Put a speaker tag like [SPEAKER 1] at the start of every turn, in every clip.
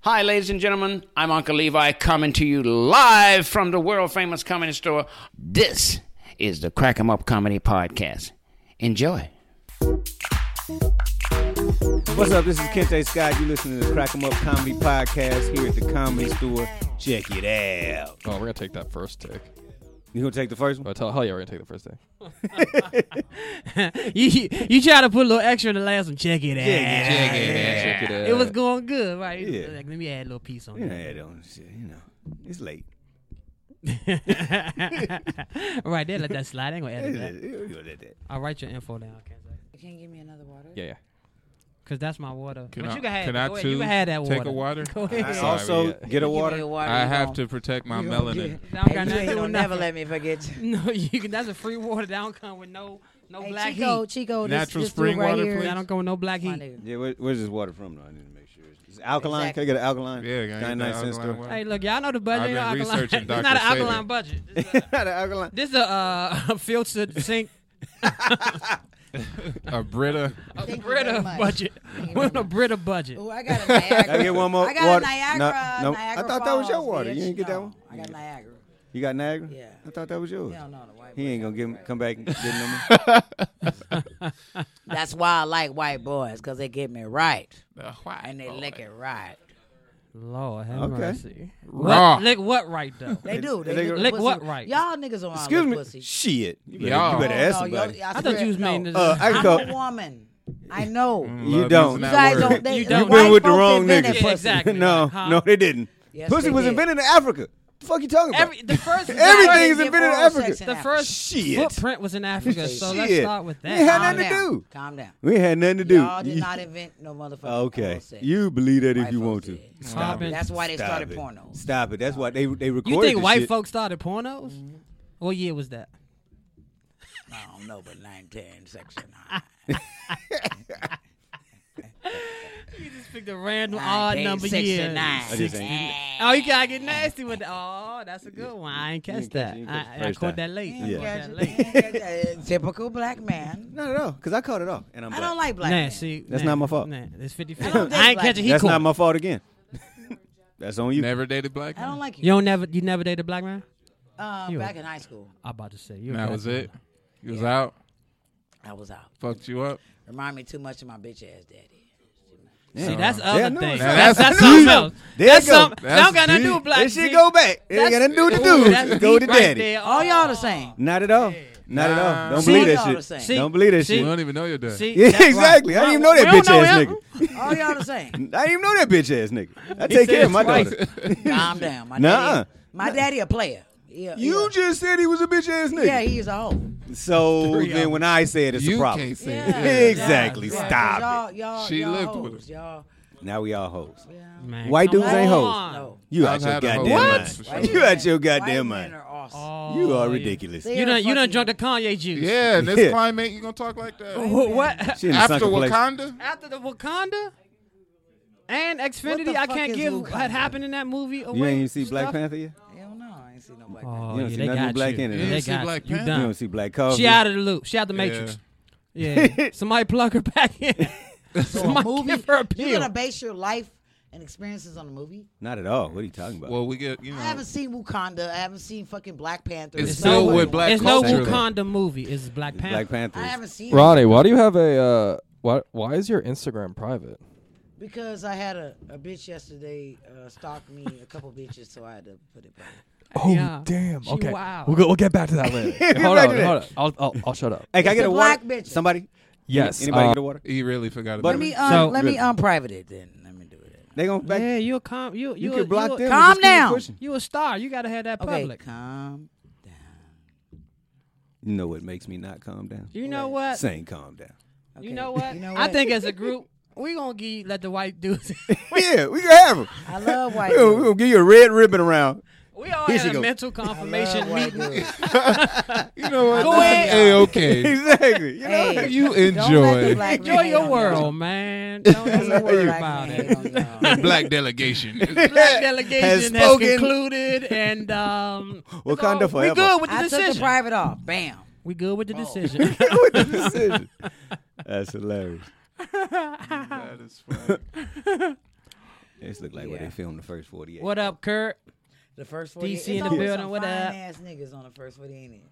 [SPEAKER 1] Hi, ladies and gentlemen. I'm Uncle Levi coming to you live from the world famous comedy store. This is the Crack 'em Up Comedy Podcast. Enjoy.
[SPEAKER 2] What's up? This is Kente Scott. You're listening to the Crack 'em Up Comedy Podcast here at the Comedy Store. Check it out.
[SPEAKER 3] Oh, we're gonna take that first take.
[SPEAKER 2] You gonna take the first one?
[SPEAKER 3] Oh, tell, hell yeah, we're gonna take the first take.
[SPEAKER 4] you you try to put a little extra in the last one. Check it out.
[SPEAKER 2] Check
[SPEAKER 3] Check it out.
[SPEAKER 4] It was going good, right?
[SPEAKER 2] Yeah.
[SPEAKER 4] Like, let me add a little piece on
[SPEAKER 2] You know,
[SPEAKER 4] it.
[SPEAKER 2] that don't shit. You know, it's late.
[SPEAKER 4] All right, there, let that slide. I ain't gonna edit that.
[SPEAKER 2] That's
[SPEAKER 4] I'll write your info down, okay?
[SPEAKER 5] You can't give me another water?
[SPEAKER 3] Yeah, yeah.
[SPEAKER 4] Cause that's my water.
[SPEAKER 6] Can
[SPEAKER 4] but
[SPEAKER 6] I-
[SPEAKER 4] you can have
[SPEAKER 6] can
[SPEAKER 4] that.
[SPEAKER 6] I
[SPEAKER 4] Go ahead.
[SPEAKER 6] too
[SPEAKER 4] you can have that water.
[SPEAKER 6] take a water?
[SPEAKER 4] Go ahead.
[SPEAKER 3] Sorry,
[SPEAKER 2] also
[SPEAKER 3] yeah.
[SPEAKER 2] get a
[SPEAKER 5] Give me
[SPEAKER 2] water.
[SPEAKER 5] a water
[SPEAKER 6] I
[SPEAKER 5] you
[SPEAKER 6] have
[SPEAKER 5] gonna-
[SPEAKER 6] to protect my
[SPEAKER 4] That don't
[SPEAKER 5] Hey,
[SPEAKER 6] melanin.
[SPEAKER 4] got
[SPEAKER 5] you
[SPEAKER 4] nothing
[SPEAKER 5] ain't
[SPEAKER 4] to do
[SPEAKER 5] gonna
[SPEAKER 4] with
[SPEAKER 5] never
[SPEAKER 4] nothing.
[SPEAKER 5] let me forget you.
[SPEAKER 4] No, you can. That's a free water. That don't come with no no
[SPEAKER 5] Hey,
[SPEAKER 4] black
[SPEAKER 5] Chico,
[SPEAKER 4] heat.
[SPEAKER 5] Chico, this,
[SPEAKER 6] Natural
[SPEAKER 5] this dude
[SPEAKER 6] spring
[SPEAKER 5] right
[SPEAKER 6] water,
[SPEAKER 5] here.
[SPEAKER 6] please.
[SPEAKER 4] That don't come with no black
[SPEAKER 5] My
[SPEAKER 4] heat.
[SPEAKER 5] nigga.
[SPEAKER 2] Yeah, where, where's this water from? though? I need to make sure. It's, it's alkaline.
[SPEAKER 5] Exactly.
[SPEAKER 2] Can I get an alkaline?
[SPEAKER 6] Yeah,
[SPEAKER 2] Got
[SPEAKER 6] I
[SPEAKER 2] a
[SPEAKER 6] got
[SPEAKER 2] nice
[SPEAKER 6] the
[SPEAKER 2] cent
[SPEAKER 6] alkaline
[SPEAKER 2] store.
[SPEAKER 6] one.
[SPEAKER 4] Hey, look, y'all know the budget.
[SPEAKER 6] I've
[SPEAKER 4] ain't
[SPEAKER 6] been
[SPEAKER 4] alkaline.
[SPEAKER 6] researching
[SPEAKER 4] it's
[SPEAKER 6] Dr.
[SPEAKER 4] not an
[SPEAKER 6] Sabi.
[SPEAKER 4] alkaline budget. This is a,
[SPEAKER 2] Not an alkaline.
[SPEAKER 4] this is a uh, filtered sink
[SPEAKER 6] A Brita.
[SPEAKER 5] Thank you very
[SPEAKER 4] Brita
[SPEAKER 5] much.
[SPEAKER 4] budget.
[SPEAKER 5] Thank you
[SPEAKER 4] We're on
[SPEAKER 5] very
[SPEAKER 4] a Brita budget.
[SPEAKER 5] Ooh, I got a Niagara.
[SPEAKER 2] Can I get one more
[SPEAKER 5] I got
[SPEAKER 2] water?
[SPEAKER 5] a Niagara.
[SPEAKER 2] No, no.
[SPEAKER 5] Niagara
[SPEAKER 2] I thought that was your
[SPEAKER 5] Falls,
[SPEAKER 2] water. You
[SPEAKER 5] bitch.
[SPEAKER 2] didn't get that
[SPEAKER 5] No,
[SPEAKER 2] one?
[SPEAKER 5] I got Niagara.
[SPEAKER 2] You got Niagara?
[SPEAKER 5] Yeah.
[SPEAKER 2] I thought that was yours.
[SPEAKER 5] You don't know the white
[SPEAKER 2] He
[SPEAKER 5] boy.
[SPEAKER 2] ain't gonna give him, come back and get him.
[SPEAKER 5] That's why I like white boys, because they get me right.
[SPEAKER 6] Uh, why?
[SPEAKER 5] And they lick it right.
[SPEAKER 4] Lord have
[SPEAKER 2] Okay.
[SPEAKER 4] mercy.
[SPEAKER 6] Raw.
[SPEAKER 4] What, lick what right though?
[SPEAKER 5] They do. They
[SPEAKER 2] They
[SPEAKER 5] lick,
[SPEAKER 2] go-
[SPEAKER 5] the
[SPEAKER 4] Lick
[SPEAKER 5] pussy.
[SPEAKER 4] what right?
[SPEAKER 5] Y'all niggas around
[SPEAKER 2] Excuse
[SPEAKER 5] lick
[SPEAKER 2] me.
[SPEAKER 5] pussy.
[SPEAKER 2] Shit. You better,
[SPEAKER 6] Y'all.
[SPEAKER 2] you better ask
[SPEAKER 5] no, y'all-
[SPEAKER 2] somebody.
[SPEAKER 5] I,
[SPEAKER 4] I
[SPEAKER 5] swear-
[SPEAKER 4] thought you was
[SPEAKER 5] no.
[SPEAKER 4] mean.
[SPEAKER 2] Uh, I can
[SPEAKER 5] I'm a
[SPEAKER 2] call.
[SPEAKER 5] woman. I know.
[SPEAKER 2] Mm, You
[SPEAKER 6] Love
[SPEAKER 2] don't.
[SPEAKER 6] using
[SPEAKER 5] You
[SPEAKER 6] that
[SPEAKER 5] guys
[SPEAKER 6] word.
[SPEAKER 5] don't. They,
[SPEAKER 4] You
[SPEAKER 5] the
[SPEAKER 4] don't.
[SPEAKER 2] You've been
[SPEAKER 5] white
[SPEAKER 2] with the
[SPEAKER 5] folks
[SPEAKER 2] wrong
[SPEAKER 5] invented
[SPEAKER 2] niggas.
[SPEAKER 4] Yeah,
[SPEAKER 5] pussy.
[SPEAKER 4] exactly.
[SPEAKER 2] no,
[SPEAKER 4] Huh?
[SPEAKER 2] no, they didn't.
[SPEAKER 5] Yes,
[SPEAKER 2] Pussy
[SPEAKER 5] they
[SPEAKER 2] was
[SPEAKER 5] did.
[SPEAKER 2] invented in Africa. The fuck you talking about?
[SPEAKER 4] Every, the first
[SPEAKER 2] Everything's
[SPEAKER 5] Y'all didn't
[SPEAKER 2] invented in
[SPEAKER 5] get oral
[SPEAKER 2] Africa.
[SPEAKER 5] sex in
[SPEAKER 4] the first
[SPEAKER 2] Shit.
[SPEAKER 4] footprint was in Africa. So let's
[SPEAKER 2] Shit.
[SPEAKER 4] start with
[SPEAKER 2] You had
[SPEAKER 4] that.
[SPEAKER 2] nothing to
[SPEAKER 5] Calm down.
[SPEAKER 2] do.
[SPEAKER 5] Calm down.
[SPEAKER 2] We ain't had nothing to do.
[SPEAKER 5] Y'all did
[SPEAKER 2] You-
[SPEAKER 5] not invent no motherfucking oral
[SPEAKER 2] okay,
[SPEAKER 5] sex.
[SPEAKER 2] you believe that if
[SPEAKER 5] White
[SPEAKER 2] you
[SPEAKER 5] folks
[SPEAKER 2] want to.
[SPEAKER 5] did.
[SPEAKER 4] I've been-
[SPEAKER 5] That's why they
[SPEAKER 2] Stop
[SPEAKER 5] started
[SPEAKER 2] it.
[SPEAKER 5] pornos.
[SPEAKER 2] Stop it. That's why they they recorded.
[SPEAKER 4] you think
[SPEAKER 2] this
[SPEAKER 4] white
[SPEAKER 2] shit.
[SPEAKER 4] folks started pornos?
[SPEAKER 5] Mm-hmm.
[SPEAKER 4] What year was that?
[SPEAKER 5] I don't know, but 910 section.
[SPEAKER 4] Just picked a random odd
[SPEAKER 5] 910
[SPEAKER 4] number
[SPEAKER 5] section
[SPEAKER 4] year.
[SPEAKER 5] nine.
[SPEAKER 2] I just ain't-
[SPEAKER 4] Oh, you gotta get nasty with the Oh, that's a good one. I ain't catch
[SPEAKER 2] didn't catch
[SPEAKER 4] that.
[SPEAKER 2] it. You didn't catch it
[SPEAKER 4] I, I
[SPEAKER 2] first
[SPEAKER 4] caught
[SPEAKER 2] time.
[SPEAKER 4] that late. I
[SPEAKER 2] Yeah.
[SPEAKER 4] caught
[SPEAKER 5] Yeah,
[SPEAKER 4] that
[SPEAKER 5] yeah,
[SPEAKER 4] late.
[SPEAKER 5] yeah, yeah. Typical black man.
[SPEAKER 2] Not at all. Cause I caught it off, and I'm.
[SPEAKER 5] I
[SPEAKER 2] black.
[SPEAKER 5] don't like black
[SPEAKER 4] Nah,
[SPEAKER 5] men.
[SPEAKER 4] see,
[SPEAKER 2] That's
[SPEAKER 4] nah,
[SPEAKER 2] not my fault.
[SPEAKER 4] Nah, it's 50
[SPEAKER 5] don't
[SPEAKER 4] I
[SPEAKER 5] think
[SPEAKER 4] ain't
[SPEAKER 5] black
[SPEAKER 4] catching. He
[SPEAKER 2] That's
[SPEAKER 4] caught.
[SPEAKER 2] not my fault again. That's on you.
[SPEAKER 6] Never dated black.
[SPEAKER 5] I don't like
[SPEAKER 4] You
[SPEAKER 5] you.
[SPEAKER 4] don't never. You never dated a black man.
[SPEAKER 5] Uh,
[SPEAKER 4] you-
[SPEAKER 5] back in high school,
[SPEAKER 4] I'm about to say. You
[SPEAKER 6] And
[SPEAKER 4] a
[SPEAKER 6] that
[SPEAKER 4] black
[SPEAKER 6] was
[SPEAKER 4] man.
[SPEAKER 6] it. You was out.
[SPEAKER 5] I was out.
[SPEAKER 6] Fucked you up.
[SPEAKER 5] Remind me too much of my bitch ass daddy.
[SPEAKER 4] See, that's
[SPEAKER 2] Yeah,
[SPEAKER 4] other
[SPEAKER 2] no,
[SPEAKER 4] thing.
[SPEAKER 2] it's not.
[SPEAKER 4] That's, that's
[SPEAKER 2] There you
[SPEAKER 4] something
[SPEAKER 2] go.
[SPEAKER 4] else.
[SPEAKER 2] There
[SPEAKER 4] that's
[SPEAKER 2] you go.
[SPEAKER 4] something. That don't got nothing to do with black.
[SPEAKER 2] That shit
[SPEAKER 4] See,
[SPEAKER 2] go back. It ain't
[SPEAKER 4] that's-
[SPEAKER 2] got nothing to do with the
[SPEAKER 4] ooh,
[SPEAKER 2] dudes.
[SPEAKER 4] that's
[SPEAKER 2] Go
[SPEAKER 4] deep
[SPEAKER 2] to
[SPEAKER 4] right
[SPEAKER 2] daddy.
[SPEAKER 4] there.
[SPEAKER 5] All y'all the same.
[SPEAKER 2] Not at all. Not at all. Don't
[SPEAKER 4] See,
[SPEAKER 2] believe
[SPEAKER 5] y'all the
[SPEAKER 2] that
[SPEAKER 5] same.
[SPEAKER 2] shit.
[SPEAKER 4] See,
[SPEAKER 2] Don't believe that
[SPEAKER 6] We
[SPEAKER 2] shit.
[SPEAKER 4] see,
[SPEAKER 6] don't even know your dad.
[SPEAKER 4] See,
[SPEAKER 2] Yeah,
[SPEAKER 4] that's right.
[SPEAKER 2] exactly. I didn't even know that
[SPEAKER 4] We don't
[SPEAKER 2] bitch ass
[SPEAKER 4] him.
[SPEAKER 2] nigga.
[SPEAKER 5] All y'all the same.
[SPEAKER 2] I didn't even know that bitch ass nigga. I
[SPEAKER 4] He
[SPEAKER 2] take care
[SPEAKER 4] said
[SPEAKER 2] of my
[SPEAKER 4] twice.
[SPEAKER 2] daughter.
[SPEAKER 5] Calm down. My
[SPEAKER 2] Nuh-uh.
[SPEAKER 5] daddy. My daddy a player. Yeah.
[SPEAKER 2] You just said he was a bitch ass
[SPEAKER 5] yeah. yeah,
[SPEAKER 2] nigga.
[SPEAKER 5] he's a hoe.
[SPEAKER 2] so then when I said it's
[SPEAKER 6] you
[SPEAKER 2] a problem.
[SPEAKER 6] can't say
[SPEAKER 5] Yeah.
[SPEAKER 6] it.
[SPEAKER 2] Exactly.
[SPEAKER 5] Yeah, 'cause
[SPEAKER 2] Stop
[SPEAKER 5] Y'all, y'all,
[SPEAKER 6] She
[SPEAKER 5] y'all
[SPEAKER 6] lived
[SPEAKER 5] hoes.
[SPEAKER 6] with him.
[SPEAKER 5] Y'all,
[SPEAKER 2] Now we all hoes.
[SPEAKER 5] yeah.
[SPEAKER 4] Man,
[SPEAKER 2] White
[SPEAKER 4] come
[SPEAKER 2] dudes ain't hoes.
[SPEAKER 4] on.
[SPEAKER 5] No.
[SPEAKER 2] You
[SPEAKER 6] I've
[SPEAKER 2] out your
[SPEAKER 6] had a hoe.
[SPEAKER 2] goddamn
[SPEAKER 6] What?
[SPEAKER 2] mind.
[SPEAKER 5] White
[SPEAKER 2] You out
[SPEAKER 5] men-
[SPEAKER 2] your
[SPEAKER 5] white
[SPEAKER 2] goddamn
[SPEAKER 5] men
[SPEAKER 2] mind.
[SPEAKER 5] are awesome.
[SPEAKER 4] Oh,
[SPEAKER 2] You are
[SPEAKER 4] yeah.
[SPEAKER 2] ridiculous.
[SPEAKER 5] See?
[SPEAKER 4] You done you done
[SPEAKER 5] Fucking-
[SPEAKER 4] drunk the Kanye juice.
[SPEAKER 6] Yeah, in this
[SPEAKER 2] Yeah.
[SPEAKER 6] climate, you gonna talk like
[SPEAKER 4] Wh-
[SPEAKER 6] that.
[SPEAKER 4] What?
[SPEAKER 2] She in a
[SPEAKER 6] After
[SPEAKER 2] sunken place.
[SPEAKER 6] Wakanda,
[SPEAKER 4] After the Wakanda and
[SPEAKER 5] What
[SPEAKER 4] Xfinity,
[SPEAKER 5] the
[SPEAKER 4] I
[SPEAKER 5] fuck
[SPEAKER 4] can't
[SPEAKER 5] is
[SPEAKER 4] give
[SPEAKER 5] Wakanda?
[SPEAKER 4] what happened in that movie. Away
[SPEAKER 2] You ain't even see Black
[SPEAKER 4] stuff.
[SPEAKER 2] Panther yet?
[SPEAKER 5] Hell no, I ain't seen no black man.
[SPEAKER 4] Oh,
[SPEAKER 2] You don't
[SPEAKER 4] yeah,
[SPEAKER 2] see
[SPEAKER 4] they
[SPEAKER 2] nothing
[SPEAKER 4] got
[SPEAKER 2] black
[SPEAKER 4] you.
[SPEAKER 2] in it.
[SPEAKER 6] You
[SPEAKER 4] They
[SPEAKER 6] didn't see
[SPEAKER 4] got
[SPEAKER 6] Black
[SPEAKER 4] you.
[SPEAKER 6] Panther?
[SPEAKER 4] You
[SPEAKER 2] You
[SPEAKER 4] done.
[SPEAKER 2] don't see Black Coffee?
[SPEAKER 4] She out of the loop. She out the matrix. Yeah. Somebody plug her back in. Somebody give her a
[SPEAKER 5] You're
[SPEAKER 4] pill.
[SPEAKER 5] gonna base your life and experiences on a movie?
[SPEAKER 2] Not at all. What are you talking about?
[SPEAKER 6] well, we get you
[SPEAKER 5] I haven't
[SPEAKER 6] know.
[SPEAKER 5] seen Wakanda. I haven't seen fucking Black Panther.
[SPEAKER 6] It's
[SPEAKER 5] It's
[SPEAKER 6] filled
[SPEAKER 5] no-
[SPEAKER 6] with black
[SPEAKER 4] It's no
[SPEAKER 6] culture. though.
[SPEAKER 4] Wakanda movie. It's Black Panther.
[SPEAKER 2] Black Panther.
[SPEAKER 5] I
[SPEAKER 2] is-
[SPEAKER 5] haven't seen
[SPEAKER 3] Ronnie,
[SPEAKER 5] it
[SPEAKER 3] why do you have a uh, why why is your Instagram private?
[SPEAKER 5] because I had a, a bitch yesterday uh, stalk me a couple bitches, so I had to put it back.
[SPEAKER 3] Oh
[SPEAKER 4] Yeah.
[SPEAKER 3] damn!
[SPEAKER 4] She
[SPEAKER 3] okay,
[SPEAKER 4] wild.
[SPEAKER 3] we'll go, we'll get back to that later.
[SPEAKER 2] Get
[SPEAKER 3] hold
[SPEAKER 2] back
[SPEAKER 3] on,
[SPEAKER 2] to
[SPEAKER 3] hold on.
[SPEAKER 2] that.
[SPEAKER 3] I'll, I'll I'll shut up.
[SPEAKER 2] Hey, can I
[SPEAKER 5] It's
[SPEAKER 2] get a
[SPEAKER 5] the
[SPEAKER 2] water?
[SPEAKER 5] black bitches.
[SPEAKER 2] Somebody?
[SPEAKER 3] Yes.
[SPEAKER 2] Anybody
[SPEAKER 3] uh,
[SPEAKER 2] get a water?
[SPEAKER 6] He really forgot about
[SPEAKER 2] But-
[SPEAKER 5] Let me
[SPEAKER 6] it.
[SPEAKER 5] um,
[SPEAKER 4] So-
[SPEAKER 5] let me unprivate it then. Let me do it.
[SPEAKER 2] They gonna back.
[SPEAKER 4] Yeah, you a com- you you,
[SPEAKER 2] you can
[SPEAKER 4] a,
[SPEAKER 2] block
[SPEAKER 4] you a,
[SPEAKER 2] them. and
[SPEAKER 5] Calm
[SPEAKER 2] just keep it
[SPEAKER 5] down.
[SPEAKER 2] pushing.
[SPEAKER 4] You a star. You gotta have that
[SPEAKER 5] Okay,
[SPEAKER 4] public.
[SPEAKER 5] calm.
[SPEAKER 2] You know what makes me not calm down?
[SPEAKER 4] You know what?
[SPEAKER 2] Saying calm down.
[SPEAKER 5] Okay.
[SPEAKER 4] You know what?
[SPEAKER 5] You know
[SPEAKER 4] I think as a group, we gonna give let the white dudes.
[SPEAKER 2] yeah, we can have them.
[SPEAKER 5] I love white.
[SPEAKER 2] We gonna, we
[SPEAKER 5] dudes.
[SPEAKER 2] gonna give you a red ribbon around.
[SPEAKER 4] we all
[SPEAKER 2] Here
[SPEAKER 4] had
[SPEAKER 2] she
[SPEAKER 4] a
[SPEAKER 2] go.
[SPEAKER 4] mental
[SPEAKER 5] I
[SPEAKER 4] confirmation
[SPEAKER 5] love white
[SPEAKER 4] meeting.
[SPEAKER 5] dudes.
[SPEAKER 6] You know what?
[SPEAKER 4] Go ahead.
[SPEAKER 6] A okay.
[SPEAKER 2] Exactly. You know?
[SPEAKER 5] Hey,
[SPEAKER 6] You
[SPEAKER 5] don't let the
[SPEAKER 6] enjoy
[SPEAKER 5] black
[SPEAKER 4] Enjoy
[SPEAKER 5] man hate
[SPEAKER 4] your
[SPEAKER 5] on
[SPEAKER 4] world, man. Don't even worry
[SPEAKER 5] Black
[SPEAKER 4] about
[SPEAKER 5] man
[SPEAKER 4] it.
[SPEAKER 5] hate on y'all.
[SPEAKER 6] black delegation.
[SPEAKER 4] Black delegation
[SPEAKER 2] Has
[SPEAKER 4] has,
[SPEAKER 2] spoken.
[SPEAKER 4] concluded, and um, it's
[SPEAKER 2] Wakanda
[SPEAKER 4] all-
[SPEAKER 2] forever.
[SPEAKER 4] We good with the
[SPEAKER 5] I took the
[SPEAKER 4] decision.
[SPEAKER 5] private off. Bam. Oh.
[SPEAKER 4] we good with the decision.
[SPEAKER 2] With the decision. That's hilarious.
[SPEAKER 6] that is funny.
[SPEAKER 2] This look like where
[SPEAKER 5] Yeah.
[SPEAKER 2] they filmed the first 48.
[SPEAKER 4] What up, Kurt?
[SPEAKER 5] The first
[SPEAKER 4] DC in
[SPEAKER 5] 48. It's
[SPEAKER 4] the
[SPEAKER 5] always
[SPEAKER 4] building,
[SPEAKER 5] some
[SPEAKER 4] what up?
[SPEAKER 5] Fine ass niggas on the first 48, ain't it?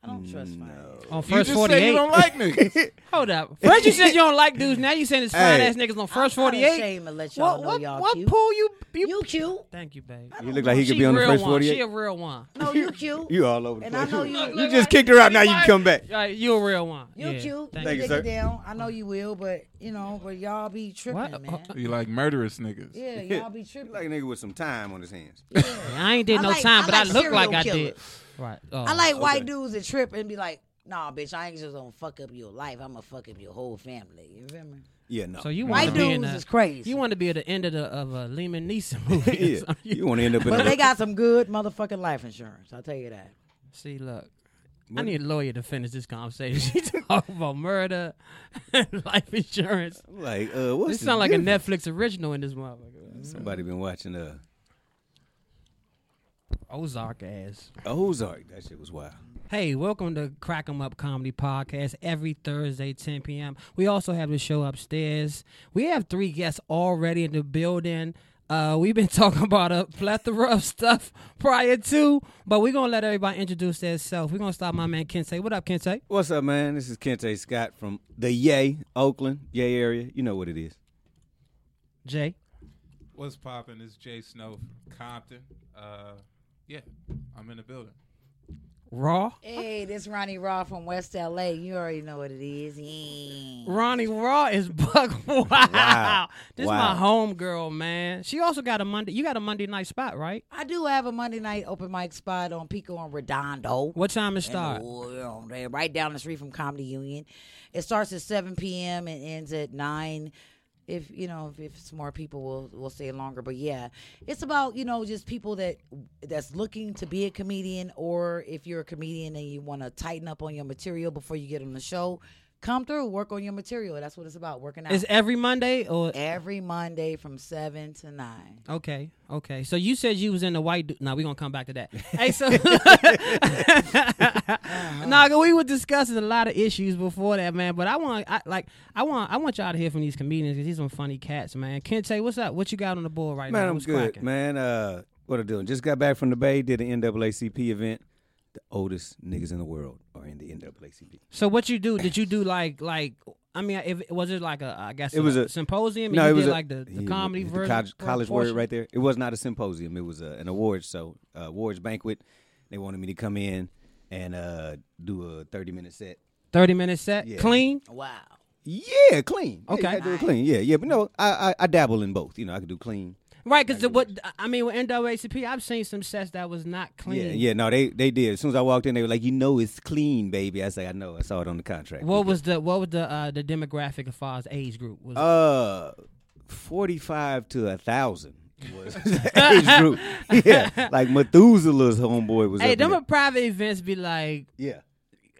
[SPEAKER 5] I don't trust fine ass.
[SPEAKER 4] On
[SPEAKER 6] You
[SPEAKER 4] first
[SPEAKER 6] just said
[SPEAKER 4] 48.
[SPEAKER 6] you don't like niggas.
[SPEAKER 4] Hold up. First you said you don't like dudes. Now you saying it's fine
[SPEAKER 2] Hey.
[SPEAKER 4] ass niggas on first
[SPEAKER 5] I'm not
[SPEAKER 4] 48.
[SPEAKER 5] ashamed to let y'all
[SPEAKER 4] What,
[SPEAKER 5] know
[SPEAKER 4] what,
[SPEAKER 5] y'all
[SPEAKER 4] what
[SPEAKER 5] cute.
[SPEAKER 4] pool you, you...
[SPEAKER 5] You cute.
[SPEAKER 4] Thank you, babe.
[SPEAKER 2] You look like he could be on the
[SPEAKER 4] real
[SPEAKER 2] first
[SPEAKER 4] one. She
[SPEAKER 2] 48.
[SPEAKER 4] a real one.
[SPEAKER 5] No, you cute.
[SPEAKER 2] You all over the
[SPEAKER 5] And I
[SPEAKER 2] place.
[SPEAKER 5] know you-
[SPEAKER 2] You just kicked her out. Now you can come back.
[SPEAKER 4] Right, you a real one.
[SPEAKER 5] You
[SPEAKER 4] Yeah,
[SPEAKER 5] cute.
[SPEAKER 4] Thank
[SPEAKER 2] Thank
[SPEAKER 5] you,
[SPEAKER 2] you,
[SPEAKER 5] dig
[SPEAKER 2] sir.
[SPEAKER 5] it down. I know you will, but you know, but y'all be tripping,
[SPEAKER 4] What?
[SPEAKER 5] man.
[SPEAKER 6] you like murderous niggas.
[SPEAKER 5] Yeah, y'all be tripping.
[SPEAKER 2] Like a nigga with some time on his hands.
[SPEAKER 4] you. I ain't did
[SPEAKER 5] I
[SPEAKER 4] no
[SPEAKER 5] like-
[SPEAKER 4] time,
[SPEAKER 5] I
[SPEAKER 4] but
[SPEAKER 5] like
[SPEAKER 4] I look like
[SPEAKER 5] serial
[SPEAKER 4] I did.
[SPEAKER 5] killers.
[SPEAKER 4] Right. Oh.
[SPEAKER 5] I like white dudes that trip and be like, "Nah, bitch, I ain't just gonna fuck up your life. I'm gonna fuck up your whole family." You feel me?
[SPEAKER 2] Yeah, no.
[SPEAKER 4] So you want
[SPEAKER 5] White
[SPEAKER 4] to be in
[SPEAKER 5] dudes
[SPEAKER 4] a,
[SPEAKER 5] is crazy.
[SPEAKER 4] you want to be at the end of the of a Lehman Neeson movie. or
[SPEAKER 2] yeah.
[SPEAKER 4] something.
[SPEAKER 2] You want to end up in
[SPEAKER 5] but
[SPEAKER 2] a
[SPEAKER 5] they got some good motherfucking life insurance. I'll tell you that.
[SPEAKER 4] See, look. I need a lawyer to finish this conversation. She talking about murder, life insurance.
[SPEAKER 2] like uh what's
[SPEAKER 4] This sound like
[SPEAKER 2] difference?
[SPEAKER 4] a Netflix original in this motherfucker.
[SPEAKER 2] Somebody been watching uh
[SPEAKER 4] Ozark ass.
[SPEAKER 2] Oh, Ozark. That shit was wild.
[SPEAKER 4] Hey, welcome to Crack 'em Up Comedy Podcast every Thursday, 10 p.m. We also have the show upstairs. We have three guests already in the building. Uh, we've been talking about a plethora of stuff prior to, but we're going to let everybody introduce themselves. We're going to start my man Kensei. What up, Kensei?
[SPEAKER 2] What's up, man? This is Kente Scott from the Yay, Oakland, Yay area. You know what it is.
[SPEAKER 4] Jay.
[SPEAKER 6] What's poppin'? It's Jay Snow from Compton. Uh, yeah, I'm in the building.
[SPEAKER 4] Raw.
[SPEAKER 5] Hey, this Ronnie Raw from West LA. You already know what it is. Yeah.
[SPEAKER 4] Ronnie Raw is Buck Wow.
[SPEAKER 2] Wow.
[SPEAKER 4] This
[SPEAKER 2] Wow.
[SPEAKER 4] my homegirl, man. She also got a Monday. You got a Monday night spot, right?
[SPEAKER 5] I do have a Monday night open mic spot on Pico and Redondo.
[SPEAKER 4] What time it
[SPEAKER 5] And
[SPEAKER 4] start?
[SPEAKER 5] the wood on there, right down the street from Comedy Union. It starts at 7 p.m. and ends at 9. If you know, if, if more people will will stay longer, but yeah, it's about you know just people that that's looking to be a comedian, or if you're a comedian and you want to tighten up on your material before you get on the show, come through, work on your material. That's what it's about, working out
[SPEAKER 4] It's every Monday or
[SPEAKER 5] every Monday from seven to nine.
[SPEAKER 4] Okay, okay. So you said you was in the white. Du- now we gonna come back to that. hey, so nah, 'cause we were discussing a lot of issues before that, man. But I want, I like, I want, I want y'all to hear from these comedians because these some funny cats, man. Kente, what's up? What you got on the board right
[SPEAKER 2] Man,
[SPEAKER 4] now?
[SPEAKER 2] I'm
[SPEAKER 4] What's
[SPEAKER 2] good,
[SPEAKER 4] cracking?
[SPEAKER 2] man. Uh, what I doing? Just got back from the Bay. Did an NAACP event. The oldest niggas in the world are in the NAACP.
[SPEAKER 4] So what you do? Did you do like, like? I mean, if was it like a, I guess
[SPEAKER 2] It was a-
[SPEAKER 4] symposium. and you did
[SPEAKER 2] a-
[SPEAKER 4] like the, the
[SPEAKER 2] yeah,
[SPEAKER 4] comedy
[SPEAKER 2] the
[SPEAKER 4] version,
[SPEAKER 2] college,
[SPEAKER 4] or
[SPEAKER 2] college
[SPEAKER 4] portion?
[SPEAKER 2] word right there. It was not a symposium. It was uh an awards so uh, awards banquet. They wanted me to come in and uh, do a 30 minute set.
[SPEAKER 4] Thirty minute set,
[SPEAKER 2] Yeah.
[SPEAKER 4] clean.
[SPEAKER 5] Wow.
[SPEAKER 2] Yeah, clean. Yeah, you
[SPEAKER 4] Okay.
[SPEAKER 2] gotta do it clean. Yeah, yeah. But no, I, I I dabble in both. You know, I can do clean.
[SPEAKER 4] Right, because what I mean with NAACP, I've seen some sets that was not clean.
[SPEAKER 2] Yeah, yeah. No, they they did. As soon as I walked in, they were like, "You know, it's clean, baby." I said, "I know. I saw it on the contract."
[SPEAKER 4] What was the what was the uh, the demographic as far as age group was?
[SPEAKER 2] Uh, forty-five to a thousand was the age group. Yeah, like Methuselah's homeboy was.
[SPEAKER 4] hey,
[SPEAKER 2] up in
[SPEAKER 4] them
[SPEAKER 2] there.
[SPEAKER 4] at private events be like, ah,
[SPEAKER 2] yeah,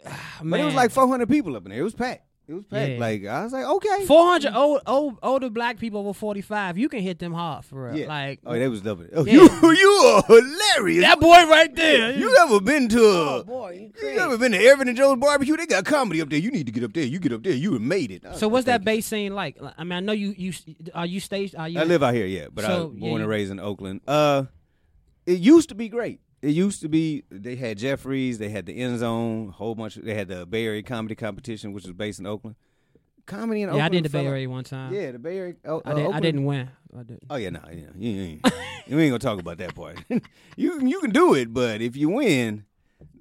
[SPEAKER 4] man,
[SPEAKER 2] but it was like four hundred people up in there. It was packed. It was packed.
[SPEAKER 4] Yeah.
[SPEAKER 2] Like I was like, okay,
[SPEAKER 4] four hundred old, old older black people over forty five. You can hit them hard for real.
[SPEAKER 2] Yeah.
[SPEAKER 4] Like
[SPEAKER 2] oh, they was loving it. Oh,
[SPEAKER 4] Yeah.
[SPEAKER 2] You you are hilarious.
[SPEAKER 4] that boy right there.
[SPEAKER 2] you ever been to a?
[SPEAKER 5] Oh boy, you
[SPEAKER 2] you
[SPEAKER 5] crazy.
[SPEAKER 2] ever been to Irvin and Joe's barbecue? They got comedy up there. You need to get up there. You get up there. You have made it. I was
[SPEAKER 4] so
[SPEAKER 2] like,
[SPEAKER 4] what's
[SPEAKER 2] thank
[SPEAKER 4] that
[SPEAKER 2] you.
[SPEAKER 4] bass scene like? Like, I mean, I know you you are you staged? Are you?
[SPEAKER 2] I live out here, yeah, but I
[SPEAKER 4] So,
[SPEAKER 2] was
[SPEAKER 4] yeah,
[SPEAKER 2] born
[SPEAKER 4] you-
[SPEAKER 2] and raised in Oakland. Uh, it used to be great. It used to be they had Jeffries, they had the End Zone, whole bunch. They had the Bay Area Comedy Competition, which was based in Oakland. Comedy in
[SPEAKER 4] yeah, I
[SPEAKER 2] Oakland.
[SPEAKER 4] did the Bay
[SPEAKER 2] fell-
[SPEAKER 4] Area one time.
[SPEAKER 2] Yeah, the Bay Area. Oh,
[SPEAKER 4] I,
[SPEAKER 2] uh,
[SPEAKER 4] did, I
[SPEAKER 2] Oakland-
[SPEAKER 4] didn't win. I didn't.
[SPEAKER 2] Oh yeah, no, yeah, you, you ain't- you ain't gonna talk about that part. you you can do it, but if you win,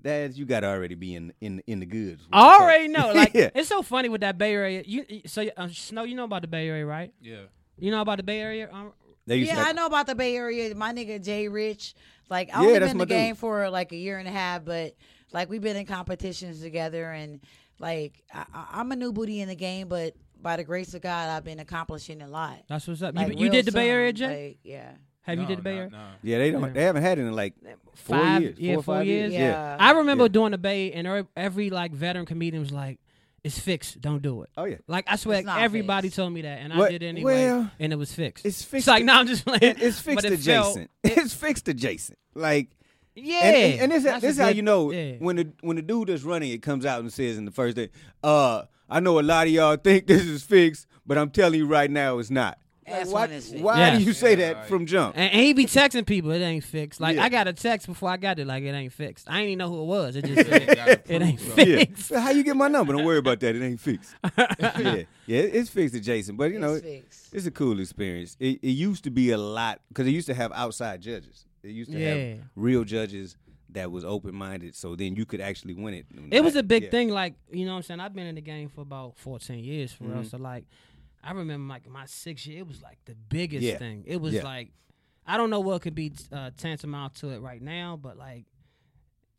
[SPEAKER 2] that you gotta already be in in in the goods.
[SPEAKER 4] I already know. Like
[SPEAKER 2] Yeah.
[SPEAKER 4] it's so funny with that Bay Area. You so uh, Snow, you know about the Bay Area, right?
[SPEAKER 6] Yeah.
[SPEAKER 4] You know about the Bay Area. Um,
[SPEAKER 2] They used to
[SPEAKER 5] Yeah,
[SPEAKER 2] have-
[SPEAKER 5] I know about the Bay Area. My nigga Jay Rich, like I
[SPEAKER 2] Yeah,
[SPEAKER 5] only
[SPEAKER 2] that's
[SPEAKER 5] been in
[SPEAKER 2] my
[SPEAKER 5] the
[SPEAKER 2] dude.
[SPEAKER 5] game for like a year and a half, but like we've been in competitions together, and like I, I- I'm a new booty in the game, but by the grace of God, I've been accomplishing a lot.
[SPEAKER 4] that's what's up. you
[SPEAKER 5] Like,
[SPEAKER 4] you
[SPEAKER 5] real
[SPEAKER 4] did the Bay
[SPEAKER 5] soon,
[SPEAKER 4] Area, Jay?
[SPEAKER 5] like, yeah.
[SPEAKER 4] Have you
[SPEAKER 6] No,
[SPEAKER 4] did the Bay
[SPEAKER 6] no,
[SPEAKER 4] Area?
[SPEAKER 6] no.
[SPEAKER 2] Yeah, they don't. They haven't had it in like four
[SPEAKER 4] Five-
[SPEAKER 2] years.
[SPEAKER 4] yeah,
[SPEAKER 2] four or
[SPEAKER 4] four
[SPEAKER 2] five
[SPEAKER 4] years.
[SPEAKER 5] yeah,
[SPEAKER 4] I remember doing the Bay, and every, every like veteran comedian was like, "It's fixed. Don't do it."
[SPEAKER 2] Oh yeah.
[SPEAKER 4] Like I swear,
[SPEAKER 5] It's not
[SPEAKER 4] everybody
[SPEAKER 5] fixed.
[SPEAKER 4] told me that, and I
[SPEAKER 2] Well-
[SPEAKER 4] did it anyway,
[SPEAKER 2] well,
[SPEAKER 4] and it was fixed.
[SPEAKER 2] it's fixed
[SPEAKER 4] like
[SPEAKER 2] to-
[SPEAKER 4] now I'm just playing.
[SPEAKER 2] it's
[SPEAKER 4] but
[SPEAKER 2] fixed
[SPEAKER 4] it felt-
[SPEAKER 2] adjacent. it's fixed adjacent. Like
[SPEAKER 4] yeah,
[SPEAKER 2] and, and, and this,
[SPEAKER 4] that's
[SPEAKER 2] this
[SPEAKER 4] a
[SPEAKER 2] how
[SPEAKER 4] good-
[SPEAKER 2] you know
[SPEAKER 4] yeah.
[SPEAKER 2] when the when the dude that's running it comes out and says in the first day, uh, I know a lot of y'all think this is fixed, but I'm telling you right now it's not.
[SPEAKER 5] Ass
[SPEAKER 2] why
[SPEAKER 5] on his feet.
[SPEAKER 2] why
[SPEAKER 4] Yeah.
[SPEAKER 2] do you say
[SPEAKER 6] Yeah,
[SPEAKER 2] that
[SPEAKER 6] like-
[SPEAKER 2] from jump?
[SPEAKER 4] And, and he be texting people, it ain't fixed. Like
[SPEAKER 2] Yeah.
[SPEAKER 4] I got a text before I got it, like it ain't fixed. I ain't even know who it was. It just
[SPEAKER 6] They
[SPEAKER 4] said,
[SPEAKER 6] gotta
[SPEAKER 4] it
[SPEAKER 6] prove
[SPEAKER 4] ain't
[SPEAKER 6] something.
[SPEAKER 2] Yeah.
[SPEAKER 4] fixed.
[SPEAKER 2] So how you get my number? Don't worry about that. It ain't fixed. yeah. Yeah, it- it's fixed adjacent, but you know,
[SPEAKER 5] It's
[SPEAKER 2] it-
[SPEAKER 5] fixed.
[SPEAKER 2] It's a cool experience. It, it used to be a lot because it used to have outside judges. It used to
[SPEAKER 4] Yeah.
[SPEAKER 2] have real judges that was open minded. So then you could actually win it.
[SPEAKER 4] It was a big
[SPEAKER 2] Yeah.
[SPEAKER 4] thing, like you know what I'm saying. I've been in the game for about 14 years for
[SPEAKER 2] Mm-hmm.
[SPEAKER 4] real. So like, I remember like my sixth year, it was like the biggest
[SPEAKER 2] Yeah.
[SPEAKER 4] thing. It was
[SPEAKER 2] Yeah.
[SPEAKER 4] like, I don't know what could be uh, tantamount to it right now, but like,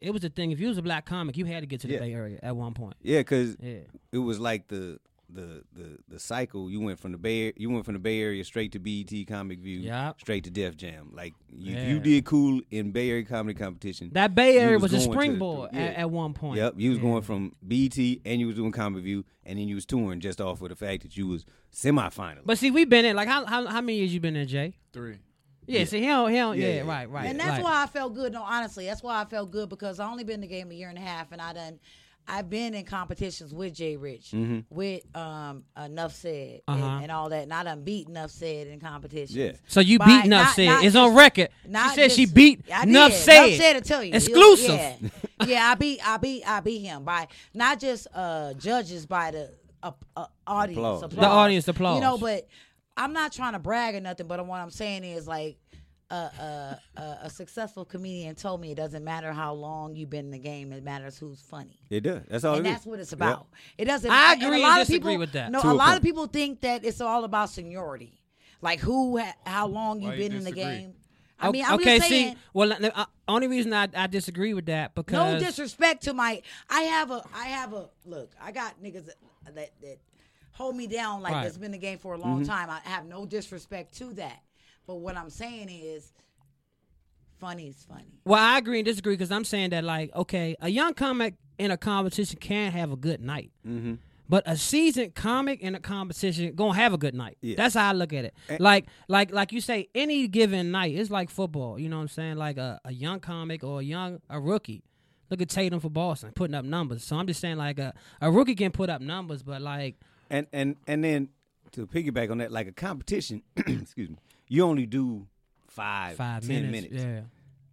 [SPEAKER 4] it was a thing. If you was a black comic, you had to get to the
[SPEAKER 2] Yeah.
[SPEAKER 4] Bay Area at one point.
[SPEAKER 2] Yeah, because
[SPEAKER 4] Yeah.
[SPEAKER 2] it was like the. The, the the cycle you went from the bay you went from the Bay Area straight to BET Comic View
[SPEAKER 4] Yup.
[SPEAKER 2] straight to Def Jam like you,
[SPEAKER 4] Yeah.
[SPEAKER 2] you did cool in Bay Area comedy competition
[SPEAKER 4] That Bay
[SPEAKER 2] You
[SPEAKER 4] Area was, a
[SPEAKER 2] was going to the-
[SPEAKER 4] springboard
[SPEAKER 2] yeah.
[SPEAKER 4] at, at one point.
[SPEAKER 2] Yep, you was
[SPEAKER 4] Yeah.
[SPEAKER 2] going from BET and you was doing Comic View and then you was touring just off of the fact that you was semifinal
[SPEAKER 4] But see, we've been in like how how, how many years you been in Jay?
[SPEAKER 6] Three.
[SPEAKER 4] Yeah, see, he don't, he don't, yeah,
[SPEAKER 2] Yeah, yeah,
[SPEAKER 4] right, right.
[SPEAKER 5] And that's
[SPEAKER 4] right.
[SPEAKER 5] why I felt good. No, honestly, that's why I felt good because I only been in the game a year and a half, and I done. I've been in competitions with Jay Rich,
[SPEAKER 2] Mm-hmm.
[SPEAKER 5] with um, Enough Said,
[SPEAKER 4] Uh-huh.
[SPEAKER 5] and, and all that, and I done beat Enough Said in competitions.
[SPEAKER 2] Yeah.
[SPEAKER 4] So you
[SPEAKER 5] By
[SPEAKER 4] beat Nuff
[SPEAKER 5] not-
[SPEAKER 4] said
[SPEAKER 5] not
[SPEAKER 4] it's on
[SPEAKER 5] just-
[SPEAKER 4] record.
[SPEAKER 5] Not
[SPEAKER 4] she said she
[SPEAKER 5] just-
[SPEAKER 4] beat
[SPEAKER 5] I did.
[SPEAKER 4] Nuff said.
[SPEAKER 5] Nuff said to tell you. He'll-
[SPEAKER 4] Exclusive.
[SPEAKER 5] yeah. yeah, I beat I beat I beat him by not just uh judges by the uh, uh, audience
[SPEAKER 2] Applause.
[SPEAKER 5] applause.
[SPEAKER 2] The
[SPEAKER 4] audience applause.
[SPEAKER 5] You know, but I'm not trying to brag or nothing, but what I'm saying is like a a, a, a successful comedian told me it doesn't matter how long you've been in the game, it matters who's funny.
[SPEAKER 2] it does that's all
[SPEAKER 5] And
[SPEAKER 2] it is.
[SPEAKER 5] that's what it's
[SPEAKER 2] Yep.
[SPEAKER 5] about. It doesn't.
[SPEAKER 4] I
[SPEAKER 5] and
[SPEAKER 4] agree
[SPEAKER 5] a lot
[SPEAKER 4] and
[SPEAKER 5] of people,
[SPEAKER 4] disagree with that.
[SPEAKER 5] No,
[SPEAKER 2] To
[SPEAKER 5] a
[SPEAKER 2] a
[SPEAKER 5] lot
[SPEAKER 2] point.
[SPEAKER 5] of people think that it's all about seniority, like who, ha- how long
[SPEAKER 6] Why
[SPEAKER 5] you've
[SPEAKER 6] you
[SPEAKER 5] been in the
[SPEAKER 6] disagree?
[SPEAKER 5] game. I mean, I'm
[SPEAKER 4] okay,
[SPEAKER 5] just saying.
[SPEAKER 4] see, well, let- let- uh, only reason I, I disagree with that
[SPEAKER 5] no
[SPEAKER 4] because
[SPEAKER 5] disrespect to my. I have a. I have a. Look, I got niggas that that, that hold me down like
[SPEAKER 4] Right.
[SPEAKER 5] that's been in the game for a long
[SPEAKER 2] Mm-hmm.
[SPEAKER 5] time. I have no disrespect to that, but what I'm saying is, funny is funny.
[SPEAKER 4] well, I agree and disagree because I'm saying that like, okay, a young comic in a competition can have a good night, mm-hmm. but a seasoned comic in a competition gonna have a good night. That's how I look at it. like, like, like you say, any given night, it's like football. You know what I'm saying? Like a, a young comic or a young a rookie. Look at Tatum for Boston putting up numbers. So I'm just saying, like a, a rookie can put up numbers, but like
[SPEAKER 2] And and and then to piggyback on that, like a competition, excuse me, you only do five,
[SPEAKER 4] five
[SPEAKER 2] ten
[SPEAKER 4] minutes,
[SPEAKER 2] minutes.
[SPEAKER 4] yeah.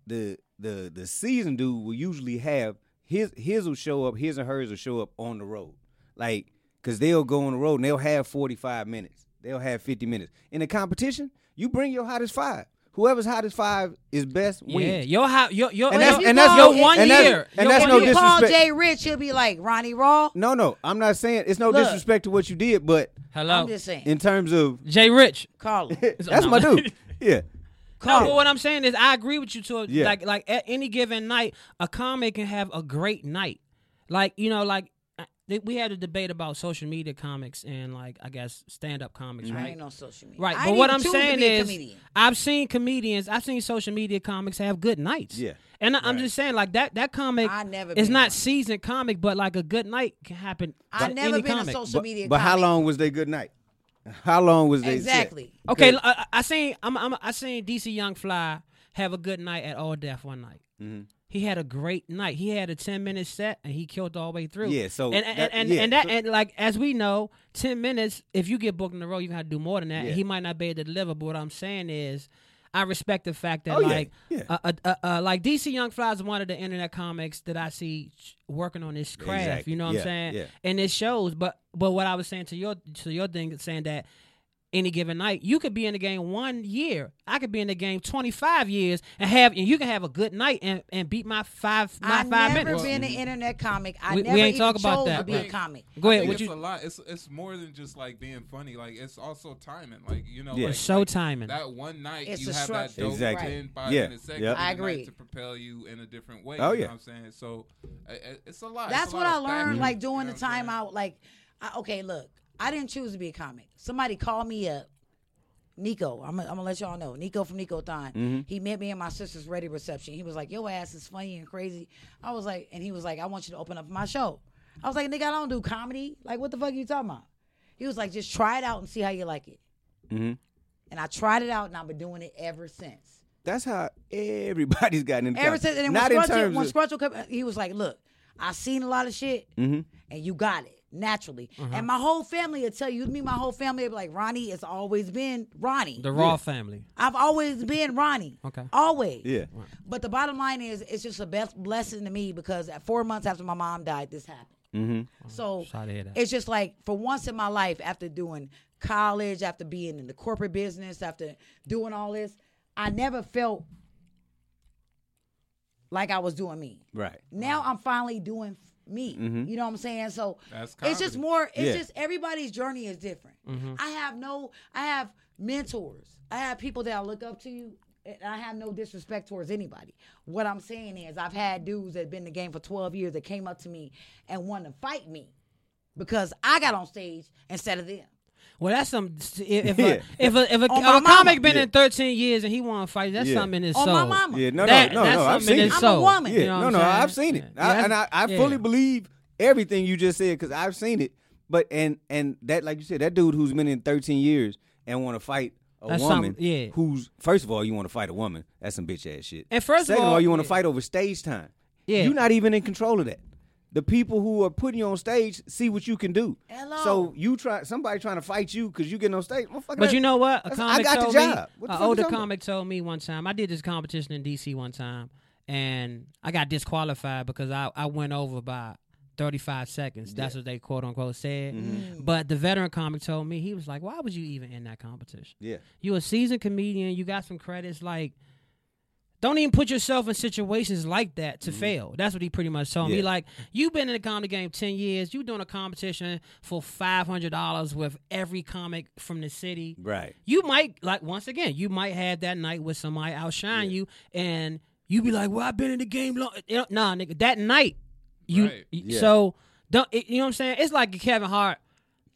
[SPEAKER 2] The the the season dude will usually have his his will show up, his and hers will show up on the road, like because they'll go on the road and they'll have forty five minutes, they'll have fifty minutes. In a competition, you bring your hottest five. Whoever's hottest five is best
[SPEAKER 4] Yeah,
[SPEAKER 2] wins.
[SPEAKER 4] your how your your
[SPEAKER 2] And
[SPEAKER 4] your,
[SPEAKER 2] that's- and that's-
[SPEAKER 4] your one
[SPEAKER 2] and that's-
[SPEAKER 4] year. your
[SPEAKER 2] and that's
[SPEAKER 4] one
[SPEAKER 2] no
[SPEAKER 4] year.
[SPEAKER 5] you call
[SPEAKER 2] disrespect.
[SPEAKER 5] Jay Rich, he'll be like Ronnie Raw.
[SPEAKER 2] No, no, I'm not saying it's no
[SPEAKER 5] Look.
[SPEAKER 2] disrespect to what you did, but
[SPEAKER 5] I'm
[SPEAKER 4] Hello,
[SPEAKER 5] just saying.
[SPEAKER 2] in terms of
[SPEAKER 4] Jay Rich.
[SPEAKER 5] Call him.
[SPEAKER 2] that's my dude. Yeah,
[SPEAKER 4] No, but what I'm saying is I agree with you to a,
[SPEAKER 2] Yeah.
[SPEAKER 4] like like at any given night, a comic can have a great night. Like you know, like I- th- we had a debate about social media comics and like I guess stand up comics,
[SPEAKER 5] I
[SPEAKER 4] right?
[SPEAKER 5] ain't on social media.
[SPEAKER 4] Right,
[SPEAKER 5] I
[SPEAKER 4] but
[SPEAKER 5] ain't
[SPEAKER 4] what
[SPEAKER 5] even
[SPEAKER 4] I'm
[SPEAKER 5] choose to
[SPEAKER 4] saying
[SPEAKER 5] be a
[SPEAKER 4] is,
[SPEAKER 5] comedian.
[SPEAKER 4] I've seen comedians, I've seen social media comics have good nights.
[SPEAKER 2] Yeah.
[SPEAKER 4] and I, I'm just saying, like that that comic
[SPEAKER 5] I never
[SPEAKER 4] is
[SPEAKER 5] been
[SPEAKER 4] not
[SPEAKER 5] one.
[SPEAKER 4] seasoned comic, but like a good night can happen.
[SPEAKER 5] I've
[SPEAKER 4] to
[SPEAKER 5] never
[SPEAKER 4] any
[SPEAKER 5] been
[SPEAKER 4] comic.
[SPEAKER 5] a social
[SPEAKER 2] but,
[SPEAKER 5] media.
[SPEAKER 2] but how
[SPEAKER 5] comic.
[SPEAKER 2] long was they good night? How long was they set?
[SPEAKER 5] Exactly.
[SPEAKER 4] Okay, l- I, I seen I'm, I'm I seen DC Young Fly have a good night at All Death one night.
[SPEAKER 2] Mm-hmm.
[SPEAKER 4] He had a great night. He had a ten minute set and he killed all the way through.
[SPEAKER 2] Yeah, so
[SPEAKER 4] and and
[SPEAKER 2] that-
[SPEAKER 4] and,
[SPEAKER 2] yeah,
[SPEAKER 4] and that
[SPEAKER 2] so-
[SPEAKER 4] and like as we know, ten minutes. If you get booked in a row, you gotta do more than that.
[SPEAKER 2] Yeah.
[SPEAKER 4] He might not be able to deliver. But what I'm saying is. I respect the fact that
[SPEAKER 2] Oh, yeah,
[SPEAKER 4] like
[SPEAKER 2] yeah.
[SPEAKER 4] Uh, uh, uh, uh, like DC Young Fly is one of the internet comics that I see ch- working on this craft.
[SPEAKER 2] Exactly.
[SPEAKER 4] You know what
[SPEAKER 2] Yeah,
[SPEAKER 4] I'm saying?
[SPEAKER 2] yeah.
[SPEAKER 4] And it shows. But but what I was saying to your to your thing, saying that any given night. You could be in the game one year. I could be in the game twenty five years and have and you can have a good night and, and beat my five my
[SPEAKER 5] i
[SPEAKER 4] five
[SPEAKER 5] never
[SPEAKER 4] minutes.
[SPEAKER 5] been an internet comic. I
[SPEAKER 4] We- we
[SPEAKER 5] never
[SPEAKER 4] ain't
[SPEAKER 5] even
[SPEAKER 4] talk about
[SPEAKER 5] chose
[SPEAKER 4] that,
[SPEAKER 5] to be
[SPEAKER 4] right.
[SPEAKER 5] a comic.
[SPEAKER 4] Go
[SPEAKER 6] I
[SPEAKER 4] ahead.
[SPEAKER 6] think
[SPEAKER 4] Would
[SPEAKER 6] it's a
[SPEAKER 4] you
[SPEAKER 6] lot. It's it's more than just like being funny. Like it's also timing. Like you know,
[SPEAKER 2] Yeah.
[SPEAKER 6] like,
[SPEAKER 4] show
[SPEAKER 6] like,
[SPEAKER 4] timing?
[SPEAKER 6] That one night
[SPEAKER 5] It's
[SPEAKER 6] you
[SPEAKER 5] a
[SPEAKER 6] have that
[SPEAKER 5] structure.
[SPEAKER 6] dope
[SPEAKER 2] Exactly.
[SPEAKER 6] ten, five
[SPEAKER 2] Yeah.
[SPEAKER 6] minute second
[SPEAKER 2] Yep.
[SPEAKER 5] I
[SPEAKER 6] of the night
[SPEAKER 5] agree.
[SPEAKER 6] to propel you in a different way.
[SPEAKER 2] Oh,
[SPEAKER 6] you
[SPEAKER 2] yeah.
[SPEAKER 6] know what I'm saying so. uh, uh, It's a lot.
[SPEAKER 5] That's
[SPEAKER 6] It's a
[SPEAKER 5] what
[SPEAKER 6] lot
[SPEAKER 5] I
[SPEAKER 6] of
[SPEAKER 5] learned,
[SPEAKER 6] factors,
[SPEAKER 5] like
[SPEAKER 6] you
[SPEAKER 5] doing the
[SPEAKER 6] know what I'm
[SPEAKER 5] time
[SPEAKER 6] saying?
[SPEAKER 5] out. Like, I, okay, look, I didn't choose to be a comic. Somebody called me up. Nico, I'm gonna I'm gonna let y'all know. Nico from Nico Thon.
[SPEAKER 6] Mm-hmm.
[SPEAKER 7] Mm-hmm.
[SPEAKER 5] He met me in my sister's ready reception. He was like, "Your ass is funny and crazy." I was like, and he was like, "I want you to open up my show." I was like, "Nigga, I don't do comedy. Like, what the fuck are you talking about?" He was like, "Just try it out and see how you like it."
[SPEAKER 2] Mm-hmm.
[SPEAKER 5] And I tried it out, and I've been doing it ever since.
[SPEAKER 2] That's how everybody's gotten in. the
[SPEAKER 5] Ever
[SPEAKER 2] couch.
[SPEAKER 5] since, and then when
[SPEAKER 2] not in
[SPEAKER 5] Scrutchel,
[SPEAKER 2] terms
[SPEAKER 5] when
[SPEAKER 2] of Mm-hmm.
[SPEAKER 5] Scrutchel came, he was like, "Look, I seen a lot of shit, and you got it. naturally.
[SPEAKER 4] Uh-huh.
[SPEAKER 5] And my whole family will tell you, me, my whole family will be like, Ronnie has always been Ronnie.
[SPEAKER 4] The Raw family.
[SPEAKER 5] I've always been Ronnie.
[SPEAKER 4] Okay.
[SPEAKER 5] Always.
[SPEAKER 2] Yeah.
[SPEAKER 5] But the bottom line is, it's just a best blessing to me because at four months after my mom died, this happened.
[SPEAKER 4] Oh,
[SPEAKER 5] Mm-hmm. So
[SPEAKER 4] Sorry to hear that.
[SPEAKER 5] it's just like for once in my life, after doing college, after being in the corporate business, after doing all this, I never felt like I was doing me.
[SPEAKER 2] Right.
[SPEAKER 5] Now I'm finally doing me. You know what I'm saying? So
[SPEAKER 6] That's
[SPEAKER 5] it's just
[SPEAKER 6] comedy.
[SPEAKER 5] more. It's
[SPEAKER 2] Yeah.
[SPEAKER 5] just everybody's journey is different.
[SPEAKER 4] Mm-hmm.
[SPEAKER 5] I have no. I have mentors. I have people that I look up to. And I have no disrespect towards anybody. What I'm saying is, I've had dudes that been in the game for 12 years that came up to me and wanted to fight me because I got on stage instead of them.
[SPEAKER 4] Well, that's some. If
[SPEAKER 2] Yeah.
[SPEAKER 4] a, if a, if a,
[SPEAKER 5] On
[SPEAKER 4] if
[SPEAKER 5] my
[SPEAKER 4] a comic
[SPEAKER 5] mama.
[SPEAKER 4] been
[SPEAKER 2] Yeah.
[SPEAKER 4] in 13 years and he want to fight, that's
[SPEAKER 2] Yeah.
[SPEAKER 4] something in his
[SPEAKER 5] On
[SPEAKER 4] soul.
[SPEAKER 5] my mama.
[SPEAKER 2] Yeah, no,
[SPEAKER 4] That-
[SPEAKER 2] no, no,
[SPEAKER 4] that's
[SPEAKER 2] no. I've
[SPEAKER 4] something
[SPEAKER 2] seen
[SPEAKER 4] in
[SPEAKER 2] it.
[SPEAKER 4] his
[SPEAKER 5] I'm a
[SPEAKER 4] soul.
[SPEAKER 5] woman.
[SPEAKER 2] Yeah,
[SPEAKER 5] You
[SPEAKER 2] no, no, I've seen it,
[SPEAKER 4] Yeah.
[SPEAKER 2] I, and I, I
[SPEAKER 4] Yeah.
[SPEAKER 2] fully believe everything you just said because I've seen it. But and and that, like you said, that dude who's been in 13 years and want to fight a
[SPEAKER 4] That's some-
[SPEAKER 2] woman,
[SPEAKER 4] yeah.
[SPEAKER 2] who's first of all you want to fight a woman, that's some bitch ass shit.
[SPEAKER 4] And first of
[SPEAKER 2] second of all,
[SPEAKER 4] all-
[SPEAKER 2] you want to
[SPEAKER 4] yeah.
[SPEAKER 2] fight over stage time.
[SPEAKER 4] Yeah.
[SPEAKER 2] you're not even in control of that. The people who are putting you on stage see what you can do.
[SPEAKER 5] Hello.
[SPEAKER 2] So you try somebody trying to fight you because you get on stage. Motherfucker,
[SPEAKER 4] But you know what? A
[SPEAKER 2] that's-
[SPEAKER 4] comic
[SPEAKER 2] I got
[SPEAKER 4] told
[SPEAKER 2] the
[SPEAKER 4] me.
[SPEAKER 2] job. What the
[SPEAKER 4] An
[SPEAKER 2] fuck you
[SPEAKER 4] older
[SPEAKER 2] talking about?
[SPEAKER 4] comic told me one time. I did this competition in DC one time, and I got disqualified because I I went over by. 35 seconds. That's what they quote unquote said.
[SPEAKER 2] Mm-hmm.
[SPEAKER 4] But the veteran comic told me, he was like, Why was you even in that competition?
[SPEAKER 2] Yeah.
[SPEAKER 4] You a seasoned comedian. You got some credits. Like, don't even put yourself in situations like that to fail. That's what he pretty much told me.
[SPEAKER 2] Mm-hmm. Yeah.
[SPEAKER 4] Like, you've been in the comedy game ten years. You doing a competition for five hundred dollars with every comic from the city.
[SPEAKER 2] Right.
[SPEAKER 4] You might like once again. You might have that night with somebody outshine you, and you be like, "Well, I've been in the game long." You know, nah, nigga, that night you.
[SPEAKER 6] Right.
[SPEAKER 4] you-
[SPEAKER 2] Yeah.
[SPEAKER 4] So don't it- you know what I'm saying? It's like Kevin Hart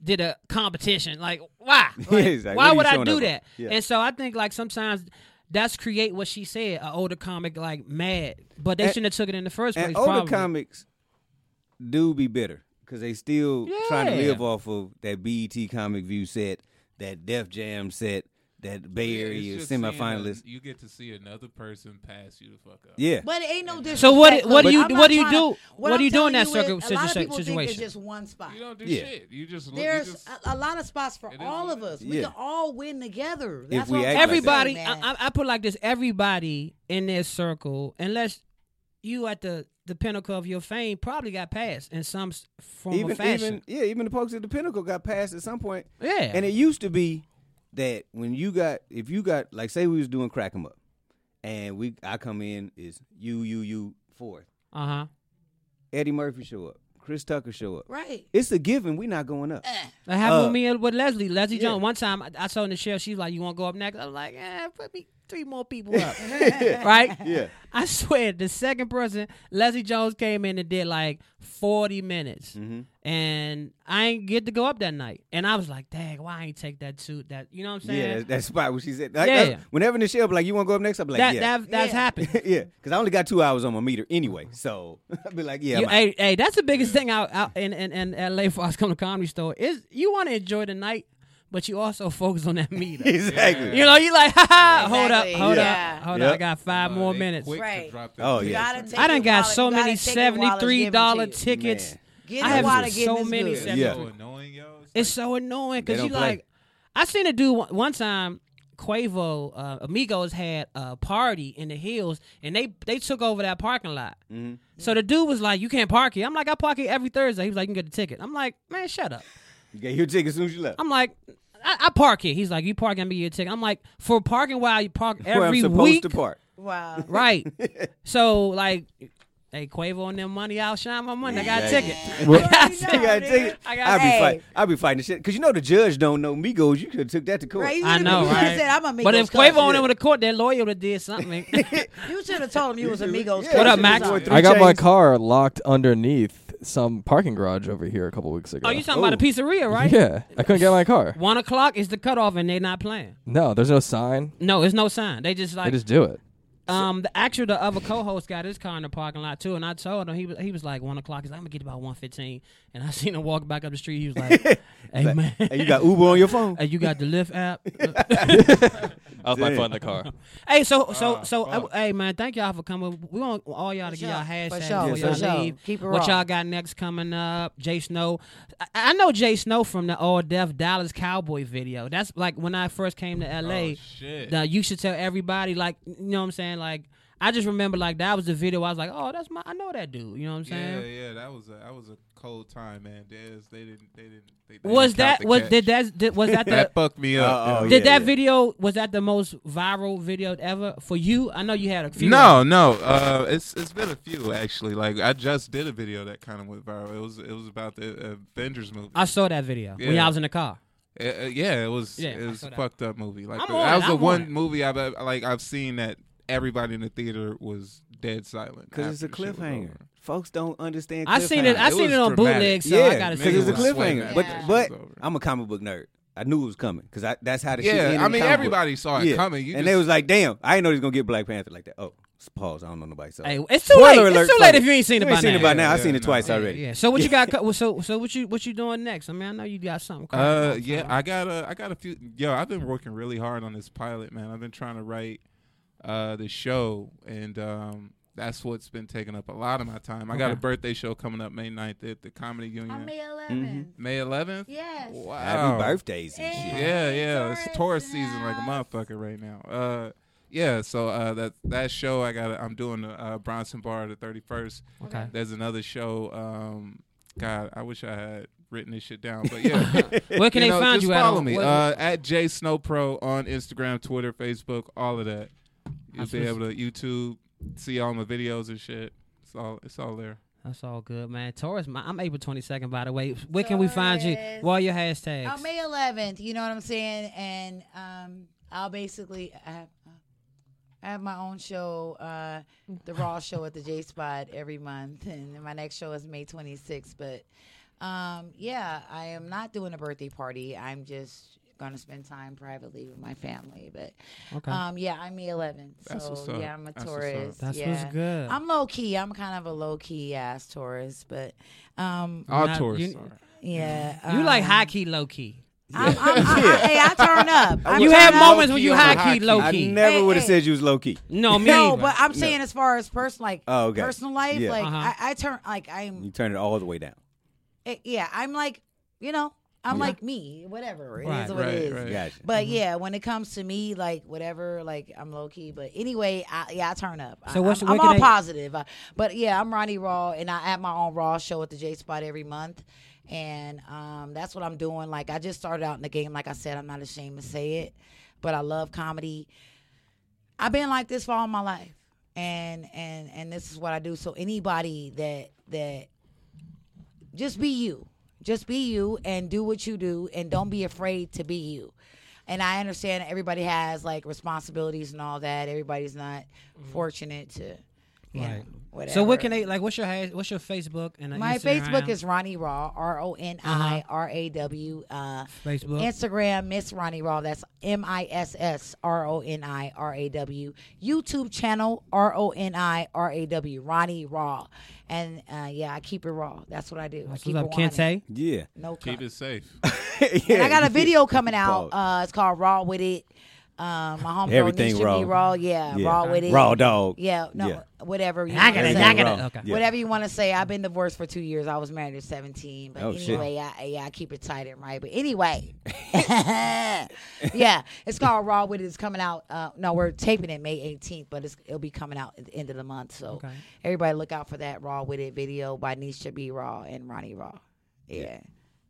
[SPEAKER 4] did a competition. Like, why? Like,
[SPEAKER 2] It's like, what
[SPEAKER 4] why
[SPEAKER 2] are you
[SPEAKER 4] would I
[SPEAKER 2] showing
[SPEAKER 4] do
[SPEAKER 2] up for?
[SPEAKER 4] that?
[SPEAKER 2] Yeah.
[SPEAKER 4] And so I think like sometimes that's create what she said. An older comic like mad, but they
[SPEAKER 2] And-
[SPEAKER 4] shouldn't have took it in the first place.
[SPEAKER 2] And older
[SPEAKER 4] probably.
[SPEAKER 2] comics do be bitter because they still trying to
[SPEAKER 4] Yeah.
[SPEAKER 2] live off of that BET Comic View set, that Def Jam set, that Bay
[SPEAKER 6] It's
[SPEAKER 2] Area
[SPEAKER 6] just seeing a-
[SPEAKER 2] semifinalist.
[SPEAKER 6] You get to see another person pass you the fuck up.
[SPEAKER 2] Yeah,
[SPEAKER 5] But it ain't no difference.
[SPEAKER 4] So what- what
[SPEAKER 2] do you-
[SPEAKER 4] what do you do?
[SPEAKER 5] What,
[SPEAKER 4] What
[SPEAKER 5] I'm
[SPEAKER 4] do you do in
[SPEAKER 5] telling
[SPEAKER 4] that
[SPEAKER 5] you is,
[SPEAKER 4] circum-
[SPEAKER 5] A lot of
[SPEAKER 4] situ-
[SPEAKER 5] people think it's
[SPEAKER 4] situation?
[SPEAKER 5] just one spot.
[SPEAKER 6] You don't do
[SPEAKER 2] Yeah.
[SPEAKER 6] shit. You just
[SPEAKER 5] There's
[SPEAKER 6] you just,
[SPEAKER 5] a, a lot of spots for
[SPEAKER 6] It is
[SPEAKER 5] all
[SPEAKER 6] what
[SPEAKER 5] of
[SPEAKER 6] it
[SPEAKER 5] us.
[SPEAKER 6] is.
[SPEAKER 5] We
[SPEAKER 2] Yeah.
[SPEAKER 5] can all win together. That's
[SPEAKER 2] we
[SPEAKER 5] what I'm
[SPEAKER 2] act
[SPEAKER 5] saying,
[SPEAKER 2] like
[SPEAKER 4] everybody uh,
[SPEAKER 5] man.
[SPEAKER 4] I, I- I put it like this everybody in their circle unless you at the the pinnacle of your fame probably got passed in some s- form of
[SPEAKER 2] even even
[SPEAKER 4] fashion
[SPEAKER 2] yeah, even the folks at the Pinnacle got passed at some point.
[SPEAKER 4] yeah
[SPEAKER 2] And it used to be that when you got, if you got, like, say we was doing crack 'em up, and we, I come in is you, you, you fourth.
[SPEAKER 4] uh-huh
[SPEAKER 2] Eddie Murphy show up, Chris Tucker show up.
[SPEAKER 5] right.
[SPEAKER 2] It's a given. We not going up.
[SPEAKER 4] that happened
[SPEAKER 2] Uh,
[SPEAKER 4] with me and with leslie leslie
[SPEAKER 2] yeah.
[SPEAKER 4] jones one time i, I saw Nichelle, she's like you want to go up next i was like eh, put me three more people up right
[SPEAKER 2] Yeah.
[SPEAKER 4] i swear the second person leslie jones came in and did like 40 minutes
[SPEAKER 2] Mm-hmm.
[SPEAKER 4] and i ain't get to go up that night and i was like dang why i ain't take that suit that you know what i'm saying
[SPEAKER 2] Yeah, that, that spot where she said, like,
[SPEAKER 4] Yeah.
[SPEAKER 2] that's- whenever Nichelle be like, you want to go up next? I'll be like,
[SPEAKER 4] that,
[SPEAKER 2] yeah.
[SPEAKER 4] that that's
[SPEAKER 5] Yeah.
[SPEAKER 4] happened
[SPEAKER 2] yeah, because I only got two hours on my meter anyway. So I'll be like, yeah, I'm
[SPEAKER 4] You-
[SPEAKER 2] out.
[SPEAKER 4] hey, hey, that's the biggest thing out, out in, in, in LA for us come to comedy store is you want to enjoy the night, but you also focus on that meter.
[SPEAKER 2] exactly.
[SPEAKER 4] you know, you like, ha ha, hold up,
[SPEAKER 5] Exactly,
[SPEAKER 4] hold
[SPEAKER 5] yeah.
[SPEAKER 4] up, hold
[SPEAKER 2] Yep.
[SPEAKER 4] up, I got five
[SPEAKER 6] Uh,
[SPEAKER 4] more
[SPEAKER 6] they
[SPEAKER 4] minutes.
[SPEAKER 6] quick to
[SPEAKER 5] Right.
[SPEAKER 6] drop that
[SPEAKER 2] Oh,
[SPEAKER 6] shit.
[SPEAKER 5] You
[SPEAKER 2] yeah.
[SPEAKER 5] gotta take
[SPEAKER 4] I done
[SPEAKER 5] your
[SPEAKER 4] got
[SPEAKER 5] wallet.
[SPEAKER 4] so
[SPEAKER 5] You gotta
[SPEAKER 4] many
[SPEAKER 5] take your wallet and
[SPEAKER 4] seventy-three
[SPEAKER 5] give 'em to
[SPEAKER 4] dollar
[SPEAKER 5] you.
[SPEAKER 4] tickets.
[SPEAKER 2] Man.
[SPEAKER 5] Get
[SPEAKER 4] I
[SPEAKER 5] in the
[SPEAKER 4] have
[SPEAKER 5] water, get in
[SPEAKER 4] so
[SPEAKER 5] this
[SPEAKER 4] many
[SPEAKER 5] good.
[SPEAKER 4] seventy.
[SPEAKER 2] Yeah.
[SPEAKER 6] So annoying, yo. It's
[SPEAKER 4] It's so annoying
[SPEAKER 2] They
[SPEAKER 4] because you
[SPEAKER 2] don't play.
[SPEAKER 4] like, I seen a dude one, one time. Quavo uh, Amigos had a party in the hills, and they they took over that parking lot.
[SPEAKER 2] Mm-hmm.
[SPEAKER 4] So the dude was like, "You can't park here." I'm like, "I park here every Thursday." He was like, "You can get a ticket." I'm like, "Man, shut up."
[SPEAKER 2] You got your ticket as soon as you left.
[SPEAKER 4] I'm like, I, I park here. He's like, you park and be your ticket. I'm like, for parking while you park every
[SPEAKER 2] Where I'm supposed
[SPEAKER 4] week,
[SPEAKER 2] to park.
[SPEAKER 5] uh, Wow.
[SPEAKER 4] right? so like, hey, Quavo and them money outshine my money. I got a ticket.
[SPEAKER 2] Well,
[SPEAKER 4] I got a
[SPEAKER 5] You
[SPEAKER 2] You got
[SPEAKER 4] ticket.
[SPEAKER 2] a
[SPEAKER 5] nigga.
[SPEAKER 2] ticket.
[SPEAKER 4] I got-
[SPEAKER 2] I'll be
[SPEAKER 5] Hey.
[SPEAKER 2] fighting. I'll be fighting the shit because you know the judge don't know Migos. You could have took that to court.
[SPEAKER 5] Right, you
[SPEAKER 4] I
[SPEAKER 5] should've-
[SPEAKER 4] know,
[SPEAKER 5] you should've
[SPEAKER 4] right?
[SPEAKER 5] Said, I'm Amigos
[SPEAKER 4] but if
[SPEAKER 5] cousin.
[SPEAKER 4] Quavo on it with a court, that lawyer would have did something.
[SPEAKER 5] you should have told him you was Amigos.
[SPEAKER 2] Yeah,
[SPEAKER 5] cousin
[SPEAKER 4] What
[SPEAKER 5] or
[SPEAKER 4] up, Max?
[SPEAKER 5] something.
[SPEAKER 2] Three
[SPEAKER 3] I got my
[SPEAKER 2] chains.
[SPEAKER 3] car locked underneath some parking garage over here a couple weeks ago.
[SPEAKER 4] oh, you talking about a pizzeria, right?
[SPEAKER 3] Yeah, I couldn't get my car.
[SPEAKER 4] One o'clock is the cutoff, and they not playing.
[SPEAKER 3] No, there's no sign.
[SPEAKER 4] No, it's no sign. They just
[SPEAKER 3] They
[SPEAKER 4] like
[SPEAKER 3] just do it.
[SPEAKER 4] Um, the actual the other co-host got his car in the parking lot too, and I told him he was he was like one o'clock. He's like, I'm gonna get about one fifteen, and I seen him walk back up the street. He was like, Hey man,
[SPEAKER 2] And you got Uber on your phone.
[SPEAKER 4] Hey, you got the Lyft app.
[SPEAKER 3] I was my
[SPEAKER 2] Damn.
[SPEAKER 3] phone in the car.
[SPEAKER 4] Hey, so so
[SPEAKER 6] Ah,
[SPEAKER 4] so uh,
[SPEAKER 6] fuck.
[SPEAKER 4] hey man, thank y'all for coming. We want all y'all to
[SPEAKER 5] For
[SPEAKER 4] get y'all
[SPEAKER 5] sure,
[SPEAKER 4] hashtags
[SPEAKER 5] for sure,
[SPEAKER 4] before
[SPEAKER 2] Yes,
[SPEAKER 4] y'all
[SPEAKER 2] sir.
[SPEAKER 5] sure.
[SPEAKER 4] leave.
[SPEAKER 5] Keep it
[SPEAKER 4] what
[SPEAKER 5] raw.
[SPEAKER 4] y'all got next coming up? Jay Snow. I, I know Jay Snow from the All Deaf Dallas Cowboy video. That's like when I first came to LA.
[SPEAKER 6] Oh, shit.
[SPEAKER 4] Now you should tell everybody like you know what I'm saying like. I just remember like that was the video. I was like, "Oh, that's my. I know that dude." You know what I'm
[SPEAKER 6] yeah,
[SPEAKER 4] saying?
[SPEAKER 6] yeah, that was a that was a cold time, man. There's, they didn't, they didn't. They, they
[SPEAKER 4] Was
[SPEAKER 6] didn't
[SPEAKER 4] that
[SPEAKER 6] count the
[SPEAKER 4] was
[SPEAKER 6] catch.
[SPEAKER 4] did that did, was that the
[SPEAKER 6] that fucked me up?
[SPEAKER 2] Uh-oh,
[SPEAKER 6] dude.
[SPEAKER 4] did
[SPEAKER 2] Yeah,
[SPEAKER 4] that
[SPEAKER 2] yeah.
[SPEAKER 4] video was that the most viral video ever for you? I know you had a few.
[SPEAKER 6] No, no. Uh, it's it's been a few actually. Like I just did a video that kind of went viral. It was it was about the Avengers movie.
[SPEAKER 4] I saw that video when
[SPEAKER 6] Yeah.
[SPEAKER 4] I was in the car.
[SPEAKER 6] Uh, uh, yeah, it was
[SPEAKER 4] Yeah, I
[SPEAKER 6] it was
[SPEAKER 4] saw
[SPEAKER 6] a
[SPEAKER 4] that.
[SPEAKER 6] fucked up movie. Like
[SPEAKER 4] I'm
[SPEAKER 6] the-
[SPEAKER 4] on
[SPEAKER 6] that
[SPEAKER 4] it,
[SPEAKER 6] was the
[SPEAKER 4] I'm on
[SPEAKER 6] one
[SPEAKER 4] it.
[SPEAKER 6] movie I've ever- like I've seen that everybody in the theater was dead silent
[SPEAKER 2] Because it's a
[SPEAKER 6] after the shit was
[SPEAKER 2] cliffhanger.
[SPEAKER 6] over.
[SPEAKER 2] Folks don't understand.
[SPEAKER 4] I seen it.
[SPEAKER 2] cliffhangers.
[SPEAKER 4] I
[SPEAKER 6] It
[SPEAKER 4] seen
[SPEAKER 6] was
[SPEAKER 4] it on
[SPEAKER 6] dramatic.
[SPEAKER 4] bootleg, so I
[SPEAKER 2] yeah,
[SPEAKER 4] gotta
[SPEAKER 2] because
[SPEAKER 4] see
[SPEAKER 6] man,
[SPEAKER 2] it's a
[SPEAKER 4] it.
[SPEAKER 6] was way
[SPEAKER 2] cliffhanger.
[SPEAKER 6] back
[SPEAKER 2] But
[SPEAKER 5] when
[SPEAKER 2] but
[SPEAKER 6] that shit was over.
[SPEAKER 2] I'm a comic book nerd. I knew it was coming because that's how the shit ended
[SPEAKER 6] Yeah, I
[SPEAKER 2] in
[SPEAKER 6] mean
[SPEAKER 2] comic book.
[SPEAKER 6] everybody saw it
[SPEAKER 2] Yeah.
[SPEAKER 6] coming. You
[SPEAKER 2] and
[SPEAKER 6] just,
[SPEAKER 2] they was like, "Damn, I didn't know he was gonna get Black Panther like that." Oh, pause. I don't know nobody saw. it.
[SPEAKER 4] Hey, it's too
[SPEAKER 2] Spoiler
[SPEAKER 4] late.
[SPEAKER 2] alert,
[SPEAKER 4] it's too late
[SPEAKER 2] folks.
[SPEAKER 4] if you ain't seen
[SPEAKER 2] You
[SPEAKER 4] it
[SPEAKER 2] ain't
[SPEAKER 4] by
[SPEAKER 2] seen
[SPEAKER 4] now.
[SPEAKER 2] it by now. I
[SPEAKER 6] Yeah,
[SPEAKER 2] seen it
[SPEAKER 6] no.
[SPEAKER 2] twice
[SPEAKER 6] Yeah,
[SPEAKER 2] already.
[SPEAKER 4] Yeah. So what you got? co- well, So so what you what you doing next? I mean, I know you got something. cracking
[SPEAKER 6] Uh,
[SPEAKER 4] up,
[SPEAKER 6] yeah,
[SPEAKER 4] so.
[SPEAKER 6] I got a, I got a few. Yo, I've been working really hard on this pilot, man. I've been trying to write uh the show, and um, that's what's been taking up a lot of my time. I got a
[SPEAKER 4] Okay.
[SPEAKER 6] birthday show coming up May 9th at the Comedy Union.
[SPEAKER 5] I'm May 11.
[SPEAKER 6] May 11th.
[SPEAKER 5] Yes.
[SPEAKER 6] Wow.
[SPEAKER 2] Mm-hmm. Happy birthdays and shit.
[SPEAKER 6] Yeah, yeah. It's
[SPEAKER 5] Taurus
[SPEAKER 6] Taurus
[SPEAKER 5] in the
[SPEAKER 6] season like a
[SPEAKER 5] house.
[SPEAKER 6] motherfucker right now. Uh, yeah. So uh, that that show I got. I'm doing the uh, Bronson Bar the 31st.
[SPEAKER 4] Okay.
[SPEAKER 6] There's another show. Um, God, I wish I had written this shit down, but yeah.
[SPEAKER 4] Where can they
[SPEAKER 6] you know,
[SPEAKER 4] find
[SPEAKER 6] just
[SPEAKER 4] you at?
[SPEAKER 6] Follow
[SPEAKER 4] on-
[SPEAKER 6] me
[SPEAKER 4] what-
[SPEAKER 6] uh, at J Snow Pro on Instagram, Twitter, Facebook, all of that. You'll
[SPEAKER 4] That's
[SPEAKER 6] be
[SPEAKER 4] what's-
[SPEAKER 6] able to YouTube, see all my videos and shit. It's all it's all there.
[SPEAKER 4] That's all good, man. Taurus, my, I'm April 22nd, by the way. Where can we find you?
[SPEAKER 5] Taurus.
[SPEAKER 4] What are your hashtags?
[SPEAKER 5] On May 11th, you know what I'm saying? And um, I'll basically I have, I have my own show, uh, the Raw show at the J Spot every month, and then my next show is May 26th. But um, yeah, I am not doing a birthday party. I'm just gonna spend time privately with my family. But
[SPEAKER 4] Okay.
[SPEAKER 5] um, yeah, I'm May 11th.
[SPEAKER 6] That's
[SPEAKER 5] so
[SPEAKER 6] what's up.
[SPEAKER 5] yeah, I'm a
[SPEAKER 6] That's what's up.
[SPEAKER 5] Taurus.
[SPEAKER 4] That's
[SPEAKER 5] yeah.
[SPEAKER 4] what's good.
[SPEAKER 5] I'm low key. I'm kind of a low key ass Taurus, but um,
[SPEAKER 6] All
[SPEAKER 4] Now,
[SPEAKER 6] Taurus.
[SPEAKER 4] you-
[SPEAKER 6] are.
[SPEAKER 5] yeah,
[SPEAKER 4] you like
[SPEAKER 5] um,
[SPEAKER 4] high key, low key.
[SPEAKER 5] I'm, I'm, I, I, hey, I turn up. I
[SPEAKER 4] You
[SPEAKER 5] turn
[SPEAKER 4] had
[SPEAKER 5] up.
[SPEAKER 4] moments when you
[SPEAKER 6] I'm
[SPEAKER 4] high key,
[SPEAKER 6] high-key.
[SPEAKER 4] low
[SPEAKER 2] I
[SPEAKER 4] key.
[SPEAKER 2] never
[SPEAKER 5] Hey,
[SPEAKER 2] would have
[SPEAKER 5] hey.
[SPEAKER 2] said you was low key.
[SPEAKER 4] no, me.
[SPEAKER 5] No,
[SPEAKER 4] either.
[SPEAKER 5] but I'm saying as far as person, like
[SPEAKER 2] Oh, okay.
[SPEAKER 5] personal life,
[SPEAKER 2] Yeah.
[SPEAKER 5] like
[SPEAKER 4] Uh-huh.
[SPEAKER 5] I, I turn like
[SPEAKER 2] You
[SPEAKER 5] I'm,
[SPEAKER 2] turn it all the way down.
[SPEAKER 5] eh, yeah, I'm like, you know, I'm like me, whatever. It is
[SPEAKER 4] Right,
[SPEAKER 5] what
[SPEAKER 6] right,
[SPEAKER 5] it is.
[SPEAKER 6] right.
[SPEAKER 2] Gotcha.
[SPEAKER 5] But
[SPEAKER 4] Mm-hmm.
[SPEAKER 5] yeah, when it comes to me, like whatever, like I'm low key. But anyway, I, yeah, I turn up.
[SPEAKER 4] So
[SPEAKER 5] I,
[SPEAKER 4] what's-
[SPEAKER 5] I'm,
[SPEAKER 4] where
[SPEAKER 5] I'm
[SPEAKER 4] can
[SPEAKER 5] all
[SPEAKER 4] they-
[SPEAKER 5] positive. I, but yeah, I'm Ronnie Raw, and I have my own Raw show at the J Spot every month, and um, that's what I'm doing. Like I just started out in the game. Like I said, I'm not ashamed to say it, but I love comedy. I've been like this for all my life, and and and this is what I do. So anybody that that just be you. Just be you and do what you do and don't be afraid to be you. And I understand everybody has like responsibilities and all that. Everybody's not fortunate to, you know,
[SPEAKER 4] Right.
[SPEAKER 5] whatever.
[SPEAKER 4] so what can they like? What's your hash, what's your Facebook and uh,
[SPEAKER 5] My
[SPEAKER 4] Instagram?
[SPEAKER 5] Facebook is Ronnie Raw, R O N I R A W. Uh,
[SPEAKER 4] Facebook.
[SPEAKER 5] Instagram, Miss Ronnie Raw. That's M I S S R O N I R A W. YouTube channel, R O N I R A W. Ronnie Raw. And uh, yeah, I keep it raw. That's what I do. I
[SPEAKER 4] What's
[SPEAKER 5] keep
[SPEAKER 4] up,
[SPEAKER 5] it 100.
[SPEAKER 4] Kente?
[SPEAKER 2] Yeah.
[SPEAKER 5] No
[SPEAKER 6] Keep
[SPEAKER 5] cut.
[SPEAKER 6] it safe.
[SPEAKER 5] And I got a
[SPEAKER 2] Yeah.
[SPEAKER 5] video coming out.
[SPEAKER 2] Pause.
[SPEAKER 5] Uh, it's called Raw with It. Um, my homegirl
[SPEAKER 2] Everything
[SPEAKER 5] Nisha
[SPEAKER 2] raw.
[SPEAKER 5] Be raw. Yeah,
[SPEAKER 2] Yeah.
[SPEAKER 5] raw with it.
[SPEAKER 2] Raw dog.
[SPEAKER 5] Yeah, no,
[SPEAKER 2] Yeah.
[SPEAKER 5] whatever. You
[SPEAKER 4] I
[SPEAKER 5] wanna
[SPEAKER 4] gotta, I
[SPEAKER 5] say.
[SPEAKER 2] Everything
[SPEAKER 4] gotta.
[SPEAKER 2] wrong.
[SPEAKER 4] Okay.
[SPEAKER 2] Yeah.
[SPEAKER 5] Whatever you want to say. I've been divorced for two years. I was married at seventeen. But
[SPEAKER 2] Oh, shit.
[SPEAKER 5] anyway, I, yeah, I keep it tight and right. But anyway, yeah, it's called Raw with It. It's coming out. Uh, no, we're taping it May eighteenth, but it's, it'll be coming out at the end of the month. So
[SPEAKER 4] Okay.
[SPEAKER 5] everybody, look out for that Raw with It video by Nisha B Raw and Ronnie Raw. Yeah.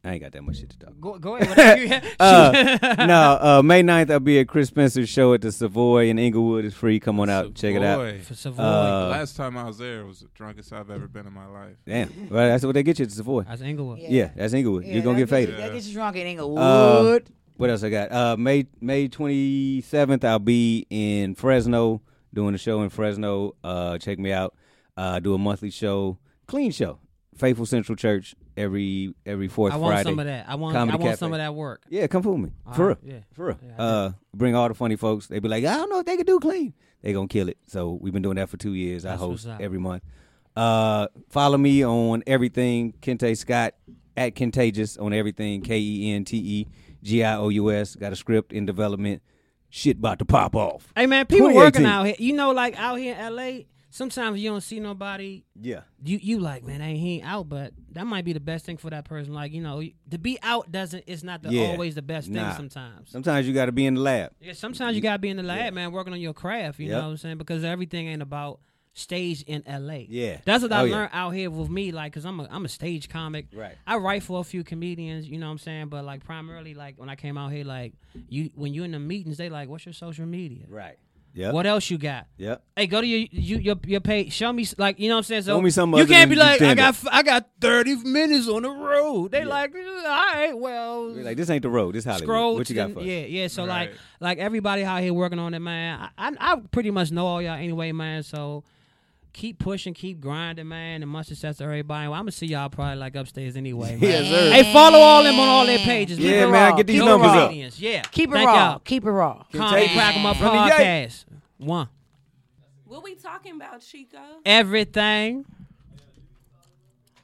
[SPEAKER 2] I ain't got that much shit to talk.
[SPEAKER 4] Go, go ahead. Whatever you
[SPEAKER 2] Uh, no, uh, May 9th, I'll be at Chris Spencer's show at the Savoy in Inglewood. It's free. Come on out. Check it out.
[SPEAKER 6] Boy,
[SPEAKER 4] For Savoy.
[SPEAKER 2] Uh,
[SPEAKER 6] Last time I was there, it was the drunkest I've ever been in my life.
[SPEAKER 2] damn. Well, that's what they get you at the Savoy.
[SPEAKER 4] That's Inglewood.
[SPEAKER 2] Yeah, that's Inglewood.
[SPEAKER 5] Yeah,
[SPEAKER 2] You're going to
[SPEAKER 5] that
[SPEAKER 2] get faded.
[SPEAKER 5] you- That gets you drunk in
[SPEAKER 2] Uh,
[SPEAKER 5] Inglewood.
[SPEAKER 2] What else I got? Uh, May May twenty seventh, I'll be in Fresno doing a show in Fresno. Uh, check me out. Uh, I do a monthly show, clean show, Faithful Central Church every every fourth
[SPEAKER 4] I want
[SPEAKER 2] Friday.
[SPEAKER 4] some of that. I want.
[SPEAKER 2] Comedy
[SPEAKER 4] I want
[SPEAKER 2] Cafe.
[SPEAKER 4] some of that work.
[SPEAKER 2] Yeah, come fool me for
[SPEAKER 4] right,
[SPEAKER 2] real.
[SPEAKER 4] yeah.
[SPEAKER 2] for real.
[SPEAKER 4] Yeah, I
[SPEAKER 2] uh, bring all the funny folks. They be like, I don't know if they can do clean. They gonna kill it. So we've been doing that for two years. I
[SPEAKER 4] That's
[SPEAKER 2] host
[SPEAKER 4] what's up.
[SPEAKER 2] every month. Uh, follow me on everything Kente Scott at Contagious on everything K E N T E G I O U S. Got a script in development. shit about to pop off.
[SPEAKER 4] Hey man, people working
[SPEAKER 2] 2018.
[SPEAKER 4] out here. You know, like out here in LA, sometimes you don't see nobody.
[SPEAKER 2] Yeah.
[SPEAKER 4] You you like man, ain't he ain't out, but that might be the best thing for that person. Like you know, to be out doesn't. It's not the,
[SPEAKER 2] Yeah.
[SPEAKER 4] always the best
[SPEAKER 2] Nah.
[SPEAKER 4] thing. Sometimes.
[SPEAKER 2] Sometimes you got to be in the lab.
[SPEAKER 4] Yeah, sometimes you gotta be in the lab, man, working on your craft. You
[SPEAKER 2] Yep.
[SPEAKER 4] know what I'm saying? Because everything ain't about stage in LA.
[SPEAKER 2] Yeah.
[SPEAKER 4] that's what I
[SPEAKER 2] Oh, yeah.
[SPEAKER 4] learned out here with me. Like, cause I'm a I'm a stage comic.
[SPEAKER 2] Right.
[SPEAKER 4] I write for a few comedians. You know what I'm saying? But like primarily, like when I came out here, like you when you in the meetings, they like, what's your social media?
[SPEAKER 2] Right. Yep.
[SPEAKER 4] What else you got?
[SPEAKER 2] Yep.
[SPEAKER 4] Hey, go to your you, your your page. Show me s- like you know what I'm saying. So
[SPEAKER 2] Show me something
[SPEAKER 4] You
[SPEAKER 2] other
[SPEAKER 4] can't
[SPEAKER 2] than
[SPEAKER 4] be like I
[SPEAKER 2] stand
[SPEAKER 4] got
[SPEAKER 2] up.
[SPEAKER 4] f- I got 30 minutes on the road. They like all right, well
[SPEAKER 2] Like this ain't the road. This Hollywood.
[SPEAKER 4] scroll.
[SPEAKER 2] what
[SPEAKER 4] to
[SPEAKER 2] you got
[SPEAKER 4] the-
[SPEAKER 2] for us?
[SPEAKER 4] Yeah, yeah. So like
[SPEAKER 6] Right.
[SPEAKER 4] like everybody out here working on it, man. I, I I pretty much know all y'all anyway, man. So keep pushing, keep grinding, man. And much success to everybody. Well, I'm gonna see y'all probably like upstairs anyway. Man.
[SPEAKER 2] Yes, sir.
[SPEAKER 4] Hey, follow all them on all their pages.
[SPEAKER 2] Yeah,
[SPEAKER 4] man.
[SPEAKER 2] man.
[SPEAKER 5] raw.
[SPEAKER 2] Get these
[SPEAKER 5] Keep it
[SPEAKER 2] numbers
[SPEAKER 5] raw.
[SPEAKER 2] up.
[SPEAKER 4] Yeah,
[SPEAKER 5] Keep it
[SPEAKER 4] Thank
[SPEAKER 5] raw.
[SPEAKER 4] y'all.
[SPEAKER 5] Keep it raw.
[SPEAKER 4] Comedy
[SPEAKER 2] Take-
[SPEAKER 4] crack 'em up
[SPEAKER 2] From the yay.
[SPEAKER 4] podcast. One.
[SPEAKER 8] What we talking about, Chico?
[SPEAKER 4] everything.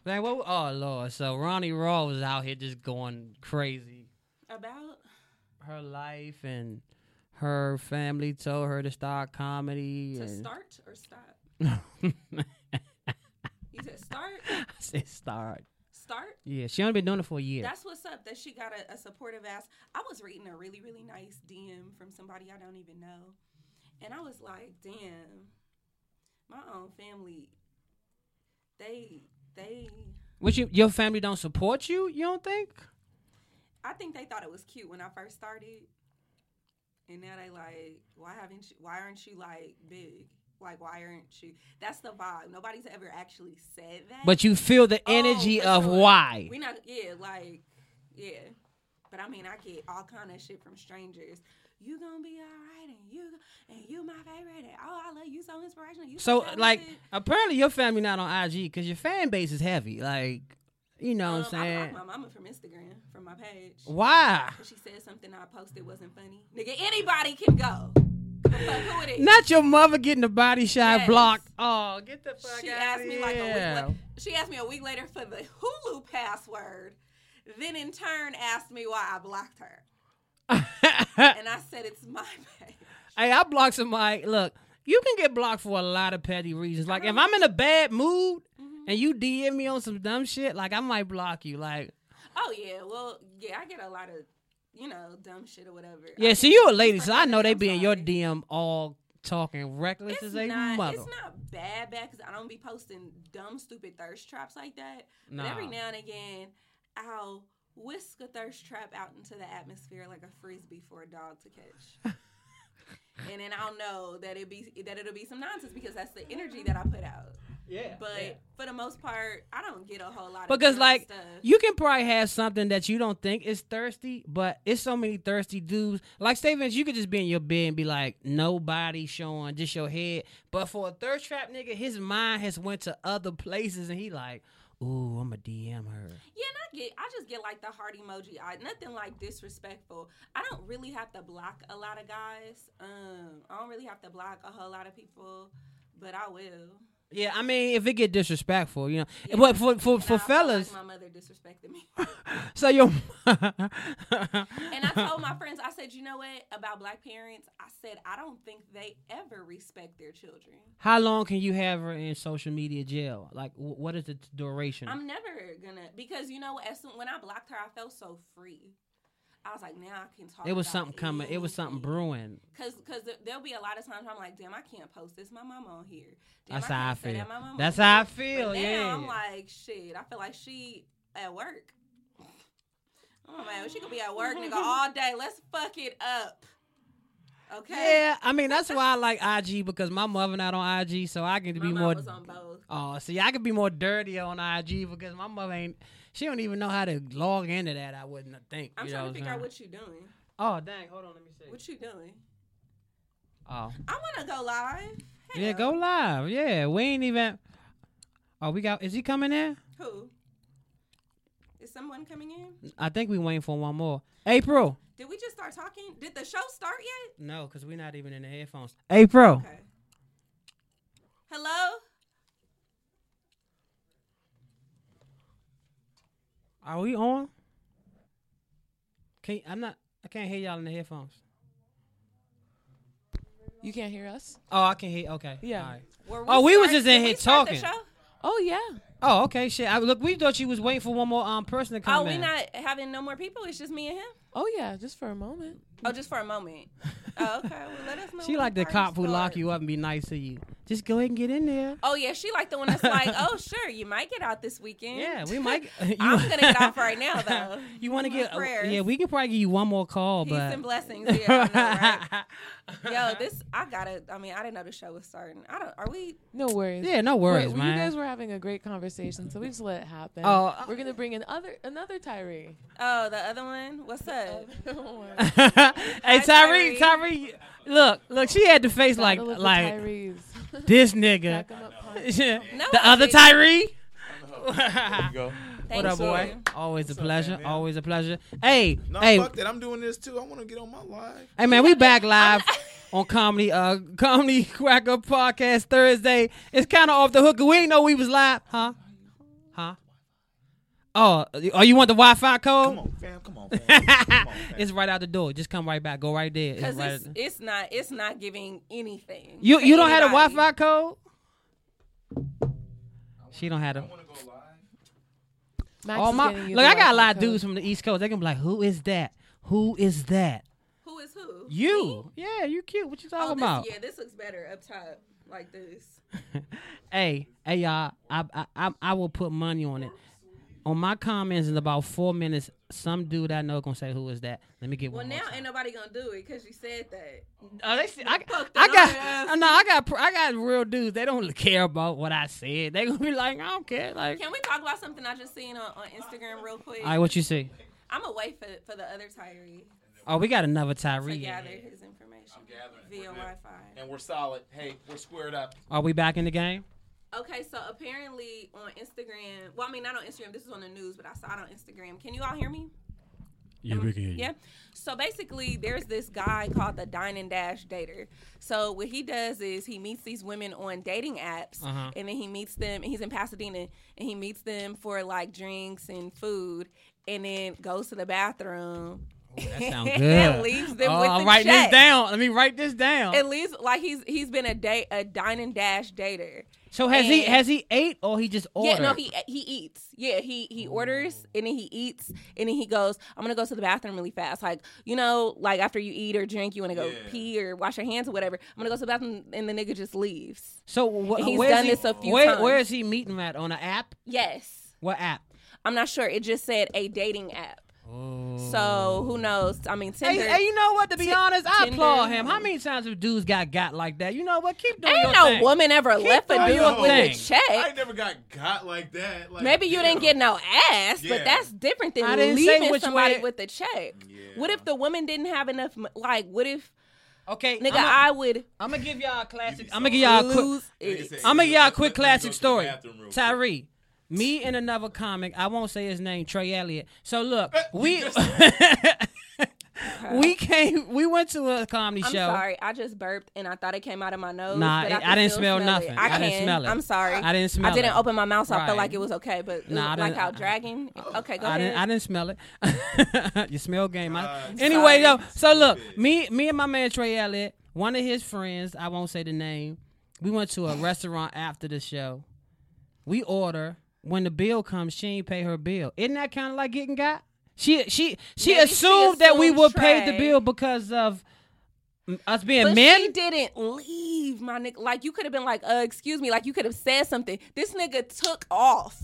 [SPEAKER 4] Man, what, oh Lord! So Ronnie Raw was out here just going crazy.
[SPEAKER 8] About
[SPEAKER 4] Her life and her family told her to start comedy.
[SPEAKER 8] to
[SPEAKER 4] and
[SPEAKER 8] start or stop? You said start,
[SPEAKER 4] I said start.
[SPEAKER 8] start.
[SPEAKER 4] Yeah, she only been doing it for a year.
[SPEAKER 8] That's what's up. That she got a, a supportive ass. I was reading a really really nice DM from somebody I don't even know, and I was like, damn, my own family. They they.
[SPEAKER 4] what you your family don't support you? You don't think?
[SPEAKER 8] I think they thought it was cute when I first started, and now they like, why haven't you? Why aren't you like big? Like, why aren't you? That's the vibe. Nobody's ever actually said that.
[SPEAKER 4] But you feel the
[SPEAKER 8] Oh,
[SPEAKER 4] energy
[SPEAKER 8] for
[SPEAKER 4] of
[SPEAKER 8] sure.
[SPEAKER 4] why?
[SPEAKER 8] We not, yeah, like, yeah. But I mean, I get all kind of shit from strangers. You gonna be all right, and you and you my favorite, and oh, I love you so inspirational. You
[SPEAKER 4] So like,
[SPEAKER 8] talented.
[SPEAKER 4] apparently your family not on IG because your fan base is heavy. Like, you know
[SPEAKER 8] Um,
[SPEAKER 4] what I'm saying?
[SPEAKER 8] blocked my mama from Instagram from my page.
[SPEAKER 4] Why?
[SPEAKER 8] 'Cause She said something I posted wasn't funny. Nigga, anybody can go. The fuck who it is?
[SPEAKER 4] Not your mother getting a body shot
[SPEAKER 8] Yes.
[SPEAKER 4] block. Oh, get the fuck
[SPEAKER 8] She
[SPEAKER 4] out
[SPEAKER 8] asked
[SPEAKER 4] of
[SPEAKER 8] me
[SPEAKER 4] here.
[SPEAKER 8] like a week. la- She asked me a week later for the Hulu password. Then in turn asked me why I blocked her, and I said it's my page.
[SPEAKER 4] hey, I blocked somebody. Look, you can get blocked for a lot of petty reasons. Like if I'm in a bad mood
[SPEAKER 8] Mm-hmm.
[SPEAKER 4] and you DM me on some dumb shit, like I might block you. Like
[SPEAKER 8] Oh yeah, well yeah, I get a lot of you know dumb shit or whatever.
[SPEAKER 4] yeah,
[SPEAKER 8] I
[SPEAKER 4] see
[SPEAKER 8] get-
[SPEAKER 4] you a lady, so I know they
[SPEAKER 8] I'm
[SPEAKER 4] be in your
[SPEAKER 8] sorry.
[SPEAKER 4] DM all talking reckless
[SPEAKER 8] It's
[SPEAKER 4] as a
[SPEAKER 8] not,
[SPEAKER 4] mother.
[SPEAKER 8] it's not bad, bad because I don't be posting dumb, stupid thirst traps like that. But
[SPEAKER 4] Nah.
[SPEAKER 8] every now and again, I'll whisk a thirst trap out into the atmosphere like a frisbee for a dog to catch. and then I'll know that it be that it'll be some nonsense because that's the energy that I put out.
[SPEAKER 4] yeah,
[SPEAKER 8] But for the most part, I don't get a whole lot of
[SPEAKER 4] Because
[SPEAKER 8] dumb
[SPEAKER 4] like
[SPEAKER 8] stuff.
[SPEAKER 4] you can probably have something that you don't think is thirsty, but it's so many thirsty dudes. Like Stevens, you could just be in your bed and be like, nobody showing, just your head. But for a thirst trap nigga, his mind has went to other places, and he like, ooh, I'm a DM her.
[SPEAKER 8] Yeah, and I get, I just get like the heart emoji. I nothing like disrespectful. I don't really have to block a lot of guys. Um, I don't really have to block a whole lot of people, but I will.
[SPEAKER 4] Yeah, I mean, if it get disrespectful, you know. Eh, But for for,
[SPEAKER 8] And
[SPEAKER 4] for
[SPEAKER 8] I felt
[SPEAKER 4] fellas,
[SPEAKER 8] like my mother disrespected me,
[SPEAKER 4] so your
[SPEAKER 8] and I told my friends, I said, you know what about black parents? I said I don't think they ever respect their children.
[SPEAKER 4] how long can you have her in social media jail? Like, wh- what is the duration?
[SPEAKER 8] I'm never gonna because you know as soon, when I blocked her, I felt so free. I was like, now I can talk.
[SPEAKER 4] it was
[SPEAKER 8] about
[SPEAKER 4] something coming. It was something
[SPEAKER 8] anything.
[SPEAKER 4] brewing.
[SPEAKER 8] Cause, cause th- there'll be a lot of times I'm like, damn, I can't post this. My mama on here. Damn,
[SPEAKER 4] That's how I
[SPEAKER 8] can't say that.
[SPEAKER 4] feel.
[SPEAKER 8] My mama
[SPEAKER 4] That's
[SPEAKER 8] on
[SPEAKER 4] how I
[SPEAKER 8] here."
[SPEAKER 4] feel,
[SPEAKER 8] But now
[SPEAKER 4] yeah.
[SPEAKER 8] I'm like, shit. I feel like she at work. Oh man, she could be at work, nigga, all day. Let's fuck it up. Okay.
[SPEAKER 4] Yeah, I mean that's why I like IG because my mother not on IG, so I can
[SPEAKER 8] My
[SPEAKER 4] be
[SPEAKER 8] mom
[SPEAKER 4] more.
[SPEAKER 8] was on both.
[SPEAKER 4] Oh, see, I could be more dirty on IG because my mother ain't. She don't even know how to log into that. I wouldn't think.
[SPEAKER 8] I'm
[SPEAKER 4] you know
[SPEAKER 8] trying
[SPEAKER 4] I'm
[SPEAKER 8] to figure out
[SPEAKER 4] saying?
[SPEAKER 8] what you doing.
[SPEAKER 4] Oh dang! Hold on, let me see.
[SPEAKER 8] What you doing?
[SPEAKER 4] oh
[SPEAKER 8] I wanna go live.
[SPEAKER 4] yeah, go
[SPEAKER 8] Hell.
[SPEAKER 4] live. Yeah, we ain't even. Oh, we got. Is he coming in?
[SPEAKER 8] Who? Is someone coming in?
[SPEAKER 4] I think we waiting for one more. April.
[SPEAKER 8] Did we just start talking? Did the show start yet?
[SPEAKER 4] No, cause we're not even in the headphones. April.
[SPEAKER 8] Okay. Hello.
[SPEAKER 4] Are we on? Can I'm not. I can't hear y'all in the headphones.
[SPEAKER 9] You can't hear us?
[SPEAKER 4] Oh, I can hear. Okay.
[SPEAKER 9] Yeah.
[SPEAKER 4] All right.
[SPEAKER 8] Were
[SPEAKER 4] Oh, we was
[SPEAKER 8] start-
[SPEAKER 4] just in
[SPEAKER 8] did
[SPEAKER 4] here
[SPEAKER 8] we start the
[SPEAKER 4] talking.
[SPEAKER 8] show?
[SPEAKER 9] Oh yeah.
[SPEAKER 4] Oh, okay. Shit. I, look, we thought you was waiting for one more um person to come
[SPEAKER 8] Oh, we
[SPEAKER 4] in.
[SPEAKER 8] not having no more people. It's just me and him.
[SPEAKER 9] Oh yeah. Just for a moment.
[SPEAKER 8] Oh, just for a moment. Oh, okay. Well, let us know.
[SPEAKER 4] she
[SPEAKER 8] when
[SPEAKER 4] like the
[SPEAKER 8] party
[SPEAKER 4] cop who lock
[SPEAKER 8] starts.
[SPEAKER 4] you up and be nice to you. Just go ahead and get in there.
[SPEAKER 8] Oh yeah, she like the one that's like, oh sure, you might get out this weekend.
[SPEAKER 4] Yeah, we might.
[SPEAKER 9] uh,
[SPEAKER 4] you-
[SPEAKER 8] I'm gonna get off right now though.
[SPEAKER 4] You want to
[SPEAKER 8] My
[SPEAKER 4] get?
[SPEAKER 8] prayers.
[SPEAKER 4] Yeah, we can probably give you one more call,
[SPEAKER 8] uh,
[SPEAKER 9] Oh,
[SPEAKER 8] Peace
[SPEAKER 4] but
[SPEAKER 8] and blessings. Yeah, I know, right? Yo, this I gotta. I mean, I didn't know the show was starting. I don't. Are we?
[SPEAKER 9] No worries.
[SPEAKER 4] yeah, no worries,
[SPEAKER 9] Wait,
[SPEAKER 4] man.
[SPEAKER 9] You guys were having a great conversation, so we just let it happen.
[SPEAKER 10] uh,
[SPEAKER 4] Oh,
[SPEAKER 9] uh, we're gonna bring in other another Tyree.
[SPEAKER 8] Oh, the other one. What's up?
[SPEAKER 4] hey, Tyree,
[SPEAKER 8] Tyree.
[SPEAKER 4] Tyree, look, look, she had the face like,
[SPEAKER 9] Battle of the
[SPEAKER 4] like
[SPEAKER 9] Tyrees.
[SPEAKER 4] this nigga,
[SPEAKER 9] Back 'em up, punk.
[SPEAKER 8] No,
[SPEAKER 4] the
[SPEAKER 8] I
[SPEAKER 4] other
[SPEAKER 8] didn't.
[SPEAKER 4] Tyree.
[SPEAKER 11] Go.
[SPEAKER 8] Thank
[SPEAKER 4] What up,
[SPEAKER 8] you.
[SPEAKER 4] boy? Always a
[SPEAKER 11] up,
[SPEAKER 4] pleasure.
[SPEAKER 11] man?
[SPEAKER 4] Always a pleasure. Hey,
[SPEAKER 11] No,
[SPEAKER 4] hey,
[SPEAKER 11] fuck that. I'm doing this too. I want to get on my live.
[SPEAKER 4] Hey man, we back live on comedy, uh, comedy crack up podcast Thursday. It's kind of off the hook. We didn't know we was live, huh? Huh? Oh, oh, you want the Wi-Fi
[SPEAKER 11] Come
[SPEAKER 4] code?
[SPEAKER 11] on, fam. Come on, fam. Come on, fam.
[SPEAKER 4] It's right out the door. Just come right back. Go right there. It's
[SPEAKER 8] Because
[SPEAKER 4] right-
[SPEAKER 8] it's, it's not it's not giving anything.
[SPEAKER 4] you
[SPEAKER 8] to
[SPEAKER 4] you don't have the
[SPEAKER 8] anybody.
[SPEAKER 4] Wi-Fi code? She don't have them.
[SPEAKER 9] Max
[SPEAKER 4] Oh
[SPEAKER 9] is
[SPEAKER 4] my!
[SPEAKER 9] getting you
[SPEAKER 4] Look,
[SPEAKER 9] the
[SPEAKER 4] I got a
[SPEAKER 9] Wi-Fi
[SPEAKER 4] lot of
[SPEAKER 9] code.
[SPEAKER 4] dudes from the East Coast. They can be like, "Who is that? Who is that?
[SPEAKER 8] Who is who? Me?
[SPEAKER 4] You? Yeah, you cute. What you
[SPEAKER 8] Oh,
[SPEAKER 4] talking
[SPEAKER 8] this,
[SPEAKER 4] about?
[SPEAKER 8] yeah, this looks better up top like this.
[SPEAKER 4] Hey, hey, y'all! I, I I I will put money on it. On my comments in about four minutes, some dude I know gonna say, "Who is that?" Let me get
[SPEAKER 8] Well,
[SPEAKER 4] one.
[SPEAKER 8] now
[SPEAKER 4] more time.
[SPEAKER 8] ain't nobody gonna do it because you said that.
[SPEAKER 4] Oh, they see, I,
[SPEAKER 8] fucked
[SPEAKER 4] I
[SPEAKER 8] it up, ass.
[SPEAKER 4] got no, I got pr- I got real dudes. They don't care about what I said. They gonna be like, "I don't care." Like,
[SPEAKER 8] Can we talk about something I just seen on, on Instagram real quick?
[SPEAKER 4] all right, what you see?
[SPEAKER 8] I'm gonna wait for, for the other Tyree
[SPEAKER 4] Oh, we got another
[SPEAKER 8] to
[SPEAKER 4] Tyree.
[SPEAKER 8] gather his information via Wi-Fi.
[SPEAKER 11] And we're solid. Hey, we're squared up.
[SPEAKER 4] Are we back in the game?
[SPEAKER 8] Okay, so apparently on Instagram, well, I mean, not on Instagram, this is on the news, but I saw it on Instagram. Can you all hear me?
[SPEAKER 12] Yeah, we can hear you.
[SPEAKER 8] Yeah. So basically, there's this guy called the Dine and Dash Dater. So what he does is he meets these women on dating apps,
[SPEAKER 4] Uh-huh.
[SPEAKER 8] and then he meets them. And he's in Pasadena, and he meets them for like drinks and food, and then goes to the bathroom.
[SPEAKER 4] Oh, That sounds
[SPEAKER 8] and
[SPEAKER 4] good.
[SPEAKER 8] leaves them
[SPEAKER 4] oh,
[SPEAKER 8] with
[SPEAKER 4] I'm
[SPEAKER 8] the
[SPEAKER 4] writing
[SPEAKER 8] check.
[SPEAKER 4] this down. Let me write this down.
[SPEAKER 8] At least, like he's he's been a date a Dine and Dash Dater.
[SPEAKER 4] so has he
[SPEAKER 8] and-
[SPEAKER 4] has he ate or he just ordered?
[SPEAKER 8] Yeah, no, he he eats. Yeah, he he
[SPEAKER 4] Oh.
[SPEAKER 8] orders and then he eats and then he goes. I'm gonna go to the bathroom really fast. Like you know, like after you eat or drink, you wanna go pee or wash your hands or whatever. I'm gonna go to the bathroom and the nigga just leaves.
[SPEAKER 4] So wh-
[SPEAKER 8] He's
[SPEAKER 4] where's
[SPEAKER 8] done
[SPEAKER 4] he,
[SPEAKER 8] this a few
[SPEAKER 4] where,
[SPEAKER 8] times.
[SPEAKER 4] Where is he meeting at on an app?
[SPEAKER 8] Yes,
[SPEAKER 4] What app?
[SPEAKER 8] I'm not sure. It just said a dating app.
[SPEAKER 4] Oh.
[SPEAKER 8] So who knows? I mean,
[SPEAKER 4] Hey,
[SPEAKER 8] Tinder.
[SPEAKER 4] hey, you know what? To be
[SPEAKER 8] Ti-
[SPEAKER 4] honest, I
[SPEAKER 8] Tinder.
[SPEAKER 4] applaud him. How many times have dudes got got like that? You know what? Keep doing your
[SPEAKER 8] Ain't no
[SPEAKER 4] thing.
[SPEAKER 8] woman ever left a
[SPEAKER 4] doing
[SPEAKER 8] dude
[SPEAKER 4] your
[SPEAKER 8] with a
[SPEAKER 4] thing.
[SPEAKER 11] I
[SPEAKER 8] check.
[SPEAKER 11] never got got like that. Like,
[SPEAKER 8] Maybe you didn't get no ass,
[SPEAKER 11] Yeah.
[SPEAKER 8] but that's different than
[SPEAKER 4] I didn't say
[SPEAKER 8] leaving
[SPEAKER 4] which
[SPEAKER 8] somebody
[SPEAKER 4] way-
[SPEAKER 8] with a check.
[SPEAKER 11] Yeah.
[SPEAKER 8] What if the woman didn't have enough? mo- Like, what if
[SPEAKER 4] Okay,
[SPEAKER 8] nigga?
[SPEAKER 4] I'm
[SPEAKER 8] I would.
[SPEAKER 4] gonna give y'all a classic.
[SPEAKER 11] You be
[SPEAKER 4] I'm gonna give
[SPEAKER 8] I
[SPEAKER 4] y'all a quick.
[SPEAKER 8] lose it.
[SPEAKER 4] I'm gonna give y'all a
[SPEAKER 11] Let-
[SPEAKER 4] quick
[SPEAKER 11] let- let me go
[SPEAKER 4] classic
[SPEAKER 11] to the
[SPEAKER 4] story.
[SPEAKER 11] bathroom real quick.
[SPEAKER 4] Tyree, me and another comic. I won't say his name. Trey Elliott. So look,
[SPEAKER 11] Uh,
[SPEAKER 4] we we came. We went to a comedy
[SPEAKER 8] I'm
[SPEAKER 4] show.
[SPEAKER 8] sorry, I just burped and I thought it came out of my nose.
[SPEAKER 4] Nah,
[SPEAKER 8] but
[SPEAKER 4] it-
[SPEAKER 8] I,
[SPEAKER 4] I
[SPEAKER 8] can
[SPEAKER 4] didn't
[SPEAKER 8] still
[SPEAKER 4] smell
[SPEAKER 8] it.
[SPEAKER 4] nothing.
[SPEAKER 8] I,
[SPEAKER 4] I didn't
[SPEAKER 8] can.
[SPEAKER 4] smell it.
[SPEAKER 8] I'm sorry.
[SPEAKER 4] I didn't smell
[SPEAKER 8] I didn't
[SPEAKER 4] it.
[SPEAKER 8] open my mouth. So I
[SPEAKER 4] Right.
[SPEAKER 8] felt like it was okay, but
[SPEAKER 4] Nah, I
[SPEAKER 8] like
[SPEAKER 4] didn't-
[SPEAKER 8] how
[SPEAKER 4] I-
[SPEAKER 8] dragon. Okay, go
[SPEAKER 4] I
[SPEAKER 8] ahead.
[SPEAKER 4] didn't, I didn't smell it. you smell game. I, anyway, though, so
[SPEAKER 8] sorry.
[SPEAKER 4] look, me, me and my man Trey Elliott, one of his friends, I won't say the name, we went to a restaurant after the show. We order. When the bill comes, she ain't pay her bill. Isn't that kind of like getting got? She she she
[SPEAKER 8] Maybe she
[SPEAKER 4] assumed that we
[SPEAKER 8] assumed
[SPEAKER 4] would pay the
[SPEAKER 8] Trey.
[SPEAKER 4] bill because uh, of mm, us being
[SPEAKER 8] but
[SPEAKER 4] men.
[SPEAKER 8] she didn't leave, my nigga. Like you could have been like, uh, excuse me. Like you could have said something. This nigga took off.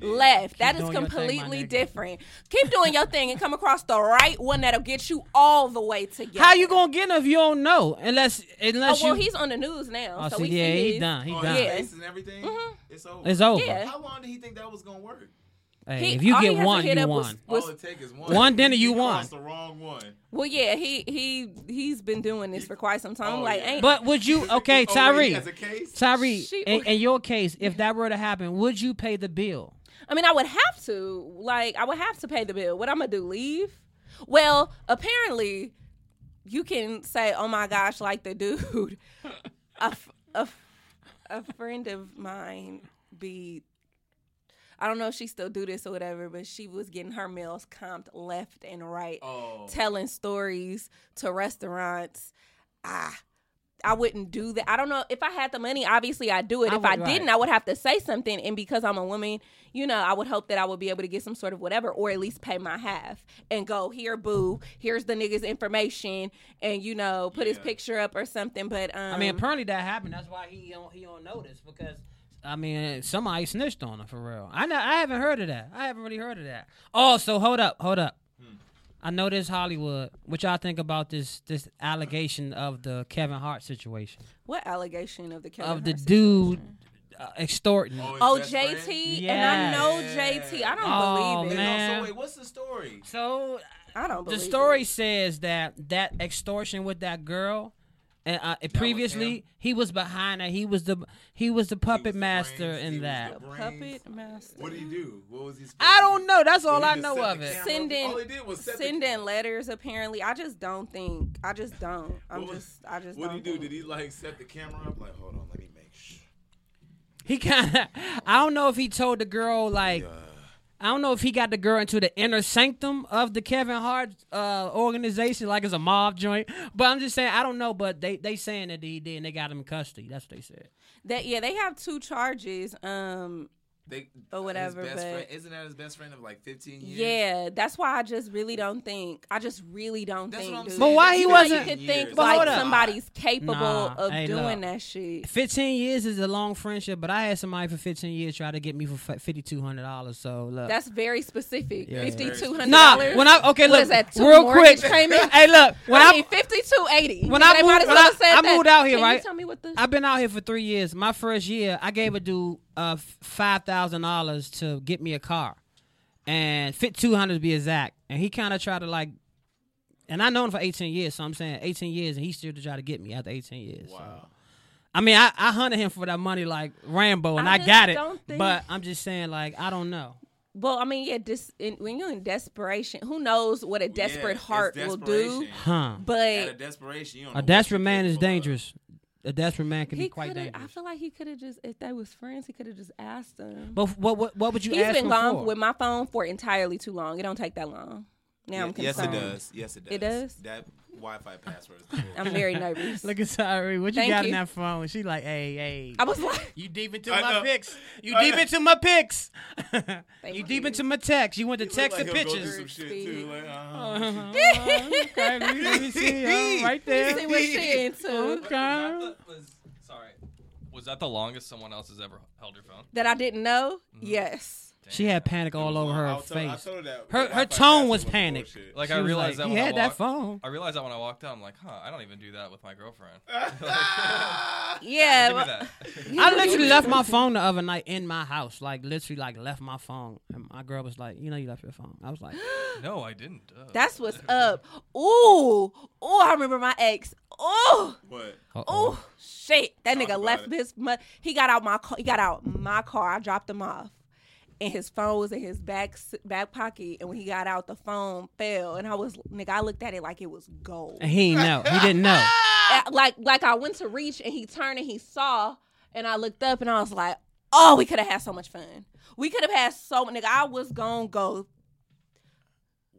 [SPEAKER 8] Left. that is
[SPEAKER 4] doing your thing, my
[SPEAKER 8] completely
[SPEAKER 4] nigga.
[SPEAKER 8] different. Keep doing your thing and come across the right one that'll get you all the way together.
[SPEAKER 4] How you gonna get him if you don't know? Unless
[SPEAKER 8] Oh
[SPEAKER 4] unless
[SPEAKER 8] well,
[SPEAKER 4] you.
[SPEAKER 8] he's on the news now.
[SPEAKER 4] Oh,
[SPEAKER 8] so
[SPEAKER 4] see,
[SPEAKER 8] we
[SPEAKER 4] yeah,
[SPEAKER 8] see
[SPEAKER 4] he
[SPEAKER 8] his-
[SPEAKER 4] done. He
[SPEAKER 11] On
[SPEAKER 4] done.
[SPEAKER 11] his
[SPEAKER 8] Yeah.
[SPEAKER 11] face Oh, and everything,
[SPEAKER 4] Mm-hmm.
[SPEAKER 11] it's over.
[SPEAKER 4] It's over.
[SPEAKER 8] Yeah.
[SPEAKER 11] How long did he think that was gonna work?
[SPEAKER 4] Hey,
[SPEAKER 8] He-
[SPEAKER 4] if you
[SPEAKER 8] all he
[SPEAKER 4] get
[SPEAKER 8] has to
[SPEAKER 4] one,
[SPEAKER 8] hit
[SPEAKER 4] you
[SPEAKER 8] up was-
[SPEAKER 4] won.
[SPEAKER 11] All it take is one.
[SPEAKER 4] One dinner,
[SPEAKER 11] He
[SPEAKER 4] you
[SPEAKER 11] crossed
[SPEAKER 4] won.
[SPEAKER 11] The wrong one.
[SPEAKER 8] Well, yeah, he he he's been doing this for quite some time.
[SPEAKER 11] Oh,
[SPEAKER 8] like,
[SPEAKER 11] yeah.
[SPEAKER 8] ain't
[SPEAKER 4] But would you? Okay,
[SPEAKER 11] Oh, wait,
[SPEAKER 4] Tyree.
[SPEAKER 11] As a case.
[SPEAKER 4] Tyree,
[SPEAKER 8] She-
[SPEAKER 4] in, in your case, if that were to happen, would you pay the bill?
[SPEAKER 8] I mean, I would have to like I would have to pay the bill. What I'm gonna do? Leave? Well, apparently, you can say, "Oh my gosh!" Like the dude, a f- a f- a friend of mine be. I don't know if she still do this or whatever, but she was getting her meals comped left and right.
[SPEAKER 11] Oh.
[SPEAKER 8] telling stories to restaurants. Ah, I wouldn't do that. I don't know if I had the money. Obviously, I'd do it.
[SPEAKER 4] I
[SPEAKER 8] if I
[SPEAKER 4] would-
[SPEAKER 8] didn't, I would have to say something. And because I'm a woman, you know, I would hope that I would be able to get some sort of whatever, or at least pay my half and go here, boo. Here's the nigga's information, and you know, put his picture up or something. But um,
[SPEAKER 4] I mean, apparently that happened. That's why he on he on notice because I mean somebody snitched on him for real. I know I haven't heard of that. I haven't really heard of that. Oh, so hold up, hold up. I know this Hollywood. What y'all think about this this allegation of the Kevin Hart situation
[SPEAKER 8] what allegation of the Kevin
[SPEAKER 4] of the
[SPEAKER 8] Hart situation?
[SPEAKER 4] dude uh, extorting?
[SPEAKER 8] Oh, JT, and I know
[SPEAKER 11] Yes.
[SPEAKER 8] JT. I don't
[SPEAKER 4] Oh,
[SPEAKER 8] believe it.
[SPEAKER 4] man.
[SPEAKER 11] So wait, what's the story?
[SPEAKER 4] So
[SPEAKER 8] I don't
[SPEAKER 4] the
[SPEAKER 8] believe
[SPEAKER 4] story
[SPEAKER 8] It.
[SPEAKER 4] says that that extortion with that girl and uh,
[SPEAKER 11] him?
[SPEAKER 4] previously he was behind her he was the he was the puppet
[SPEAKER 11] was the
[SPEAKER 4] master
[SPEAKER 11] brains, he
[SPEAKER 4] in
[SPEAKER 11] was
[SPEAKER 4] that
[SPEAKER 11] the brains.
[SPEAKER 8] Puppet master.
[SPEAKER 11] What did he do? What was he? supposed
[SPEAKER 4] i
[SPEAKER 11] to
[SPEAKER 4] don't
[SPEAKER 11] do?
[SPEAKER 4] know that's all
[SPEAKER 11] Well,
[SPEAKER 4] i
[SPEAKER 11] he just
[SPEAKER 4] know
[SPEAKER 11] set
[SPEAKER 4] of
[SPEAKER 11] the
[SPEAKER 4] it
[SPEAKER 11] camera-
[SPEAKER 8] Sending-
[SPEAKER 11] all he did was set the-
[SPEAKER 8] Sending letters, apparently. I just don't think. I just don't. I'm
[SPEAKER 11] What was-
[SPEAKER 8] just. I just.
[SPEAKER 11] What did
[SPEAKER 8] don't
[SPEAKER 11] he do?
[SPEAKER 8] think.
[SPEAKER 11] Did he like set the camera up? Like, hold on, let me make sure.
[SPEAKER 4] he kind of i don't know if he told the girl like I don't know if he got the girl into the inner sanctum of the Kevin Hart uh, organization, like it's a mob joint. But I'm just saying, I don't know. But they they saying that he did, and they got him in custody. That's what they said.
[SPEAKER 8] That yeah, they have two charges. Um,
[SPEAKER 11] They,
[SPEAKER 8] Or whatever,
[SPEAKER 11] His best
[SPEAKER 8] but-
[SPEAKER 11] friend, isn't that his best friend of like 15 years?
[SPEAKER 8] yeah, that's why I just really don't think. I just really don't
[SPEAKER 11] That's
[SPEAKER 8] think.
[SPEAKER 11] what I'm
[SPEAKER 8] dude.
[SPEAKER 11] saying. But why
[SPEAKER 4] he
[SPEAKER 8] You know,
[SPEAKER 4] wasn't-
[SPEAKER 8] You could
[SPEAKER 11] Years.
[SPEAKER 8] think
[SPEAKER 4] But hold
[SPEAKER 8] like
[SPEAKER 4] up.
[SPEAKER 8] somebody's capable
[SPEAKER 4] Nah,
[SPEAKER 8] of
[SPEAKER 4] hey,
[SPEAKER 8] doing
[SPEAKER 4] look.
[SPEAKER 8] that shit.
[SPEAKER 4] 15 years is a long friendship, but I had somebody for 15 years try to get me for $5,200. So, look.
[SPEAKER 8] That's very specific.
[SPEAKER 4] Yeah.
[SPEAKER 8] Fifty two hundred
[SPEAKER 4] nah,
[SPEAKER 8] dollars.
[SPEAKER 4] when I, okay,
[SPEAKER 8] What
[SPEAKER 4] look,
[SPEAKER 8] is that, two
[SPEAKER 4] real quick.
[SPEAKER 8] mortgage payments?
[SPEAKER 4] Hey, look, when
[SPEAKER 8] I
[SPEAKER 4] I,
[SPEAKER 8] mean, fifty two eighty.
[SPEAKER 4] when I moved- when I- I moved out here,
[SPEAKER 8] Can You
[SPEAKER 4] right?
[SPEAKER 8] tell me what the
[SPEAKER 4] I've been out here for three years. My first year, I gave a dude uh, $5,000 to get me a car and fit 200 to be exact. And he kind of tried to like, and I known him for 18 years, so I'm saying 18 years, and he still tried to get me after 18 years. so.
[SPEAKER 11] Wow.
[SPEAKER 4] I mean, I, I hunted him for that money like Rambo, and
[SPEAKER 8] I
[SPEAKER 4] I,
[SPEAKER 8] just
[SPEAKER 4] got it.
[SPEAKER 8] don't think-
[SPEAKER 4] But I'm just saying, like, I don't know.
[SPEAKER 8] Well, I mean, yeah, dis- in, when you're in desperation, who knows what a desperate
[SPEAKER 11] it's
[SPEAKER 8] heart will do?
[SPEAKER 11] desperation.
[SPEAKER 4] Huh.
[SPEAKER 11] Out of
[SPEAKER 8] But
[SPEAKER 11] desperation, you don't know
[SPEAKER 4] A
[SPEAKER 11] what
[SPEAKER 4] desperate
[SPEAKER 11] you're
[SPEAKER 4] man is
[SPEAKER 11] capable of.
[SPEAKER 4] dangerous. A desperate man can
[SPEAKER 8] he
[SPEAKER 4] be quite
[SPEAKER 8] could have. I
[SPEAKER 4] dangerous.
[SPEAKER 8] feel like he could have just, if they was friends, he could have just asked them.
[SPEAKER 4] But what what what would you
[SPEAKER 8] He's
[SPEAKER 4] ask
[SPEAKER 8] been
[SPEAKER 4] him
[SPEAKER 8] gone
[SPEAKER 4] for?
[SPEAKER 8] with my phone for entirely too long. It don't take that long. Now I'm
[SPEAKER 11] Ye- yes, it
[SPEAKER 8] concerned.
[SPEAKER 11] does. Yes, it does.
[SPEAKER 8] It does?
[SPEAKER 11] That Wi-Fi password. Is cool.
[SPEAKER 8] I'm very nervous.
[SPEAKER 4] Look at Tyree. What you
[SPEAKER 8] Thank
[SPEAKER 4] got
[SPEAKER 8] you.
[SPEAKER 4] in that phone? She like, hey, hey.
[SPEAKER 8] I was like,
[SPEAKER 4] You deep into
[SPEAKER 11] I
[SPEAKER 4] my
[SPEAKER 11] know.
[SPEAKER 4] pics. You
[SPEAKER 11] I
[SPEAKER 4] deep
[SPEAKER 11] know.
[SPEAKER 4] into my pics. you
[SPEAKER 8] you.
[SPEAKER 4] deep into my text. You went to text
[SPEAKER 11] Like
[SPEAKER 4] the
[SPEAKER 11] he'll go through
[SPEAKER 4] pictures. Oh,
[SPEAKER 11] some shit too, like, uh,
[SPEAKER 4] Uh-huh. Okay, let me see, uh, right
[SPEAKER 8] see
[SPEAKER 4] there.
[SPEAKER 8] what she into
[SPEAKER 4] Okay.
[SPEAKER 12] sorry. Was that the longest someone else has ever held your phone?
[SPEAKER 8] that I didn't know.
[SPEAKER 11] Mm-hmm.
[SPEAKER 8] Yes.
[SPEAKER 4] She had panic all over
[SPEAKER 11] I
[SPEAKER 4] her
[SPEAKER 11] told- I
[SPEAKER 4] face.
[SPEAKER 11] told that
[SPEAKER 4] Her- her
[SPEAKER 11] Wi-Fi
[SPEAKER 4] tone
[SPEAKER 11] password
[SPEAKER 4] was
[SPEAKER 11] bullshit.
[SPEAKER 4] panicked.
[SPEAKER 12] Like
[SPEAKER 4] She
[SPEAKER 12] I
[SPEAKER 4] was
[SPEAKER 12] realized
[SPEAKER 4] like,
[SPEAKER 12] that
[SPEAKER 4] he
[SPEAKER 12] when I
[SPEAKER 4] had that
[SPEAKER 12] walked-
[SPEAKER 4] phone.
[SPEAKER 12] I realized that when I walked out, I'm like, huh, I don't even do that with my girlfriend.
[SPEAKER 8] Yeah.
[SPEAKER 12] Give me
[SPEAKER 8] well-
[SPEAKER 12] that.
[SPEAKER 4] I literally left my phone the other night in my house. Like literally, like left my phone. And my girl was like, "You know, you left your phone." I was like,
[SPEAKER 12] no, I didn't. Uh,
[SPEAKER 8] That's what's up. Ooh. Ooh, I remember my ex. Ooh.
[SPEAKER 11] What?
[SPEAKER 8] Oh shit! That
[SPEAKER 11] Talk
[SPEAKER 8] nigga
[SPEAKER 11] about
[SPEAKER 8] left
[SPEAKER 11] it.
[SPEAKER 8] his mu- he got out my car. He got out my car. I dropped him off, and his phone was in his back s- back pocket. And when he got out, the phone fell, and I was nigga. I looked at it like it was gold.
[SPEAKER 4] and he didn't know. He didn't know.
[SPEAKER 8] Uh, like like I went to reach, and he turned and he saw, and I looked up, and I was like, oh, we could have had so much fun. We could have had so much. Nigga, I was gonna go.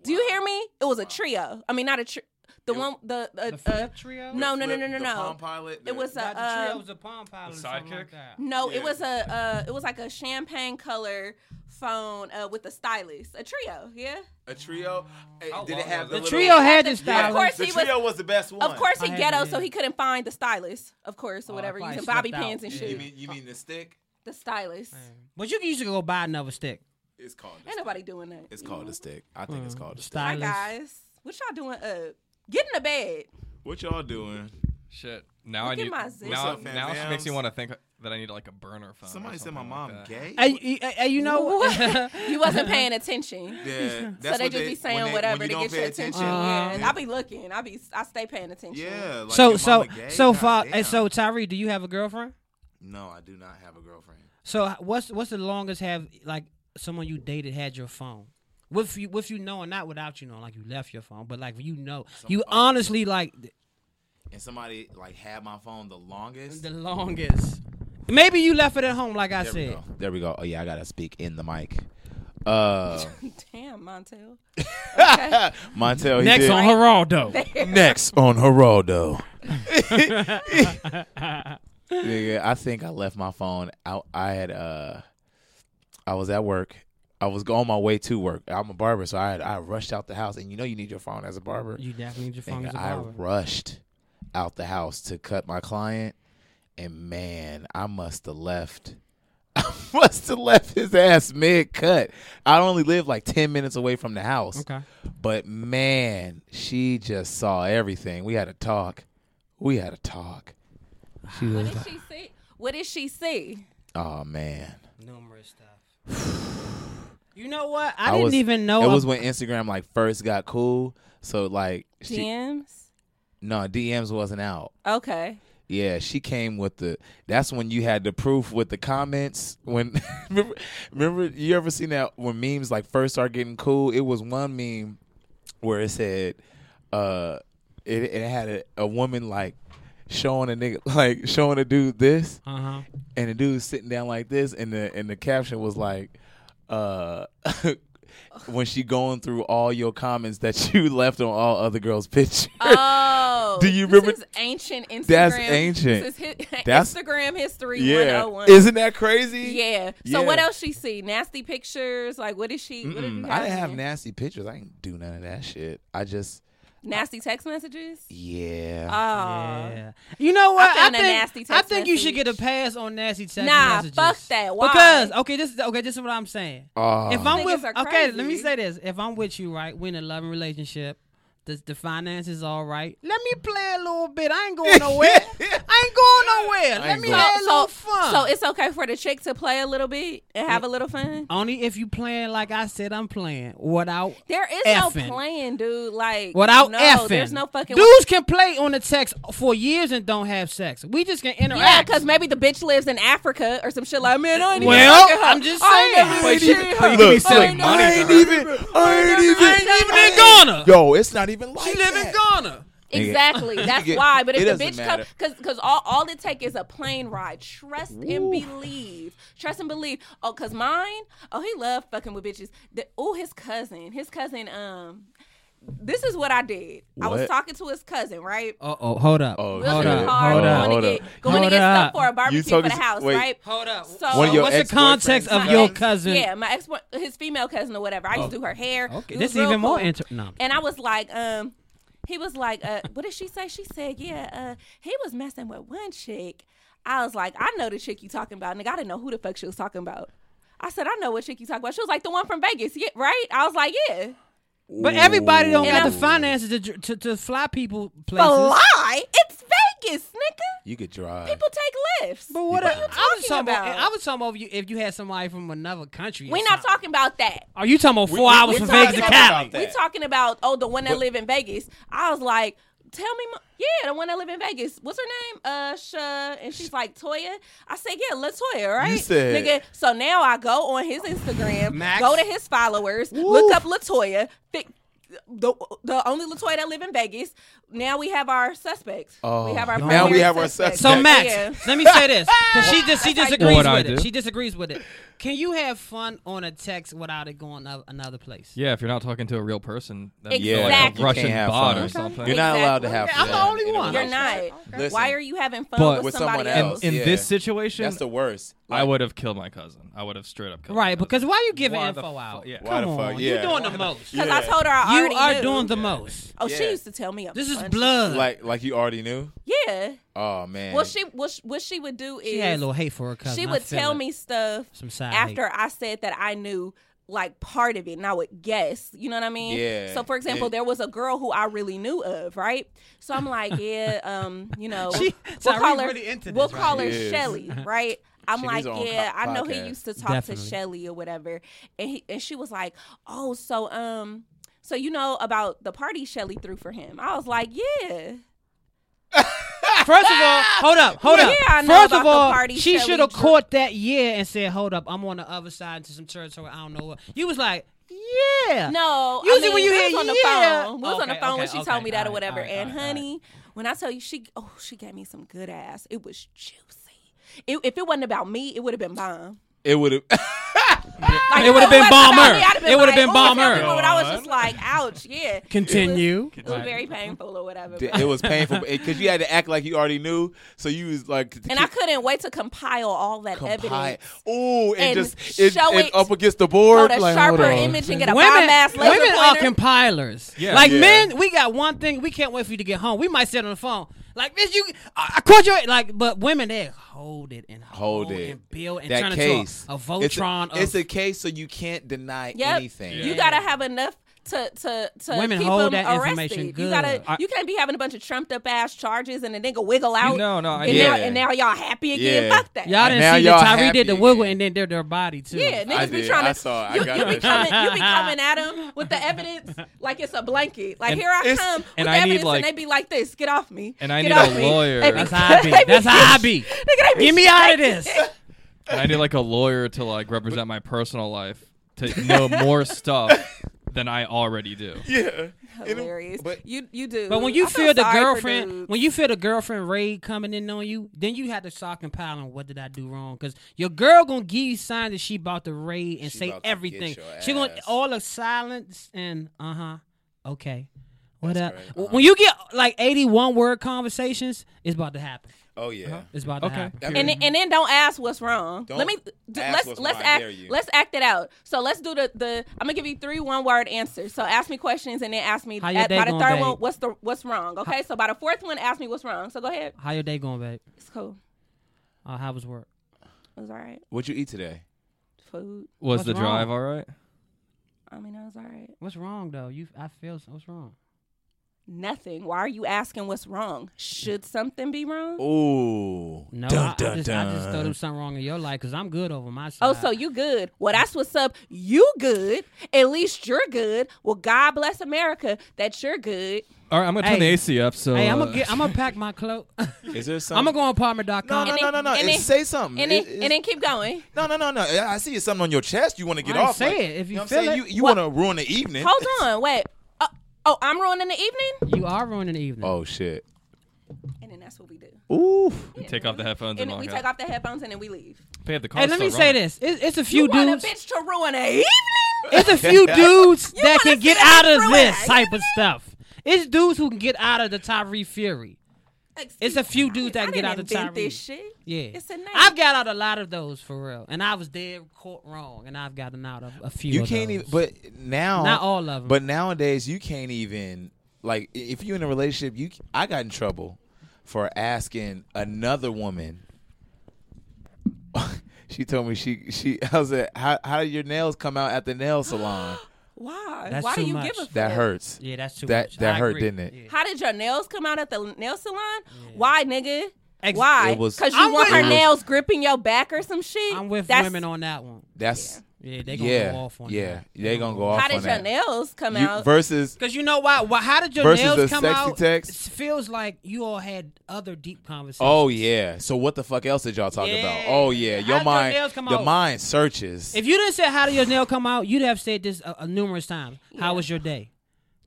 [SPEAKER 8] Do you hear me? It was a trio. I mean, not a trio. The one the, the, uh,
[SPEAKER 4] trio.
[SPEAKER 8] no no no
[SPEAKER 11] Flip
[SPEAKER 8] no
[SPEAKER 11] the
[SPEAKER 8] no
[SPEAKER 11] Palm
[SPEAKER 8] no.
[SPEAKER 11] Pilot.
[SPEAKER 8] It was a
[SPEAKER 4] the
[SPEAKER 8] uh,
[SPEAKER 4] trio was a palm pilot.
[SPEAKER 12] The
[SPEAKER 4] or something like
[SPEAKER 12] sidekick?
[SPEAKER 4] that.
[SPEAKER 8] No,
[SPEAKER 11] Yeah.
[SPEAKER 8] it was a uh, it was like a champagne color phone uh, with a stylus, a trio. Yeah,
[SPEAKER 11] a trio. Hey,
[SPEAKER 12] How
[SPEAKER 11] did it
[SPEAKER 12] long
[SPEAKER 11] have
[SPEAKER 12] was
[SPEAKER 11] the
[SPEAKER 4] The
[SPEAKER 11] little-
[SPEAKER 4] trio had this
[SPEAKER 11] Yeah,
[SPEAKER 4] style.
[SPEAKER 8] Of course
[SPEAKER 11] the
[SPEAKER 8] he was-
[SPEAKER 11] trio was, the best one.
[SPEAKER 8] of course
[SPEAKER 4] I
[SPEAKER 8] he
[SPEAKER 4] had
[SPEAKER 8] ghetto,
[SPEAKER 4] it,
[SPEAKER 8] so
[SPEAKER 4] yeah.
[SPEAKER 8] he couldn't find the stylus, of course, or
[SPEAKER 4] Oh, I
[SPEAKER 8] whatever,
[SPEAKER 4] probably
[SPEAKER 8] using bobby
[SPEAKER 4] slipped
[SPEAKER 8] pins
[SPEAKER 4] out.
[SPEAKER 8] and
[SPEAKER 4] Yeah.
[SPEAKER 8] shit.
[SPEAKER 11] You mean you mean the stick?
[SPEAKER 8] the stylus.
[SPEAKER 4] But you can usually go buy another stick. Mm.
[SPEAKER 11] It's called. The
[SPEAKER 8] Ain't
[SPEAKER 11] stick.
[SPEAKER 8] nobody doing that.
[SPEAKER 11] It's
[SPEAKER 8] you
[SPEAKER 11] called
[SPEAKER 4] Mm-hmm.
[SPEAKER 8] know?
[SPEAKER 11] a stick. I think it's called a stick.
[SPEAKER 4] Style.
[SPEAKER 8] Hi guys, what y'all doing up? Get in the bed.
[SPEAKER 11] What y'all doing?
[SPEAKER 12] Shit. Now
[SPEAKER 8] Look
[SPEAKER 12] I
[SPEAKER 8] at
[SPEAKER 12] need.
[SPEAKER 8] my zip.
[SPEAKER 12] now
[SPEAKER 11] What's up,
[SPEAKER 12] now she
[SPEAKER 11] fam
[SPEAKER 12] makes me
[SPEAKER 11] fams?
[SPEAKER 12] want to think that I need like a burner phone. or
[SPEAKER 11] Somebody said my
[SPEAKER 12] something
[SPEAKER 11] mom
[SPEAKER 12] like that.
[SPEAKER 11] gay.
[SPEAKER 4] Hey, you- hey, hey, you know what?
[SPEAKER 8] You wasn't paying attention.
[SPEAKER 11] Yeah, that's
[SPEAKER 8] so they
[SPEAKER 11] what
[SPEAKER 8] just be saying
[SPEAKER 11] when they-
[SPEAKER 8] whatever
[SPEAKER 11] when you don't
[SPEAKER 8] to get
[SPEAKER 11] pay
[SPEAKER 8] your attention.
[SPEAKER 4] Uh-huh.
[SPEAKER 8] yeah, I be looking. I be I stay paying attention.
[SPEAKER 11] Yeah. Like
[SPEAKER 4] so
[SPEAKER 11] your
[SPEAKER 4] so
[SPEAKER 11] mama gay?
[SPEAKER 4] so
[SPEAKER 11] God
[SPEAKER 4] far
[SPEAKER 11] damn.
[SPEAKER 4] and so Tyree, do you have a girlfriend?
[SPEAKER 11] No, I do not have a girlfriend.
[SPEAKER 4] So h- what's what's the longest have like someone you dated had your phone? With you with you knowing, not without you knowing, like you left your phone, but like you know, you honestly like th-
[SPEAKER 11] And somebody like had my phone the longest.
[SPEAKER 4] the longest. Maybe you left it at home, like I
[SPEAKER 11] there we
[SPEAKER 4] said.
[SPEAKER 11] go. There we go. Oh yeah, I gotta speak in the mic.
[SPEAKER 1] Uh,
[SPEAKER 8] Damn, Montel.
[SPEAKER 11] Montel. he
[SPEAKER 4] Next
[SPEAKER 11] did-
[SPEAKER 4] on Geraldo.
[SPEAKER 11] Next on Geraldo. Nigga, I think I left my phone. I, I had uh, I was at work. I was on my way to work. I'm a barber, so I had, I rushed out the house, and you know you need your phone as a barber.
[SPEAKER 4] You definitely need your phone
[SPEAKER 11] Nigga,
[SPEAKER 4] as a
[SPEAKER 11] I
[SPEAKER 4] barber.
[SPEAKER 11] rushed out the house to cut my client, and man, I must have left. I must have left his ass mid cut. I only live like ten minutes away from the house.
[SPEAKER 4] Okay.
[SPEAKER 11] But man, she just saw everything. We had a talk. We had a talk. She
[SPEAKER 8] What
[SPEAKER 11] was
[SPEAKER 4] Ah,
[SPEAKER 8] did she see? What did she see?
[SPEAKER 11] oh man.
[SPEAKER 4] Numerous stuff. You know what? I,
[SPEAKER 11] I
[SPEAKER 4] didn't
[SPEAKER 11] was-
[SPEAKER 4] even know.
[SPEAKER 11] it was
[SPEAKER 4] ab-
[SPEAKER 11] when Instagram like first got cool. So like she,
[SPEAKER 8] DMs.
[SPEAKER 11] no DMs wasn't out.
[SPEAKER 8] Okay.
[SPEAKER 11] Yeah, she came with the. That's when you had the proof with the comments. When remember, remember, you ever seen that when memes like first start getting cool? It was one meme where it said, uh, it, it had a, a woman like showing a nigga like showing a dude this,
[SPEAKER 4] uh-huh.
[SPEAKER 11] and the dude's sitting down like this, and the and the caption was like, uh. When she going through all your comments that you left on all other girls' pictures,
[SPEAKER 8] Oh,
[SPEAKER 11] Do you
[SPEAKER 8] this
[SPEAKER 11] remember-
[SPEAKER 8] is ancient Instagram.
[SPEAKER 11] That's ancient.
[SPEAKER 8] This is hi-
[SPEAKER 11] That's-
[SPEAKER 8] Instagram history.
[SPEAKER 11] yeah,
[SPEAKER 8] 101.
[SPEAKER 11] isn't that crazy?
[SPEAKER 8] Yeah. So what
[SPEAKER 11] Yeah.
[SPEAKER 8] else she see? Nasty pictures. Like what did she? What did you
[SPEAKER 11] Mm-mm. I didn't have nasty pictures. I didn't do none of that shit. I just,
[SPEAKER 8] nasty text messages.
[SPEAKER 11] yeah.
[SPEAKER 8] Oh.
[SPEAKER 4] Yeah. You know what? I,
[SPEAKER 8] found a
[SPEAKER 4] think,
[SPEAKER 8] nasty
[SPEAKER 4] I
[SPEAKER 8] text
[SPEAKER 4] think you should
[SPEAKER 8] message.
[SPEAKER 4] get a pass on nasty text
[SPEAKER 8] Nah,
[SPEAKER 4] messages.
[SPEAKER 8] fuck that. Why?
[SPEAKER 4] Because okay, this is okay. This is what I'm saying.
[SPEAKER 2] Uh,
[SPEAKER 11] Oh.
[SPEAKER 4] if I'm
[SPEAKER 8] Niggas
[SPEAKER 4] with
[SPEAKER 8] are
[SPEAKER 4] okay, let me
[SPEAKER 8] crazy.
[SPEAKER 4] say this. If I'm with you, right, we in a loving relationship. The, the finances all right. Let me play a little bit. I ain't going nowhere. I ain't going nowhere. Let
[SPEAKER 11] ain't
[SPEAKER 4] me
[SPEAKER 11] going-
[SPEAKER 4] have a little
[SPEAKER 8] So,
[SPEAKER 4] fun.
[SPEAKER 8] so it's okay for the chick to play a little bit and have a little fun.
[SPEAKER 4] only if you playing like I said I'm playing without
[SPEAKER 8] There is
[SPEAKER 4] Effing.
[SPEAKER 8] no plan, dude. Like
[SPEAKER 4] without
[SPEAKER 8] no,
[SPEAKER 4] effing.
[SPEAKER 8] There's no fucking
[SPEAKER 4] dudes can play on the text for years and don't have sex. We just can interact.
[SPEAKER 8] Yeah, because maybe the bitch lives in Africa or some shit like man. I ain't
[SPEAKER 4] Well,
[SPEAKER 8] even fucking her.
[SPEAKER 4] I'm just
[SPEAKER 8] I ain't
[SPEAKER 4] saying.
[SPEAKER 8] never even
[SPEAKER 4] Oh,
[SPEAKER 8] seen her.
[SPEAKER 11] Look,
[SPEAKER 8] I ain't
[SPEAKER 11] look,
[SPEAKER 8] never
[SPEAKER 11] I
[SPEAKER 8] even-
[SPEAKER 11] ain't even, I ain't even,
[SPEAKER 4] I ain't even in Ghana.
[SPEAKER 11] Yo, it's not even like
[SPEAKER 4] She live in
[SPEAKER 11] that.
[SPEAKER 4] Ghana.
[SPEAKER 8] Exactly. That's
[SPEAKER 11] get-
[SPEAKER 8] why. But
[SPEAKER 11] it
[SPEAKER 8] if the
[SPEAKER 11] doesn't
[SPEAKER 8] bitch
[SPEAKER 11] matter.
[SPEAKER 8] comes, because because all, all it take is a plane ride. Trust and believe. Trust and believe. Oh, cause mine. Oh, he love fucking with bitches. The, oh, his cousin. His cousin. Um, this is what I did. I was
[SPEAKER 11] What?
[SPEAKER 8] talking to his cousin, right?
[SPEAKER 4] Uh oh, hold up.
[SPEAKER 11] Oh,
[SPEAKER 8] Real
[SPEAKER 4] hold
[SPEAKER 8] shit
[SPEAKER 4] up,
[SPEAKER 8] hard.
[SPEAKER 4] hold up,
[SPEAKER 8] going
[SPEAKER 11] hold
[SPEAKER 8] to
[SPEAKER 11] up.
[SPEAKER 8] get, going to
[SPEAKER 4] Hold
[SPEAKER 8] get
[SPEAKER 4] up.
[SPEAKER 8] stuff for a
[SPEAKER 11] You
[SPEAKER 8] barbecue for
[SPEAKER 11] talking
[SPEAKER 8] the
[SPEAKER 11] to-
[SPEAKER 8] house,
[SPEAKER 11] wait.
[SPEAKER 8] right?
[SPEAKER 4] Hold up.
[SPEAKER 8] So
[SPEAKER 11] One of your
[SPEAKER 4] What's the
[SPEAKER 11] ex-boyfriends
[SPEAKER 4] context of
[SPEAKER 8] my
[SPEAKER 4] your
[SPEAKER 8] ex-
[SPEAKER 4] cousin? Oh.
[SPEAKER 8] Yeah, my ex, his female cousin or whatever. I used to do her hair.
[SPEAKER 4] Okay,
[SPEAKER 8] We
[SPEAKER 4] this
[SPEAKER 8] was
[SPEAKER 4] is
[SPEAKER 8] real
[SPEAKER 4] even more
[SPEAKER 8] cool.
[SPEAKER 4] interesting. No,
[SPEAKER 8] And I was like, um, he was like, uh, what did she say? She said, yeah, uh, he was messing with one chick. I was like, I know the chick you talking about. Nigga, I didn't know who the fuck she was talking about. I said, I know what chick you talking about. She was like, the one from Vegas, yeah, right? I was like, yeah.
[SPEAKER 4] but everybody don't
[SPEAKER 8] And
[SPEAKER 4] got the
[SPEAKER 8] I'm-
[SPEAKER 4] finances to, dr- to to fly people
[SPEAKER 8] A
[SPEAKER 4] places.
[SPEAKER 8] lie? It's Vegas, nigga.
[SPEAKER 11] You could drive.
[SPEAKER 8] People take lifts.
[SPEAKER 4] But what, I, I was
[SPEAKER 8] talking
[SPEAKER 4] talking about,
[SPEAKER 8] about?
[SPEAKER 4] I was talking about you if you had somebody from another country. or
[SPEAKER 8] We're not
[SPEAKER 4] something.
[SPEAKER 8] talking about that.
[SPEAKER 4] Are you talking about four
[SPEAKER 11] we-
[SPEAKER 4] hours
[SPEAKER 11] we
[SPEAKER 4] from
[SPEAKER 11] talking
[SPEAKER 4] Vegas to
[SPEAKER 11] about
[SPEAKER 4] Cali?
[SPEAKER 11] that.
[SPEAKER 8] We talking about oh the one that
[SPEAKER 11] But-
[SPEAKER 8] live in Vegas. I was like, tell me, mo- yeah, the one that live in Vegas. What's her name? Uh, Sha, and she's like Toya. I said, yeah, Latoya, right?
[SPEAKER 11] said-
[SPEAKER 8] nigga. So now I go on his Instagram,
[SPEAKER 4] Max?
[SPEAKER 8] go to his followers, look up Latoya. Fi- the, the only Latoya that live in Vegas. Now we have our suspects.
[SPEAKER 11] Oh,
[SPEAKER 8] we have our
[SPEAKER 11] now
[SPEAKER 8] primary
[SPEAKER 11] we have our
[SPEAKER 4] So
[SPEAKER 11] Yeah.
[SPEAKER 4] Max,
[SPEAKER 8] Yeah.
[SPEAKER 4] let me say this because she just she disagrees
[SPEAKER 3] What I
[SPEAKER 4] with it.
[SPEAKER 3] do?
[SPEAKER 4] She disagrees with it. Can you have fun on a text without it going to another place?
[SPEAKER 3] Yeah, if you're not talking to a real person, that'd
[SPEAKER 8] be
[SPEAKER 11] yeah,
[SPEAKER 8] like a
[SPEAKER 3] like
[SPEAKER 8] Exactly.
[SPEAKER 3] a
[SPEAKER 11] you
[SPEAKER 3] Russian
[SPEAKER 11] can't have
[SPEAKER 3] bot
[SPEAKER 11] fun.
[SPEAKER 3] or something.
[SPEAKER 11] You're not allowed to have.
[SPEAKER 8] Exactly.
[SPEAKER 4] I'm the
[SPEAKER 11] fun
[SPEAKER 4] only
[SPEAKER 11] in a
[SPEAKER 4] one.
[SPEAKER 8] You're
[SPEAKER 11] relationship.
[SPEAKER 8] not.
[SPEAKER 11] Listen.
[SPEAKER 8] Why are you having fun
[SPEAKER 3] But-
[SPEAKER 8] with
[SPEAKER 11] With
[SPEAKER 8] somebody
[SPEAKER 11] someone
[SPEAKER 8] else?
[SPEAKER 11] else.
[SPEAKER 3] in, in
[SPEAKER 11] Yeah.
[SPEAKER 3] this situation,
[SPEAKER 11] That's the worst.
[SPEAKER 3] I would have killed my cousin. I would have straight up killed.
[SPEAKER 4] Right,
[SPEAKER 3] my
[SPEAKER 4] because
[SPEAKER 3] cousin.
[SPEAKER 4] why you giving
[SPEAKER 3] Why the
[SPEAKER 4] info
[SPEAKER 3] fu-
[SPEAKER 4] out?
[SPEAKER 3] yeah.
[SPEAKER 11] Why the
[SPEAKER 4] Come
[SPEAKER 11] fuck,
[SPEAKER 4] on,
[SPEAKER 11] yeah.
[SPEAKER 4] You're doing
[SPEAKER 11] Why
[SPEAKER 4] the
[SPEAKER 11] the-
[SPEAKER 4] most.
[SPEAKER 8] Because
[SPEAKER 11] Yeah.
[SPEAKER 8] I told her I
[SPEAKER 4] You
[SPEAKER 8] already
[SPEAKER 4] are
[SPEAKER 8] knew.
[SPEAKER 4] doing the most.
[SPEAKER 8] Oh, she
[SPEAKER 11] Yeah.
[SPEAKER 8] used to tell me. A
[SPEAKER 4] This is
[SPEAKER 8] bunch of-
[SPEAKER 4] blood.
[SPEAKER 11] Like, like you already knew.
[SPEAKER 8] Yeah.
[SPEAKER 11] Oh man.
[SPEAKER 8] Well, she what she, what she would do is
[SPEAKER 4] she had a little hate for her cousin.
[SPEAKER 8] she
[SPEAKER 4] I
[SPEAKER 8] would
[SPEAKER 4] feel
[SPEAKER 8] tell
[SPEAKER 4] it.
[SPEAKER 8] me stuff
[SPEAKER 4] some side hate.
[SPEAKER 8] after I said that I knew like part of it, and I would guess. You know what I mean?
[SPEAKER 11] Yeah.
[SPEAKER 8] So, for example,
[SPEAKER 11] And-
[SPEAKER 8] there was a girl who I really knew of, right? So I'm like, yeah, um, you know,
[SPEAKER 4] She-
[SPEAKER 8] we'll
[SPEAKER 4] Tyree
[SPEAKER 8] call her
[SPEAKER 4] really into this
[SPEAKER 8] we'll
[SPEAKER 4] right
[SPEAKER 8] call
[SPEAKER 11] now.
[SPEAKER 8] her
[SPEAKER 11] Yes.
[SPEAKER 8] Shelly, right? I'm
[SPEAKER 11] She
[SPEAKER 8] like,
[SPEAKER 11] needs her own
[SPEAKER 8] yeah,
[SPEAKER 11] co-
[SPEAKER 8] I know he
[SPEAKER 11] podcast.
[SPEAKER 8] used to talk
[SPEAKER 4] Definitely.
[SPEAKER 8] to Shelly or whatever, and he, and she was like, oh, so um, so you know about the party Shelly threw for him? I was like, yeah.
[SPEAKER 4] First of all, hold up, hold
[SPEAKER 8] Well,
[SPEAKER 4] up.
[SPEAKER 8] yeah, I know
[SPEAKER 4] First
[SPEAKER 8] about
[SPEAKER 4] of
[SPEAKER 8] the
[SPEAKER 4] all,
[SPEAKER 8] party
[SPEAKER 4] she
[SPEAKER 8] Shelly
[SPEAKER 4] should have
[SPEAKER 8] dri-
[SPEAKER 4] caught that year and said, "Hold up, I'm on the other side to some territory. I don't know what." You was like, "Yeah,
[SPEAKER 8] No, I
[SPEAKER 4] Usually
[SPEAKER 8] mean,
[SPEAKER 4] when you
[SPEAKER 8] we
[SPEAKER 4] hear
[SPEAKER 8] was on the
[SPEAKER 4] yeah-
[SPEAKER 8] phone. We was on the
[SPEAKER 4] Okay,
[SPEAKER 8] phone when
[SPEAKER 4] okay,
[SPEAKER 8] she
[SPEAKER 4] okay,
[SPEAKER 8] told me that or
[SPEAKER 4] alright,
[SPEAKER 8] whatever.
[SPEAKER 4] alright,
[SPEAKER 8] and
[SPEAKER 4] alright,
[SPEAKER 8] honey, when I tell you she oh she gave me some good ass. It was juicy. It, if it wasn't about me, it would have been bomb.
[SPEAKER 11] it would have.
[SPEAKER 8] Like,
[SPEAKER 4] It would've been
[SPEAKER 8] wasn't about
[SPEAKER 4] Balmer.
[SPEAKER 8] me, I'd've
[SPEAKER 4] It would've
[SPEAKER 8] like,
[SPEAKER 4] been
[SPEAKER 8] "Ooh, it's
[SPEAKER 4] Balmer."
[SPEAKER 8] everywhere," But I was just like, ouch, yeah.
[SPEAKER 4] Continue.
[SPEAKER 8] It was, it was very painful or whatever.
[SPEAKER 11] D-
[SPEAKER 8] but-
[SPEAKER 11] It was painful because you had to act like you already knew. So you was like,
[SPEAKER 8] and I couldn't wait to compile all that
[SPEAKER 11] comply.
[SPEAKER 8] evidence.
[SPEAKER 11] Ooh, and,
[SPEAKER 8] and
[SPEAKER 11] just it,
[SPEAKER 8] show
[SPEAKER 11] and
[SPEAKER 8] it.
[SPEAKER 11] up against the
[SPEAKER 8] Go
[SPEAKER 11] board.
[SPEAKER 8] to
[SPEAKER 11] like, hold
[SPEAKER 8] sharper
[SPEAKER 11] on.
[SPEAKER 8] image and get a
[SPEAKER 4] women,
[SPEAKER 8] bomb ass laser
[SPEAKER 4] women are
[SPEAKER 8] pointer.
[SPEAKER 4] compilers.
[SPEAKER 12] Yeah.
[SPEAKER 4] Like
[SPEAKER 11] Yeah.
[SPEAKER 4] men, we got one thing. We can't wait for you to get home. We might sit on the phone. Like, bitch, you, I, I caught you. Like, but women, they hold it and
[SPEAKER 11] Hold
[SPEAKER 4] hold,
[SPEAKER 11] it.
[SPEAKER 4] and build and
[SPEAKER 11] that
[SPEAKER 4] turn
[SPEAKER 11] case.
[SPEAKER 4] into a, a
[SPEAKER 11] It's a-
[SPEAKER 4] Voltron
[SPEAKER 11] It's a,
[SPEAKER 4] of
[SPEAKER 11] case, so you can't deny
[SPEAKER 8] Yep.
[SPEAKER 11] anything.
[SPEAKER 8] You gotta have enough to to to
[SPEAKER 4] Women
[SPEAKER 8] keep
[SPEAKER 4] hold
[SPEAKER 8] them
[SPEAKER 4] that
[SPEAKER 8] arrested.
[SPEAKER 4] information
[SPEAKER 8] You
[SPEAKER 4] good.
[SPEAKER 8] gotta
[SPEAKER 3] I-
[SPEAKER 8] you can't be having a bunch of trumped up ass charges and a nigga wiggle out.
[SPEAKER 3] No, no, I
[SPEAKER 8] and,
[SPEAKER 11] Yeah.
[SPEAKER 8] now, and now y'all happy again.
[SPEAKER 11] Yeah.
[SPEAKER 8] Fuck that.
[SPEAKER 4] Y'all didn't
[SPEAKER 11] Now
[SPEAKER 4] see
[SPEAKER 11] y'all
[SPEAKER 4] that Tyree
[SPEAKER 11] happy
[SPEAKER 4] did the wiggle
[SPEAKER 11] again.
[SPEAKER 4] and then did their body too.
[SPEAKER 8] Yeah, niggas
[SPEAKER 11] I
[SPEAKER 8] be
[SPEAKER 11] did.
[SPEAKER 8] trying to.
[SPEAKER 11] I saw it. I
[SPEAKER 8] you,
[SPEAKER 11] got
[SPEAKER 8] you be
[SPEAKER 11] that
[SPEAKER 8] coming. You be coming at them with the evidence like it's a blanket. Like
[SPEAKER 3] And
[SPEAKER 8] here I
[SPEAKER 3] it's-
[SPEAKER 8] come
[SPEAKER 3] and
[SPEAKER 8] with
[SPEAKER 3] I need,
[SPEAKER 8] evidence,
[SPEAKER 3] like-
[SPEAKER 8] and they be like this. Get off me.
[SPEAKER 3] and I
[SPEAKER 8] Get
[SPEAKER 3] need a
[SPEAKER 8] off me."
[SPEAKER 3] lawyer.
[SPEAKER 8] They be-
[SPEAKER 4] That's how I be.
[SPEAKER 8] they
[SPEAKER 4] That's how I be.
[SPEAKER 8] Nigga, they be
[SPEAKER 4] Get me out of
[SPEAKER 8] shaking.
[SPEAKER 4] this.
[SPEAKER 12] And I need like a lawyer to like represent my personal life to know more stuff than I already do.
[SPEAKER 11] Yeah.
[SPEAKER 8] Hilarious.
[SPEAKER 11] but-
[SPEAKER 8] you you do.
[SPEAKER 4] But when you
[SPEAKER 8] I
[SPEAKER 4] feel the
[SPEAKER 8] sorry for
[SPEAKER 4] girlfriend,
[SPEAKER 8] dudes.
[SPEAKER 4] when you feel the girlfriend raid coming in on you, then you have to sock and pile on what did I do wrong? Because your girl gonna give you signs that she about to raid and
[SPEAKER 11] She
[SPEAKER 4] say
[SPEAKER 11] about to get
[SPEAKER 4] everything.
[SPEAKER 11] your
[SPEAKER 4] She gonna
[SPEAKER 11] ass.
[SPEAKER 4] all the silence and uh huh, okay, what
[SPEAKER 11] That's
[SPEAKER 4] up?
[SPEAKER 11] great.
[SPEAKER 4] W- When you get like eighty one word conversations, it's about to happen.
[SPEAKER 11] Oh
[SPEAKER 8] Uh-huh.
[SPEAKER 11] yeah.
[SPEAKER 4] It's about to
[SPEAKER 3] Okay.
[SPEAKER 4] happen.
[SPEAKER 11] That
[SPEAKER 8] and then,
[SPEAKER 11] makes-
[SPEAKER 8] and then don't ask what's wrong.
[SPEAKER 11] Don't
[SPEAKER 8] let me d-
[SPEAKER 11] ask
[SPEAKER 8] let's
[SPEAKER 11] what's
[SPEAKER 8] let's
[SPEAKER 11] wrong. I
[SPEAKER 8] act
[SPEAKER 11] dare you.
[SPEAKER 8] let's act it out. So let's do the the I'm gonna give you three one word answers. So ask me questions and then ask me
[SPEAKER 4] How your
[SPEAKER 8] at-
[SPEAKER 4] day
[SPEAKER 8] by the
[SPEAKER 4] going,
[SPEAKER 8] third
[SPEAKER 4] babe?
[SPEAKER 8] one what's the what's wrong. Okay, so by the fourth one ask me what's wrong. So go ahead.
[SPEAKER 4] How your day going, babe?
[SPEAKER 8] It's cool.
[SPEAKER 4] Uh, how was work?
[SPEAKER 8] It was all right.
[SPEAKER 11] What'd you eat today?
[SPEAKER 8] Food.
[SPEAKER 12] Was
[SPEAKER 4] What's
[SPEAKER 12] the
[SPEAKER 4] wrong?
[SPEAKER 12] drive all right?
[SPEAKER 8] I mean, I was all right.
[SPEAKER 4] What's wrong though? You, I feel so- what's wrong.
[SPEAKER 8] Nothing. Why are you asking what's wrong? Should something be wrong?
[SPEAKER 11] Oh, Ooh.
[SPEAKER 4] No,
[SPEAKER 11] Dun,
[SPEAKER 4] I,
[SPEAKER 11] dun,
[SPEAKER 4] I just, I just
[SPEAKER 11] dun.
[SPEAKER 4] thought there was something wrong in your life because I'm good over my side.
[SPEAKER 8] Oh, so you good. Well, that's what's up. You good. At least you're good. Well, God bless America that you're good.
[SPEAKER 12] All right, I'm gonna turn
[SPEAKER 4] Hey.
[SPEAKER 12] the AC up. So
[SPEAKER 4] Hey, I'm
[SPEAKER 12] uh,
[SPEAKER 4] gonna get, I'm gonna pack my clothes.
[SPEAKER 11] Is there something?
[SPEAKER 4] I'm gonna go on Palmer.com.
[SPEAKER 11] No, no,
[SPEAKER 8] And
[SPEAKER 11] no,
[SPEAKER 8] then-
[SPEAKER 11] no, no.
[SPEAKER 8] and
[SPEAKER 11] It's-
[SPEAKER 8] then-
[SPEAKER 11] Say something.
[SPEAKER 8] And
[SPEAKER 11] It-
[SPEAKER 8] then,
[SPEAKER 11] it's-
[SPEAKER 8] and then keep going.
[SPEAKER 11] No, no, no, no. I I see it's something on your chest. You want to get
[SPEAKER 4] Well,
[SPEAKER 11] off.
[SPEAKER 4] say
[SPEAKER 11] like-
[SPEAKER 4] it if you
[SPEAKER 11] know what
[SPEAKER 4] feel
[SPEAKER 11] I'm saying?
[SPEAKER 4] it.
[SPEAKER 11] You, you
[SPEAKER 8] What-
[SPEAKER 11] want to ruin the evening.
[SPEAKER 8] Hold on, wait. Oh, oh, I'm ruining the evening,
[SPEAKER 4] You are ruining the evening.
[SPEAKER 11] Oh shit.
[SPEAKER 8] and then that's what we do.
[SPEAKER 11] Ooh.
[SPEAKER 12] take off the headphones and,
[SPEAKER 8] And we
[SPEAKER 12] walk
[SPEAKER 8] take
[SPEAKER 12] out.
[SPEAKER 8] off the headphones and then we leave.
[SPEAKER 12] Babe, the car's
[SPEAKER 4] hey, let me
[SPEAKER 12] still
[SPEAKER 4] say
[SPEAKER 12] running.
[SPEAKER 4] this: it's, it's a
[SPEAKER 8] You
[SPEAKER 4] few
[SPEAKER 8] want
[SPEAKER 4] dudes.
[SPEAKER 8] a bitch to ruin an evening?
[SPEAKER 4] It's a few dudes
[SPEAKER 8] You
[SPEAKER 4] that
[SPEAKER 8] wanna
[SPEAKER 4] can get
[SPEAKER 8] see a
[SPEAKER 4] out
[SPEAKER 8] bitch
[SPEAKER 4] of this
[SPEAKER 8] ruin?
[SPEAKER 4] type of stuff. It's dudes who can get out of the Tyree Fury.
[SPEAKER 8] Excuse
[SPEAKER 4] a few
[SPEAKER 8] me, I
[SPEAKER 4] dudes that
[SPEAKER 8] didn't-
[SPEAKER 4] get
[SPEAKER 8] I
[SPEAKER 4] out
[SPEAKER 8] didn't
[SPEAKER 4] the
[SPEAKER 8] invent this
[SPEAKER 4] Tyrese.
[SPEAKER 8] shit.
[SPEAKER 4] Yeah,
[SPEAKER 8] It's a name.
[SPEAKER 4] I've got out a lot of those for real, and I was dead caught wrong, and I've gotten out of a few.
[SPEAKER 11] You
[SPEAKER 4] of
[SPEAKER 11] can't
[SPEAKER 4] those.
[SPEAKER 11] even. But now.
[SPEAKER 4] Not all of 'em.
[SPEAKER 11] But nowadays you can't even like i- if you're in a relationship. You I got in trouble for asking another woman. she told me she she I was like, how how did your nails come out at the nail salon?
[SPEAKER 8] Why?
[SPEAKER 4] That's
[SPEAKER 8] Why do
[SPEAKER 4] too
[SPEAKER 8] you
[SPEAKER 4] much.
[SPEAKER 8] give a fuck?
[SPEAKER 11] that hurts.
[SPEAKER 4] yeah, that's too
[SPEAKER 11] That-
[SPEAKER 4] much.
[SPEAKER 11] that
[SPEAKER 4] I
[SPEAKER 11] hurt,
[SPEAKER 4] agree.
[SPEAKER 11] didn't it?
[SPEAKER 4] Yeah.
[SPEAKER 8] How did your nails come out at the nail salon? Why, nigga?
[SPEAKER 4] Ex-
[SPEAKER 8] Why?
[SPEAKER 11] It was-
[SPEAKER 8] Because you
[SPEAKER 4] I'm
[SPEAKER 8] want
[SPEAKER 4] with-
[SPEAKER 8] her
[SPEAKER 11] It was-
[SPEAKER 8] nails gripping your back or some shit?
[SPEAKER 4] I'm with
[SPEAKER 8] That's-
[SPEAKER 4] women on that one.
[SPEAKER 11] That's
[SPEAKER 4] Yeah, they gonna
[SPEAKER 11] yeah
[SPEAKER 4] go off on
[SPEAKER 11] yeah
[SPEAKER 4] that.
[SPEAKER 11] they gonna go off.
[SPEAKER 8] How did
[SPEAKER 11] on
[SPEAKER 8] your
[SPEAKER 11] that.
[SPEAKER 8] nails come
[SPEAKER 11] You-
[SPEAKER 8] out?
[SPEAKER 11] versus
[SPEAKER 4] Cause you know why? Why? How did your
[SPEAKER 11] Versus the
[SPEAKER 4] nails come
[SPEAKER 11] sexy
[SPEAKER 4] out?
[SPEAKER 11] text?
[SPEAKER 4] It feels like you all had other deep conversations.
[SPEAKER 11] Oh yeah. So what the fuck else did y'all talk about?
[SPEAKER 4] Yeah.
[SPEAKER 11] Oh yeah.
[SPEAKER 4] How'd
[SPEAKER 11] Your
[SPEAKER 4] your
[SPEAKER 11] mind,
[SPEAKER 4] nails come
[SPEAKER 11] the
[SPEAKER 4] out?
[SPEAKER 11] mind searches.
[SPEAKER 4] If you didn't say how did your nail come out, you'd have said this uh, uh, numerous times. How was your day?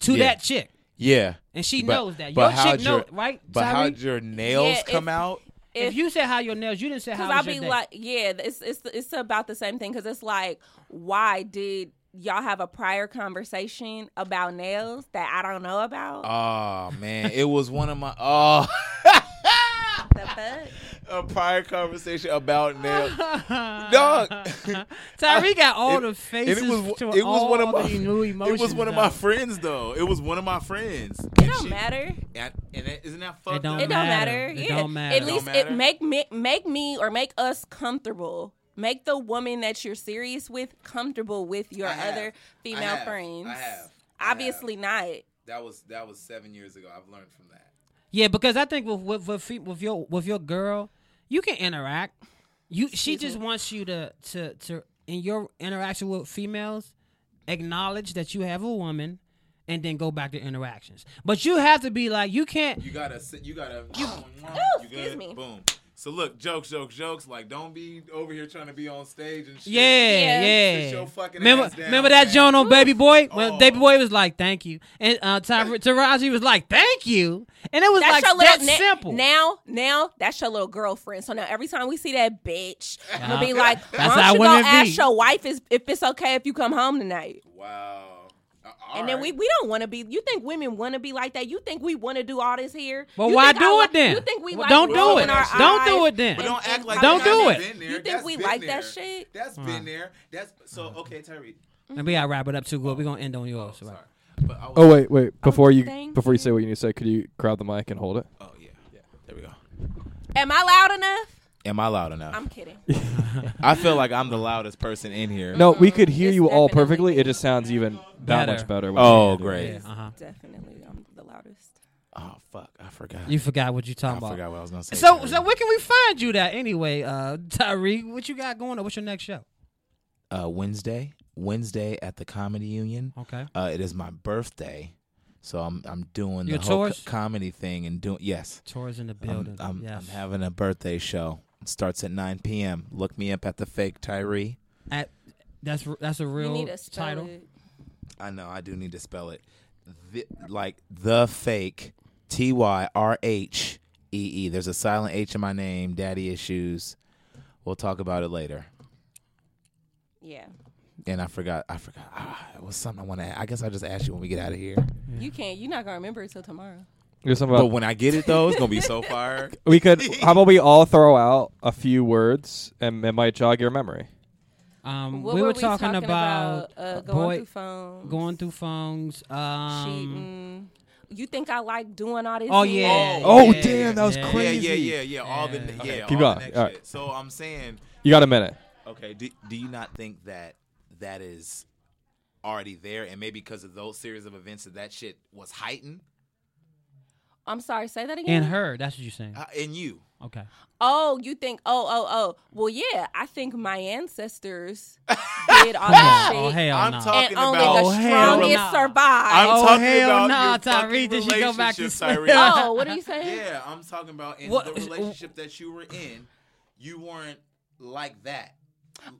[SPEAKER 4] To
[SPEAKER 11] Yeah.
[SPEAKER 4] that chick,
[SPEAKER 11] yeah.
[SPEAKER 4] and she
[SPEAKER 11] But-
[SPEAKER 4] knows that.
[SPEAKER 11] but
[SPEAKER 4] Your
[SPEAKER 11] how'd
[SPEAKER 4] chick knows,
[SPEAKER 11] your-
[SPEAKER 4] right?
[SPEAKER 11] But
[SPEAKER 4] Tyree?
[SPEAKER 11] how'd your nails
[SPEAKER 8] Yeah, if-
[SPEAKER 11] come out?
[SPEAKER 4] if, you said how your nails, you didn't say how
[SPEAKER 8] Because
[SPEAKER 4] was
[SPEAKER 8] I'll
[SPEAKER 4] your
[SPEAKER 8] be
[SPEAKER 4] day.
[SPEAKER 8] like, yeah, it's it's it's about the same thing. Because it's like, why did y'all have a prior conversation about nails that I don't know about?
[SPEAKER 11] Oh man, it was one of my oh
[SPEAKER 8] the fuck?
[SPEAKER 11] a prior conversation about nails. Dog.
[SPEAKER 4] Tyree got all
[SPEAKER 11] It-
[SPEAKER 4] the
[SPEAKER 11] and
[SPEAKER 4] faces.
[SPEAKER 11] it was
[SPEAKER 4] to
[SPEAKER 11] it was
[SPEAKER 4] all
[SPEAKER 11] one of my
[SPEAKER 4] the new emotions.
[SPEAKER 11] it was one of
[SPEAKER 4] though.
[SPEAKER 11] my friends though. It was one of my friends.
[SPEAKER 8] It don't matter.
[SPEAKER 11] And, and it, isn't that fucked
[SPEAKER 4] don't
[SPEAKER 11] up?
[SPEAKER 8] It don't matter.
[SPEAKER 4] matter. It
[SPEAKER 8] Yeah.
[SPEAKER 4] don't matter.
[SPEAKER 8] At
[SPEAKER 4] It
[SPEAKER 11] don't
[SPEAKER 8] least
[SPEAKER 11] matter.
[SPEAKER 8] it make me make me or make us comfortable. Make the woman that you're serious with comfortable with your
[SPEAKER 11] I have.
[SPEAKER 8] other
[SPEAKER 11] I
[SPEAKER 8] female
[SPEAKER 11] have.
[SPEAKER 8] friends.
[SPEAKER 11] I have. I
[SPEAKER 8] Obviously not.
[SPEAKER 11] That was that was seven years ago. I've learned from that.
[SPEAKER 4] Yeah, because I think with with with, fe- with your with your girl, you can interact. You she just wants you to to to in your interaction with females, acknowledge that you have a woman, and then go back to interactions. But you have to be like you can't.
[SPEAKER 11] oh, You gotta sit. You gotta. You,
[SPEAKER 8] Oh, excuse me.
[SPEAKER 11] Boom. So look, jokes, jokes, jokes. Like, don't be over here trying to be on stage and shit.
[SPEAKER 4] Yeah,
[SPEAKER 9] Yes.
[SPEAKER 4] yeah.
[SPEAKER 11] Sit your fucking
[SPEAKER 4] remember,
[SPEAKER 11] ass down,
[SPEAKER 4] remember that
[SPEAKER 11] man.
[SPEAKER 4] Joan on Baby Boy? Well,
[SPEAKER 11] Oh.
[SPEAKER 4] Baby Boy was like, "Thank you," and uh, Ty- Taraji was like, "Thank you," and it was
[SPEAKER 8] That's
[SPEAKER 4] like
[SPEAKER 8] your
[SPEAKER 4] that
[SPEAKER 8] little na-
[SPEAKER 4] simple.
[SPEAKER 8] Now, now that's your little girlfriend. So now every time we see that bitch, I'm
[SPEAKER 4] Nah.
[SPEAKER 8] gonna be like,
[SPEAKER 4] That's
[SPEAKER 8] "Why
[SPEAKER 4] how
[SPEAKER 8] don't you
[SPEAKER 4] women
[SPEAKER 8] go ask
[SPEAKER 4] be.
[SPEAKER 8] your wife is, if it's okay if you come home tonight?"
[SPEAKER 11] Wow. Uh, all
[SPEAKER 8] and then we
[SPEAKER 11] right.
[SPEAKER 8] we don't want to be. You think women want to be like that? You think we want to do all this here?
[SPEAKER 4] Well,
[SPEAKER 8] You
[SPEAKER 4] why
[SPEAKER 8] think I
[SPEAKER 4] do
[SPEAKER 8] li-
[SPEAKER 4] it then?
[SPEAKER 8] You think we
[SPEAKER 4] Well,
[SPEAKER 8] like
[SPEAKER 4] don't
[SPEAKER 8] people
[SPEAKER 4] do it.
[SPEAKER 8] in our
[SPEAKER 4] Don't do
[SPEAKER 8] eyes
[SPEAKER 4] it then.
[SPEAKER 11] But don't
[SPEAKER 8] and-
[SPEAKER 11] act like
[SPEAKER 4] Don't
[SPEAKER 11] that
[SPEAKER 4] do
[SPEAKER 11] hasn't
[SPEAKER 4] it.
[SPEAKER 11] been there.
[SPEAKER 8] You think
[SPEAKER 11] That's
[SPEAKER 8] we
[SPEAKER 11] been
[SPEAKER 8] like that
[SPEAKER 11] there.
[SPEAKER 8] shit?
[SPEAKER 11] That's been there. That's so okay, Terry.
[SPEAKER 4] And we gotta wrap it up too good. We're gonna end on yours.
[SPEAKER 11] Sorry,
[SPEAKER 4] right?
[SPEAKER 11] but I was,
[SPEAKER 3] Oh wait, wait. Before you
[SPEAKER 8] thank
[SPEAKER 3] before you say what you need to say, could you grab the mic and hold it?
[SPEAKER 11] oh yeah, yeah. There we go.
[SPEAKER 8] Am I loud enough?
[SPEAKER 11] Am I loud
[SPEAKER 3] Uh.
[SPEAKER 11] enough?
[SPEAKER 8] I'm kidding.
[SPEAKER 11] I feel like I'm the loudest person in here.
[SPEAKER 3] No, we could hear
[SPEAKER 8] It's
[SPEAKER 3] you all
[SPEAKER 8] definitely
[SPEAKER 3] perfectly. It just sounds even that
[SPEAKER 4] Mm-hmm. Better.
[SPEAKER 3] much better. when you
[SPEAKER 11] Oh
[SPEAKER 3] hear it.
[SPEAKER 11] great.
[SPEAKER 4] Yeah, uh-huh.
[SPEAKER 8] Definitely, I'm the loudest.
[SPEAKER 11] Oh fuck, I forgot.
[SPEAKER 4] You forgot what you talking
[SPEAKER 11] I
[SPEAKER 4] about.
[SPEAKER 11] forgot what I was gonna say.
[SPEAKER 4] So,
[SPEAKER 11] Terry.
[SPEAKER 4] so where can we find you? That anyway, uh, Tyreek, what you got going? on? What's your next show?
[SPEAKER 11] uh, Wednesday, Wednesday at the Comedy Union.
[SPEAKER 4] Okay.
[SPEAKER 11] Uh, it is my birthday, so I'm I'm doing
[SPEAKER 4] You're
[SPEAKER 11] the whole co-
[SPEAKER 4] Taurus?
[SPEAKER 11] comedy thing and doing yes.
[SPEAKER 4] Tours in the
[SPEAKER 11] I'm-
[SPEAKER 4] building.
[SPEAKER 11] I'm,
[SPEAKER 4] yes.
[SPEAKER 11] I'm having a birthday show. It starts at 9 p.m. Look me up at the fake Tyree.
[SPEAKER 4] At, that's r- that's a
[SPEAKER 8] You
[SPEAKER 4] real
[SPEAKER 8] need to spell
[SPEAKER 4] title.
[SPEAKER 8] it.
[SPEAKER 11] I know I do need to spell it, the, like the fake T Y R H E E. There's a silent H in my name. Daddy issues. We'll talk about it later.
[SPEAKER 8] Yeah.
[SPEAKER 11] And I forgot. I forgot. Ah, it was something I want to. I guess I'll just ask you when we get out of here.
[SPEAKER 8] You can't. You're not gonna remember it till tomorrow.
[SPEAKER 3] There's something
[SPEAKER 11] But
[SPEAKER 3] about
[SPEAKER 11] when I get it though, it's gonna be so fire.
[SPEAKER 3] we could. How about we all throw out a few words and it might jog your memory.
[SPEAKER 4] Um,
[SPEAKER 8] What
[SPEAKER 4] we were,
[SPEAKER 8] were we
[SPEAKER 4] talking,
[SPEAKER 8] talking
[SPEAKER 4] about,
[SPEAKER 8] about? Uh, going
[SPEAKER 4] boy,
[SPEAKER 8] through phones,
[SPEAKER 4] going through phones. Um,
[SPEAKER 8] cheating. You think I like doing all this?
[SPEAKER 4] Oh
[SPEAKER 8] in-
[SPEAKER 4] yeah.
[SPEAKER 3] Oh,
[SPEAKER 4] yeah,
[SPEAKER 3] damn, that was
[SPEAKER 4] yeah.
[SPEAKER 3] crazy.
[SPEAKER 11] Yeah, yeah, yeah, yeah. All the
[SPEAKER 4] Yeah.
[SPEAKER 11] yeah,
[SPEAKER 3] Okay, keep
[SPEAKER 11] all
[SPEAKER 3] going.
[SPEAKER 11] The next
[SPEAKER 3] All right.
[SPEAKER 11] shit. So I'm saying,
[SPEAKER 3] You got a minute.
[SPEAKER 11] okay, do, do you not think that that is already there, and maybe because of those series of events that that shit was heightened
[SPEAKER 8] I'm sorry. Say that again.
[SPEAKER 4] And her, that's what you're saying.
[SPEAKER 11] uh, in you?
[SPEAKER 4] Okay.
[SPEAKER 8] Oh, you think? Oh, oh, oh. Well, yeah. I think my ancestors did all that
[SPEAKER 4] Oh
[SPEAKER 8] shit,
[SPEAKER 4] hell
[SPEAKER 11] I'm
[SPEAKER 4] no.
[SPEAKER 11] talking
[SPEAKER 8] and only
[SPEAKER 11] about
[SPEAKER 8] the
[SPEAKER 4] Oh, hell
[SPEAKER 8] strongest
[SPEAKER 4] nah.
[SPEAKER 11] I'm
[SPEAKER 8] survive.
[SPEAKER 4] Oh,
[SPEAKER 11] talking
[SPEAKER 4] hell
[SPEAKER 11] about
[SPEAKER 4] nah,
[SPEAKER 11] your fucking
[SPEAKER 4] Tyree, did she go back to
[SPEAKER 11] relationship,
[SPEAKER 4] sleep?
[SPEAKER 11] Tyree.
[SPEAKER 8] oh, what are you saying?
[SPEAKER 11] Yeah, I'm talking about in
[SPEAKER 4] What-
[SPEAKER 11] the relationship that you were in, you weren't like that.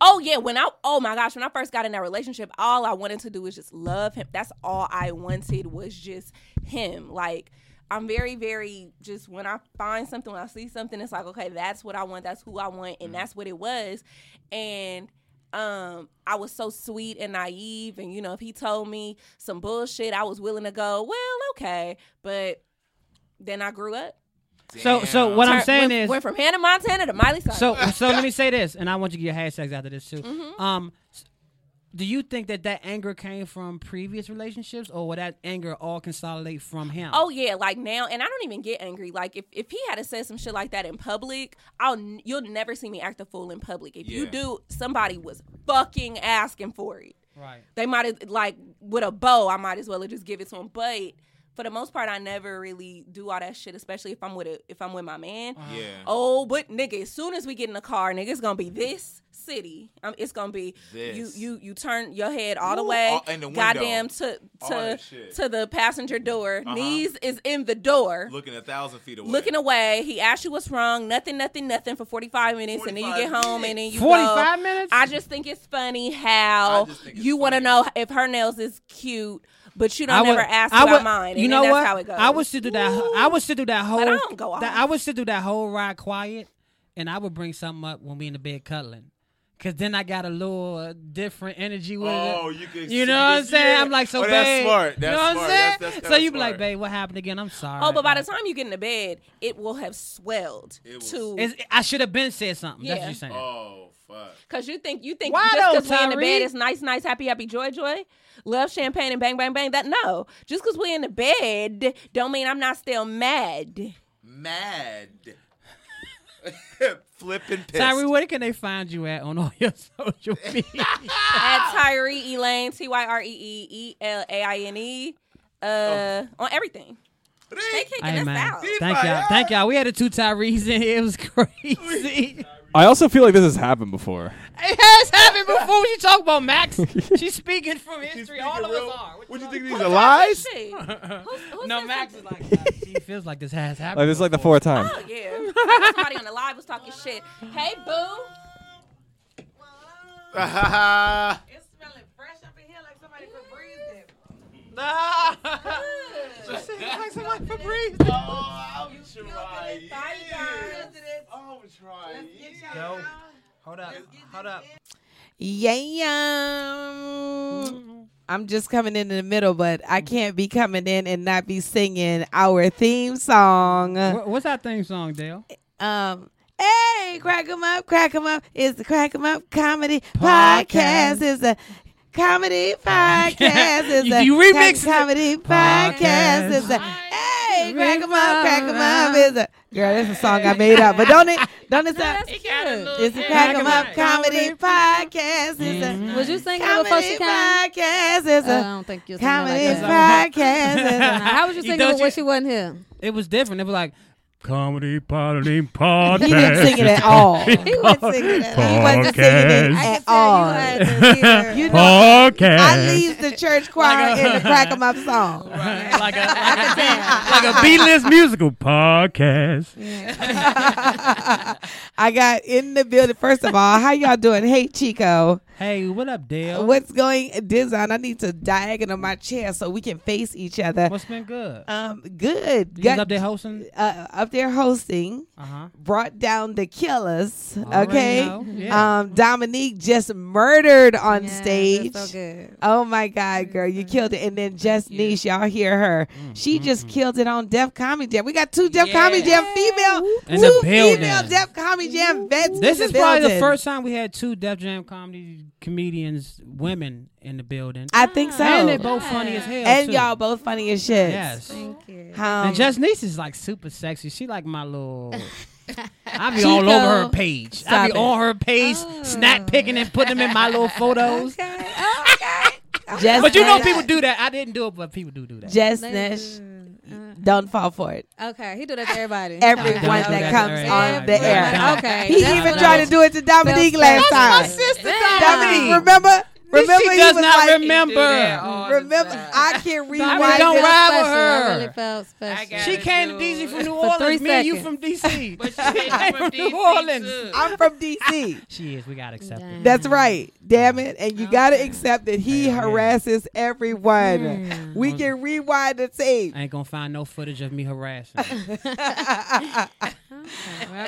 [SPEAKER 8] Oh yeah, when I oh my gosh, when I first got in that relationship, all I wanted to do was just love him. That's all I wanted was just him. Like I'm very very just when I find something, when I see something, it's like okay, that's what I want, that's who I want,
[SPEAKER 4] Mm.
[SPEAKER 8] and that's what it was. And um I was so sweet and naive and you know, if he told me some bullshit, I was willing to go, well, okay, but then I grew up.
[SPEAKER 4] So, so what I'm
[SPEAKER 8] Turn-
[SPEAKER 4] saying
[SPEAKER 8] went,
[SPEAKER 4] is,
[SPEAKER 8] went from Hannah Montana to Miley Cyrus.
[SPEAKER 4] so so let me say this, and I want you to get your hashtags after this too.
[SPEAKER 8] Mm-hmm.
[SPEAKER 4] Um, s- do you think that that anger came from previous relationships, or would that anger all consolidate from him?
[SPEAKER 8] Oh yeah, like now, and I don't even get angry. Like if, if he had to said some shit like that in public, I'll n- you'll never see me act a fool in public. If you
[SPEAKER 11] Yeah.
[SPEAKER 8] do, somebody was fucking asking for it.
[SPEAKER 4] right.
[SPEAKER 8] They might have like with a bow. I might as well have just give it to him. But for the most part, I never really do all that shit, especially if I'm with a, if I'm with my man.
[SPEAKER 11] Yeah.
[SPEAKER 8] Oh, but nigga, as soon as we get in the car, nigga, it's gonna be this city. Um, it's gonna be
[SPEAKER 11] This.
[SPEAKER 8] you. You you turn your head all the
[SPEAKER 11] Ooh,
[SPEAKER 8] way,
[SPEAKER 11] all- in the window.
[SPEAKER 8] goddamn to
[SPEAKER 11] All
[SPEAKER 8] to
[SPEAKER 11] that shit. Uh-huh.
[SPEAKER 8] to the passenger door. Knees is in the door,
[SPEAKER 11] Looking a thousand feet away.
[SPEAKER 8] looking away. He asks you what's wrong. Nothing, nothing, nothing for forty five minutes, and then you get
[SPEAKER 11] 45
[SPEAKER 8] home, and then you go.
[SPEAKER 4] 45 minutes?
[SPEAKER 8] I just think it's funny how
[SPEAKER 11] I just think it's
[SPEAKER 8] you want to
[SPEAKER 11] funny.
[SPEAKER 8] know if her nails is cute, but you don't ever ask
[SPEAKER 4] I
[SPEAKER 8] about
[SPEAKER 4] would-
[SPEAKER 8] mine.
[SPEAKER 4] You
[SPEAKER 8] and
[SPEAKER 4] know
[SPEAKER 8] then
[SPEAKER 4] what?
[SPEAKER 8] That's how it goes.
[SPEAKER 4] I would sit through that. I would sit through that whole.
[SPEAKER 8] I don't go
[SPEAKER 4] that-
[SPEAKER 8] off.
[SPEAKER 4] I would sit through that whole ride quiet, and I would bring something up when we in the bed cuddling, cause then I got a little uh, different energy with it.
[SPEAKER 11] Oh, you can.
[SPEAKER 4] You know what I'm saying? I'm like, so
[SPEAKER 11] oh,
[SPEAKER 4] babe.
[SPEAKER 11] That's smart. That's
[SPEAKER 4] you know what
[SPEAKER 11] smart.
[SPEAKER 4] I'm saying?
[SPEAKER 11] That's, that's kinda
[SPEAKER 4] so you be like,
[SPEAKER 11] smart.
[SPEAKER 4] babe, what happened again? I'm sorry.
[SPEAKER 8] Oh, but by the time you get into bed, it will have swelled
[SPEAKER 11] It was-
[SPEAKER 8] to
[SPEAKER 4] It's, I should have been said something. That's what
[SPEAKER 8] Yeah.
[SPEAKER 4] you're saying.
[SPEAKER 11] Oh fuck.
[SPEAKER 8] because you think you think
[SPEAKER 4] Why
[SPEAKER 8] just
[SPEAKER 4] though,
[SPEAKER 8] because we in the bed
[SPEAKER 4] Tyree?
[SPEAKER 8] it's nice, nice, happy, happy, joy, joy, love, champagne, and bang, bang, bang. That no, just because we in the bed don't mean I'm not still mad.
[SPEAKER 11] Mad. Flipping pissed.
[SPEAKER 4] Tyree, where can they find you at on all your social media?
[SPEAKER 8] At Tyree Elaine T Y R E E E L A I N E. Uh, on everything. They kicking
[SPEAKER 4] Hey
[SPEAKER 8] us
[SPEAKER 4] man,
[SPEAKER 8] out.
[SPEAKER 4] E thank y'all, thank y'all. We had the two Tyrees in here. It was crazy.
[SPEAKER 3] I also feel like this has happened before.
[SPEAKER 4] It has happened before. What you talk about, Max? She's speaking from history. All of us are. What you
[SPEAKER 11] think these are lies?
[SPEAKER 8] Shit. Who- who
[SPEAKER 4] No,
[SPEAKER 8] said
[SPEAKER 4] Max is
[SPEAKER 8] something?
[SPEAKER 4] like, that. she feels like this has happened.
[SPEAKER 3] Like this is like the
[SPEAKER 4] before.
[SPEAKER 3] fourth time.
[SPEAKER 8] Oh yeah. Somebody on the live was talking shit. Hey boo. It's smelling fresh up in here like somebody put breeze in.
[SPEAKER 11] Oh,
[SPEAKER 4] Yo, hold up, hold up.
[SPEAKER 10] Yeah. um, I'm just coming in in the middle, but I can't be coming in and not be singing our theme song.
[SPEAKER 4] Wha- What's that theme song, Dale?
[SPEAKER 10] Um, hey, crack 'em up, crack 'em up. It's the crack 'em up comedy
[SPEAKER 4] Podcast.
[SPEAKER 10] podcast. It's the comedy podcast. It's
[SPEAKER 4] You-
[SPEAKER 10] the
[SPEAKER 4] you remixing it.
[SPEAKER 10] comedy
[SPEAKER 4] Podcast.
[SPEAKER 10] podcast. It's the hey, crack 'em up, crack 'em up.
[SPEAKER 4] Remix.
[SPEAKER 10] It's the girl. That's a song I made up, but don't it? Don't it? sound-
[SPEAKER 9] That's
[SPEAKER 10] It's the
[SPEAKER 4] Crack
[SPEAKER 10] crack
[SPEAKER 4] 'em
[SPEAKER 10] 'em
[SPEAKER 4] Up
[SPEAKER 10] up comedy podcast. It's the
[SPEAKER 13] Was you singing it before
[SPEAKER 10] comedy
[SPEAKER 13] she came?
[SPEAKER 10] podcast. It's
[SPEAKER 13] Uh, I
[SPEAKER 10] a
[SPEAKER 13] don't think you're singing
[SPEAKER 10] Comedy
[SPEAKER 13] like that. Nah,
[SPEAKER 10] podcast.
[SPEAKER 13] How was
[SPEAKER 4] You
[SPEAKER 13] you singing
[SPEAKER 4] thought
[SPEAKER 13] it when
[SPEAKER 4] you-
[SPEAKER 13] she wasn't here?
[SPEAKER 4] It was different. It was like comedy party
[SPEAKER 10] He didn't sing it at all. He
[SPEAKER 13] He was singing it.
[SPEAKER 10] wasn't singing it
[SPEAKER 13] I can
[SPEAKER 10] at all.
[SPEAKER 13] tell you had to hear.
[SPEAKER 10] You know, I leave the church choir in the crack of my song.
[SPEAKER 4] like a like
[SPEAKER 10] I
[SPEAKER 4] a B-list musical podcast.
[SPEAKER 10] got in the building. First of all, how y'all doing? Hey, Chico.
[SPEAKER 4] Hey, what up, Dale?
[SPEAKER 10] What's going, Dizon? I need to diagonal my chair so we can face each other.
[SPEAKER 4] What's been good?
[SPEAKER 10] Um, good.
[SPEAKER 4] You
[SPEAKER 10] Got-
[SPEAKER 4] was up there hosting?
[SPEAKER 10] uh, up there hosting.
[SPEAKER 4] Uh huh.
[SPEAKER 10] brought down the killers.
[SPEAKER 4] Already
[SPEAKER 10] okay.
[SPEAKER 4] know. Yeah.
[SPEAKER 10] Um, Dominique just murdered on stage.
[SPEAKER 13] So good.
[SPEAKER 10] Oh my God, girl, you killed it. And then Jess Niche, y'all hear her.
[SPEAKER 4] Mm,
[SPEAKER 10] She just killed it on Def Comedy Jam. We got two Def Comedy Jam female,
[SPEAKER 4] In the
[SPEAKER 10] two
[SPEAKER 4] building.
[SPEAKER 10] female Def Comedy Jam vets.
[SPEAKER 4] This
[SPEAKER 10] in
[SPEAKER 4] is
[SPEAKER 10] the
[SPEAKER 4] probably the
[SPEAKER 10] building.
[SPEAKER 4] first time we had two Def Jam comedy comedians, women in the building.
[SPEAKER 10] I think so.
[SPEAKER 4] and
[SPEAKER 10] And,
[SPEAKER 4] they both funny as hell. too.
[SPEAKER 10] y'all both funny as shit.
[SPEAKER 4] Yes.
[SPEAKER 13] Thank you.
[SPEAKER 10] Um,
[SPEAKER 4] and Just Niece is like super sexy. She like my little. I be
[SPEAKER 10] Chico,
[SPEAKER 4] all over her page. I be
[SPEAKER 10] stop it.
[SPEAKER 4] on her page, snack picking and putting them in my little photos.
[SPEAKER 10] Jess
[SPEAKER 4] But you know
[SPEAKER 10] Nish-
[SPEAKER 4] people do that. I didn't do it, but people do do that.
[SPEAKER 10] Jess
[SPEAKER 13] They
[SPEAKER 10] Nish,
[SPEAKER 13] do. Uh-huh.
[SPEAKER 10] don't fall for it.
[SPEAKER 13] Uh, okay, he do that to everybody.
[SPEAKER 10] Everyone
[SPEAKER 4] Don't do
[SPEAKER 10] that
[SPEAKER 4] that to
[SPEAKER 10] comes on the
[SPEAKER 4] everybody.
[SPEAKER 10] air.
[SPEAKER 13] Okay,
[SPEAKER 10] He
[SPEAKER 13] that's
[SPEAKER 10] even
[SPEAKER 13] what
[SPEAKER 10] tried
[SPEAKER 13] I
[SPEAKER 10] to do it to Dominique last time. Dominique, remember? Remember
[SPEAKER 4] she
[SPEAKER 10] he
[SPEAKER 4] does
[SPEAKER 10] was
[SPEAKER 4] not
[SPEAKER 10] like,
[SPEAKER 4] remember.
[SPEAKER 10] Remember, I can rewind.
[SPEAKER 4] Dominique, don't
[SPEAKER 10] it.
[SPEAKER 4] ride with
[SPEAKER 13] special. I
[SPEAKER 4] her.
[SPEAKER 13] really felt special.
[SPEAKER 4] She came to DC from New
[SPEAKER 13] For three
[SPEAKER 4] Orleans. Me and you
[SPEAKER 13] seconds.
[SPEAKER 4] from DC. but she came from New Orleans.
[SPEAKER 10] I'm from DC.
[SPEAKER 4] She is. We got accepted.
[SPEAKER 13] Damn.
[SPEAKER 10] That's right. Damn it. And you gotta accept that he harasses everyone.
[SPEAKER 4] Mm.
[SPEAKER 10] We can rewind the tape.
[SPEAKER 4] I ain't gonna find no footage of me harassing. her.
[SPEAKER 13] I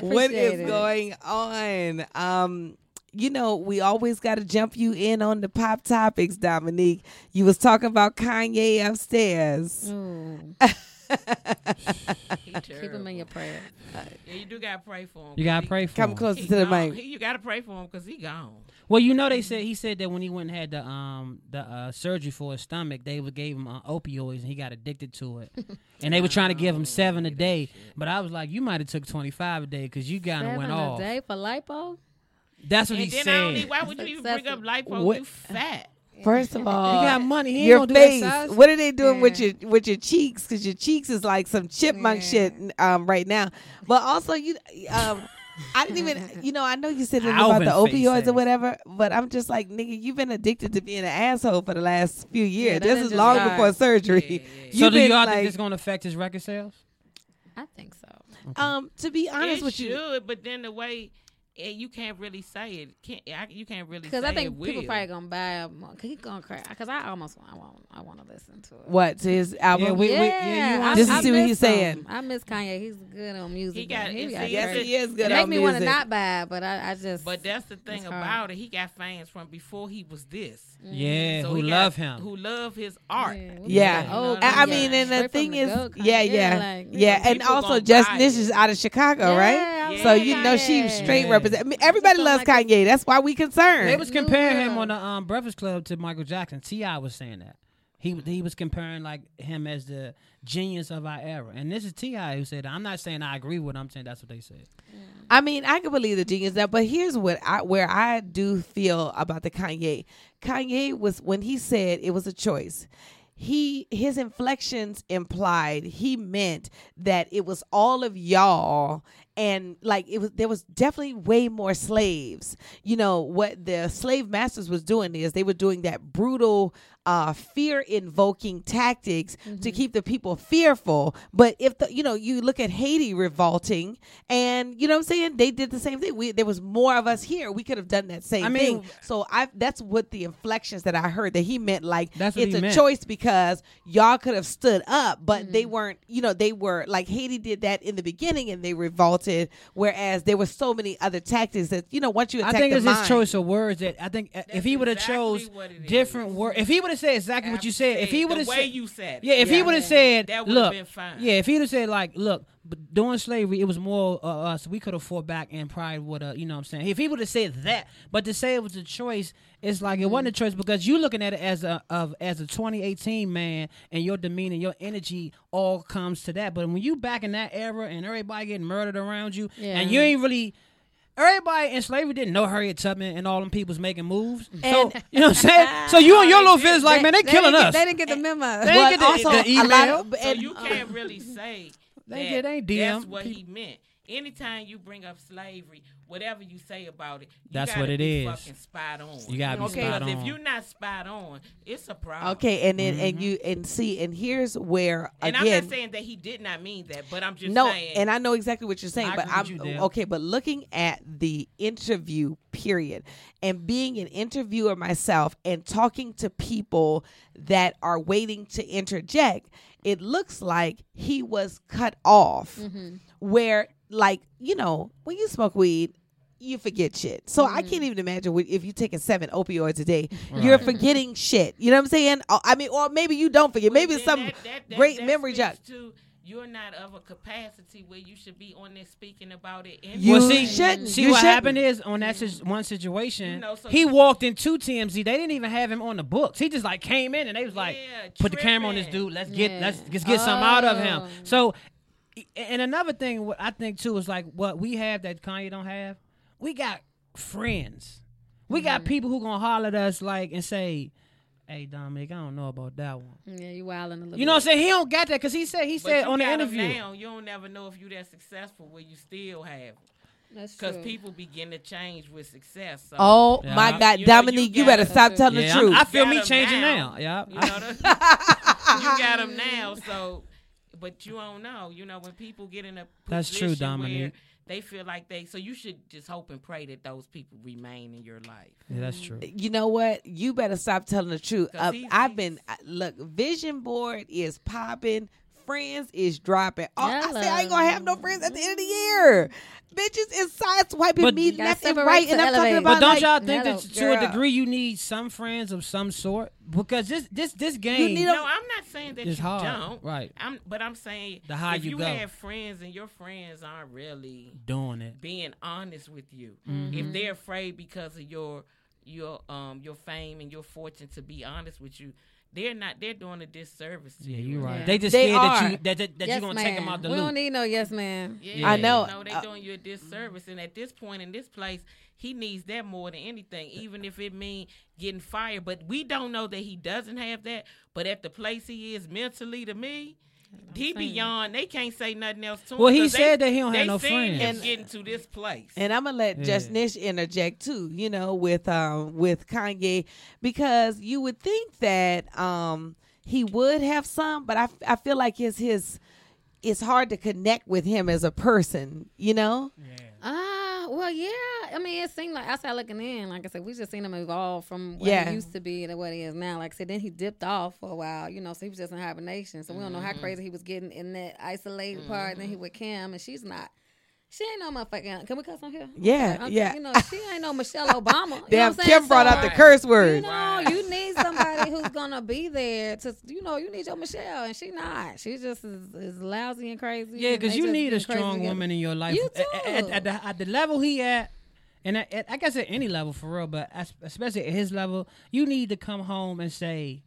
[SPEAKER 10] what
[SPEAKER 13] appreciate
[SPEAKER 10] is
[SPEAKER 13] it.
[SPEAKER 10] going on? Um, you know, we always got to jump you in on the pop topics, Dominique. You was talking about Kanye upstairs.
[SPEAKER 13] Ooh. Keep him in your prayer.
[SPEAKER 14] you do gotta pray for him.
[SPEAKER 4] You gotta pray for.
[SPEAKER 10] Come
[SPEAKER 4] him.
[SPEAKER 10] closer to the mic.
[SPEAKER 14] you gotta pray for him because he gone.
[SPEAKER 4] Well, you know they said he said that when he went and had the um the uh, surgery for his stomach, they would gave him uh, opioids and he got addicted to it, and they were trying to give him seven a day. But I was like, you might have took twenty five a day because you kind of
[SPEAKER 13] Seven
[SPEAKER 4] went
[SPEAKER 13] a
[SPEAKER 4] off.
[SPEAKER 13] day for lipo.
[SPEAKER 4] That's what
[SPEAKER 14] and
[SPEAKER 4] he
[SPEAKER 14] then
[SPEAKER 4] said.
[SPEAKER 14] I don't need. Why would you even bring up
[SPEAKER 13] Excessive.
[SPEAKER 14] life
[SPEAKER 10] What-
[SPEAKER 14] You fat.
[SPEAKER 10] First of
[SPEAKER 4] he
[SPEAKER 10] all,
[SPEAKER 4] got money. He ain't
[SPEAKER 10] your
[SPEAKER 4] gonna
[SPEAKER 10] face.
[SPEAKER 4] do exercise.
[SPEAKER 10] What are they doing with
[SPEAKER 13] Yeah.
[SPEAKER 10] your with your cheeks? Because your cheeks is like some chipmunk
[SPEAKER 13] Yeah.
[SPEAKER 10] shit um, right now. But also, you, um, I didn't even. You know, I know you said it about
[SPEAKER 4] Alvin
[SPEAKER 10] the
[SPEAKER 4] face
[SPEAKER 10] opioids
[SPEAKER 4] ass.
[SPEAKER 10] or whatever. But I'm just like, nigga, you've been addicted to being an asshole for the last few years.
[SPEAKER 13] that
[SPEAKER 10] this
[SPEAKER 13] done
[SPEAKER 10] is
[SPEAKER 13] just
[SPEAKER 10] long
[SPEAKER 13] died.
[SPEAKER 10] before surgery. You've
[SPEAKER 4] So do
[SPEAKER 10] been
[SPEAKER 4] y'all
[SPEAKER 10] like-
[SPEAKER 4] think it's gonna affect his record sales?
[SPEAKER 13] I think so.
[SPEAKER 10] Um, to be honest
[SPEAKER 14] it
[SPEAKER 10] with
[SPEAKER 14] should,
[SPEAKER 10] you,
[SPEAKER 14] but then the way and you can't really say it. Can't I, you can't really
[SPEAKER 13] Because
[SPEAKER 14] say
[SPEAKER 13] I
[SPEAKER 14] it
[SPEAKER 13] think
[SPEAKER 14] will.
[SPEAKER 13] people probably gonna buy a mo- Cause he gonna cry. Because I almost want. I want. I want to listen to it.
[SPEAKER 10] what to his album?
[SPEAKER 4] Yeah, we- you want-
[SPEAKER 13] I-
[SPEAKER 10] Just to
[SPEAKER 13] I
[SPEAKER 10] see what
[SPEAKER 13] miss
[SPEAKER 10] he's
[SPEAKER 13] him.
[SPEAKER 10] saying.
[SPEAKER 13] I miss Kanye. He's good on music.
[SPEAKER 14] He got-
[SPEAKER 13] but
[SPEAKER 14] and see,
[SPEAKER 10] yes,
[SPEAKER 13] crazy.
[SPEAKER 10] he is good.
[SPEAKER 13] It
[SPEAKER 10] on
[SPEAKER 13] make me want to
[SPEAKER 10] music.
[SPEAKER 13] not buy, it, but I, I just.
[SPEAKER 14] But that's the thing
[SPEAKER 13] hard.
[SPEAKER 14] about it. He got fans from before he was this.
[SPEAKER 4] Yeah,
[SPEAKER 14] So
[SPEAKER 4] who
[SPEAKER 14] he got-
[SPEAKER 4] love him?
[SPEAKER 14] Who love his art.
[SPEAKER 10] Yeah.
[SPEAKER 13] Oh,
[SPEAKER 14] I-
[SPEAKER 10] I, I
[SPEAKER 14] Yeah.
[SPEAKER 10] mean, and the
[SPEAKER 13] Straight from
[SPEAKER 10] thing
[SPEAKER 13] the
[SPEAKER 10] is,
[SPEAKER 13] go-kart.
[SPEAKER 10] yeah, yeah, yeah,
[SPEAKER 13] like,
[SPEAKER 10] and
[SPEAKER 14] people
[SPEAKER 10] also
[SPEAKER 14] gonna
[SPEAKER 10] Just
[SPEAKER 14] buy
[SPEAKER 10] Nish
[SPEAKER 14] it.
[SPEAKER 10] is out of Chicago, right?
[SPEAKER 13] Yeah, I'm
[SPEAKER 10] So
[SPEAKER 13] like,
[SPEAKER 10] you know she straight
[SPEAKER 4] Yeah.
[SPEAKER 10] represent. I mean, everybody
[SPEAKER 13] Just
[SPEAKER 10] loves
[SPEAKER 13] don't like
[SPEAKER 10] Kanye. That's why we concerned.
[SPEAKER 4] They was
[SPEAKER 13] New
[SPEAKER 4] comparing him
[SPEAKER 13] era.
[SPEAKER 4] on the um, Breakfast Club to Michael Jackson. Ti was saying that he he was comparing like him as the genius of our era, and this is Ti who said that. I'm not saying I agree with. Him, I'm saying that's what they said.
[SPEAKER 10] I mean, I can believe the genius now, but here's what I where I do feel about the Kanye. Kanye was when he said it was a choice. he his inflections implied he meant that it was all of y'all and like it was there was definitely way more slaves you know what the slave masters was doing is they were doing that brutal uh, fear invoking tactics
[SPEAKER 4] Mm-hmm.
[SPEAKER 10] to keep the people fearful but if the you know you look at haiti revolting and you know what i'm saying they did the same thing we there was more of us here we could have done that same
[SPEAKER 4] I mean-
[SPEAKER 10] thing so i that's what the inflections that i heard that he meant like
[SPEAKER 4] That's what
[SPEAKER 10] it's
[SPEAKER 4] he
[SPEAKER 10] a
[SPEAKER 4] meant. Mm-hmm.
[SPEAKER 10] choice because y'all could have stood up, but they weren't. You know, they were like Haiti did that in the beginning, and they revolted. Whereas there were so many other tactics that you know once you
[SPEAKER 4] I
[SPEAKER 10] attack
[SPEAKER 4] think
[SPEAKER 10] the
[SPEAKER 4] it's
[SPEAKER 10] mind,
[SPEAKER 4] his choice of words that I think uh, if he would have chose different words, if he would have said exactly what you said, if he
[SPEAKER 14] the
[SPEAKER 4] would have
[SPEAKER 14] way
[SPEAKER 4] said,
[SPEAKER 14] you said it.
[SPEAKER 4] yeah, if he
[SPEAKER 14] Yeah.
[SPEAKER 4] would have said,
[SPEAKER 14] That would've
[SPEAKER 4] look,
[SPEAKER 14] been fine.
[SPEAKER 4] yeah, if he'd have said like, look, but during slavery it was more uh, us, we could have fought back and pride would have, you know, what I'm saying, if he would have said that, but to say it was a choice, it's like it
[SPEAKER 14] Mm.
[SPEAKER 4] wasn't a choice because you looking at it as a of as a 2018 man, and your demeanor, your energy all comes to that, but when you back in that era and everybody getting murdered around you,
[SPEAKER 13] Yeah.
[SPEAKER 4] and you ain't really. Everybody in slavery didn't know Harriet Tubman and all them people's making moves. So you know what I'm saying? So you and your little feelings like, man, they, killing us.
[SPEAKER 13] Oh, They didn't get the memo.
[SPEAKER 10] Uh,
[SPEAKER 4] They didn't get the- the
[SPEAKER 13] a lot
[SPEAKER 4] email.
[SPEAKER 13] of-
[SPEAKER 14] So
[SPEAKER 13] and-
[SPEAKER 14] you can't really say
[SPEAKER 4] They
[SPEAKER 14] that
[SPEAKER 4] get- they
[SPEAKER 14] that's
[SPEAKER 4] DM
[SPEAKER 14] what he
[SPEAKER 4] people.
[SPEAKER 14] meant. Anytime you bring up slavery, whatever you say about it, you
[SPEAKER 4] That's
[SPEAKER 14] gotta
[SPEAKER 4] what it
[SPEAKER 14] be
[SPEAKER 4] is.
[SPEAKER 14] Fucking spot on.
[SPEAKER 4] You gotta be Okay. spot
[SPEAKER 14] Because
[SPEAKER 4] on. Mm-hmm.
[SPEAKER 14] if you're not spot on, it's a problem.
[SPEAKER 10] Okay, and then
[SPEAKER 14] Mm-hmm.
[SPEAKER 10] and you and see and here's where
[SPEAKER 14] Oh. And
[SPEAKER 10] again.
[SPEAKER 14] I'm not saying that he did not mean that, but I'm just
[SPEAKER 10] no,
[SPEAKER 14] saying.
[SPEAKER 10] and I know exactly what you're saying,
[SPEAKER 14] I
[SPEAKER 10] but
[SPEAKER 14] agree with
[SPEAKER 10] I'm
[SPEAKER 14] you, Deb.
[SPEAKER 10] okay. But looking at the interview period and being an interviewer myself and talking to people that are waiting to interject, it looks like he was cut off.
[SPEAKER 4] Mm-hmm.
[SPEAKER 10] Where, like, you know, when you smoke weed, you forget shit. So
[SPEAKER 14] Mm-hmm.
[SPEAKER 10] I can't even imagine what, if you're taking seven opioids a day, you're forgetting shit. You know what I'm saying? Uh, I mean, or maybe you don't forget. Maybe it's some
[SPEAKER 14] that- that-
[SPEAKER 10] great
[SPEAKER 14] that
[SPEAKER 10] memory jog.
[SPEAKER 14] speaks to You're not of a capacity where you should be on there speaking about it. in
[SPEAKER 4] well, see,
[SPEAKER 14] person.
[SPEAKER 4] see what happened is on that sis- one situation,
[SPEAKER 14] You know, so
[SPEAKER 4] he
[SPEAKER 14] you-
[SPEAKER 4] walked into TMZ. They didn't even have him on the books. He just like came in and they was like, put the camera on this dude. Let's get let's, let's get something out of him.
[SPEAKER 13] Oh.
[SPEAKER 4] So, a- and another thing, what I think too is like what we have that Kanye don't have. We got friends. We
[SPEAKER 14] Mm-hmm.
[SPEAKER 4] got people who gonna holler at us like and say, "Hey Dominic, I don't know about that one."
[SPEAKER 13] yeah, you wilding a little.
[SPEAKER 4] You know what I'm saying? He don't got that because he said he
[SPEAKER 14] But
[SPEAKER 4] said
[SPEAKER 14] you
[SPEAKER 4] on the
[SPEAKER 14] got 'em
[SPEAKER 4] interview.
[SPEAKER 14] now, you don't never know if you that successful where you still have. it.
[SPEAKER 13] That's true.
[SPEAKER 14] people begin to change with success. So,
[SPEAKER 10] Oh my God,
[SPEAKER 14] you know,
[SPEAKER 10] Dominique, you, better
[SPEAKER 14] gotta-
[SPEAKER 10] stop telling
[SPEAKER 4] Yeah,
[SPEAKER 10] the
[SPEAKER 4] I'm-
[SPEAKER 10] truth.
[SPEAKER 4] I feel me
[SPEAKER 14] got 'em
[SPEAKER 4] changing now. Yeah,
[SPEAKER 14] you, know, the- you got them now. So, but you don't know. You know when people get in a
[SPEAKER 4] That's true,
[SPEAKER 14] position
[SPEAKER 4] Dominique.
[SPEAKER 14] where They feel like they. So you should just hope and pray that those people remain in your life.
[SPEAKER 4] Yeah, that's true.
[SPEAKER 10] you know what? You better stop telling the truth.
[SPEAKER 14] 'Cause
[SPEAKER 10] Uh,
[SPEAKER 14] he's-
[SPEAKER 10] I've been I- look. Vision board is popping. Friends is dropping. Oh, I say I ain't gonna have no friends at the end of the year. Bitches is sideswiping
[SPEAKER 4] But-
[SPEAKER 10] me
[SPEAKER 4] Gotta
[SPEAKER 10] left and
[SPEAKER 13] separate
[SPEAKER 10] right,
[SPEAKER 13] to
[SPEAKER 10] and I'm talking
[SPEAKER 13] elevate.
[SPEAKER 10] about.
[SPEAKER 4] But don't
[SPEAKER 10] like,
[SPEAKER 4] y'all think that
[SPEAKER 13] mellow,
[SPEAKER 4] to a
[SPEAKER 13] girl.
[SPEAKER 4] degree you need some friends of some sort because this this this game
[SPEAKER 10] need 'em-
[SPEAKER 14] No, I'm not saying that you
[SPEAKER 4] It's hard,
[SPEAKER 14] don't.
[SPEAKER 4] right.
[SPEAKER 14] I'm, but I'm saying
[SPEAKER 4] The higher
[SPEAKER 14] if
[SPEAKER 4] you
[SPEAKER 14] you
[SPEAKER 4] go.
[SPEAKER 14] have friends and your friends aren't really
[SPEAKER 4] doing it.
[SPEAKER 14] being honest with you.
[SPEAKER 4] Mhm.
[SPEAKER 14] If they're afraid because of your your um your fame and your fortune to be honest with you, they're not. They're doing a disservice to
[SPEAKER 4] Yeah,
[SPEAKER 14] you.
[SPEAKER 4] you're right.
[SPEAKER 13] Yeah.
[SPEAKER 4] They just
[SPEAKER 10] They
[SPEAKER 4] scared that
[SPEAKER 10] are.
[SPEAKER 4] you that, that, that
[SPEAKER 13] yes,
[SPEAKER 4] you're gonna
[SPEAKER 13] ma'am.
[SPEAKER 4] take them out the
[SPEAKER 13] We don't
[SPEAKER 4] loop.
[SPEAKER 13] need no yes, man.
[SPEAKER 14] Yeah,
[SPEAKER 10] I know.
[SPEAKER 13] Uh,
[SPEAKER 14] No, they're doing you a disservice, and at this point in this place, he needs that more than anything. Even if it mean getting fired, but we don't know that he doesn't have that. But at the place he is mentally, to me. He beyond. They can't say nothing else to him.
[SPEAKER 4] Well, he
[SPEAKER 14] 'cause they-
[SPEAKER 4] said that he don't have
[SPEAKER 14] they
[SPEAKER 4] no
[SPEAKER 14] seen him
[SPEAKER 4] friends.
[SPEAKER 14] Getting to this place.
[SPEAKER 10] And I'm gonna let Just Nish interject too, you know, with um with Kanye because you would think that um he would have some, but I I feel like his his it's hard to connect with him as a person, you know?
[SPEAKER 13] Ah, well, yeah. I mean, it seemed like outside looking in. Like I said, we just seen him evolve from what
[SPEAKER 10] Yeah.
[SPEAKER 13] he used to be to what he is now. Like I said, then he dipped off for a while, you know. So he was just in hibernation. So we don't know how crazy he was getting in that isolated part. And then he with Kim, and she's not. She ain't no motherfucking. Can we cuss on here?
[SPEAKER 10] Yeah,
[SPEAKER 13] Okay, okay,
[SPEAKER 10] yeah.
[SPEAKER 13] You know, she ain't no Michelle Obama. you know
[SPEAKER 10] Damn,
[SPEAKER 13] what I'm saying?
[SPEAKER 10] Kim brought
[SPEAKER 13] So-
[SPEAKER 10] out the curse word.
[SPEAKER 13] no, you need somebody who's gonna be there to, you know, you need your Michelle, and she not. She just is, is lousy and crazy.
[SPEAKER 4] Yeah,
[SPEAKER 13] and
[SPEAKER 4] because
[SPEAKER 13] they
[SPEAKER 4] you
[SPEAKER 13] just
[SPEAKER 4] need a
[SPEAKER 13] getting crazy
[SPEAKER 4] strong
[SPEAKER 13] together.
[SPEAKER 4] woman in your life.
[SPEAKER 13] You
[SPEAKER 4] A- a- At,
[SPEAKER 13] do.
[SPEAKER 4] at the, at the level he at, and at, at- I guess at any level for real, but as- especially at his level, you need to come home and say,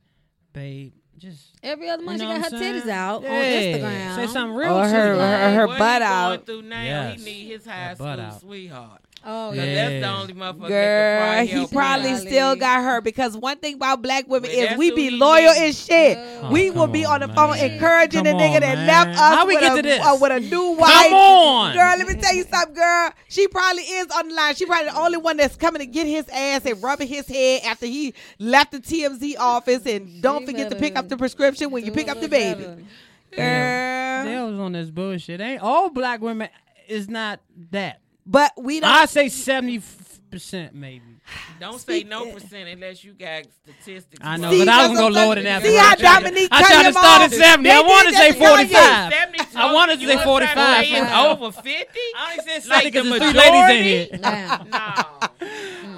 [SPEAKER 4] "Babe, just
[SPEAKER 13] Every other
[SPEAKER 4] you
[SPEAKER 13] month,
[SPEAKER 4] know
[SPEAKER 13] she
[SPEAKER 4] what I'm
[SPEAKER 13] got her
[SPEAKER 4] saying?
[SPEAKER 13] titties out
[SPEAKER 4] Yeah,
[SPEAKER 13] on Instagram.
[SPEAKER 4] Say something real
[SPEAKER 10] Or
[SPEAKER 4] to
[SPEAKER 10] her-
[SPEAKER 4] you.
[SPEAKER 10] or her- her
[SPEAKER 14] what
[SPEAKER 10] butt
[SPEAKER 14] he
[SPEAKER 10] out.
[SPEAKER 14] Going through now,
[SPEAKER 4] Yes.
[SPEAKER 14] he need his high
[SPEAKER 4] butt
[SPEAKER 14] school
[SPEAKER 4] out.
[SPEAKER 14] sweetheart.
[SPEAKER 13] Oh,
[SPEAKER 14] 'Cause that's the only motherfucker that
[SPEAKER 10] Girl,
[SPEAKER 14] can
[SPEAKER 10] he
[SPEAKER 14] help
[SPEAKER 10] probably
[SPEAKER 14] me.
[SPEAKER 10] still got her because one thing about black women
[SPEAKER 14] Well,
[SPEAKER 10] is
[SPEAKER 14] that's
[SPEAKER 10] we
[SPEAKER 14] who
[SPEAKER 10] be
[SPEAKER 14] he
[SPEAKER 10] loyal
[SPEAKER 14] is. Oh,
[SPEAKER 10] as shit. we will be on the phone encouraging the nigga that left us
[SPEAKER 4] How we
[SPEAKER 10] with,
[SPEAKER 4] get
[SPEAKER 10] a,
[SPEAKER 4] to this?
[SPEAKER 10] uh, with a new wife.
[SPEAKER 4] on.
[SPEAKER 10] Girl, let me tell you something, girl. She probably is on the line. She probably the only one that's coming to get his ass and rubbing his head after he left the TMZ office. And don't forget to pick up the prescription when you pick up the baby.
[SPEAKER 4] Damn. Dale's on this bullshit. Ain't all black women is not that.
[SPEAKER 10] But we don't.
[SPEAKER 4] I say seventy percent maybe.
[SPEAKER 14] Don't say no percent unless you got statistics.
[SPEAKER 4] I know, but I was gonna go lower than that.
[SPEAKER 14] See
[SPEAKER 4] but
[SPEAKER 14] how
[SPEAKER 4] I tried to-
[SPEAKER 14] Dominique
[SPEAKER 4] I
[SPEAKER 14] cut
[SPEAKER 4] tried to
[SPEAKER 14] him
[SPEAKER 4] start at
[SPEAKER 14] off.
[SPEAKER 4] seventy.
[SPEAKER 14] They
[SPEAKER 4] I
[SPEAKER 14] did
[SPEAKER 4] wanted to
[SPEAKER 14] that
[SPEAKER 4] say
[SPEAKER 14] to y'all.
[SPEAKER 4] forty-five.
[SPEAKER 14] 70 's
[SPEAKER 4] I wanted to
[SPEAKER 14] You
[SPEAKER 4] say
[SPEAKER 14] was
[SPEAKER 4] forty-five.
[SPEAKER 14] saying over fifty.
[SPEAKER 4] I ain't said
[SPEAKER 14] like the
[SPEAKER 4] 'cause there's
[SPEAKER 14] majority.
[SPEAKER 4] two ladies in here.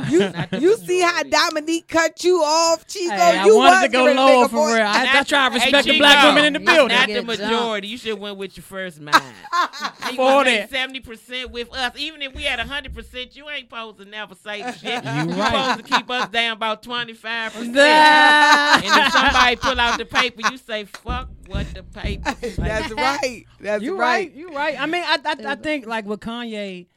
[SPEAKER 10] You you see how Dominique cut you off, Chico?
[SPEAKER 14] Hey, I
[SPEAKER 10] you
[SPEAKER 14] wanted
[SPEAKER 10] was
[SPEAKER 14] to go
[SPEAKER 10] gonna
[SPEAKER 14] lower
[SPEAKER 10] make a
[SPEAKER 14] for
[SPEAKER 10] voice-
[SPEAKER 14] real. I- I try to
[SPEAKER 10] Hey,
[SPEAKER 14] respect the
[SPEAKER 10] Chico,
[SPEAKER 14] black women in the
[SPEAKER 10] you
[SPEAKER 14] building.
[SPEAKER 10] not
[SPEAKER 14] Not the majority. You should went with your first mind.
[SPEAKER 4] Forty.
[SPEAKER 14] Seventy percent with us. Even if we had hundred percent, you ain't supposed to never say shit. You
[SPEAKER 4] right.
[SPEAKER 14] supposed to keep us down about twenty five percent.
[SPEAKER 4] Nah.
[SPEAKER 14] And if somebody pull out the paper, you say fuck what the paper. say."
[SPEAKER 10] That's right. That's
[SPEAKER 4] you right. You right. I mean, I, I I think like with Kanye,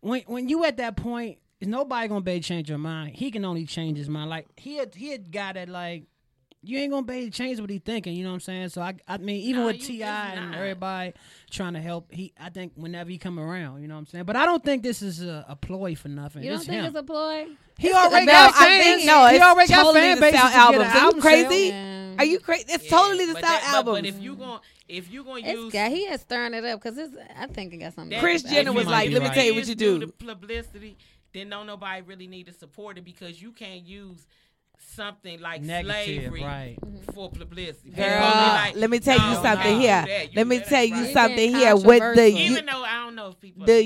[SPEAKER 4] when when you at that point, is nobody gonna be able to change your mind. He can only change his mind. Like he had, he had got that like. You ain't gonna be able to change what he thinking, you know what I'm saying? So I, I mean, even
[SPEAKER 14] No,
[SPEAKER 4] with
[SPEAKER 14] you
[SPEAKER 4] Ti
[SPEAKER 14] just
[SPEAKER 4] and
[SPEAKER 14] not.
[SPEAKER 4] everybody trying to help, he, I think whenever he come around, you know what I'm saying. But I don't think this is a, a ploy for nothing.
[SPEAKER 13] You don't
[SPEAKER 4] It's
[SPEAKER 13] think
[SPEAKER 4] him.
[SPEAKER 13] it's a ploy?
[SPEAKER 4] He
[SPEAKER 13] It's-
[SPEAKER 4] already
[SPEAKER 13] no,
[SPEAKER 4] got
[SPEAKER 13] I
[SPEAKER 4] fans.
[SPEAKER 13] think- no,
[SPEAKER 4] he
[SPEAKER 13] it's
[SPEAKER 4] already got
[SPEAKER 13] totally
[SPEAKER 4] fan
[SPEAKER 13] to
[SPEAKER 4] bases
[SPEAKER 13] sell
[SPEAKER 4] to get an
[SPEAKER 13] albums. Are you
[SPEAKER 4] album
[SPEAKER 13] crazy?
[SPEAKER 4] sale.
[SPEAKER 10] Are you crazy? It's totally to
[SPEAKER 14] But
[SPEAKER 10] sell
[SPEAKER 14] that- but-
[SPEAKER 10] albums.
[SPEAKER 14] But if you gon' if you gonna
[SPEAKER 13] It's
[SPEAKER 14] use
[SPEAKER 13] got he is stirring it up because I think it got something.
[SPEAKER 14] that-
[SPEAKER 10] Chris
[SPEAKER 14] that
[SPEAKER 10] Jenner
[SPEAKER 14] if
[SPEAKER 10] was
[SPEAKER 14] you
[SPEAKER 10] like,
[SPEAKER 14] use
[SPEAKER 10] "Let me tell you what you do."
[SPEAKER 14] The publicity, then don't nobody really need to support it because you can't use something like
[SPEAKER 4] Negative,
[SPEAKER 14] slavery
[SPEAKER 4] right.
[SPEAKER 14] for publicity. People
[SPEAKER 10] Girl,
[SPEAKER 14] gonna be like,
[SPEAKER 10] let me tell you
[SPEAKER 14] "No,
[SPEAKER 10] something
[SPEAKER 14] no,
[SPEAKER 10] here.
[SPEAKER 14] do that. You
[SPEAKER 10] Let me
[SPEAKER 14] do that
[SPEAKER 10] tell you
[SPEAKER 14] right."
[SPEAKER 10] something here. With the
[SPEAKER 14] even
[SPEAKER 10] U-
[SPEAKER 14] though I don't know if people
[SPEAKER 10] the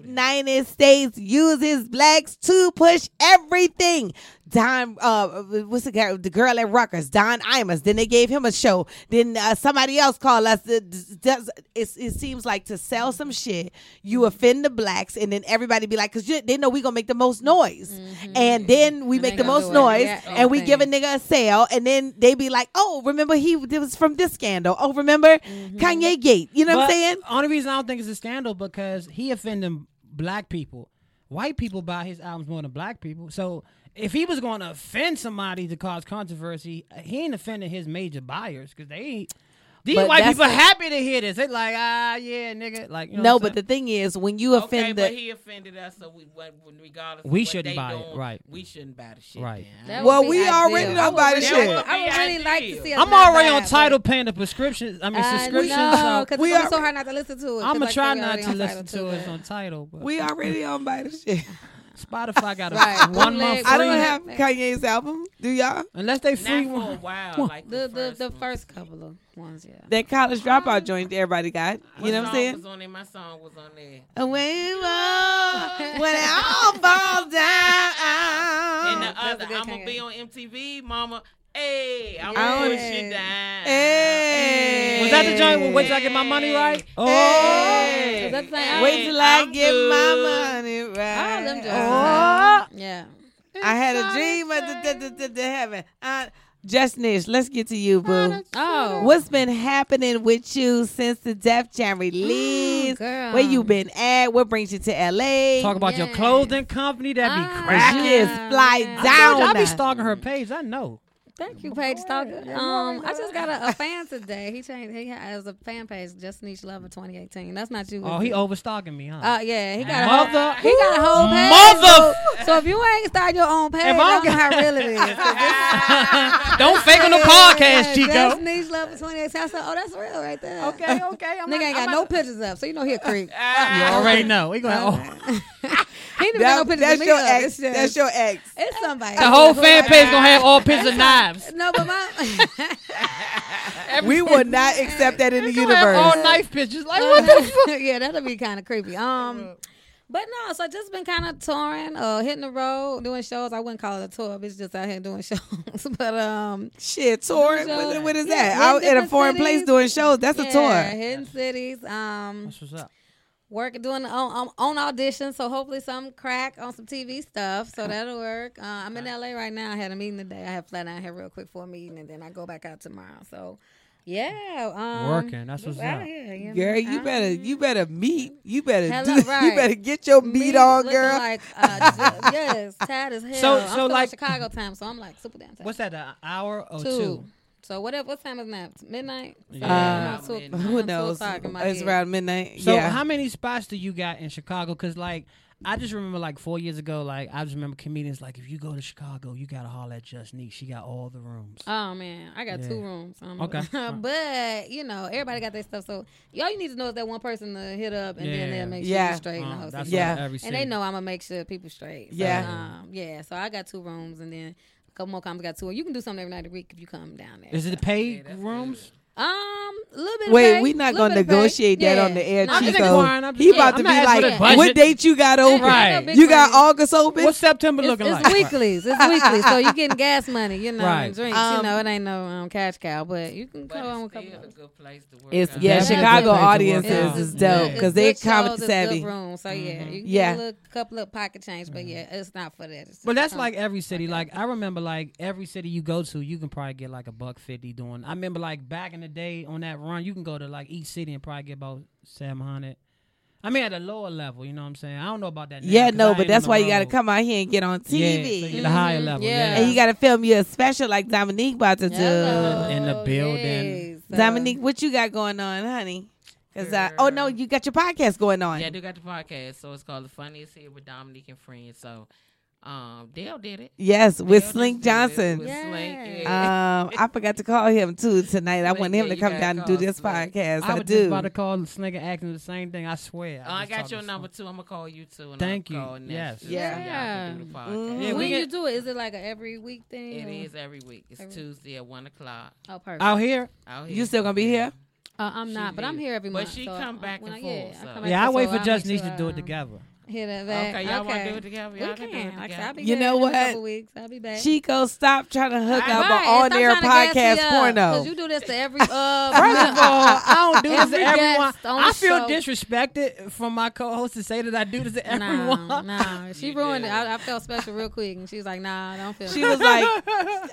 [SPEAKER 10] United States uses blacks to push everything. Don, uh, what's the guy? The girl at Rutgers, Don Imus. Then they gave him a show. Then uh, somebody else called us. The- the- does- it's- It, seems like to sell some shit,
[SPEAKER 13] Mm-hmm.
[SPEAKER 10] you offend the blacks, and then everybody be like, because they know we gonna make the most noise, and then we make the
[SPEAKER 13] Mm-hmm. gonna
[SPEAKER 10] most
[SPEAKER 13] do it.
[SPEAKER 10] noise,
[SPEAKER 13] Yeah,
[SPEAKER 10] and we give a nigga a sale, and then they be like, oh, remember he it was from this scandal. Oh, remember
[SPEAKER 13] Mm-hmm.
[SPEAKER 10] Kanye Gate. You know what I'm
[SPEAKER 4] But
[SPEAKER 10] saying?
[SPEAKER 4] Only reason I don't think it's a scandal because he offending black people. White people buy his albums more than black people. So if he was going to offend somebody to cause controversy, he ain't offending his major buyers because they ain't. These
[SPEAKER 10] But
[SPEAKER 4] white
[SPEAKER 10] that's
[SPEAKER 4] people
[SPEAKER 10] the-
[SPEAKER 4] happy to hear this. They like, ah, yeah, nigga. Like, you know
[SPEAKER 10] no,
[SPEAKER 4] what I'm
[SPEAKER 10] but
[SPEAKER 4] saying?
[SPEAKER 10] the thing is, when you offend
[SPEAKER 14] okay,
[SPEAKER 10] the
[SPEAKER 14] but he offended us, so we what, regardless. of
[SPEAKER 4] We
[SPEAKER 14] what
[SPEAKER 4] shouldn't
[SPEAKER 14] they
[SPEAKER 4] buy it,
[SPEAKER 14] doing,
[SPEAKER 4] right.
[SPEAKER 14] We shouldn't buy the shit.
[SPEAKER 4] Right.
[SPEAKER 14] then.
[SPEAKER 13] That
[SPEAKER 10] Well,
[SPEAKER 13] would be
[SPEAKER 10] we already
[SPEAKER 13] ideal.
[SPEAKER 10] know about
[SPEAKER 13] I
[SPEAKER 10] the
[SPEAKER 13] would
[SPEAKER 10] shit.
[SPEAKER 13] really- I would really like to see.
[SPEAKER 4] I'm
[SPEAKER 13] another
[SPEAKER 4] already on
[SPEAKER 13] vibe.
[SPEAKER 4] title paying the prescriptions. I mean,
[SPEAKER 13] I
[SPEAKER 4] subscriptions.
[SPEAKER 13] know,
[SPEAKER 4] so
[SPEAKER 13] because it's gonna be
[SPEAKER 10] are-
[SPEAKER 13] so hard not to listen to
[SPEAKER 4] I'm
[SPEAKER 13] it. 'cause,
[SPEAKER 4] going
[SPEAKER 13] like,
[SPEAKER 4] to try
[SPEAKER 13] they
[SPEAKER 4] not
[SPEAKER 13] already
[SPEAKER 4] to
[SPEAKER 13] on
[SPEAKER 4] listen
[SPEAKER 13] Tidal,
[SPEAKER 4] to
[SPEAKER 13] too.
[SPEAKER 4] it on title. But
[SPEAKER 10] we already on by the shit.
[SPEAKER 4] Spotify got a
[SPEAKER 13] Right.
[SPEAKER 4] one
[SPEAKER 13] Bootleg,
[SPEAKER 4] month
[SPEAKER 10] I don't
[SPEAKER 4] free.
[SPEAKER 10] have Kanye's album. Do y'all?
[SPEAKER 4] Uh, Unless they free
[SPEAKER 14] Not for
[SPEAKER 10] Oh,
[SPEAKER 14] a
[SPEAKER 4] one.
[SPEAKER 14] while, like
[SPEAKER 13] The
[SPEAKER 14] the,
[SPEAKER 13] the
[SPEAKER 14] first
[SPEAKER 13] the
[SPEAKER 14] one.
[SPEAKER 13] first couple of ones, yeah.
[SPEAKER 10] That college dropout joint that everybody got. You know what I'm
[SPEAKER 14] song
[SPEAKER 10] saying?
[SPEAKER 14] Was on there, my song was on there.
[SPEAKER 10] Away roll, when it all falls
[SPEAKER 14] And
[SPEAKER 10] down.
[SPEAKER 14] the other,
[SPEAKER 13] good
[SPEAKER 14] I'm gonna be on MTV, Mama. Hey, I'm
[SPEAKER 10] Yeah.
[SPEAKER 14] gonna put shit down.
[SPEAKER 10] Hey.
[SPEAKER 4] Was that the joint with Wait Till I Get My Money Right? Oh.
[SPEAKER 10] Hey.
[SPEAKER 13] That's like,
[SPEAKER 10] Wait till I
[SPEAKER 14] I'm
[SPEAKER 10] get my
[SPEAKER 14] good.
[SPEAKER 10] money
[SPEAKER 13] all
[SPEAKER 10] right.
[SPEAKER 13] them jokes.
[SPEAKER 10] Oh,
[SPEAKER 13] Yeah.
[SPEAKER 10] I had a dream of the, the, the, the, the heaven. Uh, just Nish, let's get to you, boo.
[SPEAKER 13] Oh,
[SPEAKER 10] What's been happening with you since the Def Jam release?
[SPEAKER 13] Oh, girl.
[SPEAKER 10] Where you been at? What brings you to LA?
[SPEAKER 4] Talk about your
[SPEAKER 13] Yes.
[SPEAKER 4] clothing company. That'd be
[SPEAKER 13] Ah,
[SPEAKER 4] cracking.
[SPEAKER 10] Yes, fly
[SPEAKER 13] I
[SPEAKER 10] down.
[SPEAKER 4] I'll be stalking her page. I know.
[SPEAKER 13] Thank you, Paige Stalker. Um, I just got a, a fan today. He changed. He has a fan page, Just Niche Lover 2018. That's not you.
[SPEAKER 4] Oh,
[SPEAKER 13] is
[SPEAKER 4] he
[SPEAKER 13] it?
[SPEAKER 4] overstalking me, huh?
[SPEAKER 13] Oh yeah, he got a
[SPEAKER 4] Mother-
[SPEAKER 13] whole, Mm-hmm. he got a whole page.
[SPEAKER 4] Mother-
[SPEAKER 13] So, so if you ain't start your own page,
[SPEAKER 4] I
[SPEAKER 13] I don't know
[SPEAKER 4] don't-
[SPEAKER 13] how real it is. 'Cause this-
[SPEAKER 4] Don't fake on the podcast,
[SPEAKER 13] Just
[SPEAKER 4] Chico.
[SPEAKER 13] Niche Lover 2018. I said, oh, that's real right there.
[SPEAKER 4] Okay, okay. I'm
[SPEAKER 13] Nigga ain't got no pictures up, so you know he a creep.
[SPEAKER 4] You already know. We gonna
[SPEAKER 13] Uh,
[SPEAKER 4] oh,
[SPEAKER 13] He ain't even got no
[SPEAKER 10] That-
[SPEAKER 13] pictures of
[SPEAKER 10] that's
[SPEAKER 13] me
[SPEAKER 10] your
[SPEAKER 13] up.
[SPEAKER 10] ex.
[SPEAKER 13] It's just-
[SPEAKER 10] That's your ex.
[SPEAKER 13] It's somebody.
[SPEAKER 4] the whole fan page gonna have all pins of knives.
[SPEAKER 13] No, but my.
[SPEAKER 10] We will not accept that in the
[SPEAKER 4] Gonna have all
[SPEAKER 10] universe.
[SPEAKER 4] knife pictures. Like what the fuck?
[SPEAKER 13] Uh, yeah, that'll be kind of creepy. Um, but no, so just been kind of touring, uh, hitting the road, doing shows. I wouldn't call it a tour, bitch, just out here doing shows. but um,
[SPEAKER 10] Shit, touring.
[SPEAKER 13] Doing
[SPEAKER 10] What,
[SPEAKER 13] shows.
[SPEAKER 10] what is
[SPEAKER 13] Yeah,
[SPEAKER 10] that?
[SPEAKER 13] in
[SPEAKER 10] Out in a
[SPEAKER 13] different
[SPEAKER 10] foreign
[SPEAKER 13] cities.
[SPEAKER 10] place doing shows. That's
[SPEAKER 13] yeah,
[SPEAKER 10] a tour.
[SPEAKER 13] hitting cities. Um,
[SPEAKER 4] That's what's up.
[SPEAKER 13] work doing on, on audition. So hopefully some crack on some TV stuff. So that'll work. Uh, I'm in LA right now. I had a meeting today. I had flat out here real quick for a meeting, and then I go back out tomorrow. So Yeah. Um,
[SPEAKER 4] Working, that's
[SPEAKER 13] we
[SPEAKER 4] what's
[SPEAKER 13] out
[SPEAKER 4] up.
[SPEAKER 13] here, you
[SPEAKER 10] Girl,
[SPEAKER 13] know,
[SPEAKER 10] you
[SPEAKER 13] out
[SPEAKER 10] better you better meet. You better
[SPEAKER 13] Hello,
[SPEAKER 10] do,
[SPEAKER 13] right.
[SPEAKER 10] you better get your meat, on,
[SPEAKER 13] looking
[SPEAKER 10] girl.
[SPEAKER 13] Like, uh, j- yes, tired as hell.
[SPEAKER 10] So-
[SPEAKER 13] I'm
[SPEAKER 10] so
[SPEAKER 13] still on
[SPEAKER 10] like-
[SPEAKER 13] Chicago time, so I'm like super damn tired.
[SPEAKER 4] What's that? uh, An hour or two?
[SPEAKER 13] So whatever. What time is nap? Midnight. So I'm
[SPEAKER 10] Yeah.
[SPEAKER 13] on two-
[SPEAKER 10] Uh,
[SPEAKER 13] I'm
[SPEAKER 10] who
[SPEAKER 13] on two
[SPEAKER 10] knows?
[SPEAKER 13] o'clock in my
[SPEAKER 10] It's
[SPEAKER 13] bed.
[SPEAKER 10] around midnight.
[SPEAKER 4] So
[SPEAKER 10] yeah.
[SPEAKER 4] how many spots do you got in Chicago? Cause like I just remember like four years ago, like I just remember comedians like if you go to Chicago, you gotta holler at Just Neat. She got all the rooms.
[SPEAKER 13] Oh man, I got
[SPEAKER 4] Yeah.
[SPEAKER 13] two rooms. Um,
[SPEAKER 4] Okay.
[SPEAKER 13] but you know everybody got their stuff. So y'all you need to know is that one person to hit up and then
[SPEAKER 4] Yeah.
[SPEAKER 13] they'll make
[SPEAKER 10] Yeah.
[SPEAKER 13] sure you straight.
[SPEAKER 10] Uh,
[SPEAKER 13] and the whole
[SPEAKER 10] that's
[SPEAKER 13] situation.
[SPEAKER 10] what Yeah. every
[SPEAKER 13] and they
[SPEAKER 10] city-
[SPEAKER 13] know I'm gonna make sure people straight. So,
[SPEAKER 10] Yeah.
[SPEAKER 13] um, yeah. So I got two rooms and then a couple more comics got two. You can do something every night of the week if you come down there.
[SPEAKER 4] Is it the paid rooms?
[SPEAKER 13] Um, a little bit.
[SPEAKER 10] Wait,
[SPEAKER 13] of pay,
[SPEAKER 10] we're not
[SPEAKER 13] little
[SPEAKER 10] gonna
[SPEAKER 13] bit of pay.
[SPEAKER 10] negotiate that on
[SPEAKER 13] Yeah.
[SPEAKER 10] the air,
[SPEAKER 13] No, I'm just inquiring,
[SPEAKER 10] Chico.
[SPEAKER 13] I'm
[SPEAKER 10] He
[SPEAKER 13] just- I'm
[SPEAKER 10] about to be
[SPEAKER 13] not asking for
[SPEAKER 10] like,
[SPEAKER 13] the budget.
[SPEAKER 10] what date you got open?
[SPEAKER 13] Right. big
[SPEAKER 10] You got August open?
[SPEAKER 4] What's September
[SPEAKER 10] looking
[SPEAKER 13] it's weeklies. It's weekly. So you're getting gas money, you know,
[SPEAKER 10] Right.
[SPEAKER 13] and drinks.
[SPEAKER 10] Um,
[SPEAKER 13] you know, it ain't no um, cash cow, but you can go on with a couple. of those.
[SPEAKER 10] It's yeah, Chicago audiences is dope
[SPEAKER 13] It's
[SPEAKER 10] because they
[SPEAKER 13] good shows,
[SPEAKER 10] comedy
[SPEAKER 13] it's
[SPEAKER 10] savvy. Mm-hmm.
[SPEAKER 13] Good room, so yeah, you can
[SPEAKER 10] Yeah. Mm-hmm.
[SPEAKER 13] get a little, couple of pocket change, but yeah, it's not for that. It's
[SPEAKER 4] But that's
[SPEAKER 13] um,
[SPEAKER 4] like every city. Like I remember, like every city you go to, you can probably get like a buck fifty doing. I remember, like back in the day on that run, you can go to like each city and probably get about seven hundred. I mean, at a lower level, you know what I'm saying. I don't know about that. Now,
[SPEAKER 10] Yeah,
[SPEAKER 4] 'cause
[SPEAKER 10] no,
[SPEAKER 4] I
[SPEAKER 10] but
[SPEAKER 4] ain't
[SPEAKER 10] that's
[SPEAKER 4] on
[SPEAKER 10] why
[SPEAKER 4] the
[SPEAKER 10] you got to
[SPEAKER 4] road.
[SPEAKER 10] come out here and get on TV.
[SPEAKER 4] Yeah, so you're the higher
[SPEAKER 13] Mm-hmm.
[SPEAKER 4] level. Yeah,
[SPEAKER 10] And you got to film you a special like Dominique about to do.
[SPEAKER 4] in the building.
[SPEAKER 10] Dominique, what you got going on, honey? 'Cause I, oh no, you got your podcast going on.
[SPEAKER 14] Yeah, I do got the podcast, so it's called The Funniest Here with Dominique and Friends. So, um, Dale did it.
[SPEAKER 10] Yes,
[SPEAKER 14] Dale
[SPEAKER 10] with
[SPEAKER 14] just
[SPEAKER 10] Slink
[SPEAKER 14] did it
[SPEAKER 10] Johnson.
[SPEAKER 14] with Slink, yeah.
[SPEAKER 10] Um, I forgot to call him too tonight. I want
[SPEAKER 14] yeah,
[SPEAKER 10] him to
[SPEAKER 14] you
[SPEAKER 10] come
[SPEAKER 14] gotta
[SPEAKER 10] down and do
[SPEAKER 14] call
[SPEAKER 10] this podcast.
[SPEAKER 4] I
[SPEAKER 10] I
[SPEAKER 4] was just
[SPEAKER 10] do.
[SPEAKER 4] about to call the snake and ask him the same thing. I swear.
[SPEAKER 14] Oh, I
[SPEAKER 4] was
[SPEAKER 14] got
[SPEAKER 4] talking
[SPEAKER 14] your
[SPEAKER 4] to
[SPEAKER 14] number too. I'm gonna call you too. And
[SPEAKER 4] Thank
[SPEAKER 14] I'll
[SPEAKER 4] you.
[SPEAKER 14] Call next
[SPEAKER 4] Yes.
[SPEAKER 14] to see
[SPEAKER 4] Yeah.
[SPEAKER 14] y'all can do the
[SPEAKER 13] Yeah.
[SPEAKER 10] mm-hmm.
[SPEAKER 14] podcast.
[SPEAKER 13] When you do it, is it like a every week thing?
[SPEAKER 14] It
[SPEAKER 13] or-
[SPEAKER 14] is every week. It's
[SPEAKER 13] Every-
[SPEAKER 14] Tuesday at one o'clock.
[SPEAKER 13] Oh, perfect.
[SPEAKER 4] Out here?
[SPEAKER 14] Out here.
[SPEAKER 10] You still gonna be here?
[SPEAKER 13] Uh, I'm
[SPEAKER 14] She
[SPEAKER 13] not, but I'm
[SPEAKER 14] did.
[SPEAKER 13] here every
[SPEAKER 14] But
[SPEAKER 13] month.
[SPEAKER 14] she
[SPEAKER 13] so
[SPEAKER 14] come
[SPEAKER 13] I-
[SPEAKER 14] back
[SPEAKER 13] when
[SPEAKER 14] and
[SPEAKER 13] I- yeah,
[SPEAKER 14] forth,
[SPEAKER 13] I
[SPEAKER 14] so.
[SPEAKER 13] come
[SPEAKER 4] him.
[SPEAKER 13] back
[SPEAKER 4] Yeah, I
[SPEAKER 13] and
[SPEAKER 4] wait
[SPEAKER 13] forth,
[SPEAKER 4] for
[SPEAKER 13] I'll
[SPEAKER 4] Just
[SPEAKER 13] make
[SPEAKER 4] Needs
[SPEAKER 13] sure
[SPEAKER 4] to do
[SPEAKER 13] I,
[SPEAKER 4] it together.
[SPEAKER 13] Hit it back.
[SPEAKER 14] Okay, y'all wanna
[SPEAKER 13] okay.
[SPEAKER 14] do it together?
[SPEAKER 13] We
[SPEAKER 14] Y'all
[SPEAKER 13] can.
[SPEAKER 14] can do it
[SPEAKER 13] Like I
[SPEAKER 14] together.
[SPEAKER 13] said, I'll be
[SPEAKER 10] You
[SPEAKER 13] there
[SPEAKER 10] know
[SPEAKER 13] in a couple
[SPEAKER 10] what?
[SPEAKER 13] weeks. I'll be back.
[SPEAKER 10] Chico, stop trying to hook up
[SPEAKER 13] Right,
[SPEAKER 10] an on air
[SPEAKER 13] stop trying to gas me
[SPEAKER 10] podcast
[SPEAKER 13] up, 'cause
[SPEAKER 10] porno.
[SPEAKER 13] You do this to every. Uh,
[SPEAKER 4] First of all, I don't do this to
[SPEAKER 13] every
[SPEAKER 4] everyone.
[SPEAKER 13] guest on the
[SPEAKER 4] I feel
[SPEAKER 13] show.
[SPEAKER 4] disrespected from my co-host to say that I do this to
[SPEAKER 13] No,
[SPEAKER 4] everyone.
[SPEAKER 13] no, she ruined it. I, I felt special real quick, and she was like, "Nah, I don't feel."
[SPEAKER 10] She
[SPEAKER 13] it."
[SPEAKER 10] was like,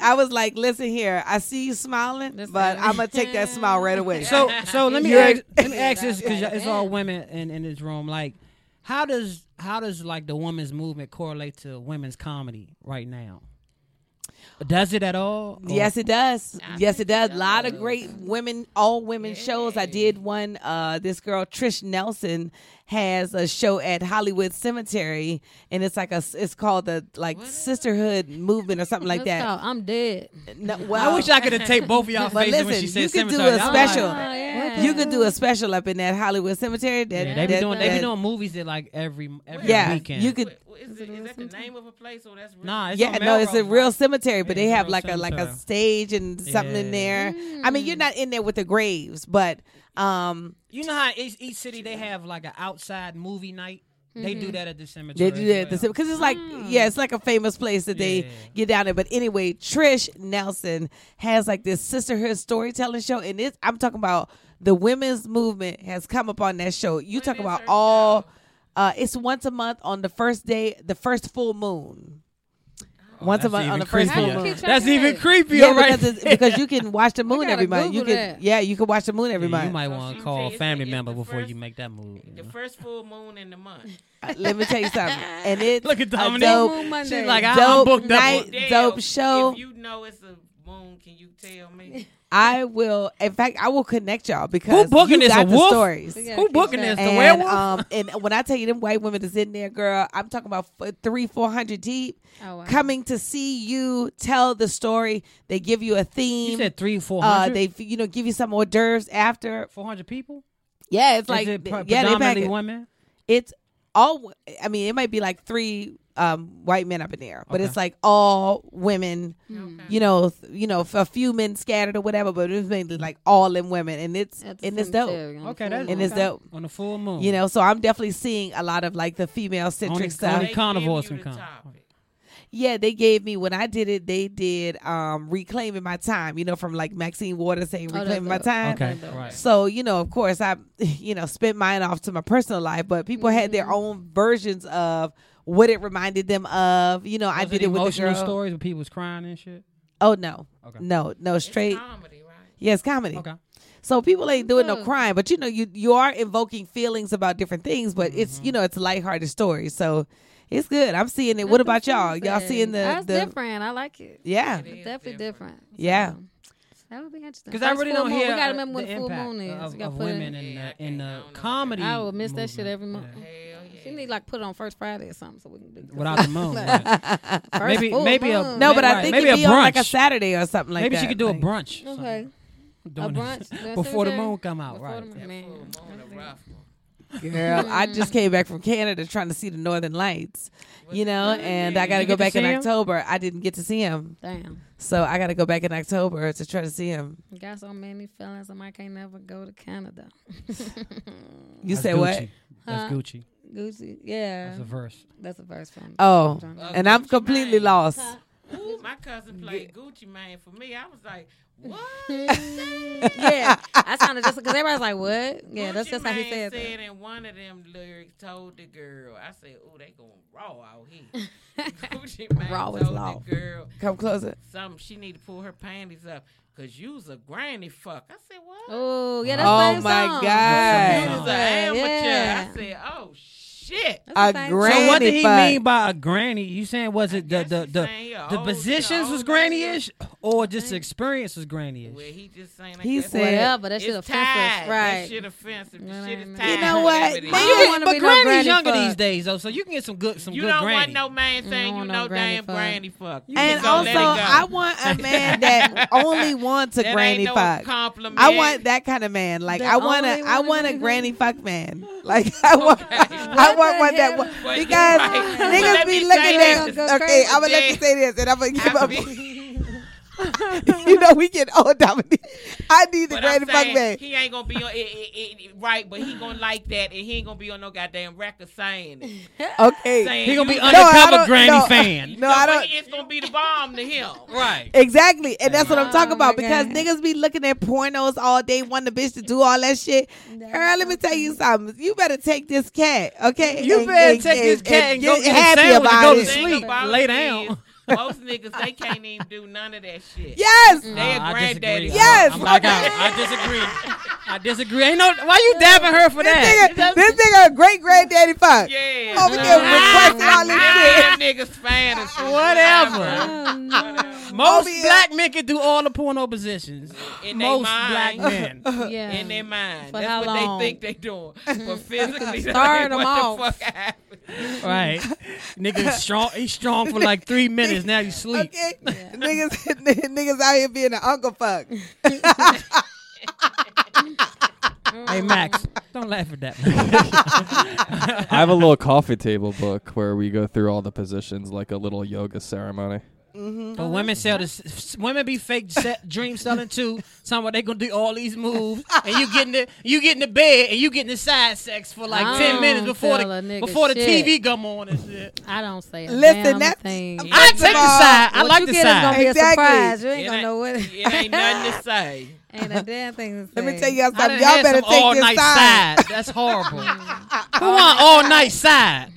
[SPEAKER 10] I was like, listen here, I see you smiling, but I'm gonna take that smile right away.
[SPEAKER 4] So, so let me
[SPEAKER 10] You're-
[SPEAKER 4] ask, let me ask this because it's all women in, in this room. Like, how does how does like the women's movement correlate to women's comedy right now? Does it at all? Or-
[SPEAKER 10] Yes, it does. yes, it does. A lot of great women, all women shows. I did one. Uh, this girl Trish Nelson has a show at Hollywood Cemetery, and it's like a. It's called the like Sisterhood Movement or something like
[SPEAKER 13] What's
[SPEAKER 10] that.
[SPEAKER 13] called? I'm dead.
[SPEAKER 10] No,
[SPEAKER 4] I wish I could have taped both of y'all
[SPEAKER 10] But
[SPEAKER 4] faces
[SPEAKER 10] listen,
[SPEAKER 4] when she said
[SPEAKER 10] you could do
[SPEAKER 4] cemetery.
[SPEAKER 10] a
[SPEAKER 4] I'm like,
[SPEAKER 10] special.
[SPEAKER 4] "What the
[SPEAKER 10] You could do a special up in that Hollywood Cemetery. That,
[SPEAKER 4] Yeah, they be
[SPEAKER 10] that-
[SPEAKER 4] doing they be
[SPEAKER 10] that-
[SPEAKER 4] doing movies that like every every
[SPEAKER 10] Yeah,
[SPEAKER 4] weekend.
[SPEAKER 10] you could.
[SPEAKER 14] Is, it, is that the name of a place or that's
[SPEAKER 4] Nah, it's
[SPEAKER 10] yeah,
[SPEAKER 4] on
[SPEAKER 10] no, it's a
[SPEAKER 4] Melrose,
[SPEAKER 10] real
[SPEAKER 4] right?
[SPEAKER 10] cemetery, but
[SPEAKER 4] Yeah,
[SPEAKER 10] they
[SPEAKER 4] it's a
[SPEAKER 10] have
[SPEAKER 4] real
[SPEAKER 10] like a like a
[SPEAKER 4] cemetery.
[SPEAKER 10] stage and something in
[SPEAKER 4] Yeah.
[SPEAKER 10] there. I mean, you're not in there with the graves, but um,
[SPEAKER 4] You know how each, each city they have like an outside movie night. They do that at the cemetery.
[SPEAKER 10] Mm-hmm. They do that at the because it's like
[SPEAKER 4] Mm.
[SPEAKER 10] yeah, it's like a famous place that they get down there. But anyway, Trish Nelson has like this sisterhood storytelling show, and it's I'm talking about the women's movement has come up on that show. You talk about all. Uh, it's once a month on the first day, the first full moon. Once a
[SPEAKER 4] Oh, that's
[SPEAKER 10] month on
[SPEAKER 4] even
[SPEAKER 10] the first full
[SPEAKER 4] creepier.
[SPEAKER 10] moon.
[SPEAKER 4] That's even creepier
[SPEAKER 10] yeah,
[SPEAKER 4] right
[SPEAKER 10] because, it's-
[SPEAKER 4] there.
[SPEAKER 10] because you can watch the moon
[SPEAKER 4] gotta
[SPEAKER 10] every month. You
[SPEAKER 4] Google
[SPEAKER 10] can
[SPEAKER 4] that.
[SPEAKER 10] yeah, you can watch the moon every
[SPEAKER 4] Yeah,
[SPEAKER 10] month.
[SPEAKER 4] You might want to call a family member before you make that move. you
[SPEAKER 14] the
[SPEAKER 4] know?
[SPEAKER 14] first full moon in the month?
[SPEAKER 10] Uh, Let me tell you something. And it's
[SPEAKER 4] Look at
[SPEAKER 10] a
[SPEAKER 4] Dominique.
[SPEAKER 10] Dope,
[SPEAKER 4] Moon Monday. She's like, I- I'm
[SPEAKER 10] dope
[SPEAKER 4] booked up
[SPEAKER 10] night,
[SPEAKER 4] on-
[SPEAKER 10] dope
[SPEAKER 14] Dale,
[SPEAKER 10] show.
[SPEAKER 14] If you know it's a moon, can you tell me?
[SPEAKER 10] I will. In fact, I will connect y'all because
[SPEAKER 4] booking this?
[SPEAKER 10] you Got
[SPEAKER 4] A
[SPEAKER 10] the
[SPEAKER 4] wolf?
[SPEAKER 10] stories.
[SPEAKER 4] We gotta Who keep booking track. this? The
[SPEAKER 10] And,
[SPEAKER 4] werewolf?
[SPEAKER 10] Um, and when I tell you them white women is in there, girl, I'm talking about f- three, four hundred deep.
[SPEAKER 13] Oh, wow.
[SPEAKER 10] Coming to see you tell the story. They give you a theme.
[SPEAKER 4] You said three, four
[SPEAKER 10] Uh,
[SPEAKER 4] hundred.
[SPEAKER 10] they you know give you some hors d'oeuvres after.
[SPEAKER 4] four hundred people.
[SPEAKER 10] Yeah, it's
[SPEAKER 4] Is
[SPEAKER 10] like
[SPEAKER 4] it pre-
[SPEAKER 10] yeah, they pack
[SPEAKER 4] predominantly
[SPEAKER 10] it.
[SPEAKER 4] women?
[SPEAKER 10] It's all. I mean, it might be like three um, white men up in there, but
[SPEAKER 4] Okay.
[SPEAKER 10] it's like all women. You know, th- you know, f- a few men scattered or whatever, but it's mainly like all in women, and it's
[SPEAKER 4] At the
[SPEAKER 10] and it's dope.
[SPEAKER 4] cemetery on the Okay, full that's-
[SPEAKER 10] and it's
[SPEAKER 4] okay.
[SPEAKER 10] dope
[SPEAKER 4] On the full moon.
[SPEAKER 10] You know, so I'm definitely seeing a lot of like the female
[SPEAKER 4] Only-
[SPEAKER 10] centric stuff.
[SPEAKER 4] Only carnivores can come.
[SPEAKER 10] Yeah, they gave me when I did it. They did um reclaiming my time. You know, from like Maxine Waters saying
[SPEAKER 13] Oh, that's
[SPEAKER 10] reclaiming my
[SPEAKER 13] dope.
[SPEAKER 10] time.
[SPEAKER 13] Okay, That's dope. right.
[SPEAKER 10] So you know, of course, I you know spent mine off to my personal life, but people had
[SPEAKER 13] Mm-hmm.
[SPEAKER 10] their own versions of what it reminded them of. You know, I
[SPEAKER 4] Was
[SPEAKER 10] did
[SPEAKER 4] it
[SPEAKER 10] it with the
[SPEAKER 4] emotional
[SPEAKER 10] girl.
[SPEAKER 4] stories where people was crying and shit.
[SPEAKER 10] Oh no,
[SPEAKER 4] Okay.
[SPEAKER 10] no, no, straight. Yeah, it's comedy.
[SPEAKER 4] Okay.
[SPEAKER 10] So people ain't doing no
[SPEAKER 4] Good.
[SPEAKER 10] crime, but you know, you you are invoking feelings about different things, but
[SPEAKER 4] Mm-hmm.
[SPEAKER 10] it's you know, it's a lighthearted story. So it's good. I'm seeing it. what about y'all? Y'all seeing the
[SPEAKER 13] That's
[SPEAKER 10] the
[SPEAKER 13] different. I like it.
[SPEAKER 10] Yeah. It
[SPEAKER 13] It's definitely different.
[SPEAKER 10] Yeah.
[SPEAKER 13] That would be interesting.
[SPEAKER 4] Because I
[SPEAKER 13] First
[SPEAKER 4] really
[SPEAKER 13] full
[SPEAKER 4] don't
[SPEAKER 13] moon.
[SPEAKER 4] hear
[SPEAKER 13] We gotta
[SPEAKER 4] uh,
[SPEAKER 13] remember when
[SPEAKER 4] the
[SPEAKER 13] full
[SPEAKER 4] impact
[SPEAKER 13] moon is.
[SPEAKER 4] of,
[SPEAKER 13] We gotta
[SPEAKER 4] of
[SPEAKER 13] put it
[SPEAKER 4] women in the, in the comedy.
[SPEAKER 13] I would miss that shit
[SPEAKER 4] movement.
[SPEAKER 13] every month. She need like put it on first Friday or something so we can do that.
[SPEAKER 4] Without the moon, right.
[SPEAKER 13] First
[SPEAKER 4] Maybe-
[SPEAKER 13] full
[SPEAKER 4] maybe a-
[SPEAKER 13] moon.
[SPEAKER 10] No, but I
[SPEAKER 4] Right.
[SPEAKER 10] think
[SPEAKER 4] Maybe
[SPEAKER 10] it'd
[SPEAKER 4] a
[SPEAKER 10] be on like a
[SPEAKER 4] brunch.
[SPEAKER 10] Saturday or something like
[SPEAKER 4] Maybe
[SPEAKER 10] that.
[SPEAKER 4] she could do a
[SPEAKER 10] Like-
[SPEAKER 4] brunch.
[SPEAKER 13] Okay.
[SPEAKER 4] Doing
[SPEAKER 13] a
[SPEAKER 4] it
[SPEAKER 13] brunch that's
[SPEAKER 4] before the
[SPEAKER 13] Tuesday?
[SPEAKER 4] moon come out,
[SPEAKER 13] Before
[SPEAKER 4] right.
[SPEAKER 13] the moon, Mm-hmm. man.
[SPEAKER 10] Girl, I
[SPEAKER 13] Mm.
[SPEAKER 10] just came back from Canada trying to see the Northern Lights, you know, and I got to
[SPEAKER 13] Did
[SPEAKER 10] go
[SPEAKER 13] you get to
[SPEAKER 10] back in
[SPEAKER 13] see 'em?
[SPEAKER 10] October. I didn't get to see him.
[SPEAKER 13] Damn.
[SPEAKER 10] So I got to go back in October to try to see him.
[SPEAKER 13] Got so many feelings I might can't never go to Canada.
[SPEAKER 10] You said what?
[SPEAKER 4] That's
[SPEAKER 13] Huh?
[SPEAKER 4] Gucci.
[SPEAKER 13] Gucci. Yeah.
[SPEAKER 4] That's a verse.
[SPEAKER 13] That's a verse from.
[SPEAKER 10] Oh,
[SPEAKER 13] from-
[SPEAKER 10] and I'm completely lost.
[SPEAKER 14] Ooh, my cousin played Gucci Mane for me. I was like, what?
[SPEAKER 13] yeah, I sounded just because everybody's like, "What?" Yeah, that's
[SPEAKER 14] Gucci
[SPEAKER 13] just how he
[SPEAKER 14] Mane
[SPEAKER 13] said. that.
[SPEAKER 14] said in one of them lyrics, told the girl, I said, "Oh, they going raw out here." Gucci Mane
[SPEAKER 10] Raw is
[SPEAKER 14] told
[SPEAKER 10] law.
[SPEAKER 14] the girl,
[SPEAKER 10] Come closer.
[SPEAKER 14] Something she need to pull her panties up, cause you's a granny fuck. I said, "What?"
[SPEAKER 13] Oh, yeah, that's
[SPEAKER 10] Oh
[SPEAKER 13] the same
[SPEAKER 10] my
[SPEAKER 13] song.
[SPEAKER 10] God.
[SPEAKER 14] You's an
[SPEAKER 13] Yeah.
[SPEAKER 14] amateur.
[SPEAKER 13] Yeah.
[SPEAKER 14] I said, "Oh shit."
[SPEAKER 4] So what
[SPEAKER 10] A
[SPEAKER 4] did
[SPEAKER 10] Granny
[SPEAKER 4] he
[SPEAKER 10] fuck.
[SPEAKER 4] mean by a granny? You saying was it the the the,
[SPEAKER 14] saying oh, you're
[SPEAKER 4] the
[SPEAKER 14] old,
[SPEAKER 4] positions
[SPEAKER 14] you're
[SPEAKER 4] was
[SPEAKER 14] old, you're-
[SPEAKER 4] granny-ish or just the experience was granny-ish?
[SPEAKER 14] Well, he just saying like
[SPEAKER 10] He
[SPEAKER 14] that's
[SPEAKER 10] said-
[SPEAKER 13] Whatever, that shit
[SPEAKER 14] it's
[SPEAKER 13] offensive,
[SPEAKER 14] tied.
[SPEAKER 13] right.
[SPEAKER 14] That shit offensive. The shit is
[SPEAKER 13] Mm-hmm. You
[SPEAKER 14] tied.
[SPEAKER 10] know what?
[SPEAKER 14] Whatever it is.
[SPEAKER 4] You
[SPEAKER 10] Man,
[SPEAKER 13] don't
[SPEAKER 4] can-
[SPEAKER 13] wanna
[SPEAKER 4] but
[SPEAKER 13] be no
[SPEAKER 4] granny's
[SPEAKER 13] granny
[SPEAKER 4] younger
[SPEAKER 13] fuck.
[SPEAKER 4] these days though, so you can get some good some
[SPEAKER 14] You
[SPEAKER 4] good
[SPEAKER 14] don't
[SPEAKER 4] granny.
[SPEAKER 14] want no man saying you
[SPEAKER 13] want
[SPEAKER 14] no
[SPEAKER 13] no granny
[SPEAKER 14] damn
[SPEAKER 13] fuck.
[SPEAKER 14] granny fuck. You
[SPEAKER 10] And
[SPEAKER 14] just gonna
[SPEAKER 10] also,
[SPEAKER 14] let it go.
[SPEAKER 10] I want a man that only wants a
[SPEAKER 14] That ain't
[SPEAKER 10] granny
[SPEAKER 14] no
[SPEAKER 10] fuck.
[SPEAKER 14] compliment.
[SPEAKER 10] I want that kind of man. Like
[SPEAKER 13] That
[SPEAKER 10] I want
[SPEAKER 13] only
[SPEAKER 10] a, I
[SPEAKER 13] wanna
[SPEAKER 10] want
[SPEAKER 13] be
[SPEAKER 10] a
[SPEAKER 13] the
[SPEAKER 10] granny fuck man. Like I want, I
[SPEAKER 13] What
[SPEAKER 10] want
[SPEAKER 13] the
[SPEAKER 10] one that
[SPEAKER 13] hell?
[SPEAKER 10] wa-
[SPEAKER 14] But you
[SPEAKER 10] because
[SPEAKER 14] right. But
[SPEAKER 10] niggas
[SPEAKER 14] let
[SPEAKER 10] be
[SPEAKER 14] me say
[SPEAKER 10] looking
[SPEAKER 14] this.
[SPEAKER 13] Gonna
[SPEAKER 10] at.
[SPEAKER 13] go
[SPEAKER 10] Okay,
[SPEAKER 13] crazy.
[SPEAKER 10] I'm gonna let you say this, and I'm gonna give
[SPEAKER 14] I
[SPEAKER 10] up.
[SPEAKER 14] be-
[SPEAKER 10] you know, we get old, Dominique. I need
[SPEAKER 14] but
[SPEAKER 10] the
[SPEAKER 14] I'm
[SPEAKER 10] granny fuck
[SPEAKER 14] saying
[SPEAKER 10] man.
[SPEAKER 14] he ain't gonna be on it, it, it, it- right, but he gonna like that, and he ain't gonna be on no goddamn record saying it.
[SPEAKER 10] Okay,
[SPEAKER 14] Saying
[SPEAKER 4] He gonna
[SPEAKER 14] you-
[SPEAKER 4] be
[SPEAKER 10] I
[SPEAKER 4] undercover
[SPEAKER 10] don't-
[SPEAKER 4] granny
[SPEAKER 10] no.
[SPEAKER 4] fan.
[SPEAKER 10] No, I
[SPEAKER 14] Nobody-
[SPEAKER 10] don't.
[SPEAKER 14] It's gonna be the bomb to him.
[SPEAKER 4] Right.
[SPEAKER 10] Exactly, and that's what I'm talking
[SPEAKER 13] Oh,
[SPEAKER 10] about
[SPEAKER 13] my
[SPEAKER 10] because
[SPEAKER 13] God.
[SPEAKER 10] niggas be looking at pornos all day, wanting the bitch to do all that shit. Girl, let me tell you something. You better take this cat, okay?
[SPEAKER 4] You
[SPEAKER 10] And-
[SPEAKER 4] better
[SPEAKER 10] and-
[SPEAKER 4] take this cat and go
[SPEAKER 10] get
[SPEAKER 4] eat a
[SPEAKER 10] happy
[SPEAKER 4] sandwich and
[SPEAKER 10] about
[SPEAKER 4] go to
[SPEAKER 10] it.
[SPEAKER 4] sleep.
[SPEAKER 14] Thing about
[SPEAKER 4] lay
[SPEAKER 14] it
[SPEAKER 4] down.
[SPEAKER 14] is, most niggas they can't even do none of that shit.
[SPEAKER 10] Yes,
[SPEAKER 14] They a
[SPEAKER 4] I
[SPEAKER 14] granddaddy.
[SPEAKER 4] disagree.
[SPEAKER 10] Yes.
[SPEAKER 4] I'm like, I, I disagree. I disagree. Ain't no why you dabbing her for
[SPEAKER 10] this
[SPEAKER 4] that?
[SPEAKER 10] nigga, this nigga a great granddaddy fuck.
[SPEAKER 14] Yeah.
[SPEAKER 10] Over there requesting all this shit.
[SPEAKER 14] I am niggas fantasy.
[SPEAKER 4] Whatever. Most
[SPEAKER 10] Obvious.
[SPEAKER 4] black men can do all the porno positions.
[SPEAKER 14] In they
[SPEAKER 4] Most
[SPEAKER 14] mind.
[SPEAKER 4] black men.
[SPEAKER 13] yeah.
[SPEAKER 14] In their mind.
[SPEAKER 13] For how
[SPEAKER 14] That's what
[SPEAKER 13] long?
[SPEAKER 14] they think they doing. But physically,
[SPEAKER 13] Start
[SPEAKER 14] they,
[SPEAKER 13] 'em
[SPEAKER 14] what
[SPEAKER 13] off.
[SPEAKER 14] the fuck happened?
[SPEAKER 4] Right. Nigga strong he's strong for like three minutes. Now you sleep.
[SPEAKER 10] Okay, niggas, niggas out here being an uncle fuck.
[SPEAKER 4] Hey Max, don't laugh at that. man.
[SPEAKER 3] I have a little coffee table book where we go through all the positions like a little yoga ceremony.
[SPEAKER 13] Mm-hmm.
[SPEAKER 4] but women sell this s- women be fake set, dream selling too. Somewhere they gonna do all these moves and you get in the you get in the bed and you get in the side sex for like
[SPEAKER 13] I
[SPEAKER 4] ten minutes
[SPEAKER 13] don't
[SPEAKER 4] before
[SPEAKER 13] tell a
[SPEAKER 4] the
[SPEAKER 13] nigga
[SPEAKER 4] before the
[SPEAKER 13] shit.
[SPEAKER 4] TV come on and shit.
[SPEAKER 13] I don't say a
[SPEAKER 10] Listen,
[SPEAKER 13] damn
[SPEAKER 10] that's-
[SPEAKER 13] thing.
[SPEAKER 10] I'm-
[SPEAKER 13] What
[SPEAKER 4] I take the side. I
[SPEAKER 13] you
[SPEAKER 4] like the
[SPEAKER 13] get is gonna
[SPEAKER 4] side.
[SPEAKER 13] be
[SPEAKER 10] Exactly.
[SPEAKER 13] a surprise. You ain't
[SPEAKER 14] It
[SPEAKER 13] gonna
[SPEAKER 14] ain't-
[SPEAKER 13] know what.
[SPEAKER 14] It ain't nothing to say.
[SPEAKER 13] Ain't a damn thing to say.
[SPEAKER 10] Let me tell y'all
[SPEAKER 4] I
[SPEAKER 10] something.
[SPEAKER 4] done
[SPEAKER 10] Y'all
[SPEAKER 4] had
[SPEAKER 10] better
[SPEAKER 4] some all
[SPEAKER 10] take this
[SPEAKER 4] night
[SPEAKER 10] side.
[SPEAKER 4] side. That's horrible. Who want all night side?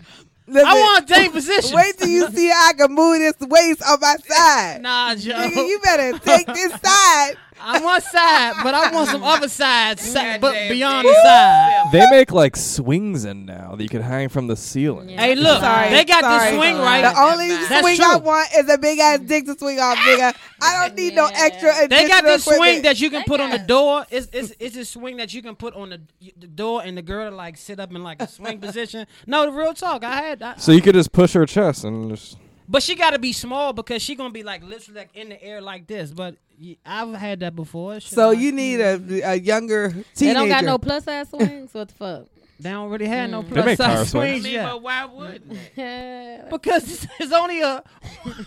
[SPEAKER 10] Listen,
[SPEAKER 4] I want date position.
[SPEAKER 10] Wait till you see how I can move this waist on my side.
[SPEAKER 4] Nah, Joe.
[SPEAKER 10] Nigga, you better take this side.
[SPEAKER 4] I want side, but I want some other side, si- but
[SPEAKER 14] Goddamn
[SPEAKER 4] beyond
[SPEAKER 14] damn
[SPEAKER 4] the side.
[SPEAKER 14] self.
[SPEAKER 3] They make like swings in now that you could hang from the ceiling.
[SPEAKER 13] Yeah.
[SPEAKER 4] Hey, look,
[SPEAKER 10] Sorry,
[SPEAKER 4] they got
[SPEAKER 10] sorry.
[SPEAKER 4] this swing right.
[SPEAKER 10] The only
[SPEAKER 4] That's
[SPEAKER 10] swing
[SPEAKER 4] true.
[SPEAKER 10] I want is a big ass dick to swing off, nigga. I don't need no
[SPEAKER 13] Yeah.
[SPEAKER 10] extra.
[SPEAKER 4] they got
[SPEAKER 10] additional
[SPEAKER 4] this swing
[SPEAKER 10] equipment.
[SPEAKER 4] that you can
[SPEAKER 13] They
[SPEAKER 4] put on the
[SPEAKER 13] got-
[SPEAKER 4] door. It's it's it's a swing that you can put on the, the door, and the girl to like sit up in like a swing position. No, the real talk. I had, I,
[SPEAKER 3] So you could just push her chest and just.
[SPEAKER 4] but she got to be small because she gonna be like literally like in the air like this. But y- I've had that before. Shit,
[SPEAKER 10] So
[SPEAKER 4] like,
[SPEAKER 10] you need a, a younger teenager.
[SPEAKER 13] They don't got no plus size swings. What the fuck? Mm.
[SPEAKER 4] They don't really have no
[SPEAKER 3] They
[SPEAKER 4] plus
[SPEAKER 3] make power
[SPEAKER 4] size
[SPEAKER 14] I
[SPEAKER 4] swings
[SPEAKER 3] swings.
[SPEAKER 14] mean,
[SPEAKER 4] yet.
[SPEAKER 14] but why wouldn't they?
[SPEAKER 13] Cause
[SPEAKER 4] Because it's only a,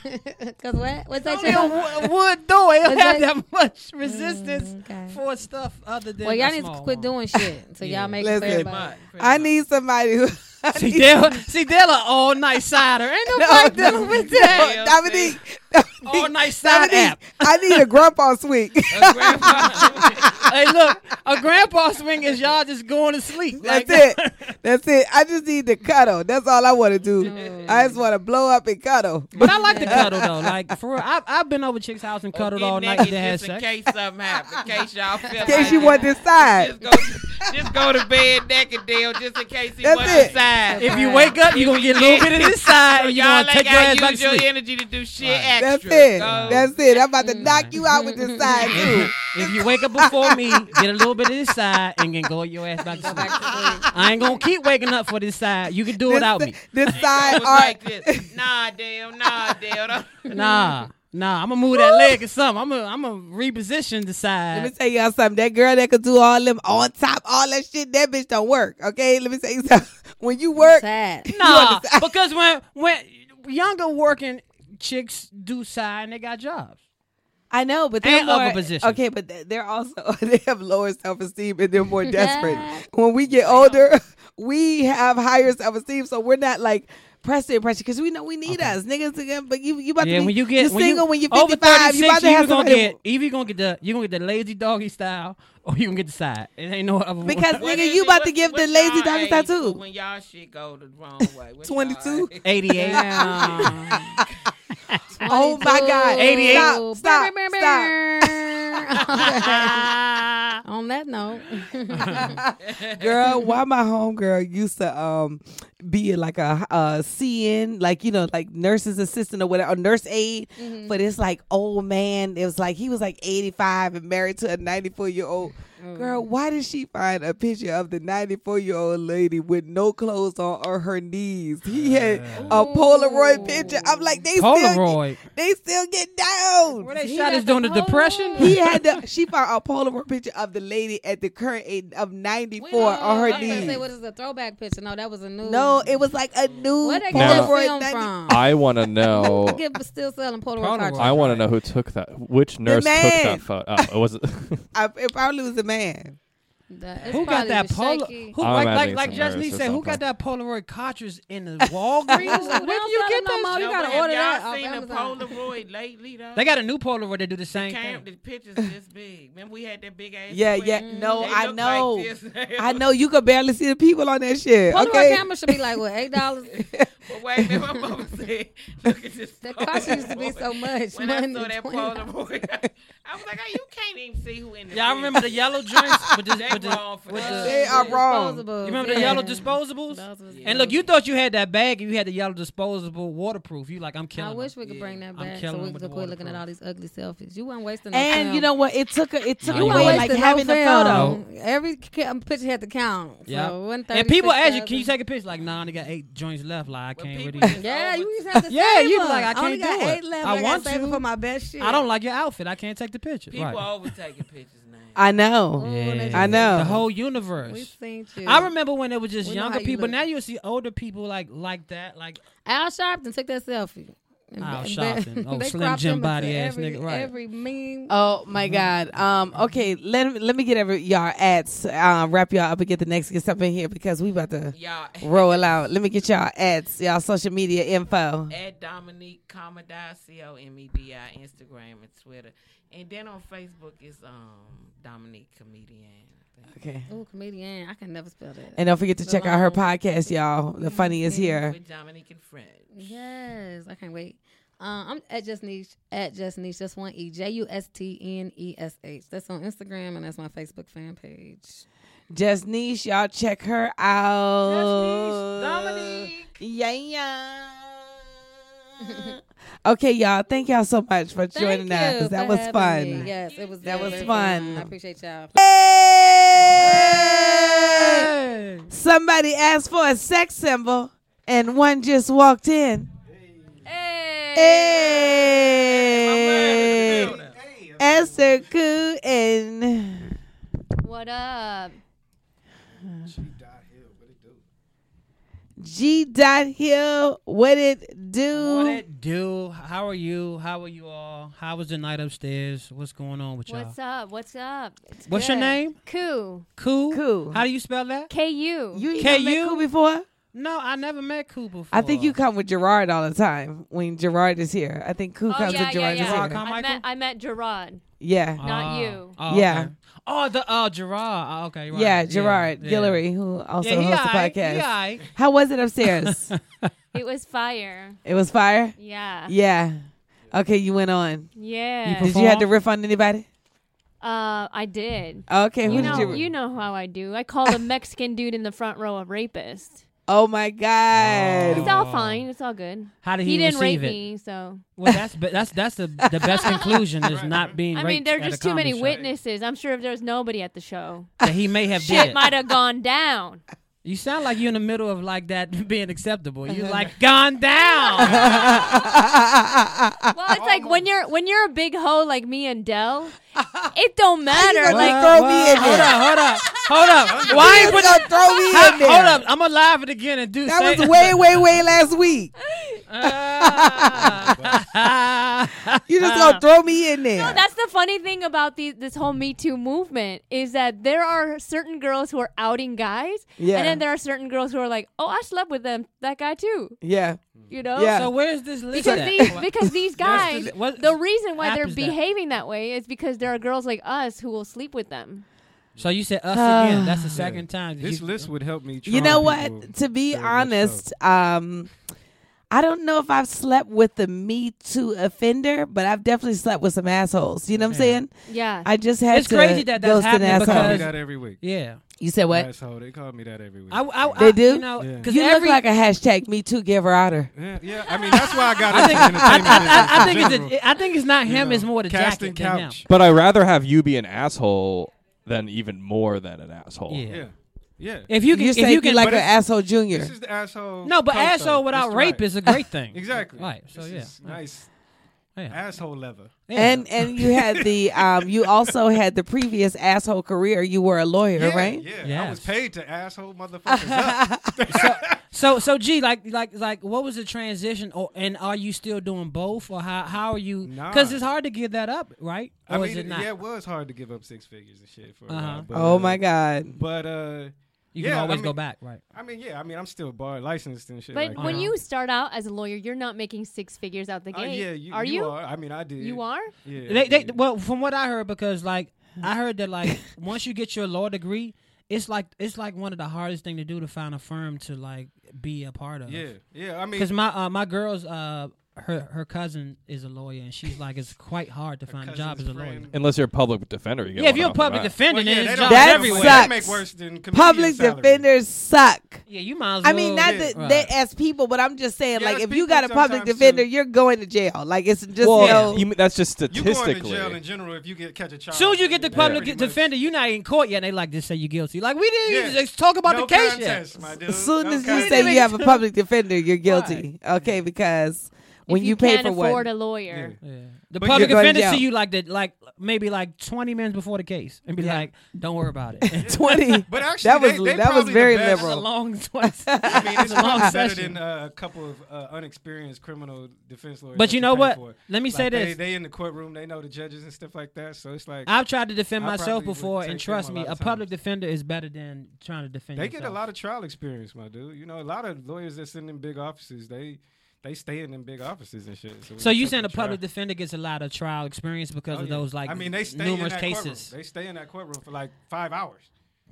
[SPEAKER 13] what? What's that?
[SPEAKER 4] only
[SPEAKER 13] shit?
[SPEAKER 4] a wo- wood door. It Oh, don't
[SPEAKER 13] It's
[SPEAKER 4] have
[SPEAKER 13] like-
[SPEAKER 4] that much resistance
[SPEAKER 13] Mm, okay.
[SPEAKER 4] for stuff other than.
[SPEAKER 13] Well, y'all
[SPEAKER 4] a
[SPEAKER 13] need to
[SPEAKER 4] small
[SPEAKER 13] quit
[SPEAKER 4] one.
[SPEAKER 13] doing shit. So
[SPEAKER 4] Yeah.
[SPEAKER 13] y'all make it for
[SPEAKER 10] Listen,
[SPEAKER 13] everybody.
[SPEAKER 10] I need somebody who. I
[SPEAKER 4] See,
[SPEAKER 10] need-
[SPEAKER 4] they're, see, they're an all night cider. Ain't
[SPEAKER 10] No,
[SPEAKER 4] nobody
[SPEAKER 10] no,
[SPEAKER 4] dealing with
[SPEAKER 10] no,
[SPEAKER 4] that.
[SPEAKER 10] Dominique,
[SPEAKER 4] All night side
[SPEAKER 10] Dominique,
[SPEAKER 4] app.
[SPEAKER 10] I need a grandpa swing.
[SPEAKER 14] A grandpa-
[SPEAKER 4] hey, look, a grandpa swing is y'all just going to sleep.
[SPEAKER 10] That's it. That's it. I just need to cuddle. That's all I want to do.
[SPEAKER 13] Mm.
[SPEAKER 10] I just want to blow up and cuddle.
[SPEAKER 4] But I like to cuddle though. Like for real, I've, I've been over chicks' house and cuddled all night
[SPEAKER 14] Naked
[SPEAKER 4] and had
[SPEAKER 14] just in
[SPEAKER 4] sex.
[SPEAKER 14] case something happened. In case y'all feel
[SPEAKER 10] In case
[SPEAKER 14] like
[SPEAKER 10] you want this side.
[SPEAKER 14] just go to bed naked, Dale, just in case he
[SPEAKER 10] That's
[SPEAKER 14] wasn't
[SPEAKER 10] it.
[SPEAKER 14] inside.
[SPEAKER 4] If you wake up, you gonna get a little bit of this side,
[SPEAKER 14] So
[SPEAKER 4] and you
[SPEAKER 14] y'all
[SPEAKER 4] gonna take
[SPEAKER 14] ain't
[SPEAKER 4] your ass
[SPEAKER 14] gotta
[SPEAKER 4] back to
[SPEAKER 14] use your
[SPEAKER 4] sleep.
[SPEAKER 14] energy to do shit
[SPEAKER 10] That's
[SPEAKER 14] extra.
[SPEAKER 10] it.
[SPEAKER 14] Go.
[SPEAKER 10] That's it. I'm
[SPEAKER 13] Mm.
[SPEAKER 10] about to knock you out with this side too.
[SPEAKER 4] If you wake up before me, get a little bit of this side, and then go your ass back to sleep. I ain't gonna keep waking up for this side. You can do without me.
[SPEAKER 10] This
[SPEAKER 14] I
[SPEAKER 10] side
[SPEAKER 14] was
[SPEAKER 10] art.
[SPEAKER 14] like this. Nah, Dale. Nah, Dale. don't-
[SPEAKER 4] Nah, nah. I'm gonna move that leg or something. I'm gonna, I'm gonna reposition the side.
[SPEAKER 10] Let me tell y'all something. That girl that could do all them on top, all that shit, that bitch don't work. Okay, let me tell you something. When you work, you
[SPEAKER 4] Nah,
[SPEAKER 10] understand-
[SPEAKER 4] because when when younger working chicks do side and they got jobs.
[SPEAKER 10] I know, but they're
[SPEAKER 4] And
[SPEAKER 10] more,
[SPEAKER 4] upper positions.
[SPEAKER 10] Okay, but th- they're also they have lower self esteem and they're more desperate. when we get older, we have higher self esteem, so we're not like pressing pressure because we know we need us niggas. Again, but you you about
[SPEAKER 4] Yeah,
[SPEAKER 10] to be
[SPEAKER 4] when you get
[SPEAKER 10] you're single when
[SPEAKER 4] you,
[SPEAKER 10] you're 55, you about to have
[SPEAKER 4] are gonna
[SPEAKER 10] somebody
[SPEAKER 4] get either you gonna get the you gonna get the lazy doggy style or you gonna get the side. It ain't no other
[SPEAKER 10] Because,
[SPEAKER 4] one.
[SPEAKER 10] nigga, you about to give the lazy
[SPEAKER 14] y'all
[SPEAKER 10] doggy style
[SPEAKER 14] age
[SPEAKER 10] too.
[SPEAKER 14] When y'all shit go the wrong way. What's
[SPEAKER 10] 22.
[SPEAKER 4] 88.
[SPEAKER 10] Oh my God.
[SPEAKER 4] 88.
[SPEAKER 10] Stop. Stop. stop.
[SPEAKER 13] On that note,
[SPEAKER 10] girl, why my homegirl used to um be like a uh CN, like you know, like nurse's assistant or whatever, or nurse aide.
[SPEAKER 14] Mm-hmm.
[SPEAKER 10] But it's like old man. It was like he was like eighty five and married to a ninety four year old.
[SPEAKER 14] Mm.
[SPEAKER 10] Girl, why did she find a picture of the ninety four year old lady with no clothes on or her knees? He had a Polaroid picture. I'm like, they still
[SPEAKER 4] Polaroid.
[SPEAKER 10] get, they still get down.
[SPEAKER 4] Where they shot is during the depression.
[SPEAKER 10] He had the she found a Polaroid picture of the lady at the current age of ninety four on her
[SPEAKER 13] I was gonna
[SPEAKER 10] knees.
[SPEAKER 13] say, what is the throwback picture? No, that was a new.
[SPEAKER 10] No, it was like a new Oh.
[SPEAKER 13] Where they get that
[SPEAKER 10] Polaroid.
[SPEAKER 13] film
[SPEAKER 10] ninety-
[SPEAKER 13] from?
[SPEAKER 3] I want to know.
[SPEAKER 13] Give still selling Polaroid cartridges.
[SPEAKER 3] I want to know who took that. Which nurse took
[SPEAKER 10] man.
[SPEAKER 3] that photo? Oh, it wasn't.
[SPEAKER 10] I, it probably was a man.
[SPEAKER 13] That- it's
[SPEAKER 4] Who got
[SPEAKER 13] probably
[SPEAKER 4] that
[SPEAKER 13] was
[SPEAKER 4] polo?
[SPEAKER 13] shaky.
[SPEAKER 4] Who
[SPEAKER 3] I'm
[SPEAKER 4] like like
[SPEAKER 3] imagining
[SPEAKER 4] like
[SPEAKER 3] some
[SPEAKER 4] Judge
[SPEAKER 3] nurse
[SPEAKER 4] Lee
[SPEAKER 3] or
[SPEAKER 4] said? Who got
[SPEAKER 3] something.
[SPEAKER 4] that Polaroid cartridge in the Walgreens? like, where do you get
[SPEAKER 13] no
[SPEAKER 4] that?
[SPEAKER 13] more. You
[SPEAKER 4] shit?
[SPEAKER 13] gotta
[SPEAKER 14] Have
[SPEAKER 13] order
[SPEAKER 14] y'all
[SPEAKER 13] that off
[SPEAKER 14] seen a
[SPEAKER 13] Amazon.
[SPEAKER 14] Polaroid lately though?
[SPEAKER 4] They got a new Polaroid. They do the same
[SPEAKER 14] Cam,
[SPEAKER 4] thing.
[SPEAKER 14] the pictures this big. Remember we had that big ass.
[SPEAKER 10] Yeah,
[SPEAKER 14] square?
[SPEAKER 10] yeah. No,
[SPEAKER 14] They
[SPEAKER 10] I
[SPEAKER 14] look
[SPEAKER 10] know.
[SPEAKER 14] like this.
[SPEAKER 10] I know you could barely see the people on that shit.
[SPEAKER 13] Polaroid
[SPEAKER 10] okay.
[SPEAKER 13] camera should be like what eight dollars.
[SPEAKER 14] But wait a minute, my mama said, "Look at this."
[SPEAKER 13] That cost used to be so much.
[SPEAKER 14] When I
[SPEAKER 13] money,
[SPEAKER 14] saw that Polaroid, I was like, "Oh, you can't even see who in the."
[SPEAKER 4] Y'all remember the yellow joints with the
[SPEAKER 14] They
[SPEAKER 4] with the,
[SPEAKER 14] wrong for
[SPEAKER 4] with
[SPEAKER 14] that.
[SPEAKER 4] the
[SPEAKER 10] They are wrong.
[SPEAKER 4] You remember the yellow disposables?
[SPEAKER 13] Those was
[SPEAKER 4] And look, you thought you had that bag, and you had the yellow disposable waterproof. You like, I'm killing.
[SPEAKER 13] I wish
[SPEAKER 4] them.
[SPEAKER 13] we could bring that back so
[SPEAKER 4] killing
[SPEAKER 13] we
[SPEAKER 4] with
[SPEAKER 13] could
[SPEAKER 4] the
[SPEAKER 13] quit looking at
[SPEAKER 4] waterproof.
[SPEAKER 13] all these ugly selfies. You weren't wasting. No
[SPEAKER 10] And
[SPEAKER 13] film.
[SPEAKER 10] you know what? It took a, it took
[SPEAKER 4] You
[SPEAKER 10] away
[SPEAKER 4] wasted
[SPEAKER 10] like having
[SPEAKER 13] no
[SPEAKER 10] the photo.
[SPEAKER 13] film. Every ca- picture had to count.
[SPEAKER 4] Yeah.
[SPEAKER 13] So
[SPEAKER 4] and people ask you, can you take a picture? Like, nah, I only got eight joints left. Like, I can't
[SPEAKER 14] people
[SPEAKER 4] really.
[SPEAKER 13] Yeah, you just have to.
[SPEAKER 4] Yeah,
[SPEAKER 13] save
[SPEAKER 4] you be
[SPEAKER 13] them.
[SPEAKER 4] like, I
[SPEAKER 13] only
[SPEAKER 4] can't
[SPEAKER 13] got
[SPEAKER 4] do it.
[SPEAKER 13] eight Left.
[SPEAKER 4] I
[SPEAKER 13] gotta
[SPEAKER 4] want
[SPEAKER 13] save
[SPEAKER 4] to.
[SPEAKER 13] it for my best shit.
[SPEAKER 4] I don't like your outfit. I can't take the picture.
[SPEAKER 14] People
[SPEAKER 4] right.
[SPEAKER 14] always taking pictures now.
[SPEAKER 10] I know.
[SPEAKER 4] Yeah.
[SPEAKER 10] I know.
[SPEAKER 4] the whole
[SPEAKER 13] We
[SPEAKER 4] universe.
[SPEAKER 13] seen you.
[SPEAKER 4] I remember when it was just
[SPEAKER 13] We know
[SPEAKER 4] younger
[SPEAKER 13] how you
[SPEAKER 4] people.
[SPEAKER 13] look.
[SPEAKER 4] Now you see older people like like that. Like,
[SPEAKER 13] Al Sharpton took that selfie. And
[SPEAKER 4] Al
[SPEAKER 13] they-
[SPEAKER 4] Sharpton. Oh,
[SPEAKER 13] they
[SPEAKER 4] Slim
[SPEAKER 13] cropped
[SPEAKER 4] Jim
[SPEAKER 13] him into
[SPEAKER 4] body ass
[SPEAKER 13] every-
[SPEAKER 4] nigga, right.
[SPEAKER 13] Every meme.
[SPEAKER 10] Oh my
[SPEAKER 13] Mm-hmm.
[SPEAKER 10] God. Um. Okay. Let let me get every y'all ads. Um. Wrap y'all up and get the next get something here because we about to
[SPEAKER 14] Y'all
[SPEAKER 10] roll out. Let me get y'all ads. Y'all social media
[SPEAKER 4] Oh.
[SPEAKER 10] info.
[SPEAKER 14] at Dominique Commodore, C O M E D I, Instagram and Twitter, and then on Facebook is um Dominique Comedian. I think.
[SPEAKER 10] Okay.
[SPEAKER 13] Ooh, comedian. I can never spell that.
[SPEAKER 10] And don't forget to
[SPEAKER 13] The
[SPEAKER 10] check out her
[SPEAKER 13] long-
[SPEAKER 10] podcast, y'all. The funny is here.
[SPEAKER 14] With Dominique and French.
[SPEAKER 13] Mm-hmm. Yes, I can't wait. Um, I'm at Just Niche, at Just Niche, just one E, J U S T N E S H. That's on Instagram and that's my Facebook fan page.
[SPEAKER 10] Just niche, y'all check her out.
[SPEAKER 14] Dominique.
[SPEAKER 10] Yeah, yeah. okay, y'all. Thank y'all so much for joining us. 'cause that
[SPEAKER 13] for
[SPEAKER 10] was
[SPEAKER 13] having
[SPEAKER 10] fun.
[SPEAKER 13] me. Yes, it was.
[SPEAKER 10] That
[SPEAKER 13] very,
[SPEAKER 10] was
[SPEAKER 13] very
[SPEAKER 10] fun.
[SPEAKER 13] I appreciate y'all.
[SPEAKER 10] Hey! Somebody asked for a sex symbol, and one just walked in. Hey! Esther Koo and
[SPEAKER 13] What up?
[SPEAKER 10] G. Dot Hill. What it do?
[SPEAKER 4] what it do? How are you? How are you all? How was the night upstairs? What's going on with y'all?
[SPEAKER 15] What's up? What's up? It's
[SPEAKER 4] What's your
[SPEAKER 15] good.
[SPEAKER 4] name?
[SPEAKER 15] Koo.
[SPEAKER 4] Cool.
[SPEAKER 10] Cool.
[SPEAKER 4] How do you spell that?
[SPEAKER 15] KU.
[SPEAKER 10] you ain't
[SPEAKER 4] K-
[SPEAKER 10] never met
[SPEAKER 4] you?
[SPEAKER 10] Koo before?
[SPEAKER 4] No, I never met Koo
[SPEAKER 15] Oh,
[SPEAKER 4] before.
[SPEAKER 10] I think you come with Gerard all the time when Gerard is here. I think Koo
[SPEAKER 15] oh,
[SPEAKER 10] comes
[SPEAKER 15] yeah,
[SPEAKER 10] with
[SPEAKER 15] yeah,
[SPEAKER 10] Gerard
[SPEAKER 15] yeah.
[SPEAKER 10] is here.
[SPEAKER 4] Carmichael?
[SPEAKER 15] I met I met Gerard.
[SPEAKER 10] Yeah.
[SPEAKER 15] Not you.
[SPEAKER 10] Yeah.
[SPEAKER 4] Oh, the uh, Gerard. Oh, okay, right.
[SPEAKER 10] yeah, Gerard
[SPEAKER 4] yeah.
[SPEAKER 10] Guillory, who also
[SPEAKER 4] Yeah, he
[SPEAKER 10] hosts
[SPEAKER 4] aight,
[SPEAKER 10] the podcast.
[SPEAKER 4] he aight.
[SPEAKER 10] How was it upstairs?
[SPEAKER 15] It was fire.
[SPEAKER 10] it was fire.
[SPEAKER 15] Yeah.
[SPEAKER 10] Yeah. Okay, you went on.
[SPEAKER 15] Yeah.
[SPEAKER 10] Did you have to riff on anybody?
[SPEAKER 15] Uh, I did.
[SPEAKER 10] Okay,
[SPEAKER 15] you
[SPEAKER 10] who did
[SPEAKER 15] know,
[SPEAKER 10] you-
[SPEAKER 15] You know how I do. I call the Mexican dude in the front row a rapist.
[SPEAKER 10] Oh my God.
[SPEAKER 4] Oh.
[SPEAKER 15] It's all fine. It's all good.
[SPEAKER 4] How did he
[SPEAKER 15] didn't
[SPEAKER 4] receive
[SPEAKER 15] rape
[SPEAKER 4] it?
[SPEAKER 15] me, so.
[SPEAKER 4] Well, that's be- that's that's the the best conclusion is not being.
[SPEAKER 15] I mean,
[SPEAKER 4] raped
[SPEAKER 15] there are
[SPEAKER 4] at a
[SPEAKER 15] just too many
[SPEAKER 4] comedy show.
[SPEAKER 15] witnesses. I'm sure if there was nobody at the show,
[SPEAKER 4] That he may have did.
[SPEAKER 15] shit
[SPEAKER 4] it.
[SPEAKER 15] might have gone down.
[SPEAKER 4] You sound like you're in the middle of like that being acceptable. You're like gone down.
[SPEAKER 15] Well, it's like when you're when you're a big hoe like me and Dell, it don't matter.
[SPEAKER 4] gonna
[SPEAKER 15] Like
[SPEAKER 4] throw me in Hold there? up, hold up, hold up. Why
[SPEAKER 10] You
[SPEAKER 4] would
[SPEAKER 10] gonna throw me in
[SPEAKER 4] Ho-
[SPEAKER 10] there?
[SPEAKER 4] Hold up, I'm gonna live it again and do
[SPEAKER 10] That
[SPEAKER 4] say-
[SPEAKER 10] was way, way, way last week.
[SPEAKER 4] Uh.
[SPEAKER 10] you just gonna throw me in there.
[SPEAKER 15] No, that's the funny thing about the, this whole Me Too movement is that there are certain girls who are outing guys,
[SPEAKER 10] Yeah.
[SPEAKER 15] and then there are certain girls who are like, "Oh, I slept with them, that guy too."
[SPEAKER 10] yeah.
[SPEAKER 15] You know?
[SPEAKER 10] Yeah.
[SPEAKER 4] So where's this list?
[SPEAKER 15] Because
[SPEAKER 4] at?
[SPEAKER 15] these, because these
[SPEAKER 4] That's
[SPEAKER 15] guys,
[SPEAKER 4] the-
[SPEAKER 15] the,
[SPEAKER 4] what-
[SPEAKER 15] reason why
[SPEAKER 4] app
[SPEAKER 15] they're
[SPEAKER 4] is that?
[SPEAKER 15] behaving that way is because there are girls like us who will sleep with them.
[SPEAKER 4] So you said us
[SPEAKER 10] Ah.
[SPEAKER 4] again. That's the second time.
[SPEAKER 16] This
[SPEAKER 4] You-
[SPEAKER 16] list would help me.
[SPEAKER 10] You know what? To be honest, um, I don't know if I've slept with the Me Too offender, but I've definitely slept with some assholes. You know what I'm saying?
[SPEAKER 15] Yeah.
[SPEAKER 10] I just had
[SPEAKER 4] It's
[SPEAKER 10] to
[SPEAKER 4] crazy that that's
[SPEAKER 10] ghost an
[SPEAKER 4] happening
[SPEAKER 10] asshole.
[SPEAKER 16] They call me
[SPEAKER 4] because-
[SPEAKER 16] that every week.
[SPEAKER 4] Yeah.
[SPEAKER 10] You said what?
[SPEAKER 16] Asshole. They call me that every week.
[SPEAKER 4] I, I, I,
[SPEAKER 10] they do.
[SPEAKER 4] You know,
[SPEAKER 10] you
[SPEAKER 4] 'cause
[SPEAKER 10] look
[SPEAKER 4] every-
[SPEAKER 10] like a hashtag Me Too giver outter.
[SPEAKER 16] yeah, yeah, I mean that's why I got
[SPEAKER 4] I
[SPEAKER 16] into
[SPEAKER 4] think, I,
[SPEAKER 16] entertainment.
[SPEAKER 4] I- I- I
[SPEAKER 16] in
[SPEAKER 4] think it's
[SPEAKER 16] general.
[SPEAKER 4] a, I think it's not
[SPEAKER 16] You
[SPEAKER 4] him.
[SPEAKER 16] know,
[SPEAKER 4] it's more the
[SPEAKER 16] casting
[SPEAKER 4] jacket than him.
[SPEAKER 16] couch.
[SPEAKER 3] But I'd rather have you be an asshole than even more than an asshole.
[SPEAKER 4] Yeah. Yeah.
[SPEAKER 16] Yeah.
[SPEAKER 4] If you can,
[SPEAKER 10] You
[SPEAKER 4] if
[SPEAKER 10] say
[SPEAKER 4] you
[SPEAKER 10] you
[SPEAKER 4] can,
[SPEAKER 10] like an asshole junior.
[SPEAKER 16] This is the asshole.
[SPEAKER 4] No, but
[SPEAKER 16] culture.
[SPEAKER 4] asshole without
[SPEAKER 16] It's
[SPEAKER 4] rape
[SPEAKER 16] right.
[SPEAKER 4] is a great thing.
[SPEAKER 16] exactly.
[SPEAKER 4] Right. So
[SPEAKER 16] This
[SPEAKER 4] yeah.
[SPEAKER 16] is Nice.
[SPEAKER 4] Yeah.
[SPEAKER 16] Asshole leather.
[SPEAKER 10] And and you had the um you also had the previous asshole career. You were a lawyer,
[SPEAKER 16] Yeah,
[SPEAKER 10] right?
[SPEAKER 16] Yeah. I
[SPEAKER 4] Yes.
[SPEAKER 16] was paid to asshole motherfuckers up.
[SPEAKER 4] So so gee, like like like, what was the transition? Or and are you still doing both, or how how are you? Because
[SPEAKER 16] Nah.
[SPEAKER 4] it's hard to give that up, right? Or
[SPEAKER 16] I mean,
[SPEAKER 4] is it not?
[SPEAKER 16] yeah, it was hard to give up six figures and shit for. a
[SPEAKER 4] Uh-huh.
[SPEAKER 16] while, but,
[SPEAKER 10] Oh
[SPEAKER 16] uh,
[SPEAKER 10] my God.
[SPEAKER 16] But uh,
[SPEAKER 4] You can
[SPEAKER 16] yeah, I
[SPEAKER 4] always go
[SPEAKER 16] mean-
[SPEAKER 4] back, right.
[SPEAKER 16] I mean, yeah, I mean, I'm still bar licensed and shit.
[SPEAKER 15] But
[SPEAKER 16] like uh-huh.
[SPEAKER 15] when
[SPEAKER 16] that.
[SPEAKER 15] you start out as a lawyer, you're not making six figures out the
[SPEAKER 16] Uh,
[SPEAKER 15] gate.
[SPEAKER 16] yeah, you,
[SPEAKER 15] are you?
[SPEAKER 16] Are. I mean, I did.
[SPEAKER 15] You are?
[SPEAKER 16] Yeah. I
[SPEAKER 4] They, they,
[SPEAKER 16] did.
[SPEAKER 4] well, from what I heard, because like I heard that like once you get your law degree, it's like it's like one of the hardest thing to do to find a firm to like be a part of.
[SPEAKER 16] Yeah, yeah, I mean-
[SPEAKER 4] because my uh, my girl's uh her her cousin is a lawyer, and she's like it's quite hard to find a job as a lawyer.
[SPEAKER 3] Unless you're a public defender, you get
[SPEAKER 4] Yeah, if
[SPEAKER 3] one
[SPEAKER 4] you're a
[SPEAKER 3] off the
[SPEAKER 4] public
[SPEAKER 3] bat.
[SPEAKER 4] defender,
[SPEAKER 16] Well, yeah,
[SPEAKER 4] then
[SPEAKER 16] they
[SPEAKER 4] it's
[SPEAKER 16] don't
[SPEAKER 4] jobs
[SPEAKER 10] That
[SPEAKER 4] everywhere.
[SPEAKER 10] sucks.
[SPEAKER 16] make worse than comedian
[SPEAKER 10] Public
[SPEAKER 16] salary.
[SPEAKER 10] defenders suck.
[SPEAKER 4] Yeah, you might. As
[SPEAKER 10] I mean,
[SPEAKER 4] well-
[SPEAKER 10] not that they, as people, but I'm just saying,
[SPEAKER 16] Yeah,
[SPEAKER 10] like,
[SPEAKER 16] as
[SPEAKER 10] if you
[SPEAKER 16] people
[SPEAKER 10] got a public
[SPEAKER 16] sometimes
[SPEAKER 10] defender,
[SPEAKER 16] too.
[SPEAKER 10] you're going to jail. Like, it's just
[SPEAKER 3] Well,
[SPEAKER 10] you know,
[SPEAKER 3] you mean- that's just
[SPEAKER 16] You going to
[SPEAKER 3] statistically.
[SPEAKER 16] jail in general if you get catch a child.
[SPEAKER 4] Soon as you get the
[SPEAKER 16] Yeah,
[SPEAKER 4] public
[SPEAKER 16] pretty much.
[SPEAKER 4] defender, you're not in court yet. And they like to say you guilty. Like we didn't
[SPEAKER 16] Yeah.
[SPEAKER 4] even talk about
[SPEAKER 16] No
[SPEAKER 4] the case
[SPEAKER 16] contest,
[SPEAKER 4] yet.
[SPEAKER 16] my dude.
[SPEAKER 10] as soon
[SPEAKER 16] No
[SPEAKER 10] as you
[SPEAKER 16] contest.
[SPEAKER 10] say you have a public defender, you're guilty. Okay, because when
[SPEAKER 15] If
[SPEAKER 10] you, pay
[SPEAKER 15] can't
[SPEAKER 10] for one,
[SPEAKER 15] afford a lawyer.
[SPEAKER 4] The
[SPEAKER 10] But
[SPEAKER 4] public
[SPEAKER 10] you're going to
[SPEAKER 4] defender see
[SPEAKER 10] jail.
[SPEAKER 4] you like the like maybe like 20 minutes before the case and be like, "Don't worry about it."
[SPEAKER 10] 20.
[SPEAKER 16] But actually,
[SPEAKER 10] that was
[SPEAKER 16] they- they
[SPEAKER 10] that was
[SPEAKER 16] probably the
[SPEAKER 10] very
[SPEAKER 16] best-
[SPEAKER 4] That's
[SPEAKER 10] liberal.
[SPEAKER 4] a long twice.
[SPEAKER 16] I mean, it's
[SPEAKER 4] a long
[SPEAKER 16] probably better
[SPEAKER 4] session.
[SPEAKER 16] than uh, a couple of uh, unexperienced criminal defense lawyers.
[SPEAKER 4] But
[SPEAKER 16] that
[SPEAKER 4] you know
[SPEAKER 16] pay
[SPEAKER 4] what?
[SPEAKER 16] for.
[SPEAKER 4] Let me
[SPEAKER 16] Like,
[SPEAKER 4] say
[SPEAKER 16] they-
[SPEAKER 4] this.
[SPEAKER 16] They in the courtroom, they know the judges and stuff like that. So it's like
[SPEAKER 4] I've tried to defend
[SPEAKER 16] I
[SPEAKER 4] myself
[SPEAKER 16] probably would
[SPEAKER 4] before,
[SPEAKER 16] take
[SPEAKER 4] and
[SPEAKER 16] them
[SPEAKER 4] trust me,
[SPEAKER 16] lot
[SPEAKER 4] a
[SPEAKER 16] of
[SPEAKER 4] public defender is better than trying to defend.
[SPEAKER 16] They get a
[SPEAKER 4] yourself.
[SPEAKER 16] lot of trial experience, my dude. You know, a lot of lawyers that's in them big offices, they they stay in them big offices and shit. So,
[SPEAKER 4] So
[SPEAKER 16] it's
[SPEAKER 4] you
[SPEAKER 16] up
[SPEAKER 4] saying
[SPEAKER 16] to
[SPEAKER 4] a public
[SPEAKER 16] trial.
[SPEAKER 4] defender gets a lot of trial experience because
[SPEAKER 16] Oh,
[SPEAKER 4] of
[SPEAKER 16] yeah.
[SPEAKER 4] those like
[SPEAKER 16] I mean, they stay in
[SPEAKER 4] numerous
[SPEAKER 16] that
[SPEAKER 4] cases.
[SPEAKER 16] Courtroom. They stay in that courtroom for like five hours.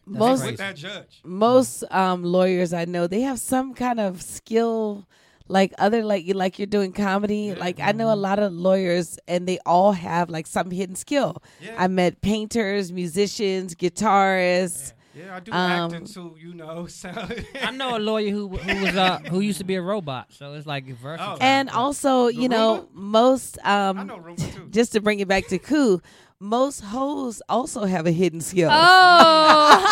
[SPEAKER 10] Most-
[SPEAKER 16] with that judge.
[SPEAKER 10] most um, lawyers I know, they have some kind of skill, like other like you like you're doing comedy. Like I know a lot of lawyers, and they all have like some hidden skill. I met painters, musicians, guitarists.
[SPEAKER 16] Yeah, I do
[SPEAKER 10] um,
[SPEAKER 16] acting too. You know, so
[SPEAKER 4] I know a lawyer who who was uh, who used to be a robot, so it's
[SPEAKER 16] Oh,
[SPEAKER 4] like versatile.
[SPEAKER 10] And also, you know, most um, just to bring it back to coup, most hoes also have a hidden skill.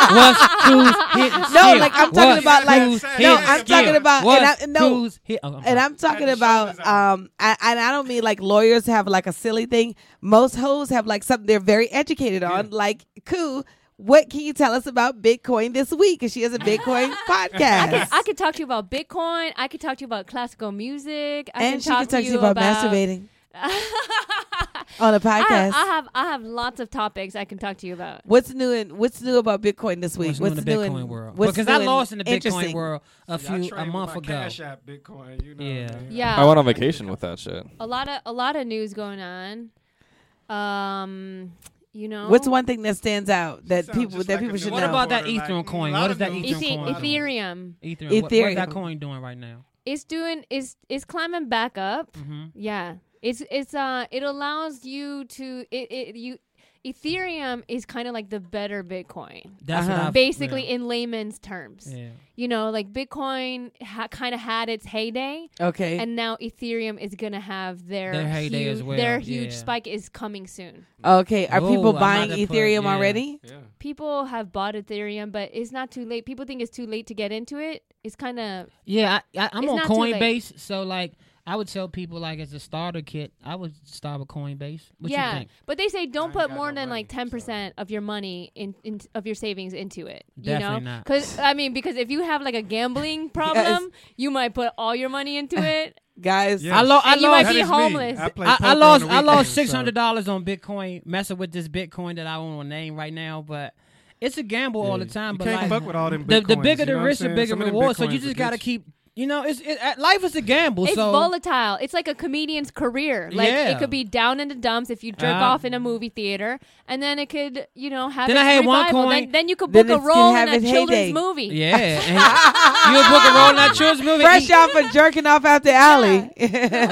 [SPEAKER 15] Oh.
[SPEAKER 4] What's who's hitting
[SPEAKER 10] No,
[SPEAKER 4] skill?
[SPEAKER 10] like I'm
[SPEAKER 4] What's
[SPEAKER 10] talking about like
[SPEAKER 4] who's
[SPEAKER 10] no,
[SPEAKER 4] hitting
[SPEAKER 10] I'm
[SPEAKER 4] skill?
[SPEAKER 10] talking about and
[SPEAKER 4] What's
[SPEAKER 10] I, no,
[SPEAKER 4] who's hit- oh, I'm
[SPEAKER 10] and
[SPEAKER 4] sorry.
[SPEAKER 10] I'm talking about um, I, and I don't mean like lawyers have like a silly thing. Most hoes have like something they're very educated on, like cool. What can you tell us about Bitcoin this week? Because she has a Bitcoin
[SPEAKER 15] I could,
[SPEAKER 10] podcast,
[SPEAKER 15] I could talk to you about Bitcoin. I could talk to you about classical music. I
[SPEAKER 10] and she
[SPEAKER 15] can
[SPEAKER 10] can
[SPEAKER 15] talk
[SPEAKER 10] talk to you about, masturbating on a
[SPEAKER 15] I,
[SPEAKER 10] podcast.
[SPEAKER 15] I have I have lots of topics I can talk to you about.
[SPEAKER 10] what's new in What's new about Bitcoin this week?
[SPEAKER 4] What's, new in the Bitcoin world?
[SPEAKER 10] what's
[SPEAKER 4] because
[SPEAKER 10] new
[SPEAKER 4] I
[SPEAKER 10] and
[SPEAKER 4] lost in the Bitcoin
[SPEAKER 10] interesting?
[SPEAKER 4] world a
[SPEAKER 16] See, I
[SPEAKER 4] few
[SPEAKER 16] trade
[SPEAKER 4] a
[SPEAKER 16] with
[SPEAKER 4] month
[SPEAKER 16] my
[SPEAKER 4] ago.
[SPEAKER 16] Cash App Bitcoin, you know.
[SPEAKER 4] Yeah.
[SPEAKER 15] Yeah.
[SPEAKER 3] I went on vacation with that shit.
[SPEAKER 15] A lot of a lot of news going on. Um, You know,
[SPEAKER 10] What's one thing that stands out that people that people should
[SPEAKER 4] What
[SPEAKER 10] know?
[SPEAKER 4] about that Ethereum coin? What is that Ethereum
[SPEAKER 15] Ethe-
[SPEAKER 4] coin?
[SPEAKER 15] Ethereum.
[SPEAKER 4] Ethereum. What, what's that
[SPEAKER 10] Ethereum.
[SPEAKER 4] coin doing right now?
[SPEAKER 15] It's doing it's it's climbing back up. Yeah. It's it's uh it allows you to it, it you Ethereum is kind of like the better Bitcoin.
[SPEAKER 4] That's what Uh-huh. I've-
[SPEAKER 15] basically in layman's terms.
[SPEAKER 4] Yeah.
[SPEAKER 15] You know, like Bitcoin ha- kind of had its heyday.
[SPEAKER 10] Okay.
[SPEAKER 15] And now Ethereum is gonna have their
[SPEAKER 10] Their heyday
[SPEAKER 15] huge,
[SPEAKER 10] as well,
[SPEAKER 15] Their huge
[SPEAKER 10] yeah.
[SPEAKER 15] spike is coming soon.
[SPEAKER 10] Okay, are
[SPEAKER 4] Ooh,
[SPEAKER 10] people
[SPEAKER 4] Oh, I'm
[SPEAKER 10] buying
[SPEAKER 4] about to put-
[SPEAKER 10] Ethereum
[SPEAKER 4] yeah.
[SPEAKER 10] already?
[SPEAKER 15] People have bought Ethereum, but it's not too late. People think it's too late to get into it. It's kind of
[SPEAKER 4] Yeah, I, I, I'm
[SPEAKER 15] It's
[SPEAKER 4] on
[SPEAKER 15] not too late.
[SPEAKER 4] Coinbase, so like I would tell people like as a starter kit, I would start with Coinbase. What
[SPEAKER 15] yeah,
[SPEAKER 4] you think?
[SPEAKER 15] but they say don't put more than like ten percent of your money in, in of your savings into it. You
[SPEAKER 4] Definitely
[SPEAKER 15] know,
[SPEAKER 4] not.
[SPEAKER 15] because I mean, because if you have like a gambling problem, you might put all your money into it.
[SPEAKER 10] Guys,
[SPEAKER 4] I, lo- I
[SPEAKER 15] And you
[SPEAKER 4] lost.
[SPEAKER 15] might be That is me. homeless. I
[SPEAKER 4] I,
[SPEAKER 15] play
[SPEAKER 4] I
[SPEAKER 15] poker on
[SPEAKER 4] lost.
[SPEAKER 15] the
[SPEAKER 4] I
[SPEAKER 15] weekends,
[SPEAKER 4] lost
[SPEAKER 15] so-
[SPEAKER 4] six hundred dollars on Bitcoin messing with this Bitcoin that I don't want to name right now, but. It's a gamble all the time,
[SPEAKER 16] You
[SPEAKER 4] but
[SPEAKER 16] can't
[SPEAKER 4] like,
[SPEAKER 16] fuck with all them
[SPEAKER 4] the, the
[SPEAKER 16] Bitcoins,
[SPEAKER 4] bigger
[SPEAKER 16] you
[SPEAKER 4] the
[SPEAKER 16] know what I'm
[SPEAKER 4] risk, the
[SPEAKER 16] saying?
[SPEAKER 4] bigger
[SPEAKER 16] Some of them
[SPEAKER 4] reward. So you
[SPEAKER 16] Bitcoins
[SPEAKER 4] just
[SPEAKER 16] are
[SPEAKER 4] gotta
[SPEAKER 16] bitches.
[SPEAKER 4] keep, you know, it's it, uh, life is a gamble.
[SPEAKER 15] It's
[SPEAKER 4] so
[SPEAKER 15] volatile. It's like a comedian's career. Like
[SPEAKER 4] Yeah.
[SPEAKER 15] it could be down in the dumps if you jerk
[SPEAKER 4] Uh,
[SPEAKER 15] off in a movie theater, and then it could, you know, have.
[SPEAKER 4] Then
[SPEAKER 15] its
[SPEAKER 4] I had one
[SPEAKER 15] revival.
[SPEAKER 4] coin.
[SPEAKER 15] Then, then you could
[SPEAKER 4] Then
[SPEAKER 15] book a
[SPEAKER 4] it's gonna
[SPEAKER 15] role in
[SPEAKER 4] have
[SPEAKER 15] a
[SPEAKER 4] its
[SPEAKER 15] children's
[SPEAKER 4] heyday.
[SPEAKER 15] movie.
[SPEAKER 4] Yeah, and you would book a role in that children's movie.
[SPEAKER 10] Fresh off of jerking off out the alley.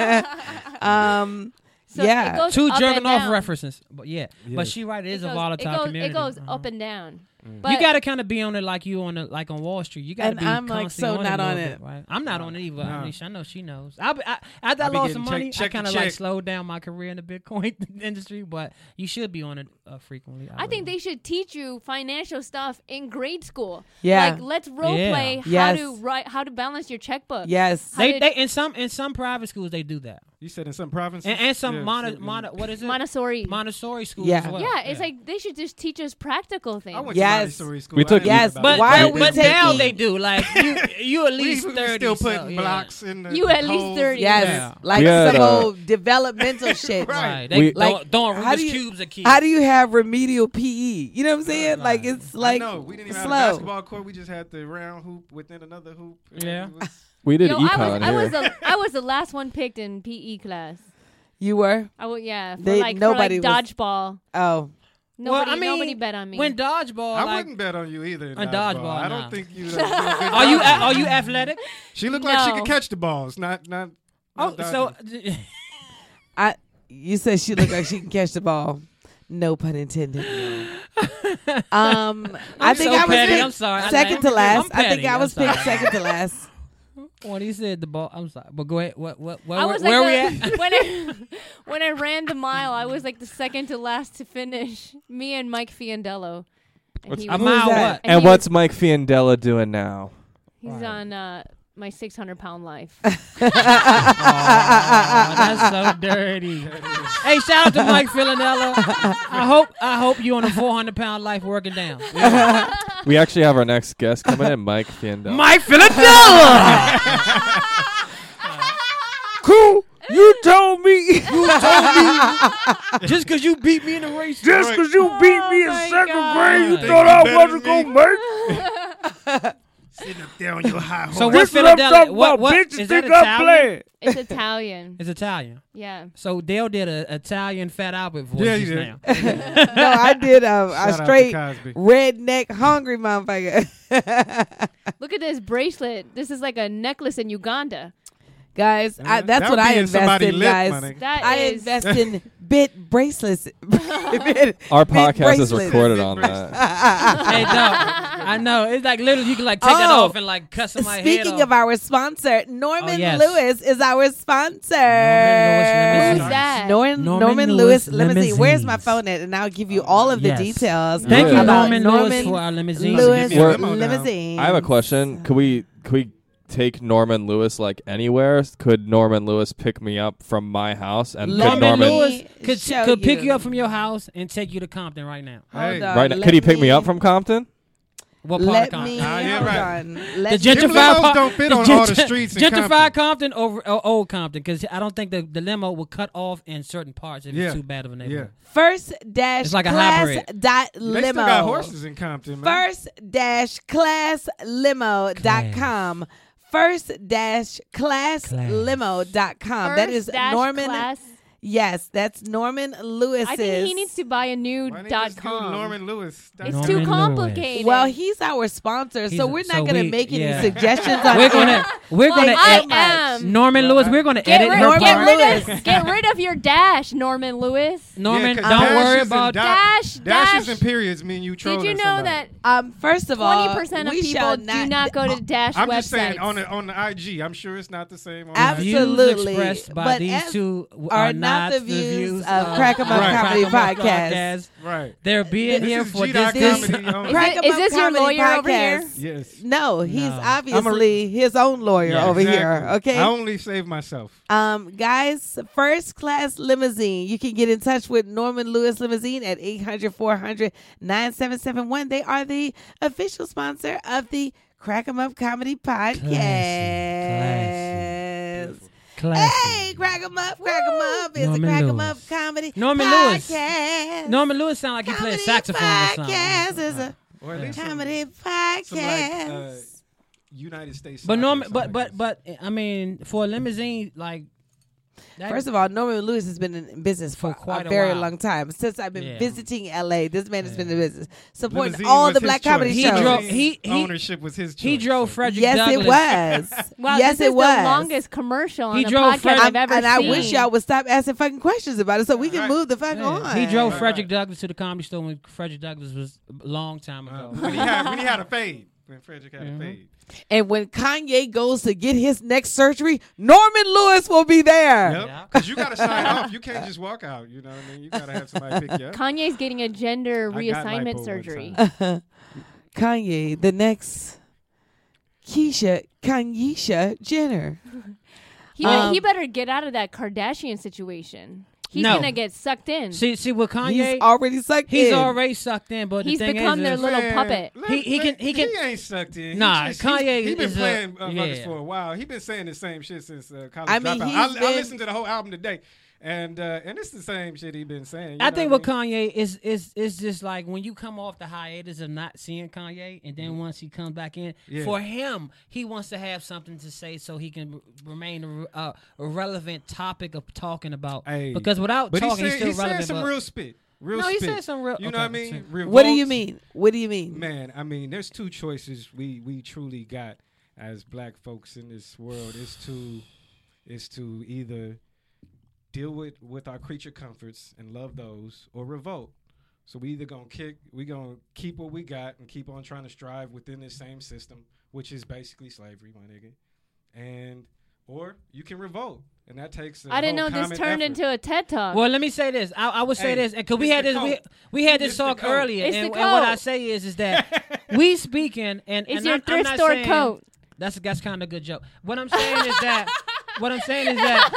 [SPEAKER 10] um,
[SPEAKER 15] So
[SPEAKER 10] yeah.
[SPEAKER 15] it goes
[SPEAKER 4] two
[SPEAKER 15] up
[SPEAKER 4] jerking
[SPEAKER 15] and
[SPEAKER 4] off
[SPEAKER 15] down.
[SPEAKER 4] references. But yeah, but
[SPEAKER 10] Yes.
[SPEAKER 4] she right, it is
[SPEAKER 15] It
[SPEAKER 4] a
[SPEAKER 15] goes-
[SPEAKER 4] volatile
[SPEAKER 15] it goes,
[SPEAKER 4] community. Mm.
[SPEAKER 15] It goes up and down.
[SPEAKER 16] Mm.
[SPEAKER 15] But
[SPEAKER 4] you gotta kind of be on it like you on it, like on Wall Street. You gotta
[SPEAKER 10] And
[SPEAKER 4] be
[SPEAKER 10] I'm, like,
[SPEAKER 4] constantly
[SPEAKER 10] so
[SPEAKER 4] on
[SPEAKER 10] not
[SPEAKER 4] it, a
[SPEAKER 10] on
[SPEAKER 4] little
[SPEAKER 10] it.
[SPEAKER 4] Bit, right? I'm not on it either.
[SPEAKER 10] Nah.
[SPEAKER 4] Anisha, I know she knows. I, be- I after I,
[SPEAKER 10] I be
[SPEAKER 4] lost
[SPEAKER 10] getting
[SPEAKER 4] some money,
[SPEAKER 10] check- check
[SPEAKER 4] I kind of
[SPEAKER 10] to
[SPEAKER 4] like
[SPEAKER 10] check.
[SPEAKER 4] slowed down my career in the Bitcoin industry. But you should be on it uh, frequently.
[SPEAKER 15] I think they should teach you financial stuff in grade school.
[SPEAKER 4] Yeah.
[SPEAKER 15] Like let's role
[SPEAKER 4] Yeah.
[SPEAKER 15] play how
[SPEAKER 4] Yes.
[SPEAKER 15] to write how to balance your checkbook.
[SPEAKER 10] uh,
[SPEAKER 15] How
[SPEAKER 4] They,
[SPEAKER 15] to-
[SPEAKER 4] they in some in some private schools they do that.
[SPEAKER 16] You said in some provinces
[SPEAKER 4] And, and some
[SPEAKER 16] Yeah,
[SPEAKER 4] mono,
[SPEAKER 16] so-
[SPEAKER 4] mono, what is it?
[SPEAKER 15] Montessori.
[SPEAKER 4] Montessori schools.
[SPEAKER 16] Yeah.
[SPEAKER 4] As well.
[SPEAKER 15] yeah, it's like they should just teach us practical things.
[SPEAKER 16] went to Yes. Montessori school. We I
[SPEAKER 4] took
[SPEAKER 16] took- didn't know Yes, about
[SPEAKER 4] but
[SPEAKER 16] that. why
[SPEAKER 4] but,
[SPEAKER 16] are we
[SPEAKER 4] but now
[SPEAKER 16] taking-
[SPEAKER 4] they do like you, you at
[SPEAKER 16] We-
[SPEAKER 4] least
[SPEAKER 16] we
[SPEAKER 4] thirty.
[SPEAKER 16] still putting
[SPEAKER 4] so, yeah.
[SPEAKER 16] blocks in the
[SPEAKER 15] You at least
[SPEAKER 4] holes.
[SPEAKER 15] 30.
[SPEAKER 10] Yes,
[SPEAKER 4] Yeah.
[SPEAKER 10] like
[SPEAKER 4] We had,
[SPEAKER 10] some
[SPEAKER 4] uh,
[SPEAKER 10] old developmental shit.
[SPEAKER 4] Right. They We- throwing- throwing Rubik's cubes at kids.
[SPEAKER 10] How do you have remedial PE? You know what I'm saying? Like it's like
[SPEAKER 16] no, we didn't even
[SPEAKER 10] slow.
[SPEAKER 16] have a basketball court. We just had the round hoop within another hoop. Yeah,
[SPEAKER 3] We did
[SPEAKER 15] Yo,
[SPEAKER 3] econ
[SPEAKER 15] I was I was,
[SPEAKER 3] here.
[SPEAKER 15] the, I was the last one picked in PE class.
[SPEAKER 10] you were.
[SPEAKER 15] I was yeah. For
[SPEAKER 10] They-
[SPEAKER 15] like
[SPEAKER 10] nobody
[SPEAKER 15] for
[SPEAKER 10] was-
[SPEAKER 15] like dodgeball.
[SPEAKER 10] Oh.
[SPEAKER 15] Nobody nobody bet on me.
[SPEAKER 4] When dodgeball,
[SPEAKER 16] I
[SPEAKER 4] like-
[SPEAKER 16] wouldn't bet on you either. In
[SPEAKER 4] On
[SPEAKER 16] dodgeball,
[SPEAKER 4] dodgeball,
[SPEAKER 16] I don't
[SPEAKER 4] nah.
[SPEAKER 16] think you.
[SPEAKER 4] Are you a- are you athletic?
[SPEAKER 16] She looked like she
[SPEAKER 4] No.
[SPEAKER 16] could catch the balls. Not not.
[SPEAKER 4] Oh,
[SPEAKER 16] not
[SPEAKER 4] so
[SPEAKER 10] I you said she looked like she can catch the ball. No pun intended. um, I
[SPEAKER 4] I'm
[SPEAKER 10] think
[SPEAKER 4] so
[SPEAKER 10] I was
[SPEAKER 4] petty,
[SPEAKER 10] picked
[SPEAKER 4] I'm sorry. I
[SPEAKER 10] second
[SPEAKER 4] like-
[SPEAKER 10] to last.
[SPEAKER 4] I'm
[SPEAKER 10] I think
[SPEAKER 4] petty,
[SPEAKER 10] I
[SPEAKER 4] I'm
[SPEAKER 10] was picked
[SPEAKER 4] sorry.
[SPEAKER 10] second to last.
[SPEAKER 4] When he said the ball, I'm sorry, but go ahead. What what, what
[SPEAKER 15] I
[SPEAKER 4] where,
[SPEAKER 15] was
[SPEAKER 4] where
[SPEAKER 15] like
[SPEAKER 4] we
[SPEAKER 15] the-
[SPEAKER 4] at? Oh,
[SPEAKER 15] when I when I ran the mile, I was like the second to last to finish. Me and Mike Fiandello. And
[SPEAKER 3] What's-
[SPEAKER 15] he
[SPEAKER 3] A
[SPEAKER 15] was-
[SPEAKER 4] mile
[SPEAKER 15] and
[SPEAKER 3] And
[SPEAKER 15] he was-
[SPEAKER 3] what's Mike Fiandella doing now?
[SPEAKER 15] He's on uh, my 600 pound life.
[SPEAKER 10] Ah,
[SPEAKER 4] that's so dirty. hey, shout out to Mike Filanella. I hope I hope you on a 400 pound life working down.
[SPEAKER 3] We actually have our next guest coming in, Mike Fiandella.
[SPEAKER 4] Mike Filandella.
[SPEAKER 3] cool. You told me. You
[SPEAKER 4] told me. Just because you beat me in the race.
[SPEAKER 3] Just 'cause you beat me in
[SPEAKER 16] second
[SPEAKER 3] grade,
[SPEAKER 16] you Think thought you I better wasn't than me?
[SPEAKER 4] make.
[SPEAKER 16] Sitting up there on your high horse.
[SPEAKER 4] So what's Philadelphia? What what is that Italian?
[SPEAKER 15] It's Italian.
[SPEAKER 4] It's Italian.
[SPEAKER 15] Yeah.
[SPEAKER 4] So Dale did a Italian Fat Albert voice
[SPEAKER 10] Yeah,
[SPEAKER 4] yeah,
[SPEAKER 10] he
[SPEAKER 4] just
[SPEAKER 10] did.
[SPEAKER 4] now.
[SPEAKER 10] no, I did a, a
[SPEAKER 4] Shout out to
[SPEAKER 10] straight
[SPEAKER 4] Cosby.
[SPEAKER 10] redneck hungry motherfucker.
[SPEAKER 15] Look at this bracelet. This is like a necklace in Uganda.
[SPEAKER 10] guys, I,
[SPEAKER 16] Uh,
[SPEAKER 15] Mhm.
[SPEAKER 10] that's
[SPEAKER 15] That
[SPEAKER 10] what
[SPEAKER 15] would
[SPEAKER 10] I
[SPEAKER 15] be in
[SPEAKER 10] invest
[SPEAKER 15] somebody
[SPEAKER 10] in,
[SPEAKER 15] lip,
[SPEAKER 10] guys.
[SPEAKER 15] my nigga. That
[SPEAKER 10] I
[SPEAKER 15] is-
[SPEAKER 10] invest in bit bracelets. bit,
[SPEAKER 3] Our
[SPEAKER 10] bit
[SPEAKER 3] podcast is
[SPEAKER 10] bracelets.
[SPEAKER 3] recorded on that.
[SPEAKER 4] hey, no, I know. It's like literally you can like take that
[SPEAKER 10] Oh,
[SPEAKER 4] off and like cut somebody's head
[SPEAKER 10] Speaking
[SPEAKER 4] off.
[SPEAKER 10] of our sponsor, Norman
[SPEAKER 4] Oh, yes.
[SPEAKER 10] Lewis is our sponsor.
[SPEAKER 4] Norman Lewis Limousine. Who's
[SPEAKER 10] that?
[SPEAKER 4] that?
[SPEAKER 10] Norman,
[SPEAKER 4] Norman
[SPEAKER 10] Lewis
[SPEAKER 4] Lewis
[SPEAKER 10] Limousine.
[SPEAKER 4] Limousines.
[SPEAKER 10] Where's my phone at? And I'll give you all of the
[SPEAKER 4] Yes.
[SPEAKER 10] details.
[SPEAKER 4] Thank you,
[SPEAKER 10] about
[SPEAKER 4] Norman Lewis, for our limousine.
[SPEAKER 10] Lewis
[SPEAKER 3] We're-
[SPEAKER 10] Limousine.
[SPEAKER 3] I have a question. Could we could we take Norman Lewis like anywhere? Could Norman Lewis pick me up from my house and Um, could
[SPEAKER 4] Norman
[SPEAKER 3] Norman
[SPEAKER 4] Lewis could
[SPEAKER 10] show
[SPEAKER 4] could pick
[SPEAKER 10] you.
[SPEAKER 4] you up from your house and take you to Compton right now.
[SPEAKER 10] Hold on,
[SPEAKER 3] right now,
[SPEAKER 10] let
[SPEAKER 3] could he pick me,
[SPEAKER 10] me-
[SPEAKER 3] up from Compton?
[SPEAKER 4] What part
[SPEAKER 10] Let
[SPEAKER 4] of Compton?
[SPEAKER 10] me
[SPEAKER 4] Ah,
[SPEAKER 10] hold on.
[SPEAKER 4] the
[SPEAKER 10] Let
[SPEAKER 4] gentrified part-
[SPEAKER 16] don't fit on all the streets in
[SPEAKER 4] gentrified Compton, over or old Compton, because I don't think the, the limo will cut off in certain parts if
[SPEAKER 16] Yeah.
[SPEAKER 4] it's too bad of a neighborhood.
[SPEAKER 10] First dash
[SPEAKER 4] It's like a
[SPEAKER 10] class
[SPEAKER 4] hybrid.
[SPEAKER 10] dot
[SPEAKER 16] They
[SPEAKER 10] limo.
[SPEAKER 16] still got horses in Compton, man.
[SPEAKER 10] First dash class limo dot com. First dash class limo dot com. That
[SPEAKER 15] First
[SPEAKER 10] is
[SPEAKER 15] dash
[SPEAKER 10] Norman.
[SPEAKER 15] class
[SPEAKER 10] Yes, that's Norman Lewis's.
[SPEAKER 15] I think he needs to buy a new
[SPEAKER 10] Why didn't you
[SPEAKER 15] dot
[SPEAKER 10] just do
[SPEAKER 15] com.
[SPEAKER 10] Norman
[SPEAKER 16] Lewis?
[SPEAKER 15] It's
[SPEAKER 10] Norman
[SPEAKER 15] too
[SPEAKER 10] Lewis.
[SPEAKER 15] complicated.
[SPEAKER 10] Well, he's our sponsor,
[SPEAKER 4] He's
[SPEAKER 10] so
[SPEAKER 4] a-
[SPEAKER 10] we're not
[SPEAKER 4] so
[SPEAKER 10] gonna
[SPEAKER 4] we-
[SPEAKER 10] make any
[SPEAKER 4] yeah.
[SPEAKER 10] suggestions. on
[SPEAKER 4] We're gonna
[SPEAKER 10] air.
[SPEAKER 4] we're gonna
[SPEAKER 15] Like, I
[SPEAKER 4] edit-
[SPEAKER 15] am.
[SPEAKER 4] Norman Lewis. We're gonna
[SPEAKER 15] Get
[SPEAKER 4] edit
[SPEAKER 15] rid,
[SPEAKER 4] her
[SPEAKER 15] get
[SPEAKER 4] part.
[SPEAKER 15] rid of get rid of your dash, Norman Lewis.
[SPEAKER 4] Norman,
[SPEAKER 16] Yeah, 'cause
[SPEAKER 4] don't
[SPEAKER 16] dashes
[SPEAKER 4] worry
[SPEAKER 16] and
[SPEAKER 4] about
[SPEAKER 16] da-
[SPEAKER 15] dash.
[SPEAKER 16] Dashes
[SPEAKER 15] dash.
[SPEAKER 16] and periods mean you trolling
[SPEAKER 15] Did you know
[SPEAKER 16] somebody.
[SPEAKER 15] that?
[SPEAKER 10] Um, first of all,
[SPEAKER 15] 20% of
[SPEAKER 10] we
[SPEAKER 15] people
[SPEAKER 10] shall
[SPEAKER 15] do
[SPEAKER 10] not-
[SPEAKER 15] not go to dash
[SPEAKER 16] I'm
[SPEAKER 15] websites.
[SPEAKER 16] just saying on the on the IG. I'm sure it's not the same. On
[SPEAKER 4] Views
[SPEAKER 10] Absolutely.
[SPEAKER 4] expressed by
[SPEAKER 10] But
[SPEAKER 4] these
[SPEAKER 10] as-
[SPEAKER 4] two w-
[SPEAKER 10] are
[SPEAKER 4] are,
[SPEAKER 10] not the views
[SPEAKER 16] Uh,
[SPEAKER 10] of Uh, Crack 'Em Up
[SPEAKER 4] Crack
[SPEAKER 10] Comedy
[SPEAKER 4] 'Em Up
[SPEAKER 10] Podcast.
[SPEAKER 16] Right.
[SPEAKER 4] They're being
[SPEAKER 10] This
[SPEAKER 4] here
[SPEAKER 10] is
[SPEAKER 4] for
[SPEAKER 10] G-Dot
[SPEAKER 4] this. this
[SPEAKER 10] Comedy on-
[SPEAKER 4] Crack 'Em
[SPEAKER 10] Is
[SPEAKER 4] Up
[SPEAKER 10] this your
[SPEAKER 4] Comedy
[SPEAKER 10] lawyer
[SPEAKER 4] podcast.
[SPEAKER 10] over here?
[SPEAKER 16] Yes.
[SPEAKER 10] No, he's
[SPEAKER 16] No.
[SPEAKER 10] obviously his own lawyer
[SPEAKER 16] Yeah,
[SPEAKER 10] over here.
[SPEAKER 16] exactly.
[SPEAKER 10] Okay.
[SPEAKER 16] I only save myself.
[SPEAKER 10] Um, guys, first class limousine. You can get in touch with Norman Lewis Limousine at 800 400 9771. They are the official sponsor of the Crack 'em Up Comedy Podcast. Hey, Crack 'em Up, Crack 'em Up. It's
[SPEAKER 4] Norman
[SPEAKER 10] the Crack 'em
[SPEAKER 4] Lewis.
[SPEAKER 10] Up Comedy
[SPEAKER 4] Norman Lewis.
[SPEAKER 10] Podcast.
[SPEAKER 4] Norman Lewis sound like he plays saxophone or something.
[SPEAKER 10] Podcast is a
[SPEAKER 16] Or at least
[SPEAKER 10] comedy
[SPEAKER 16] Some, like,
[SPEAKER 10] podcast.
[SPEAKER 16] uh, United States.
[SPEAKER 4] But
[SPEAKER 16] soccer
[SPEAKER 4] Norman,
[SPEAKER 16] or
[SPEAKER 4] but
[SPEAKER 16] something.
[SPEAKER 4] but but I mean, for a limousine, like that-
[SPEAKER 10] First of all, Norman Lewis has been in business for,
[SPEAKER 4] quite
[SPEAKER 10] a
[SPEAKER 4] a
[SPEAKER 10] very
[SPEAKER 4] while.
[SPEAKER 10] long time. Since I've been
[SPEAKER 4] Yeah.
[SPEAKER 10] visiting LA, this man has been in business, supporting
[SPEAKER 16] Limousine
[SPEAKER 10] all
[SPEAKER 16] was
[SPEAKER 10] the
[SPEAKER 16] his
[SPEAKER 10] black
[SPEAKER 16] choice.
[SPEAKER 10] comedy
[SPEAKER 16] He
[SPEAKER 10] shows.
[SPEAKER 16] drove- he- he- Ownership was his
[SPEAKER 4] He drove Frederick
[SPEAKER 10] Yes, it
[SPEAKER 4] Douglass.
[SPEAKER 10] was.
[SPEAKER 15] Wow,
[SPEAKER 10] yes,
[SPEAKER 15] this
[SPEAKER 10] it
[SPEAKER 15] is
[SPEAKER 10] was.
[SPEAKER 15] the longest commercial on
[SPEAKER 4] He
[SPEAKER 15] a
[SPEAKER 4] drove
[SPEAKER 15] podcast
[SPEAKER 4] Fred-
[SPEAKER 15] I've ever
[SPEAKER 10] and I
[SPEAKER 15] seen.
[SPEAKER 10] wish y'all would stop asking fucking questions about it so we can move the fuck on.
[SPEAKER 4] Uh-huh. He drove Frederick Douglass to the comedy store when Frederick Douglass was a long time ago.
[SPEAKER 16] Uh, when he had when he had a fade. When Frederick had
[SPEAKER 10] Mm-hmm.
[SPEAKER 16] a fade.
[SPEAKER 10] And when Kanye goes to get his next surgery, Norman Lewis will be there.
[SPEAKER 16] Yep. Because you got to sign off. You can't just walk out. You know what I mean? You got to have somebody pick you up.
[SPEAKER 15] Kanye's getting a gender
[SPEAKER 16] I got lipo
[SPEAKER 15] reassignment
[SPEAKER 16] one
[SPEAKER 15] surgery.
[SPEAKER 10] Kanye, the next Keisha, Kanyesha Jenner.
[SPEAKER 15] He,
[SPEAKER 10] Um,
[SPEAKER 15] he better get out of that Kardashian situation. He's
[SPEAKER 4] No.
[SPEAKER 15] gonna get sucked in.
[SPEAKER 4] See, see, with Kanye,
[SPEAKER 10] He's already sucked
[SPEAKER 4] He's
[SPEAKER 10] in.
[SPEAKER 4] already sucked in, but the
[SPEAKER 15] He's
[SPEAKER 4] thing
[SPEAKER 15] become
[SPEAKER 4] is,
[SPEAKER 15] their
[SPEAKER 4] is-
[SPEAKER 15] little Man, puppet.
[SPEAKER 4] He, he can, he can.
[SPEAKER 16] He ain't sucked in. He
[SPEAKER 4] Nah,
[SPEAKER 16] just-
[SPEAKER 4] Kanye
[SPEAKER 16] He, he been
[SPEAKER 4] is a-
[SPEAKER 16] playing uh, motherfuckers
[SPEAKER 4] yeah.
[SPEAKER 16] for a while. He been saying the same shit since uh, college
[SPEAKER 4] I mean,
[SPEAKER 16] dropout.
[SPEAKER 4] he's
[SPEAKER 16] I, I
[SPEAKER 4] been-
[SPEAKER 16] listened to the whole album today, and uh, and it's the same shit he been saying. you
[SPEAKER 4] I
[SPEAKER 16] know
[SPEAKER 4] think
[SPEAKER 16] what
[SPEAKER 4] with Kanye is is is just like when you come off the hiatus of not seeing Kanye, and then once he comes back in,
[SPEAKER 16] Mm-hmm. Yeah.
[SPEAKER 4] for him, he wants to have something to say so he can re- remain a, re- uh, a relevant topic of talking about.
[SPEAKER 16] Hey.
[SPEAKER 4] because without
[SPEAKER 16] But he
[SPEAKER 4] talking,
[SPEAKER 16] said-
[SPEAKER 4] he's still
[SPEAKER 16] he said
[SPEAKER 4] relevant.
[SPEAKER 16] some
[SPEAKER 4] but-
[SPEAKER 16] real spit. Real
[SPEAKER 4] no, he
[SPEAKER 16] spit.
[SPEAKER 4] said some real.
[SPEAKER 16] You know what I
[SPEAKER 4] okay,
[SPEAKER 16] mean?
[SPEAKER 4] so-
[SPEAKER 10] What do you
[SPEAKER 16] Revolt.
[SPEAKER 10] mean? What do you mean?
[SPEAKER 16] Man, I mean, there's two choices we we truly got as black folks in this world is to is to either deal with with our creature comforts and love those or revolt. So we either gonna kick, we gonna keep what we got and keep on trying to strive within this same system, which is basically slavery, my nigga. And or you can revolt, and that takes. I
[SPEAKER 15] I didn't know this turned into a TED talk.
[SPEAKER 4] Well, let me say this. I, I would say
[SPEAKER 15] Hey,
[SPEAKER 4] this, and because we
[SPEAKER 15] it's
[SPEAKER 4] had
[SPEAKER 15] the
[SPEAKER 4] this, we,
[SPEAKER 15] coat.
[SPEAKER 4] we had this
[SPEAKER 15] It's the
[SPEAKER 4] talk
[SPEAKER 15] coat.
[SPEAKER 4] earlier,
[SPEAKER 15] It's
[SPEAKER 4] and,
[SPEAKER 15] the
[SPEAKER 4] and what I
[SPEAKER 15] coat.
[SPEAKER 4] say is, is that we speaking, and
[SPEAKER 15] It's
[SPEAKER 4] and
[SPEAKER 15] your
[SPEAKER 4] I'm,
[SPEAKER 15] thrift
[SPEAKER 4] I'm not
[SPEAKER 15] store
[SPEAKER 4] saying,
[SPEAKER 15] coat.
[SPEAKER 4] That's that's kind of a good joke. What I'm saying is that, what I'm saying is that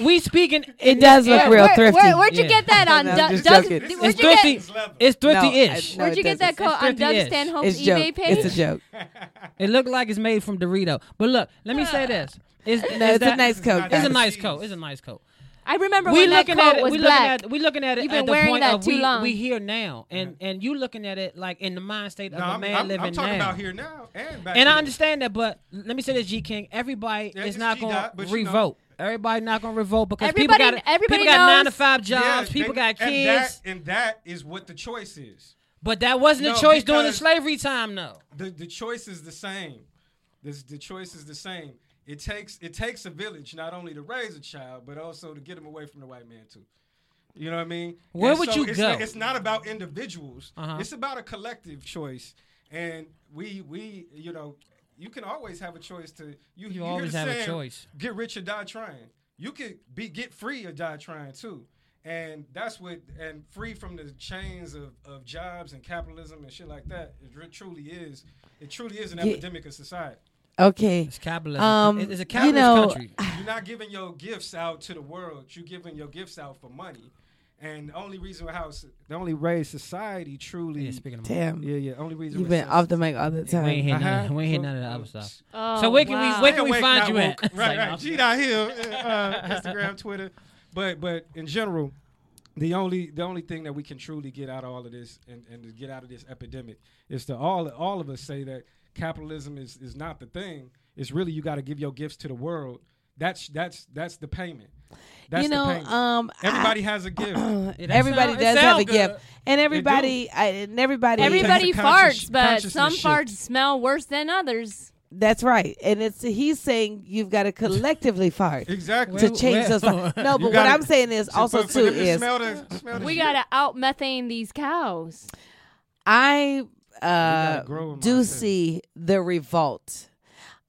[SPEAKER 4] we speaking. in
[SPEAKER 10] does
[SPEAKER 4] this
[SPEAKER 10] look
[SPEAKER 4] era.
[SPEAKER 10] real Where- thrifty. where-
[SPEAKER 15] where'd you get that on
[SPEAKER 10] No, I'm
[SPEAKER 15] Du-
[SPEAKER 10] just
[SPEAKER 15] Doug-
[SPEAKER 10] joking.
[SPEAKER 15] where'd
[SPEAKER 4] It's
[SPEAKER 15] you get-
[SPEAKER 4] thrifty. It's thrifty-ish.
[SPEAKER 10] No, I- no,
[SPEAKER 15] Where'd
[SPEAKER 10] it
[SPEAKER 15] you get that
[SPEAKER 10] doesn't.
[SPEAKER 15] coat
[SPEAKER 4] It's
[SPEAKER 15] on Doug
[SPEAKER 4] 50-ish.
[SPEAKER 15] Stanhope's
[SPEAKER 4] It's joke.
[SPEAKER 15] eBay page?
[SPEAKER 10] It's a joke.
[SPEAKER 4] It looked like it's made from Dorito. But look, let me say this. It's,
[SPEAKER 10] No,
[SPEAKER 4] is
[SPEAKER 10] it's a
[SPEAKER 4] that-
[SPEAKER 10] nice coat,
[SPEAKER 4] It's a
[SPEAKER 10] guys.
[SPEAKER 4] nice coat. It's a nice coat.
[SPEAKER 15] I remember
[SPEAKER 4] we
[SPEAKER 15] when that
[SPEAKER 4] looking
[SPEAKER 15] coat
[SPEAKER 4] at it,
[SPEAKER 15] was
[SPEAKER 4] we
[SPEAKER 15] black.
[SPEAKER 4] Looking at, we looking at it
[SPEAKER 15] You've
[SPEAKER 4] at
[SPEAKER 15] been
[SPEAKER 4] the
[SPEAKER 15] wearing
[SPEAKER 4] point
[SPEAKER 15] that
[SPEAKER 4] of
[SPEAKER 15] too
[SPEAKER 4] we,
[SPEAKER 15] long.
[SPEAKER 4] we here now, and and you looking at it like in the mind state
[SPEAKER 16] No,
[SPEAKER 4] of a
[SPEAKER 16] I'm,
[SPEAKER 4] man
[SPEAKER 16] I'm,
[SPEAKER 4] living
[SPEAKER 16] I'm talking
[SPEAKER 4] now.
[SPEAKER 16] about here now and back.
[SPEAKER 4] and I
[SPEAKER 16] then.
[SPEAKER 4] understand that, but let me say this, G King. Everybody
[SPEAKER 16] Yeah,
[SPEAKER 4] is
[SPEAKER 16] it's
[SPEAKER 4] not
[SPEAKER 16] G-Dot,
[SPEAKER 4] going
[SPEAKER 16] but
[SPEAKER 4] to
[SPEAKER 16] you know-
[SPEAKER 4] revolt. Everybody not going to revolt because
[SPEAKER 15] Everybody-
[SPEAKER 4] people got
[SPEAKER 15] everybody
[SPEAKER 4] people got nine to
[SPEAKER 15] knows-
[SPEAKER 4] five
[SPEAKER 16] Yeah,
[SPEAKER 4] jobs. people
[SPEAKER 16] they-
[SPEAKER 4] got kids.
[SPEAKER 16] And that, and that is what the choice is.
[SPEAKER 4] but that wasn't a
[SPEAKER 16] No,
[SPEAKER 4] choice during the
[SPEAKER 16] because-
[SPEAKER 4] slavery time, though.
[SPEAKER 16] The the choice is the same. This the choice is the same. It takes it takes a village not only to raise a child, but also to get him away from the white man too. You know what I mean?
[SPEAKER 4] Where
[SPEAKER 16] And
[SPEAKER 4] would
[SPEAKER 16] so
[SPEAKER 4] you
[SPEAKER 16] it's
[SPEAKER 4] go?
[SPEAKER 16] Not, it's not about individuals.
[SPEAKER 4] Uh-huh.
[SPEAKER 16] It's about a collective choice. And we we you know you can always have a choice to you. You, hear
[SPEAKER 4] always
[SPEAKER 16] the
[SPEAKER 4] have a
[SPEAKER 16] saying,
[SPEAKER 4] choice.
[SPEAKER 16] Get rich or die trying. You could be get free or die trying too. And that's what and free from the chains of, of jobs and capitalism and shit like that. It re- truly is. It truly is an
[SPEAKER 10] Yeah.
[SPEAKER 16] epidemic of society.
[SPEAKER 10] Okay.
[SPEAKER 4] It's capitalism.
[SPEAKER 10] Um,
[SPEAKER 4] It- it's a
[SPEAKER 10] you
[SPEAKER 4] capitalist
[SPEAKER 10] know,
[SPEAKER 4] country.
[SPEAKER 16] You're not giving your gifts out to the world. You're giving your gifts out for money. And the only reason how s- the only way society truly yeah,
[SPEAKER 4] speaking of
[SPEAKER 10] Damn.
[SPEAKER 16] yeah yeah only reason
[SPEAKER 10] You've been off the mic all the time.
[SPEAKER 4] We ain't hear none,
[SPEAKER 16] Uh-huh.
[SPEAKER 4] we ain't hear none of the other stuff.
[SPEAKER 15] Oh,
[SPEAKER 4] so where can
[SPEAKER 15] wow.
[SPEAKER 4] we where can we
[SPEAKER 16] Stay awake,
[SPEAKER 4] find
[SPEAKER 16] not
[SPEAKER 4] you at?
[SPEAKER 16] woke.
[SPEAKER 4] It's
[SPEAKER 16] Right,
[SPEAKER 4] like,
[SPEAKER 16] right. G dot Hill, uh, Instagram, Twitter, but but in general, the only the only thing that we can truly get out of all of this and, and to get out of this epidemic is to all all of us say that capitalism is is not the thing. It's really you got to give your gifts to the world. That's that's that's the payment. That's
[SPEAKER 10] you
[SPEAKER 16] the
[SPEAKER 10] know,
[SPEAKER 16] pain.
[SPEAKER 10] um, I-
[SPEAKER 16] Everybody has a gift.
[SPEAKER 10] everybody does have a gift, and
[SPEAKER 16] They do.
[SPEAKER 10] everybody, I, and everybody,
[SPEAKER 15] Everybody farts, but some farts smell worse than others.
[SPEAKER 10] That's right, and it's he's saying you've got to collectively fart
[SPEAKER 16] Exactly.
[SPEAKER 10] to
[SPEAKER 16] Well,
[SPEAKER 10] change those.
[SPEAKER 16] well.
[SPEAKER 10] fart- No,
[SPEAKER 16] You
[SPEAKER 10] but what
[SPEAKER 16] gotta-
[SPEAKER 10] I'm saying is
[SPEAKER 16] See,
[SPEAKER 10] also
[SPEAKER 16] but- but
[SPEAKER 10] too
[SPEAKER 16] if you
[SPEAKER 10] is
[SPEAKER 16] smell the-
[SPEAKER 15] We gotta out methane these cows.
[SPEAKER 10] I
[SPEAKER 15] grow
[SPEAKER 10] uh,
[SPEAKER 15] 'em
[SPEAKER 10] do see the revolt.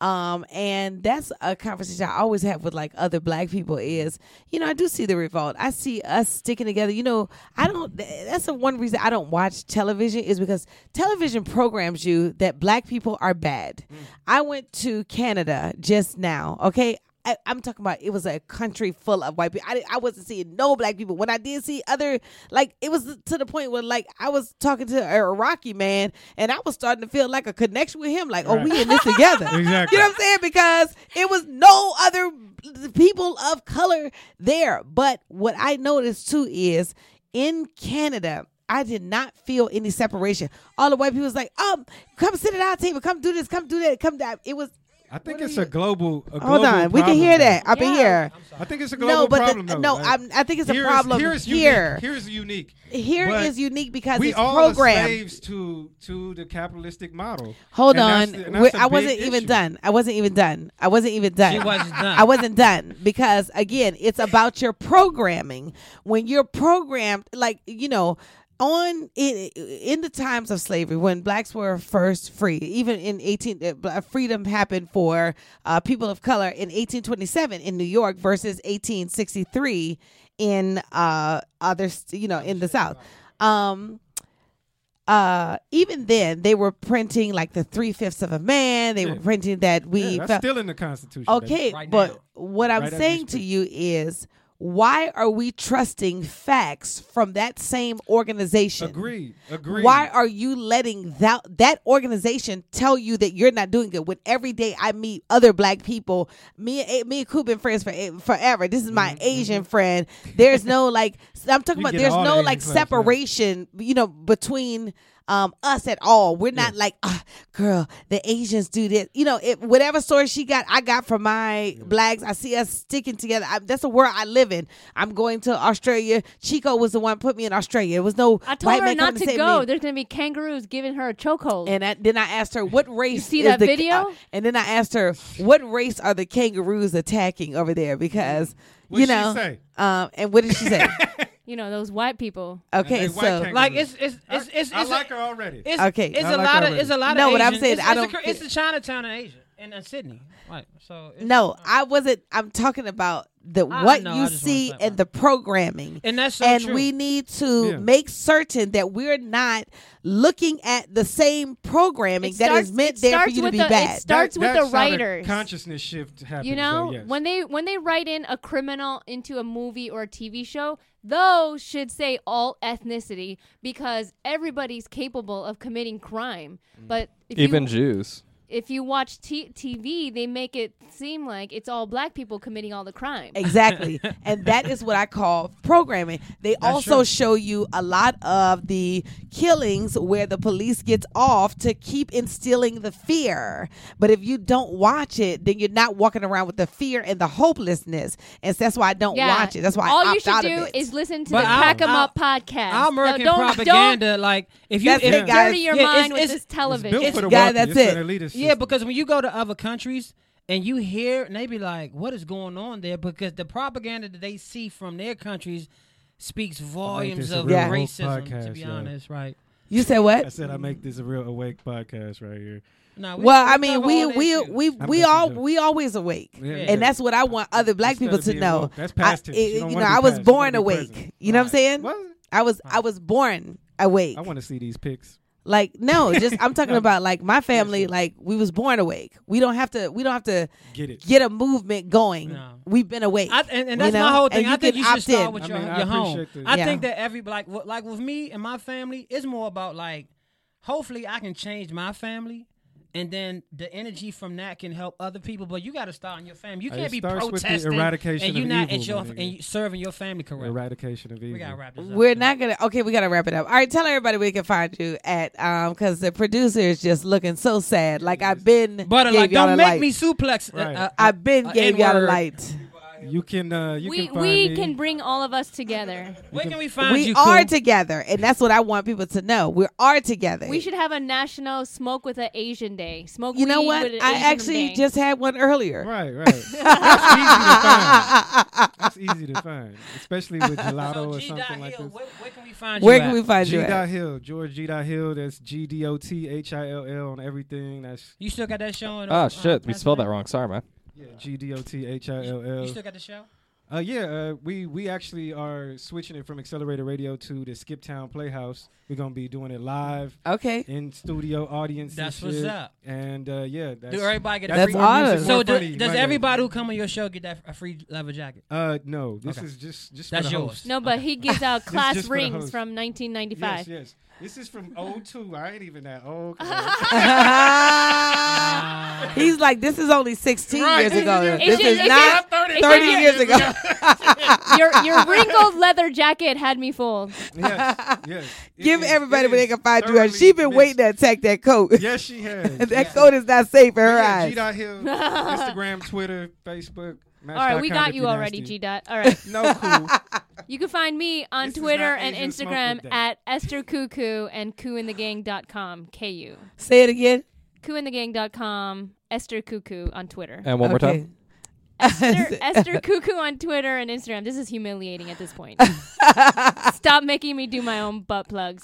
[SPEAKER 10] Um, and that's a conversation I always have with like other black people is, you know, I do see the revolt. I see us sticking together. You know, I don't, th- that's the one reason I don't watch television is because television programs you that black people are bad. I went to Canada just now, okay? I, I'm talking about it was a country full of white people. I, di- I wasn't seeing no black people. When I did see other, like it was to the point where like I was talking to a Iraqi man and I was starting to feel like a connection with him. Like, oh, we in this together.
[SPEAKER 16] Exactly.
[SPEAKER 10] You know what I'm saying? Because it was no other people of color there. But what I noticed too is in Canada. I did not feel any separation. All the white people was like, um, come sit at our table, come do this, come do that, come that. It was
[SPEAKER 16] I think it's a global. A
[SPEAKER 10] Hold
[SPEAKER 16] global
[SPEAKER 10] on, we can
[SPEAKER 16] problem,
[SPEAKER 10] hear
[SPEAKER 16] though.
[SPEAKER 10] that up in here.
[SPEAKER 16] I think it's a
[SPEAKER 10] no,
[SPEAKER 16] global
[SPEAKER 10] but the-
[SPEAKER 16] problem. though.
[SPEAKER 10] no,
[SPEAKER 16] Like,
[SPEAKER 10] I'm, I think it's a
[SPEAKER 16] here is-
[SPEAKER 10] problem
[SPEAKER 16] here is unique.
[SPEAKER 10] here.
[SPEAKER 16] Here is unique.
[SPEAKER 10] Here
[SPEAKER 16] But
[SPEAKER 10] is unique because
[SPEAKER 16] we
[SPEAKER 10] it's
[SPEAKER 16] all are
[SPEAKER 10] programmed.
[SPEAKER 16] slaves to to the capitalistic model.
[SPEAKER 10] Hold
[SPEAKER 16] And that's
[SPEAKER 10] on,
[SPEAKER 16] the- and
[SPEAKER 10] We're-
[SPEAKER 16] that's the
[SPEAKER 10] I
[SPEAKER 16] big
[SPEAKER 10] wasn't even
[SPEAKER 16] issue.
[SPEAKER 10] done. I wasn't even done. I wasn't even done.
[SPEAKER 16] She wasn't done.
[SPEAKER 10] I wasn't done because again, it's about your programming. When you're programmed, like you know, on in, in the times of slavery, when blacks were first free, even in eighteen, uh, bl- freedom happened for uh, people of color in 1827 in New York versus 1863 in uh, other, st- you know, in the South. Um, uh even then they were printing like the three fifths of a man they were
[SPEAKER 16] Yeah.
[SPEAKER 10] printing that we
[SPEAKER 16] Yeah, that's
[SPEAKER 10] felt-
[SPEAKER 16] still in the Constitution, baby.
[SPEAKER 10] okay
[SPEAKER 16] Right
[SPEAKER 10] but
[SPEAKER 16] now.
[SPEAKER 10] what i'm
[SPEAKER 16] Right as we
[SPEAKER 10] saying to you is why are we trusting facts from that same organization
[SPEAKER 16] Agreed. Agreed.
[SPEAKER 10] why are you letting that that organization tell you that you're not doing good? When every day I meet other black people, me and eh, me and Coop been friends for eh, forever. This is my Asian friend. There's no like s- I'm talking
[SPEAKER 13] Mm-hmm. You
[SPEAKER 10] about.
[SPEAKER 13] get
[SPEAKER 10] There's
[SPEAKER 13] all the
[SPEAKER 10] no
[SPEAKER 13] Asian
[SPEAKER 10] like
[SPEAKER 13] clubs, yeah.
[SPEAKER 10] separation, you know, between um us at all. We're not like, ah, girl, the Asians do this. You know, it, whatever story she got, I got from my blacks. I see us sticking together. I, that's the world I live in. I'm going to Australia. Chico was the one put me in Australia. It was no
[SPEAKER 15] I told
[SPEAKER 10] white
[SPEAKER 15] her
[SPEAKER 10] man
[SPEAKER 15] not
[SPEAKER 10] coming
[SPEAKER 15] to
[SPEAKER 10] save
[SPEAKER 15] go.
[SPEAKER 10] me.
[SPEAKER 15] There's gonna be kangaroos giving her a chokehold.
[SPEAKER 10] And I, then I asked her, "What race
[SPEAKER 15] see
[SPEAKER 10] is
[SPEAKER 15] that
[SPEAKER 10] the-
[SPEAKER 15] video?
[SPEAKER 10] uh, and then I asked her, "What race are the kangaroos attacking over there?" Because
[SPEAKER 15] What'd
[SPEAKER 10] you
[SPEAKER 15] she
[SPEAKER 10] know,
[SPEAKER 15] say?
[SPEAKER 10] um, and what did she say?
[SPEAKER 15] you know those white people.
[SPEAKER 10] Okay, so
[SPEAKER 14] like it's it's it's it's,
[SPEAKER 16] I
[SPEAKER 14] it's
[SPEAKER 16] like
[SPEAKER 14] a,
[SPEAKER 16] her already.
[SPEAKER 14] It's,
[SPEAKER 10] Okay.
[SPEAKER 14] it's
[SPEAKER 10] I
[SPEAKER 14] a
[SPEAKER 10] like
[SPEAKER 14] lot
[SPEAKER 10] her
[SPEAKER 14] of it's a
[SPEAKER 10] already.
[SPEAKER 14] lot
[SPEAKER 10] No,
[SPEAKER 14] of.
[SPEAKER 10] what I'm
[SPEAKER 14] Asian-
[SPEAKER 10] saying,
[SPEAKER 14] it's,
[SPEAKER 10] I
[SPEAKER 14] it's
[SPEAKER 10] don't
[SPEAKER 14] The, it's the Chinatown in Asia and uh, Sydney, right? So it's,
[SPEAKER 10] no, I wasn't. I'm talking about the
[SPEAKER 14] I
[SPEAKER 10] what
[SPEAKER 14] know, I
[SPEAKER 10] you
[SPEAKER 14] just wanted to
[SPEAKER 10] see and the programming,
[SPEAKER 14] And that's so
[SPEAKER 10] and
[SPEAKER 14] true.
[SPEAKER 10] we need to
[SPEAKER 14] Yeah.
[SPEAKER 10] make certain that we're not looking at the same programming
[SPEAKER 15] It
[SPEAKER 10] that
[SPEAKER 15] starts-
[SPEAKER 10] is meant
[SPEAKER 15] it
[SPEAKER 10] there for
[SPEAKER 15] starts
[SPEAKER 10] you to
[SPEAKER 15] with
[SPEAKER 10] be
[SPEAKER 15] the- it
[SPEAKER 10] bad.
[SPEAKER 15] starts with
[SPEAKER 16] that's
[SPEAKER 15] the
[SPEAKER 16] how
[SPEAKER 15] writers.
[SPEAKER 16] consciousness shift happens.
[SPEAKER 15] you know
[SPEAKER 16] so yes.
[SPEAKER 15] when they when they write in a criminal into a movie or a tv show those should say all ethnicity because everybody's capable of committing crime
[SPEAKER 16] Mm.
[SPEAKER 15] but if
[SPEAKER 3] Even
[SPEAKER 15] you,
[SPEAKER 3] Jews.
[SPEAKER 15] if you watch t- tv they make it seem like it's all black people committing all the crime
[SPEAKER 10] Exactly. and that is what I call programming. They also show you a lot of the killings where the police gets off to keep instilling the fear. But if you don't watch it, then you're not walking around with the fear and the hopelessness. And so that's why I don't
[SPEAKER 15] Yeah.
[SPEAKER 10] watch it. That's why
[SPEAKER 15] all
[SPEAKER 10] I
[SPEAKER 15] you
[SPEAKER 10] opt
[SPEAKER 15] should
[SPEAKER 10] out
[SPEAKER 15] do
[SPEAKER 10] of it.
[SPEAKER 15] is listen to
[SPEAKER 10] But
[SPEAKER 15] the
[SPEAKER 10] I'll-
[SPEAKER 15] Pack 'em
[SPEAKER 10] I'll-
[SPEAKER 15] Up podcast.
[SPEAKER 4] Our
[SPEAKER 15] so
[SPEAKER 4] American
[SPEAKER 15] don't,
[SPEAKER 4] propaganda, like if you
[SPEAKER 15] That's
[SPEAKER 4] if
[SPEAKER 15] it,
[SPEAKER 4] you
[SPEAKER 15] guys. dirty your mind with this television. It's built for the
[SPEAKER 4] guys,
[SPEAKER 15] wealthy.
[SPEAKER 4] that's
[SPEAKER 15] It's
[SPEAKER 4] it.
[SPEAKER 15] an elitist
[SPEAKER 4] yeah, because when you go to other countries and you hear, and they be like, "What is going on there?" Because the propaganda that they see from their countries speaks volumes
[SPEAKER 16] this a
[SPEAKER 4] of
[SPEAKER 16] real woke
[SPEAKER 4] racism. to
[SPEAKER 16] podcast,
[SPEAKER 4] be
[SPEAKER 16] yeah.
[SPEAKER 4] honest, right?
[SPEAKER 10] You said what?
[SPEAKER 16] I said I make this a real awake podcast right here.
[SPEAKER 4] No,
[SPEAKER 10] well, I mean, we we we
[SPEAKER 16] I'm
[SPEAKER 10] we
[SPEAKER 16] just
[SPEAKER 10] all
[SPEAKER 16] joking.
[SPEAKER 10] we always awake,
[SPEAKER 16] Yeah, yeah.
[SPEAKER 10] and that's what I want other black people
[SPEAKER 16] of
[SPEAKER 10] to
[SPEAKER 16] being
[SPEAKER 10] know.
[SPEAKER 16] woke, that's past
[SPEAKER 10] I,
[SPEAKER 16] tense. You
[SPEAKER 10] it-
[SPEAKER 16] don't
[SPEAKER 10] you know,
[SPEAKER 16] wanna be
[SPEAKER 10] I was
[SPEAKER 16] past, you
[SPEAKER 10] born
[SPEAKER 16] wanna be
[SPEAKER 10] awake.
[SPEAKER 16] present.
[SPEAKER 10] You know what I'm saying? I was I was born awake.
[SPEAKER 16] I want to see these pics.
[SPEAKER 10] Like no, just I'm talking about like my family. Like we was born awake. We don't have to. We don't have to
[SPEAKER 16] Get it.
[SPEAKER 10] Get a movement going. We've been awake.
[SPEAKER 4] I, and,
[SPEAKER 10] you
[SPEAKER 4] and that's my
[SPEAKER 10] know?
[SPEAKER 4] whole thing.
[SPEAKER 10] And
[SPEAKER 4] I think
[SPEAKER 10] can
[SPEAKER 4] you should
[SPEAKER 10] opt
[SPEAKER 4] start
[SPEAKER 10] in.
[SPEAKER 4] with your, your home.
[SPEAKER 10] appreciate
[SPEAKER 4] I
[SPEAKER 10] that.
[SPEAKER 4] think
[SPEAKER 10] Yeah.
[SPEAKER 4] that every like wh- like with me and my family, it's more about like hopefully I can change my family. And then the energy from that can help other people, but you got to start in your family. You
[SPEAKER 16] It
[SPEAKER 4] can't be
[SPEAKER 16] starts with the
[SPEAKER 4] protesting
[SPEAKER 16] eradication
[SPEAKER 4] and you
[SPEAKER 16] of
[SPEAKER 4] not at
[SPEAKER 16] evil,
[SPEAKER 4] your
[SPEAKER 16] my
[SPEAKER 4] and
[SPEAKER 16] nigga.
[SPEAKER 4] you serving your family correct.
[SPEAKER 16] Eradication of evil.
[SPEAKER 4] We gotta wrap this up.
[SPEAKER 10] We're not gonna. Okay, we gotta wrap it up. All right, tell everybody we can find you at um because the producer is just looking so sad. Like I've been
[SPEAKER 4] Butter,
[SPEAKER 10] gave
[SPEAKER 4] uh, like,
[SPEAKER 10] y'all
[SPEAKER 4] don't
[SPEAKER 10] a
[SPEAKER 4] make
[SPEAKER 10] light.
[SPEAKER 4] me suplex. uh, uh,
[SPEAKER 10] I've been
[SPEAKER 4] uh,
[SPEAKER 10] gave y'all a
[SPEAKER 4] N-word.
[SPEAKER 10] light.
[SPEAKER 16] You can uh, you
[SPEAKER 15] we
[SPEAKER 16] can find
[SPEAKER 15] we
[SPEAKER 16] me.
[SPEAKER 15] can bring all of us together.
[SPEAKER 14] Where can we
[SPEAKER 10] we are together, and that's what I want people to know. We are together.
[SPEAKER 15] We should have a national smoke with an Asian day. Smoke.
[SPEAKER 10] you know
[SPEAKER 15] weed
[SPEAKER 10] what?
[SPEAKER 15] With an
[SPEAKER 10] I
[SPEAKER 15] Asian
[SPEAKER 10] actually
[SPEAKER 15] day.
[SPEAKER 10] just had one earlier.
[SPEAKER 16] Right, right. That's easy to find. That's easy to find, especially with gelato or something like this. Where,
[SPEAKER 14] can we find
[SPEAKER 10] Where you can at? we find you
[SPEAKER 16] G
[SPEAKER 10] at?
[SPEAKER 16] dot Hill, George G dot Hill. That's G D O T H I L L on everything. That's
[SPEAKER 4] You still got that show? on-
[SPEAKER 3] Ah,
[SPEAKER 4] on-
[SPEAKER 3] shit. We spelled that wrong. Sorry, man.
[SPEAKER 16] yeah, G D O T H I L L.
[SPEAKER 4] You still got the show?
[SPEAKER 16] Uh, yeah, uh, we we actually are switching it from Accelerator Radio to the Skip Town Playhouse. We're gonna be doing it live.
[SPEAKER 10] Okay.
[SPEAKER 16] In studio audience.
[SPEAKER 4] That's
[SPEAKER 16] and
[SPEAKER 4] what's
[SPEAKER 16] shit.
[SPEAKER 4] up.
[SPEAKER 16] And uh, yeah, that's,
[SPEAKER 4] Do everybody get a
[SPEAKER 16] that's
[SPEAKER 4] free?
[SPEAKER 16] more music,
[SPEAKER 4] So
[SPEAKER 16] more
[SPEAKER 4] do-
[SPEAKER 16] funny,
[SPEAKER 4] does
[SPEAKER 16] my guy.
[SPEAKER 4] everybody who come on your show get that a free leather jacket?
[SPEAKER 16] Uh, no. This
[SPEAKER 4] Okay.
[SPEAKER 16] is just just
[SPEAKER 4] That's
[SPEAKER 16] for the
[SPEAKER 4] yours.
[SPEAKER 16] host.
[SPEAKER 15] No, but he gives out
[SPEAKER 16] This is
[SPEAKER 15] class
[SPEAKER 16] just for the
[SPEAKER 15] rings
[SPEAKER 16] host.
[SPEAKER 15] from 1995.
[SPEAKER 16] Yes, yes. This is from 02. I ain't even that old.
[SPEAKER 10] He's like, this is only 16
[SPEAKER 16] Right.
[SPEAKER 10] years ago.
[SPEAKER 16] It
[SPEAKER 10] this
[SPEAKER 16] should-
[SPEAKER 10] is
[SPEAKER 16] it should
[SPEAKER 10] not
[SPEAKER 16] have
[SPEAKER 10] 30,
[SPEAKER 16] 30
[SPEAKER 10] years
[SPEAKER 16] years
[SPEAKER 10] ago.
[SPEAKER 15] your your wrinkled leather jacket had me fooled.
[SPEAKER 16] Yes, yes.
[SPEAKER 10] Give everybody where they can find you.
[SPEAKER 16] thoroughly
[SPEAKER 10] at. She been waiting to attack that coat.
[SPEAKER 16] Yes, she has.
[SPEAKER 10] that
[SPEAKER 16] Yes.
[SPEAKER 10] coat is not safe in her
[SPEAKER 16] yeah,
[SPEAKER 10] eyes.
[SPEAKER 16] G Dot Hill, Instagram, Twitter, Facebook.
[SPEAKER 15] All right, we
[SPEAKER 16] Match.com
[SPEAKER 15] got
[SPEAKER 16] if
[SPEAKER 15] you
[SPEAKER 16] you're
[SPEAKER 15] already, G
[SPEAKER 16] nasty.
[SPEAKER 15] Dot. All right.
[SPEAKER 16] No, cool.
[SPEAKER 15] You can find me on
[SPEAKER 16] This is
[SPEAKER 15] Twitter
[SPEAKER 16] not
[SPEAKER 15] and
[SPEAKER 16] Asian Smoke
[SPEAKER 15] Instagram
[SPEAKER 16] With
[SPEAKER 15] at Esther Cuckoo and coointhegang.com. K U.
[SPEAKER 10] Say it again.
[SPEAKER 15] Coointhegang.com. Esther Cuckoo on Twitter.
[SPEAKER 3] And one more
[SPEAKER 10] Okay.
[SPEAKER 3] time.
[SPEAKER 15] Esther, Esther Cuckoo on Twitter and Instagram. This is humiliating at this point. Stop making me do my own butt plugs.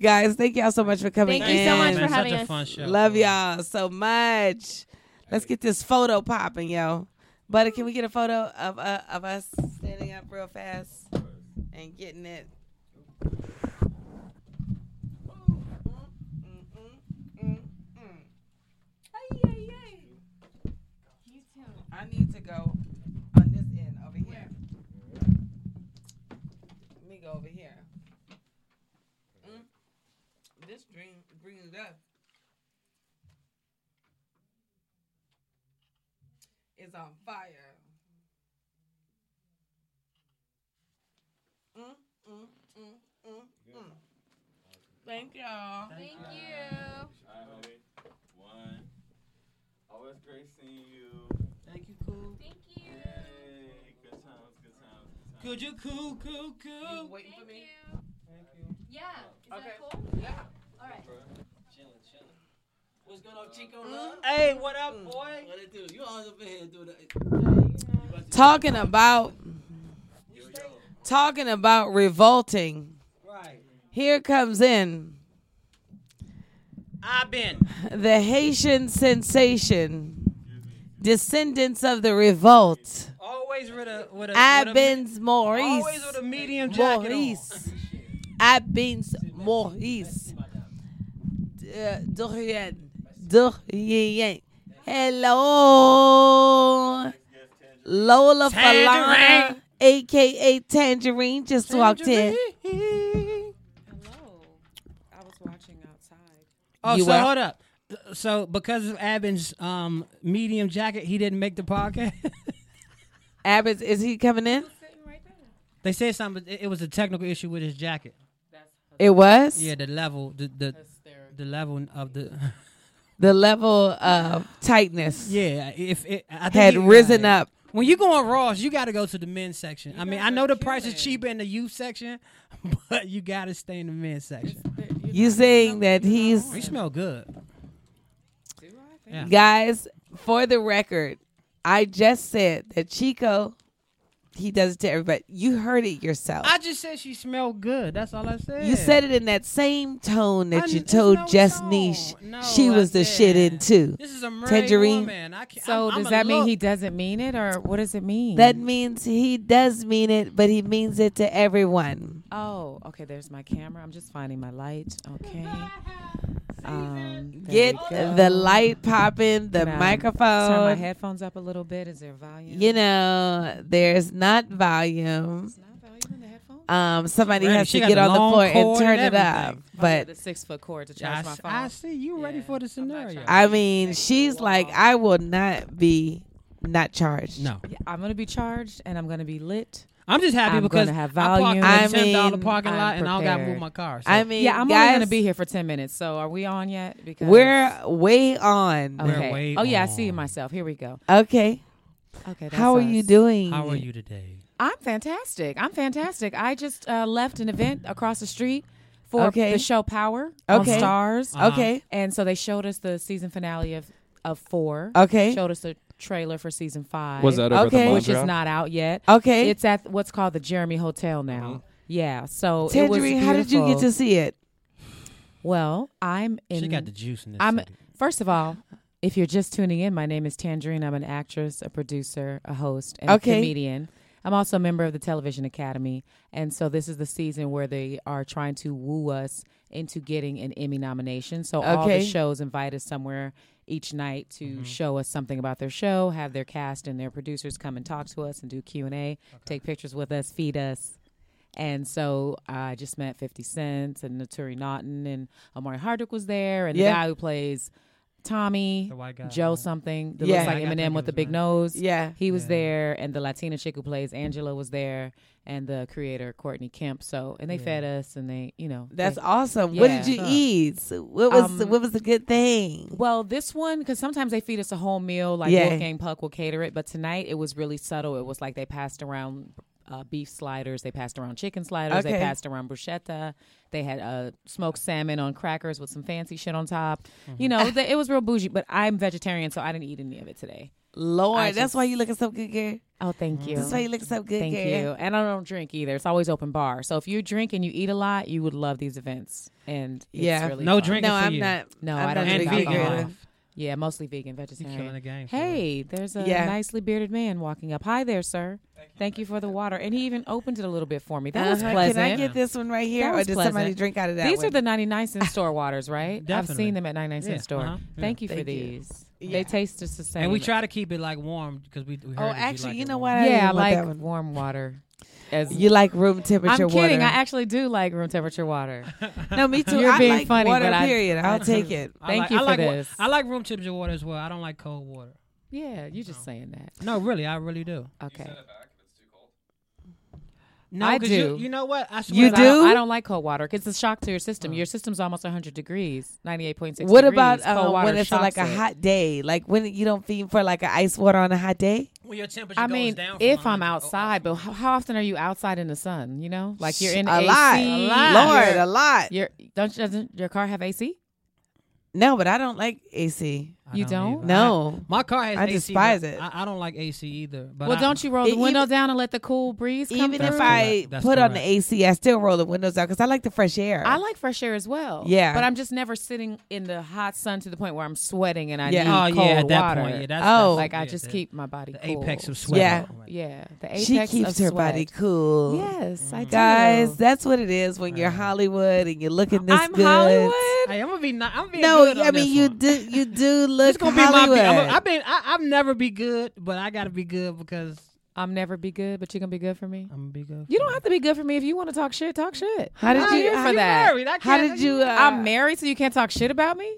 [SPEAKER 10] Guys, thank y'all so much for coming
[SPEAKER 15] Thank you so
[SPEAKER 10] in.
[SPEAKER 15] much for It's been having such a us. fun show.
[SPEAKER 10] Love y'all so much. Let's get this photo popping, yo. Butter, can we get a photo of uh, of us standing up real fast and getting it? I need to go on this end over here. Let me go over here. This dream brings it up. It's on fire. Mm, mm, mm, mm, mm. Thank y'all.
[SPEAKER 9] Thank Thank you.
[SPEAKER 3] One. Always great seeing you.
[SPEAKER 4] Thank you, cool.
[SPEAKER 15] Thank you.
[SPEAKER 3] Good times, good times.
[SPEAKER 4] Could you cool, cool, cool?
[SPEAKER 10] You waiting for me?
[SPEAKER 15] Yeah.
[SPEAKER 10] Is that
[SPEAKER 15] cool?
[SPEAKER 10] Yeah.
[SPEAKER 15] All right.
[SPEAKER 7] Chilling, chilling. What's going on, Chico?
[SPEAKER 15] Mm-hmm.
[SPEAKER 7] Love?
[SPEAKER 4] Hey, what up, boy?
[SPEAKER 7] What it do? You always up in here doing that.
[SPEAKER 10] Talking about talking about revolting.
[SPEAKER 4] Right.
[SPEAKER 10] Here comes in
[SPEAKER 4] I've been.
[SPEAKER 10] the Haitian sensation, descendants of the revolt.
[SPEAKER 4] Always with a with a. with a-
[SPEAKER 10] Abens Maurice.
[SPEAKER 4] Always with a medium jacket on.
[SPEAKER 10] Maurice. Abens Maurice. D- uh, Dorian. Dorian. Hello. Lola Falana,
[SPEAKER 4] Tangerine.
[SPEAKER 10] aka Tangerine, just walked in.
[SPEAKER 9] Hello. I was watching outside.
[SPEAKER 4] Oh,
[SPEAKER 10] You
[SPEAKER 4] so
[SPEAKER 10] are-
[SPEAKER 4] hold up. So because of Abin's um, medium jacket, he didn't make the podcast.
[SPEAKER 10] Abin, is he coming in?
[SPEAKER 4] They said something. But it, it was a technical issue with his jacket.
[SPEAKER 10] It was?
[SPEAKER 4] Yeah, the level, the the, the level of the.
[SPEAKER 10] The level of tightness.
[SPEAKER 4] Yeah, if it, I think
[SPEAKER 10] Had
[SPEAKER 4] he- uh,
[SPEAKER 10] risen up.
[SPEAKER 4] When you go on Ross, you got to go to the men's section. I mean, I know the price is cheaper in the youth section, but you got to stay in the men's section.
[SPEAKER 10] You saying that he's
[SPEAKER 4] He smell good. Yeah.
[SPEAKER 10] Guys, for the record, I just said that Chico, he does it to everybody. You heard it yourself.
[SPEAKER 4] I just said she smelled good. That's all I said.
[SPEAKER 10] you said it in that same tone that
[SPEAKER 4] I-
[SPEAKER 10] you
[SPEAKER 4] it's
[SPEAKER 10] told
[SPEAKER 4] no
[SPEAKER 10] Jess Niche
[SPEAKER 4] No,
[SPEAKER 10] she
[SPEAKER 4] I
[SPEAKER 10] was the shit in
[SPEAKER 4] didn't.
[SPEAKER 10] too.
[SPEAKER 4] This is a married
[SPEAKER 10] Tangerine.
[SPEAKER 4] woman. I can't,
[SPEAKER 9] So
[SPEAKER 4] I'm- I'm
[SPEAKER 9] does
[SPEAKER 4] a
[SPEAKER 9] that mean
[SPEAKER 4] look.
[SPEAKER 9] he doesn't mean it, or what does it mean?
[SPEAKER 10] That means he does mean it, but he means it to everyone.
[SPEAKER 9] oh, okay. There's my camera. I'm just finding my light. Okay. Um, there
[SPEAKER 10] Get
[SPEAKER 9] we go.
[SPEAKER 10] the light popping, the
[SPEAKER 9] Can I
[SPEAKER 10] microphone.
[SPEAKER 9] Turn my headphones up a little bit. Is there volume?
[SPEAKER 10] You know, there's not volume. Um, somebody
[SPEAKER 9] Ready.
[SPEAKER 10] has
[SPEAKER 9] She
[SPEAKER 10] to
[SPEAKER 9] got
[SPEAKER 10] get
[SPEAKER 9] the
[SPEAKER 10] on the
[SPEAKER 9] long
[SPEAKER 10] floor and
[SPEAKER 9] cord
[SPEAKER 10] turn it
[SPEAKER 9] and
[SPEAKER 10] up.
[SPEAKER 9] everything. Oh, yeah,
[SPEAKER 10] But
[SPEAKER 9] the six foot cord to
[SPEAKER 4] I,
[SPEAKER 9] charge my
[SPEAKER 4] s-
[SPEAKER 9] phone.
[SPEAKER 4] I see you ready for the scenario.
[SPEAKER 10] I mean, she's like, I will not be not charged.
[SPEAKER 4] No.
[SPEAKER 9] Yeah, I'm gonna be charged and I'm gonna be lit.
[SPEAKER 4] I'm just happy
[SPEAKER 9] I'm
[SPEAKER 4] because
[SPEAKER 9] gonna have
[SPEAKER 4] I
[SPEAKER 9] volume.
[SPEAKER 4] parked in a $10 parking lot and I gotta move
[SPEAKER 9] prepared.
[SPEAKER 4] my car,
[SPEAKER 10] so- I mean,
[SPEAKER 9] yeah, I'm
[SPEAKER 10] guys-
[SPEAKER 9] only gonna be here for ten minutes. So are we on yet? Because
[SPEAKER 10] We're way on.
[SPEAKER 9] okay. oh yeah, I see myself. Here we go.
[SPEAKER 10] Okay.
[SPEAKER 9] Okay. that's
[SPEAKER 10] How are you
[SPEAKER 9] us.
[SPEAKER 10] doing?
[SPEAKER 4] How are you today?
[SPEAKER 9] I'm fantastic. I'm fantastic. I just uh, left an event across the street for
[SPEAKER 10] Okay.
[SPEAKER 9] the show Power
[SPEAKER 10] Okay.
[SPEAKER 9] on Stars.
[SPEAKER 10] Uh-huh. Okay.
[SPEAKER 9] And so they showed us the season finale of of four.
[SPEAKER 10] Okay.
[SPEAKER 9] Showed us the trailer for season five.
[SPEAKER 3] Was that over at the Okay.
[SPEAKER 9] Which is
[SPEAKER 3] Mondrian?
[SPEAKER 9] not out yet.
[SPEAKER 10] Okay.
[SPEAKER 9] It's at what's called the Jeremy Hotel now.
[SPEAKER 4] Mm-hmm.
[SPEAKER 9] Yeah. So it was
[SPEAKER 10] Tangerine, how did you get
[SPEAKER 9] beautiful.
[SPEAKER 10] to see it?
[SPEAKER 9] Well, I'm in.
[SPEAKER 10] She got the juice in this
[SPEAKER 9] I'm first of all, if you're just tuning in, my name is Tangerine. I'm an actress, a producer, a host, and
[SPEAKER 10] Okay.
[SPEAKER 9] a comedian. I'm also a member of the Television Academy, and so this is the season where they are trying to woo us into getting an Emmy nomination. So all the
[SPEAKER 10] Okay.
[SPEAKER 9] shows invite us somewhere each night to
[SPEAKER 10] Mhm.
[SPEAKER 9] show us something about their show, have their cast and their producers come and talk to us and do Q and A, take pictures with us, feed us. And so I just met 50 Cent and Naturi Naughton and Amari Hardwick was there and
[SPEAKER 10] Yeah.
[SPEAKER 9] the guy who plays Tommy,
[SPEAKER 10] The white guy,
[SPEAKER 9] Joe
[SPEAKER 10] right?
[SPEAKER 9] something that
[SPEAKER 10] Yeah.
[SPEAKER 9] looks like
[SPEAKER 10] I think
[SPEAKER 9] Eminem
[SPEAKER 10] it
[SPEAKER 9] with the
[SPEAKER 10] was
[SPEAKER 9] big
[SPEAKER 10] him.
[SPEAKER 9] nose.
[SPEAKER 10] Yeah.
[SPEAKER 9] He was there and the Latina chick who plays Angela was there and the creator Courtney Kemp. So and they
[SPEAKER 10] Yeah.
[SPEAKER 9] fed us and they, you know.
[SPEAKER 10] That's
[SPEAKER 9] they-
[SPEAKER 10] awesome. What
[SPEAKER 9] Yeah.
[SPEAKER 10] did you eat? So What was
[SPEAKER 9] Um,
[SPEAKER 10] what was the good thing?
[SPEAKER 9] Well, this one because sometimes they feed us a whole meal, like
[SPEAKER 10] Yeah.
[SPEAKER 9] Wolfgang Puck will cater it. But tonight it was really subtle. It was like they passed around uh, beef sliders, they passed around chicken sliders, they
[SPEAKER 10] Okay.
[SPEAKER 9] passed around bruschetta. They had uh, smoked salmon on crackers with some fancy shit on top.
[SPEAKER 10] Mm-hmm.
[SPEAKER 9] You know, the, it was real bougie. But I'm vegetarian, so I didn't eat any of it today.
[SPEAKER 10] Lord,
[SPEAKER 9] I
[SPEAKER 10] that's
[SPEAKER 9] just-
[SPEAKER 10] why you looking so good, girl.
[SPEAKER 9] Oh, thank you.
[SPEAKER 10] Mm-hmm. That's why you look so good,
[SPEAKER 9] Thank
[SPEAKER 10] girl.
[SPEAKER 9] you. And I don't drink either. It's always open bar. So if you drink and you eat a lot, you would love these events. And it's
[SPEAKER 10] Yeah.
[SPEAKER 9] really
[SPEAKER 10] No
[SPEAKER 9] fun.
[SPEAKER 10] drinking No, for I'm you. not-
[SPEAKER 9] No,
[SPEAKER 10] I'm
[SPEAKER 9] I don't
[SPEAKER 10] not a
[SPEAKER 9] drink
[SPEAKER 10] big
[SPEAKER 9] alcohol.
[SPEAKER 10] vegan.
[SPEAKER 9] Yeah, mostly vegan, vegetarian.
[SPEAKER 4] killing the game for
[SPEAKER 9] Hey, there's a
[SPEAKER 10] Yeah.
[SPEAKER 9] nicely bearded man walking up. Hi there, sir. Thank you, for the water. And he even opened it a little bit for me. That was
[SPEAKER 10] Uh-huh. Can I
[SPEAKER 9] pleasant.
[SPEAKER 10] get this one right here,
[SPEAKER 9] That
[SPEAKER 10] or
[SPEAKER 9] was
[SPEAKER 10] did somebody
[SPEAKER 9] pleasant.
[SPEAKER 10] drink out of that
[SPEAKER 9] These are
[SPEAKER 10] one?
[SPEAKER 9] the 99 cent store waters, right? I've
[SPEAKER 4] Definitely.
[SPEAKER 9] seen them at 99 cent
[SPEAKER 4] Yeah,
[SPEAKER 9] store.
[SPEAKER 4] uh-huh.
[SPEAKER 9] Thank
[SPEAKER 4] Yeah.
[SPEAKER 9] you for
[SPEAKER 4] Thank you.
[SPEAKER 9] these.
[SPEAKER 10] Yeah.
[SPEAKER 9] They taste just the same.
[SPEAKER 4] And we try to keep it like warm because we, we heard
[SPEAKER 10] Oh,
[SPEAKER 4] that
[SPEAKER 10] actually,
[SPEAKER 4] like
[SPEAKER 10] you
[SPEAKER 4] it
[SPEAKER 10] know
[SPEAKER 4] warm.
[SPEAKER 10] what? I
[SPEAKER 9] yeah, I
[SPEAKER 10] didn't want
[SPEAKER 9] like
[SPEAKER 10] that one.
[SPEAKER 9] warm water.
[SPEAKER 10] You like room temperature
[SPEAKER 9] I'm kidding.
[SPEAKER 10] water.
[SPEAKER 9] I actually do like room temperature water.
[SPEAKER 10] No, me too.
[SPEAKER 9] You're
[SPEAKER 10] I
[SPEAKER 9] being
[SPEAKER 10] like
[SPEAKER 9] funny,
[SPEAKER 10] water,
[SPEAKER 9] but I-
[SPEAKER 10] period. I'll take it.
[SPEAKER 4] I
[SPEAKER 9] Thank
[SPEAKER 4] like-
[SPEAKER 9] you
[SPEAKER 4] I
[SPEAKER 9] for
[SPEAKER 4] like wa-
[SPEAKER 9] this.
[SPEAKER 4] I like room temperature water as well. I don't like cold water.
[SPEAKER 9] yeah, you're just saying that.
[SPEAKER 4] No, really, I really do.
[SPEAKER 9] Okay.
[SPEAKER 4] No,
[SPEAKER 9] I
[SPEAKER 4] 'cause
[SPEAKER 9] do.
[SPEAKER 4] You, you know what? I swear
[SPEAKER 9] You
[SPEAKER 4] to Oh.
[SPEAKER 9] do? I
[SPEAKER 4] God,
[SPEAKER 9] don't, I don't like cold water. 'cause It's a shock to your system. Your system's almost 100 degrees, 98.6
[SPEAKER 10] What
[SPEAKER 9] degrees.
[SPEAKER 10] about
[SPEAKER 9] cold
[SPEAKER 10] uh,
[SPEAKER 9] water
[SPEAKER 10] when it's uh, like
[SPEAKER 9] shocks
[SPEAKER 10] a
[SPEAKER 9] it.
[SPEAKER 10] hot day? Like when you don't feed for like an ice water on a hot day?
[SPEAKER 4] When your temperature
[SPEAKER 9] I
[SPEAKER 4] goes
[SPEAKER 9] mean,
[SPEAKER 4] down from
[SPEAKER 9] if I'm outside,
[SPEAKER 4] oh.
[SPEAKER 9] but how, how often are you outside in the sun? You know, like you're in
[SPEAKER 10] A
[SPEAKER 9] AC,
[SPEAKER 10] lot. A lot. Lord,
[SPEAKER 9] You're-
[SPEAKER 10] a lot.
[SPEAKER 9] You're, don't doesn't your car have AC?
[SPEAKER 10] No, but I don't like AC.
[SPEAKER 9] You don't?
[SPEAKER 4] either.
[SPEAKER 10] No.
[SPEAKER 4] I- my car has
[SPEAKER 10] I
[SPEAKER 4] AC,
[SPEAKER 10] despise
[SPEAKER 4] but
[SPEAKER 10] it.
[SPEAKER 4] I, I don't like AC either. But
[SPEAKER 9] well,
[SPEAKER 4] I-
[SPEAKER 9] don't you roll
[SPEAKER 10] It
[SPEAKER 9] the window down and let the cool breeze come
[SPEAKER 10] Even if
[SPEAKER 9] through?
[SPEAKER 10] I
[SPEAKER 4] That's
[SPEAKER 10] put on the
[SPEAKER 4] correct.
[SPEAKER 10] AC, I still roll the windows out because I like the fresh air.
[SPEAKER 9] I like fresh air as well.
[SPEAKER 10] Yeah.
[SPEAKER 9] but I'm just never sitting in the hot sun to the point where I'm sweating and I
[SPEAKER 10] Yeah.
[SPEAKER 9] need
[SPEAKER 10] Oh,
[SPEAKER 9] cold
[SPEAKER 10] yeah,
[SPEAKER 4] at that
[SPEAKER 9] water.
[SPEAKER 4] point. Yeah, that's-
[SPEAKER 10] Oh.
[SPEAKER 9] like I
[SPEAKER 10] yeah,
[SPEAKER 9] just
[SPEAKER 10] the-
[SPEAKER 9] keep my body
[SPEAKER 4] the
[SPEAKER 9] cool.
[SPEAKER 4] apex of sweat.
[SPEAKER 10] yeah.
[SPEAKER 9] Yeah, the apex
[SPEAKER 10] She keeps
[SPEAKER 9] of
[SPEAKER 10] her
[SPEAKER 9] sweat.
[SPEAKER 10] body cool.
[SPEAKER 9] Yes, I do.
[SPEAKER 10] Guys, that's what it is when you're Hollywood and you're looking this
[SPEAKER 9] I'm
[SPEAKER 10] good.
[SPEAKER 9] Hollywood?
[SPEAKER 4] Hey, I'm gonna be not. I'm being
[SPEAKER 10] No,
[SPEAKER 4] good
[SPEAKER 10] I
[SPEAKER 4] on
[SPEAKER 10] mean
[SPEAKER 4] this
[SPEAKER 10] you
[SPEAKER 4] one.
[SPEAKER 10] do you do look
[SPEAKER 4] It's gonna
[SPEAKER 10] Hollywood.
[SPEAKER 4] be my. I'm a, I've been. I, I've never be good, but I gotta be good because
[SPEAKER 9] I'm never be good, but you're gonna be good for me.
[SPEAKER 4] I'm gonna be good.
[SPEAKER 9] You don't have to be good for me if you want to talk shit. Talk shit.
[SPEAKER 10] How did
[SPEAKER 9] I'm
[SPEAKER 10] you-
[SPEAKER 9] here
[SPEAKER 10] how
[SPEAKER 9] for
[SPEAKER 10] you
[SPEAKER 9] that?
[SPEAKER 10] married? I How can't- did you, uh,
[SPEAKER 9] I'm married, so you can't talk shit about me.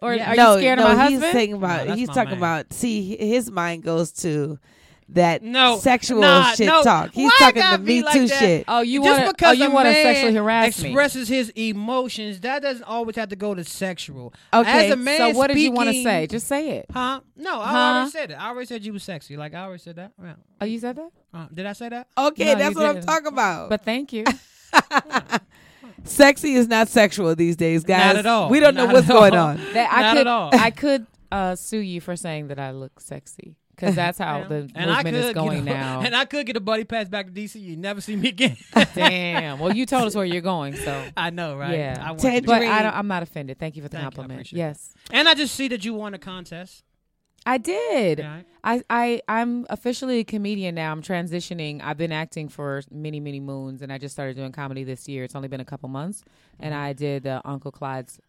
[SPEAKER 9] Or
[SPEAKER 10] Yeah.
[SPEAKER 9] are
[SPEAKER 10] no,
[SPEAKER 9] you scared
[SPEAKER 10] no,
[SPEAKER 9] of my
[SPEAKER 10] He's
[SPEAKER 9] husband?
[SPEAKER 10] talking about.
[SPEAKER 4] that's
[SPEAKER 10] he's
[SPEAKER 4] my
[SPEAKER 10] talking
[SPEAKER 4] man.
[SPEAKER 10] about. See, hi- his mind goes to that
[SPEAKER 4] No,
[SPEAKER 10] sexual
[SPEAKER 4] nah,
[SPEAKER 10] shit
[SPEAKER 4] no.
[SPEAKER 10] talk. He's
[SPEAKER 4] Why I
[SPEAKER 10] talking
[SPEAKER 4] gotta
[SPEAKER 10] the
[SPEAKER 4] be
[SPEAKER 10] Me
[SPEAKER 4] like
[SPEAKER 10] Too
[SPEAKER 4] that?
[SPEAKER 10] shit.
[SPEAKER 9] Oh, you
[SPEAKER 4] Just
[SPEAKER 9] wanna-
[SPEAKER 4] because
[SPEAKER 9] oh,
[SPEAKER 4] a
[SPEAKER 9] you wanna
[SPEAKER 4] man
[SPEAKER 9] sexually harass me.
[SPEAKER 4] expresses his emotions, that doesn't always have to go to sexual.
[SPEAKER 9] okay.
[SPEAKER 4] As a man,
[SPEAKER 9] so what did you want to
[SPEAKER 4] speaking-
[SPEAKER 9] say? Just say it.
[SPEAKER 4] Huh? No, I
[SPEAKER 9] Huh?
[SPEAKER 4] already said it. I already said you was sexy. Like I already said that. Yeah.
[SPEAKER 9] Oh, you said that.
[SPEAKER 4] Uh, did I say that?
[SPEAKER 10] Okay,
[SPEAKER 9] No,
[SPEAKER 10] that's
[SPEAKER 9] you
[SPEAKER 10] what I'm
[SPEAKER 9] didn't.
[SPEAKER 10] talking about.
[SPEAKER 9] But thank you.
[SPEAKER 10] Sexy is not sexual these days, guys.
[SPEAKER 4] at all.
[SPEAKER 10] We don't know
[SPEAKER 4] Not
[SPEAKER 10] what's
[SPEAKER 4] at all.
[SPEAKER 10] going on.
[SPEAKER 9] That I
[SPEAKER 4] Not
[SPEAKER 9] could,
[SPEAKER 4] at all.
[SPEAKER 9] I could uh, sue you for saying that I look sexy because that's how the movement
[SPEAKER 4] And I could
[SPEAKER 9] is going
[SPEAKER 4] get a,
[SPEAKER 9] now.
[SPEAKER 4] And I could get a buddy pass back to DC. You never see me again.
[SPEAKER 9] Damn. Well, you told us where you're going, so
[SPEAKER 4] I know, right?
[SPEAKER 9] Yeah.
[SPEAKER 4] I want you
[SPEAKER 9] but
[SPEAKER 4] to-
[SPEAKER 9] I don't, I'm not offended. Thank you for the
[SPEAKER 4] Thank you. I
[SPEAKER 9] compliment.
[SPEAKER 4] appreciate it.
[SPEAKER 9] yes,
[SPEAKER 4] and I just see that you won a contest.
[SPEAKER 9] I did.
[SPEAKER 4] Right.
[SPEAKER 9] I, I I'm officially a comedian now. I'm transitioning. I've been acting for many many moons, and I just started doing comedy this year. It's only been a couple months, and
[SPEAKER 4] Mm-hmm.
[SPEAKER 9] I did uh, Uncle Clyde's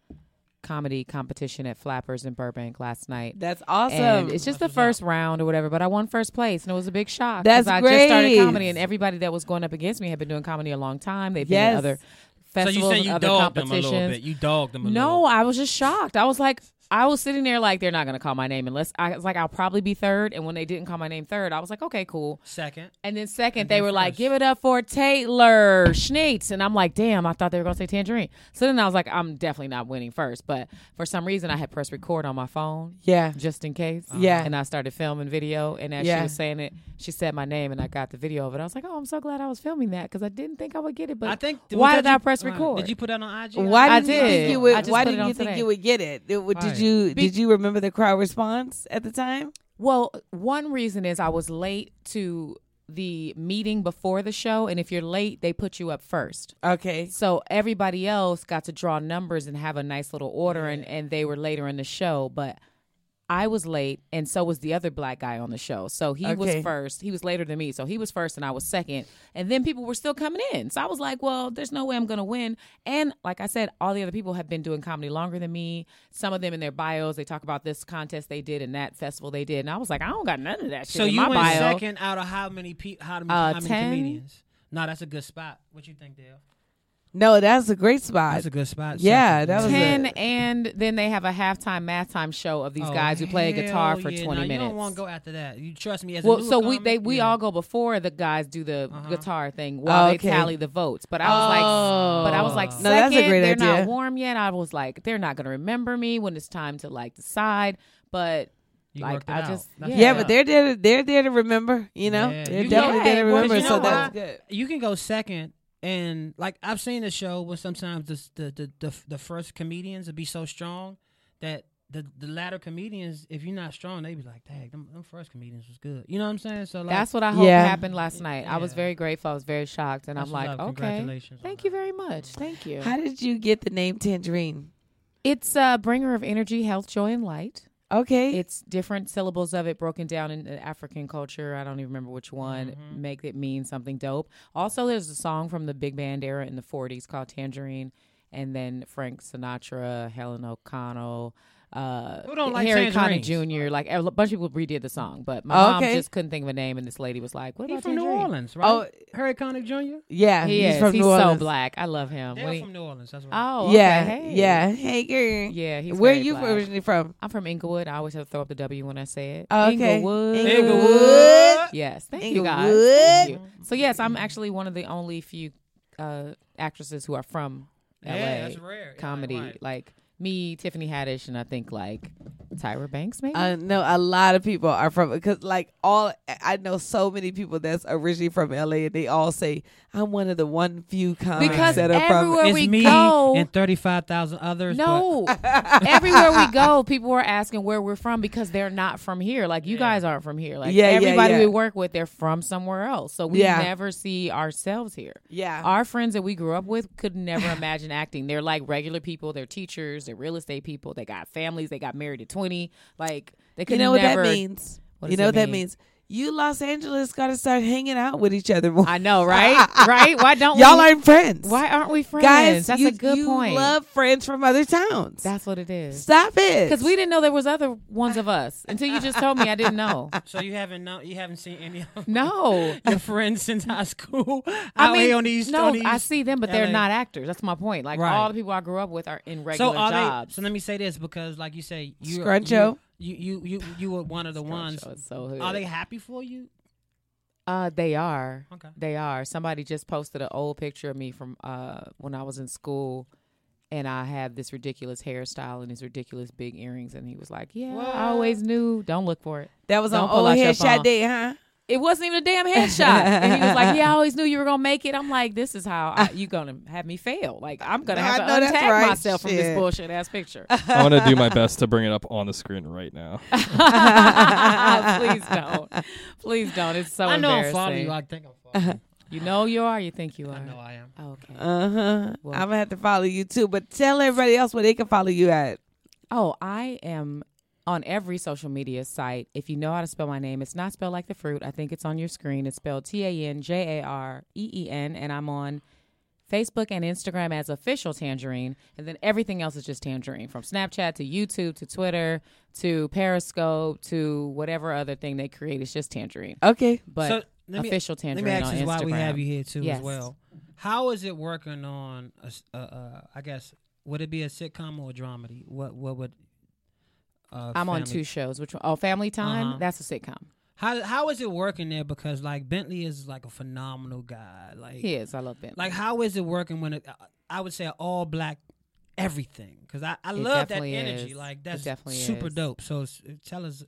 [SPEAKER 9] comedy competition at Flappers in Burbank last night.
[SPEAKER 10] That's awesome.
[SPEAKER 9] And it's just the first round or whatever, but I won first place, and it was a big shock. 'cause
[SPEAKER 10] That's
[SPEAKER 9] I just started
[SPEAKER 10] great.
[SPEAKER 9] comedy, and everybody that was going up against me had been doing comedy a long time. They've been in
[SPEAKER 10] Yes.
[SPEAKER 9] other
[SPEAKER 10] So
[SPEAKER 9] festivals,
[SPEAKER 4] so you
[SPEAKER 9] and
[SPEAKER 4] say you
[SPEAKER 9] other
[SPEAKER 4] dogged them a
[SPEAKER 9] competitions.
[SPEAKER 4] little bit. You dogged them a little.
[SPEAKER 9] No, I was just shocked. I was like, I was sitting there like they're not gonna call my name unless I was like I'll probably be third. And when they didn't call my name third, I was like, okay, cool.
[SPEAKER 4] Second.
[SPEAKER 9] And then second, they were like, give it up for Taylor Schneitz. And I'm like, damn, I thought they were gonna say tangerine. So then I was like, I'm definitely not winning first. But for some reason I had pressed record on my phone.
[SPEAKER 10] Yeah.
[SPEAKER 9] Just in case.
[SPEAKER 10] Yeah.
[SPEAKER 9] And I started filming video. And as
[SPEAKER 10] Yeah.
[SPEAKER 9] she was saying it, she said my name and I got the video of it. I was like, Oh, I'm so glad I was filming that because I didn't think I would get it. But
[SPEAKER 4] I think
[SPEAKER 9] why
[SPEAKER 4] was
[SPEAKER 9] did
[SPEAKER 4] that
[SPEAKER 9] I
[SPEAKER 4] you-
[SPEAKER 9] press
[SPEAKER 4] all right.
[SPEAKER 9] record?
[SPEAKER 4] Did you put that on IG?
[SPEAKER 10] Why
[SPEAKER 9] I
[SPEAKER 10] did you think
[SPEAKER 9] did.
[SPEAKER 10] you would?
[SPEAKER 9] I just
[SPEAKER 10] Why
[SPEAKER 9] put it
[SPEAKER 10] did you
[SPEAKER 9] on
[SPEAKER 10] think
[SPEAKER 9] today.
[SPEAKER 10] you would get it? It would-
[SPEAKER 9] Right.
[SPEAKER 10] Did you? Did you remember the crowd response at the time?
[SPEAKER 9] Well, one reason is I was late to the meeting before the show, and if you're late, they put you up first.
[SPEAKER 10] Okay.
[SPEAKER 9] So everybody else got to draw numbers and have a nice little order, and, and they were later in the show, but I was late, and so was the other black guy on the show. So he
[SPEAKER 10] Okay.
[SPEAKER 9] was first. He was later than me, so he was first, and I was second. And then people were still coming in, so I was like, "Well, there's no way I'm gonna win." And like I said, all the other people have been doing comedy longer than me. Some of them in their bios, they talk about this contest they did and that festival they did, and I was like, "I don't got none of that shit
[SPEAKER 4] So
[SPEAKER 9] in
[SPEAKER 4] you
[SPEAKER 9] my
[SPEAKER 4] went
[SPEAKER 9] bio."
[SPEAKER 4] second out of how many pe- how many,
[SPEAKER 9] Uh,
[SPEAKER 4] how many
[SPEAKER 9] 10?
[SPEAKER 4] comedians? No, that's a good spot. What you think, Dale?
[SPEAKER 10] No, that's a great spot.
[SPEAKER 4] That's a good spot.
[SPEAKER 10] Yeah,
[SPEAKER 4] Second.
[SPEAKER 10] that was
[SPEAKER 9] Ten,
[SPEAKER 10] A,
[SPEAKER 9] and then they have a halftime math time show of these
[SPEAKER 4] Oh,
[SPEAKER 9] guys who play a guitar
[SPEAKER 4] hell
[SPEAKER 9] for
[SPEAKER 4] yeah.
[SPEAKER 9] 20
[SPEAKER 4] No,
[SPEAKER 9] minutes.
[SPEAKER 4] You don't want to go after that. You trust me as a
[SPEAKER 9] well,
[SPEAKER 4] newer
[SPEAKER 9] so we
[SPEAKER 4] comic,
[SPEAKER 9] they we
[SPEAKER 4] yeah. Uh-huh.
[SPEAKER 9] all go before the guys do the guitar thing while
[SPEAKER 10] Okay.
[SPEAKER 9] they tally the votes. But I was like, but I was like,
[SPEAKER 10] Oh.
[SPEAKER 9] second,
[SPEAKER 10] No, that's a great
[SPEAKER 9] they're
[SPEAKER 10] idea.
[SPEAKER 9] not warm yet. I was like, they're not gonna remember me when it's time to like decide. But like,
[SPEAKER 4] worked it
[SPEAKER 9] I
[SPEAKER 4] out.
[SPEAKER 9] just
[SPEAKER 10] yeah,
[SPEAKER 9] yeah,
[SPEAKER 10] but they're there. To, they're there to remember. You know, they're
[SPEAKER 4] you can
[SPEAKER 10] definitely
[SPEAKER 4] go-
[SPEAKER 10] there to
[SPEAKER 4] Hey, well,
[SPEAKER 10] remember.
[SPEAKER 4] you
[SPEAKER 10] so
[SPEAKER 4] know
[SPEAKER 10] that's
[SPEAKER 4] why?
[SPEAKER 10] good.
[SPEAKER 4] You can go second, and like I've seen the show where sometimes the the the, the, the first comedians would be so strong that. The, the latter comedians, if you're not strong, they be like, dang, them, them first comedians was good. You know what I'm saying? So like,
[SPEAKER 9] that's what I hope
[SPEAKER 10] Yeah.
[SPEAKER 9] happened last night. I was very grateful. I was very shocked, and
[SPEAKER 4] That's
[SPEAKER 9] I'm
[SPEAKER 4] what's up.
[SPEAKER 9] like, okay,
[SPEAKER 4] Uh, Congratulations on
[SPEAKER 9] thank you very much, thank you.
[SPEAKER 10] How did you get the name Tangerine?
[SPEAKER 9] It's a bringer of energy, health, joy, and light.
[SPEAKER 10] Okay.
[SPEAKER 9] It's different syllables of it broken down in the African culture. I don't even remember which one.
[SPEAKER 4] Mm-hmm.
[SPEAKER 9] Make it mean something dope. Also, there's a song from the big band era in the 40s called Tangerine, and then Frank Sinatra, Helen O'Connell. Uh,
[SPEAKER 4] Who don't like
[SPEAKER 9] Harry Connick
[SPEAKER 4] tangerines?
[SPEAKER 9] Jr. Like a bunch of people redid the song, but my
[SPEAKER 10] Oh,
[SPEAKER 9] mom
[SPEAKER 10] okay.
[SPEAKER 9] just couldn't think of a name, and this lady was like, "What
[SPEAKER 4] He
[SPEAKER 9] about
[SPEAKER 4] from New
[SPEAKER 9] Tangerine?"
[SPEAKER 4] Orleans, right?
[SPEAKER 10] Oh.
[SPEAKER 4] Harry Connick Jr.
[SPEAKER 10] Yeah,
[SPEAKER 9] he
[SPEAKER 10] he's
[SPEAKER 9] is.
[SPEAKER 10] from
[SPEAKER 9] he's
[SPEAKER 10] New Orleans.
[SPEAKER 9] so black. I love him.
[SPEAKER 4] They're
[SPEAKER 9] When he-
[SPEAKER 4] from New Orleans. That's what.
[SPEAKER 9] Oh,
[SPEAKER 10] yeah,
[SPEAKER 9] okay. Hey.
[SPEAKER 10] yeah. Hey, girl.
[SPEAKER 9] Yeah, he's
[SPEAKER 10] Where
[SPEAKER 9] very
[SPEAKER 10] you
[SPEAKER 9] black.
[SPEAKER 10] originally from? Oh,
[SPEAKER 9] I'm from Inglewood. I always have to throw up the W when I say it.
[SPEAKER 10] Okay.
[SPEAKER 9] Inglewood.
[SPEAKER 10] Inglewood.
[SPEAKER 9] Yes. Thank you
[SPEAKER 10] Inglewood.
[SPEAKER 9] guys. Thank you. So yes, I'm actually one of the only few uh, actresses who are from LA
[SPEAKER 4] Yeah, that's rare. Yeah,
[SPEAKER 9] comedy.
[SPEAKER 4] right.
[SPEAKER 9] Like me, Tiffany Haddish, and I think like Tyra Banks maybe.
[SPEAKER 10] I know a lot of people are from because like all I know so many people that's originally from LA and they all say I'm one of the one few comics
[SPEAKER 9] Because
[SPEAKER 10] that are from
[SPEAKER 9] everywhere
[SPEAKER 4] it's
[SPEAKER 9] we
[SPEAKER 4] me
[SPEAKER 9] go-
[SPEAKER 4] and thirty five thousand others.
[SPEAKER 9] no, everywhere we go, people are asking where we're from because they're not from here. Like you guys aren't from here. Like
[SPEAKER 10] Yeah, yeah,
[SPEAKER 9] everybody
[SPEAKER 10] yeah.
[SPEAKER 9] we work with, they're from somewhere else. So we
[SPEAKER 10] Yeah.
[SPEAKER 9] never see ourselves here.
[SPEAKER 10] Yeah.
[SPEAKER 9] our friends that we grew up with could never imagine acting. They're like regular people. They're teachers. They're real estate people. They got families. They got married at twenty. Like they could
[SPEAKER 10] you know what
[SPEAKER 9] never.
[SPEAKER 10] that means.
[SPEAKER 9] What
[SPEAKER 10] you
[SPEAKER 9] does
[SPEAKER 10] know what that
[SPEAKER 9] mean?
[SPEAKER 10] means. You Los Angeles got to start hanging out with each other more.
[SPEAKER 9] I know, right? right? Why don't
[SPEAKER 10] y'all
[SPEAKER 9] we-
[SPEAKER 10] aren't friends?
[SPEAKER 9] Why aren't we friends?
[SPEAKER 10] Guys,
[SPEAKER 9] That's
[SPEAKER 10] you,
[SPEAKER 9] a good
[SPEAKER 10] you
[SPEAKER 9] point.
[SPEAKER 10] Love friends from other towns.
[SPEAKER 9] That's what it is.
[SPEAKER 10] Stop it.
[SPEAKER 9] Because we didn't know there was other ones of us until you just told me. I didn't know.
[SPEAKER 4] So you haven't know you haven't seen any of
[SPEAKER 9] No.
[SPEAKER 4] your friends since high school.
[SPEAKER 9] I
[SPEAKER 4] out
[SPEAKER 9] mean,
[SPEAKER 4] here on these.
[SPEAKER 9] no,
[SPEAKER 4] on these
[SPEAKER 9] I see them, but
[SPEAKER 4] LA.
[SPEAKER 9] they're not actors. That's my point. Like
[SPEAKER 4] Right.
[SPEAKER 9] all the people I grew up with are in regular
[SPEAKER 4] so are they-
[SPEAKER 9] jobs.
[SPEAKER 4] so let me say this because, like you say, you
[SPEAKER 9] Scruncho.
[SPEAKER 4] You you you, you, you were one of the ones.
[SPEAKER 9] is so hood.
[SPEAKER 4] Are they happy for you?
[SPEAKER 9] Uh, they are.
[SPEAKER 4] Okay.
[SPEAKER 9] They are. Somebody just posted an old picture of me from uh when I was in school, and I had this ridiculous hairstyle and these ridiculous big earrings, and he was like, "Yeah, I always knew. Don't look for it.
[SPEAKER 10] That was
[SPEAKER 9] Don't
[SPEAKER 10] on
[SPEAKER 9] pull
[SPEAKER 10] old
[SPEAKER 9] out your
[SPEAKER 10] headshot
[SPEAKER 9] phone."
[SPEAKER 10] day, huh?
[SPEAKER 9] It wasn't even a damn headshot. and he was like, "Yeah, I always knew you were gonna make it." I'm like, "This is how I, you gonna have me fail? Like I'm gonna
[SPEAKER 10] No,
[SPEAKER 9] have
[SPEAKER 10] I know
[SPEAKER 9] to
[SPEAKER 10] that's
[SPEAKER 9] untag
[SPEAKER 10] right.
[SPEAKER 9] myself from
[SPEAKER 10] Shit.
[SPEAKER 9] this bullshit ass picture."
[SPEAKER 3] I'm gonna do my best to bring it up on the screen right now.
[SPEAKER 9] Please don't. Please don't. It's so
[SPEAKER 4] I know I'm
[SPEAKER 9] embarrassing.
[SPEAKER 4] following you. I think I'm following.
[SPEAKER 9] You know you are. You think you are. I know
[SPEAKER 4] I am.
[SPEAKER 9] Okay.
[SPEAKER 10] Uh huh.
[SPEAKER 9] Well-
[SPEAKER 10] I'm gonna have to follow you too, but tell everybody else where they can follow you at.
[SPEAKER 9] Oh, I am on every social media site. If you know how to spell my name, it's not spelled like the fruit. I think it's on your screen. It's spelled T A N J A R E E N, and I'm on Facebook and Instagram as official Tangerine, and then everything else is just Tangerine from Snapchat to YouTube to Twitter to Periscope to whatever other thing they create. It's just Tangerine.
[SPEAKER 10] Okay,
[SPEAKER 9] but
[SPEAKER 4] So, let me-
[SPEAKER 9] official Tangerine
[SPEAKER 4] Let me ask
[SPEAKER 9] on
[SPEAKER 4] you why we
[SPEAKER 9] Instagram.
[SPEAKER 4] have you here too
[SPEAKER 9] Yes.
[SPEAKER 4] as well. How is it working on? a s- uh, uh, I guess would it be a sitcom or a dramedy? What what would Uh,
[SPEAKER 9] I'm on
[SPEAKER 4] family-
[SPEAKER 9] two shows. Which one? Oh, Family Time.
[SPEAKER 4] Uh-huh.
[SPEAKER 9] That's a sitcom.
[SPEAKER 4] How how is it working there? Because like Bentley is like a phenomenal guy. Like
[SPEAKER 9] He is. I love Bentley.
[SPEAKER 4] Like how is it working when it, I would say all black everything? Because I, I
[SPEAKER 9] It
[SPEAKER 4] love that
[SPEAKER 9] definitely
[SPEAKER 4] energy.
[SPEAKER 9] is.
[SPEAKER 4] Like
[SPEAKER 9] It
[SPEAKER 4] that's
[SPEAKER 9] definitely
[SPEAKER 4] super
[SPEAKER 9] is.
[SPEAKER 4] dope. So s- tell us.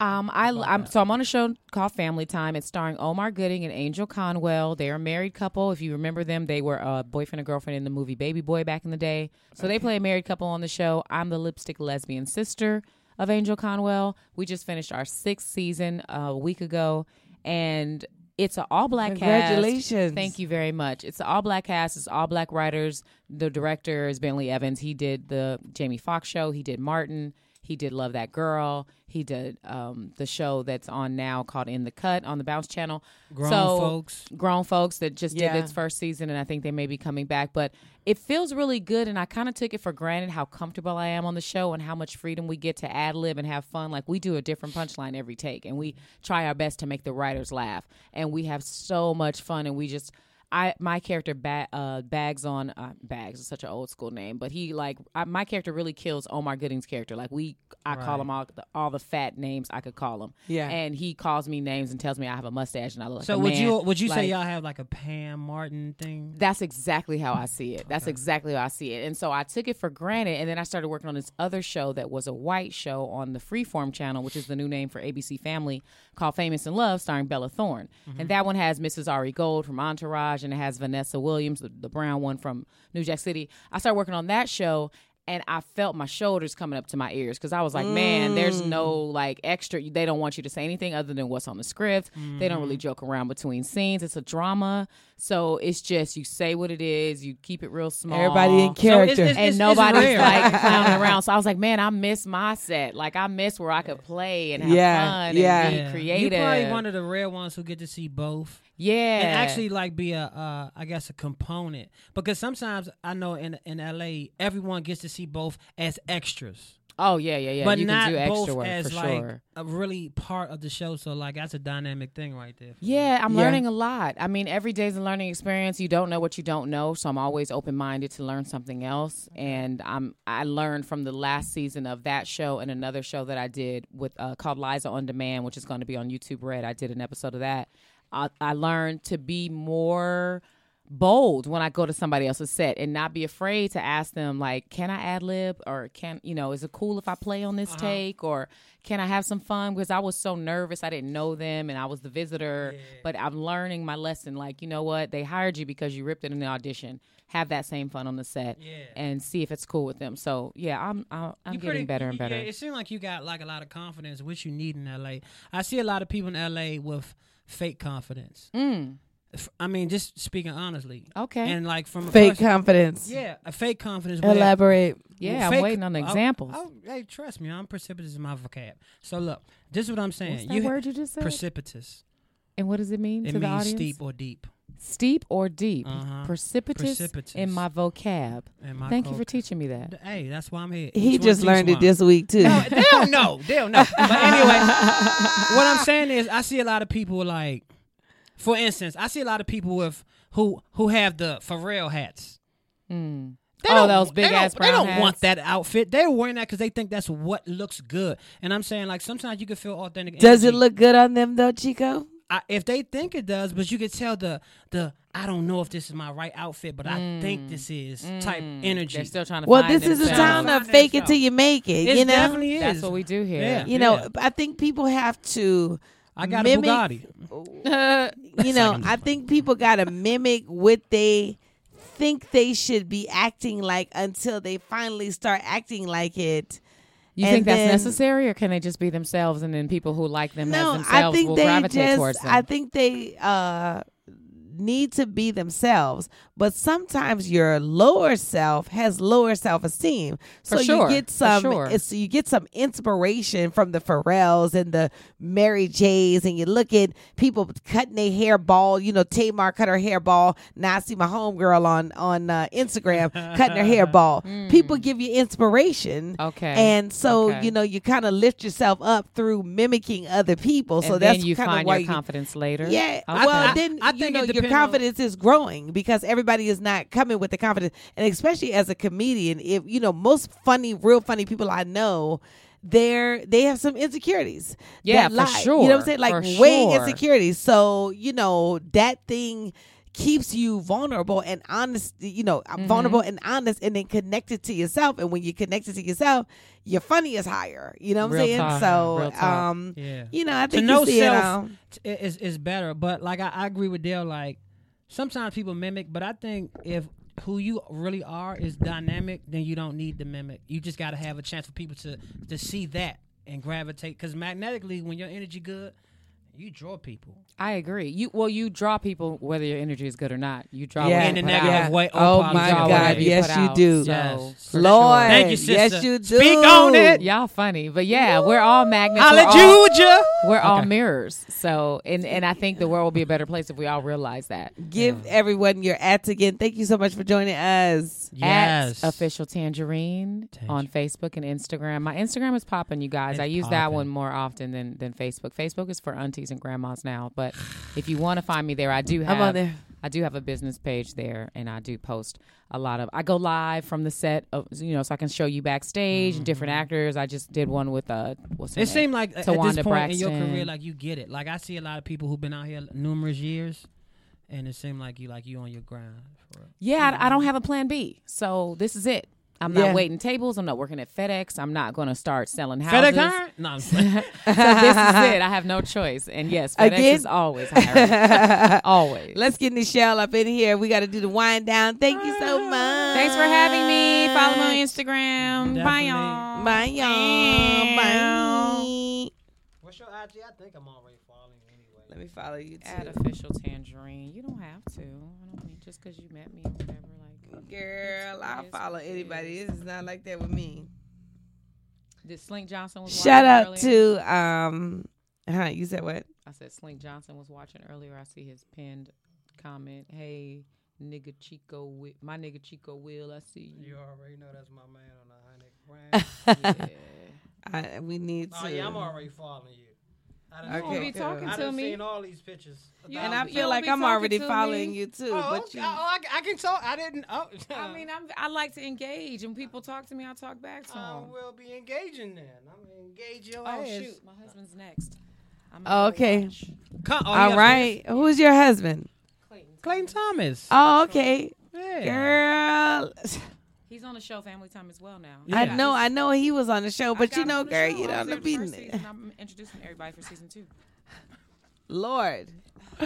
[SPEAKER 9] Um, I I'm, so I'm on a show called Family Time. It's starring Omar Gooding and Angel Conwell. They are a married couple. If you remember them, they were a boyfriend and girlfriend in the movie Baby Boy back in the day. So they play a married couple on the show. I'm the lipstick lesbian sister of Angel Conwell. We just finished our sixth season uh, a week ago, and it's an all black cast.
[SPEAKER 10] Congratulations.
[SPEAKER 9] Thank you very much. It's an all black cast. It's all black writers. The director is Bentley Evans. He did the Jamie Foxx show. He did Martin. He did Love That Girl. He did um, the show that's on now called In the Cut on the Bounce Channel.
[SPEAKER 4] Grown
[SPEAKER 9] So-
[SPEAKER 4] folks.
[SPEAKER 9] Grown folks that just
[SPEAKER 4] Yeah.
[SPEAKER 9] did its first season, and I think they may be coming back. But it feels really good, and I kind of took it for granted how comfortable I am on the show and how much freedom we get to ad lib and have fun. Like we do a different punchline every take, and we try our best to make the writers laugh, and we have so much fun, and we just. I my character ba- uh, bags on uh, bags is such an old school name, but he like I, my character really kills Omar Gooding's character. Like we, I
[SPEAKER 10] Right.
[SPEAKER 9] call him all the, all the fat names I could call him.
[SPEAKER 10] Yeah.
[SPEAKER 9] and he calls me names and tells me I have a mustache and I look like
[SPEAKER 4] so
[SPEAKER 9] a
[SPEAKER 4] would
[SPEAKER 9] man.
[SPEAKER 4] you would you say
[SPEAKER 9] Like,
[SPEAKER 4] y'all have like a Pam Martin thing?
[SPEAKER 9] that's exactly how I see it. That's exactly how I see it. And so I took it for granted. And then I started working on this other show that was a white show on the Freeform channel, which is the new name for ABC Family, called Famous in Love, starring Bella Thorne.
[SPEAKER 10] Mhm.
[SPEAKER 9] And that one has Mrs. Ari Gold from Entourage and it has Vanessa Williams, the, the brown one from New Jack City. I started working on that show. And I felt my shoulders coming up to my ears because I was like, man, there's
[SPEAKER 10] Mm.
[SPEAKER 9] no like extra. They don't want you to say anything other than what's on the script. They don't
[SPEAKER 10] Mhm.
[SPEAKER 9] really joke around between scenes. It's a drama, so it's just you say what it is, you keep it real small.
[SPEAKER 10] Everybody in So it's- character. it's-
[SPEAKER 9] and
[SPEAKER 10] it's
[SPEAKER 9] nobody's
[SPEAKER 10] rare.
[SPEAKER 9] like clowning around. So I was like, man, I miss my set. Like I miss where I could play and have
[SPEAKER 10] Yeah,
[SPEAKER 9] fun and
[SPEAKER 10] yeah.
[SPEAKER 9] be
[SPEAKER 10] Yeah. You
[SPEAKER 9] creative.
[SPEAKER 4] You probably one of the rare ones who get to see both.
[SPEAKER 9] Yeah.
[SPEAKER 4] and actually like be a, uh, I guess a component because sometimes I know in in LA everyone gets to see both as extras.
[SPEAKER 9] Oh yeah, yeah, yeah.
[SPEAKER 4] But
[SPEAKER 9] you
[SPEAKER 4] not
[SPEAKER 9] can do extra
[SPEAKER 4] both
[SPEAKER 9] work
[SPEAKER 4] as
[SPEAKER 9] for
[SPEAKER 4] like
[SPEAKER 9] sure.
[SPEAKER 4] a really part of the show. So like that's a dynamic thing right there.
[SPEAKER 9] Yeah, I'm
[SPEAKER 4] Yeah.
[SPEAKER 9] learning a lot. I mean, every day's a learning experience. You don't know what you don't know, so I'm always open-minded to learn something else. And I'm I learned from the last season of that show and another show that I did with uh, called Liza on Demand, which is going to be on YouTube Red. I did an episode of that. I, I learned to be more bold when I go to somebody else's set and not be afraid to ask them like, "Can I ad lib?" or "Can you know is it cool if I play on this take?" or "Can I have some fun?" Because I was so nervous, I didn't know them, and I was the visitor. But I'm learning my lesson. Like, you know what? They hired you because you ripped it in the audition. Have that same fun on the set, and see if it's cool with them. So yeah, I'm I'm, I'm
[SPEAKER 4] You
[SPEAKER 9] getting
[SPEAKER 4] pretty-
[SPEAKER 9] better and
[SPEAKER 4] yeah,
[SPEAKER 9] better.
[SPEAKER 4] it seems like you got like a lot of confidence, which you need in LA. I see a lot of people in LA with fake confidence.
[SPEAKER 9] Mm.
[SPEAKER 4] F- I mean, just speaking honestly.
[SPEAKER 9] Okay.
[SPEAKER 4] And like from a
[SPEAKER 10] Fake
[SPEAKER 4] person-
[SPEAKER 10] confidence.
[SPEAKER 4] Yeah, a fake confidence. where-
[SPEAKER 10] Elaborate.
[SPEAKER 9] Yeah, I'm waiting on the
[SPEAKER 4] I-
[SPEAKER 9] examples.
[SPEAKER 4] I- hey, trust me, I'm precipitous in my vocab. So look, this is what I'm saying.
[SPEAKER 9] What's that
[SPEAKER 4] ha-
[SPEAKER 9] word you just said?
[SPEAKER 4] Precipitous.
[SPEAKER 9] and what does it mean
[SPEAKER 4] It
[SPEAKER 9] to the
[SPEAKER 4] means
[SPEAKER 9] audience?
[SPEAKER 4] steep or deep.
[SPEAKER 9] Steep or deep,
[SPEAKER 4] Uh-huh.
[SPEAKER 9] precipitous,
[SPEAKER 4] Precipitous.
[SPEAKER 9] in my vocab.
[SPEAKER 4] In my
[SPEAKER 9] Thank you for
[SPEAKER 4] vocab.
[SPEAKER 9] teaching me that.
[SPEAKER 4] Hey, that's why I'm here.
[SPEAKER 10] He
[SPEAKER 4] Each one
[SPEAKER 10] just
[SPEAKER 4] teach
[SPEAKER 10] learned it
[SPEAKER 4] one.
[SPEAKER 10] this week, too.
[SPEAKER 4] No, they don't know. They don't know. But anyway, what I'm saying is, I see a lot of people like, for instance, I see a lot of people with who who have the Pharrell hats.
[SPEAKER 10] Hmm.
[SPEAKER 9] Mm.
[SPEAKER 4] They
[SPEAKER 9] oh,
[SPEAKER 4] don't-
[SPEAKER 9] those big
[SPEAKER 4] they
[SPEAKER 9] ass
[SPEAKER 4] don't, They
[SPEAKER 9] brown
[SPEAKER 4] don't
[SPEAKER 9] hats.
[SPEAKER 4] want that outfit. They're wearing that because they think that's what looks good. And I'm saying like sometimes you can feel authentic.
[SPEAKER 10] Does it
[SPEAKER 4] energy.
[SPEAKER 10] look good on them though, Chico?
[SPEAKER 4] I, if they think it does, but you could tell the the I don't know if this is my right outfit, but I think this is type energy. They're
[SPEAKER 9] Mm. still trying
[SPEAKER 10] Well, this is the time to fake it till you make it.
[SPEAKER 4] It
[SPEAKER 10] you know,
[SPEAKER 4] definitely That's is.
[SPEAKER 9] what we do here.
[SPEAKER 10] You know, I think people have to.
[SPEAKER 4] I got a
[SPEAKER 10] mimic,
[SPEAKER 9] Bugatti.
[SPEAKER 10] you know, I think people got to mimic what they think they should be acting like until they finally start acting like it.
[SPEAKER 9] You
[SPEAKER 10] And
[SPEAKER 9] think that's
[SPEAKER 10] then-
[SPEAKER 9] necessary, or can they just be themselves, and then people who like them as
[SPEAKER 10] No, I
[SPEAKER 9] themselves
[SPEAKER 10] think
[SPEAKER 9] will
[SPEAKER 10] they
[SPEAKER 9] gravitate
[SPEAKER 10] just.
[SPEAKER 9] towards them?
[SPEAKER 10] I think they uh, need to be themselves, but sometimes your lower self has lower self esteem.
[SPEAKER 9] For
[SPEAKER 10] So
[SPEAKER 9] sure,
[SPEAKER 10] you get
[SPEAKER 9] for
[SPEAKER 10] some.
[SPEAKER 9] sure.
[SPEAKER 10] It's you get some inspiration from the Pharrells and the Mary Jays, and you look at people cutting their hair ball. You know, Tamar cut her hair ball. Now I see my homegirl on on uh, Instagram cutting her hair ball.
[SPEAKER 9] Hmm.
[SPEAKER 10] People give you inspiration.
[SPEAKER 9] Okay,
[SPEAKER 10] and so
[SPEAKER 9] okay.
[SPEAKER 10] you know you kind of lift yourself up through mimicking other people. so
[SPEAKER 9] And
[SPEAKER 10] that's
[SPEAKER 9] then you
[SPEAKER 10] kinda
[SPEAKER 9] find
[SPEAKER 10] why
[SPEAKER 9] your
[SPEAKER 10] you-
[SPEAKER 9] confidence later.
[SPEAKER 10] Yeah.
[SPEAKER 9] Okay.
[SPEAKER 10] Well, then
[SPEAKER 4] I
[SPEAKER 10] you
[SPEAKER 4] think
[SPEAKER 10] know
[SPEAKER 4] it
[SPEAKER 10] your
[SPEAKER 4] depend on-
[SPEAKER 10] confidence is growing because everybody is not coming with the confidence, and especially as a comedian, if you know most funny, real funny people I know, they're they have some insecurities.
[SPEAKER 9] Yeah,
[SPEAKER 10] that
[SPEAKER 9] for
[SPEAKER 10] lie,
[SPEAKER 9] sure,
[SPEAKER 10] You know what I'm saying? Like
[SPEAKER 9] for
[SPEAKER 10] way
[SPEAKER 9] sure.
[SPEAKER 10] insecurities. So you know that thing keeps you vulnerable and honest. You know,
[SPEAKER 9] Mm-hmm.
[SPEAKER 10] vulnerable and honest, and then connected to yourself. And when you're connected to yourself, your funny is higher. You know what
[SPEAKER 9] Real
[SPEAKER 10] I'm saying?
[SPEAKER 9] talk, real
[SPEAKER 10] So,
[SPEAKER 9] talk.
[SPEAKER 10] um,
[SPEAKER 4] Yeah.
[SPEAKER 10] you know, I
[SPEAKER 4] To
[SPEAKER 10] think
[SPEAKER 4] know
[SPEAKER 10] you see
[SPEAKER 4] self
[SPEAKER 10] it. Um,
[SPEAKER 4] t- is is better. But like I, I agree with Dale. Like sometimes people mimic, but I think if who you really are is dynamic, then you don't need to mimic. You just got to have a chance for people to to see that and gravitate. Because magnetically, when your energy good, you draw people.
[SPEAKER 9] I agree. You well, you draw people whether your energy is good or not. You draw
[SPEAKER 4] Yeah.
[SPEAKER 9] what you
[SPEAKER 4] In a
[SPEAKER 9] put
[SPEAKER 4] negative
[SPEAKER 9] out.
[SPEAKER 4] way or
[SPEAKER 9] Oh
[SPEAKER 4] positive
[SPEAKER 9] my
[SPEAKER 4] way.
[SPEAKER 9] God!
[SPEAKER 4] Yes,
[SPEAKER 9] yes,
[SPEAKER 4] you
[SPEAKER 9] you
[SPEAKER 4] do.
[SPEAKER 9] do.
[SPEAKER 4] Yes.
[SPEAKER 9] So, for
[SPEAKER 4] Lord,
[SPEAKER 9] sure.
[SPEAKER 4] Thank you, yes, sister. you Speak do. on it.
[SPEAKER 9] Y'all funny, but yeah, we're all magnets. We're all,
[SPEAKER 4] Hallelujah.
[SPEAKER 9] we're all
[SPEAKER 4] Okay.
[SPEAKER 9] mirrors. So, and and I think the world will be a better place if we all realize that.
[SPEAKER 10] Give everyone your ads again. Thank you so much for joining us.
[SPEAKER 9] At official tangerine, on Facebook and Instagram. My Instagram is popping, you guys.
[SPEAKER 10] It's
[SPEAKER 9] I use that
[SPEAKER 10] poppin'.
[SPEAKER 9] one more often than than Facebook. Facebook is for aunties and grandmas now, but if you want to find me there, I do
[SPEAKER 10] I'm
[SPEAKER 9] have
[SPEAKER 10] on there.
[SPEAKER 9] I do have a business page there, and I do post a lot of. I go live from the set of you know, so I can show you backstage and different actors. I just did one with uh, what's
[SPEAKER 4] Mm-hmm.
[SPEAKER 9] her
[SPEAKER 4] It
[SPEAKER 9] name?
[SPEAKER 4] seemed like at- at
[SPEAKER 9] Tawanda
[SPEAKER 4] this point in your
[SPEAKER 9] Braxton.
[SPEAKER 4] career, like you get it. Like I see a lot of people who've been out here numerous years, and it seemed like you like you on your grind. For it.
[SPEAKER 9] Yeah, I, I don't have a plan B. So this is it. I'm
[SPEAKER 4] mm-hmm. Yeah.
[SPEAKER 9] not waiting tables. I'm not working at FedEx. I'm not going to start selling houses.
[SPEAKER 4] FedEx iron? No, I'm
[SPEAKER 9] so this
[SPEAKER 4] playing.
[SPEAKER 9] is it. I have no choice. And yes, FedEx is always hiring. always.
[SPEAKER 10] Let's get Nichelle up in here. We got to do the wind down. Thank you
[SPEAKER 4] Ah.
[SPEAKER 10] so much.
[SPEAKER 9] Thanks for having me. Follow me on Instagram. Bye,
[SPEAKER 10] Definitely.
[SPEAKER 9] y'all.
[SPEAKER 10] Bye, y'all. Bye.
[SPEAKER 4] What's your IG? I think I'm already following anyway.
[SPEAKER 10] Let me follow you too.
[SPEAKER 9] At official tangerine. You don't have to. I don't mean just because you met me or whatever. Like,
[SPEAKER 10] Girl, I follow anybody. This is not like that with me.
[SPEAKER 9] Did Slink Johnson was
[SPEAKER 10] Shout
[SPEAKER 9] watching
[SPEAKER 10] out
[SPEAKER 9] earlier?
[SPEAKER 10] to um, huh? You said what?
[SPEAKER 9] I said Slink Johnson was watching earlier. I see his pinned comment. Hey, nigga Chico, wi- my nigga Chico will. I see you.
[SPEAKER 4] You already know that's my man on the
[SPEAKER 10] I, we need
[SPEAKER 4] Oh
[SPEAKER 10] to.
[SPEAKER 4] yeah, I'm already following you. I done
[SPEAKER 10] You don't
[SPEAKER 4] seen-
[SPEAKER 10] be talking
[SPEAKER 4] I
[SPEAKER 10] to
[SPEAKER 4] done
[SPEAKER 10] me.
[SPEAKER 4] seen all these pictures.
[SPEAKER 10] You
[SPEAKER 4] about
[SPEAKER 10] don't- And I
[SPEAKER 4] me.
[SPEAKER 10] feel you don't like be I'm talking already to me. following you too,
[SPEAKER 4] Oh,
[SPEAKER 10] but
[SPEAKER 4] okay.
[SPEAKER 10] you-
[SPEAKER 4] oh I, I can talk. I didn't. Oh,
[SPEAKER 9] I mean, I'm, I like to engage, and people talk to me. I talk back to
[SPEAKER 4] I
[SPEAKER 9] them.
[SPEAKER 4] will be engaging then. I'm gonna engage your
[SPEAKER 9] Oh
[SPEAKER 4] ass.
[SPEAKER 9] shoot, my husband's next. I'm gonna go
[SPEAKER 10] Okay.
[SPEAKER 4] Come- oh,
[SPEAKER 10] All
[SPEAKER 4] yes,
[SPEAKER 10] right. Who's your husband?
[SPEAKER 4] Clayton Thomas.
[SPEAKER 10] Oh, okay.
[SPEAKER 4] Yeah.
[SPEAKER 10] Girl.
[SPEAKER 9] He's on the show Family Time as well now.
[SPEAKER 10] I know, I know he was on the show, but you know, girl, you
[SPEAKER 9] don't
[SPEAKER 10] don't be.
[SPEAKER 9] I'm introducing everybody for season two.
[SPEAKER 10] Lord.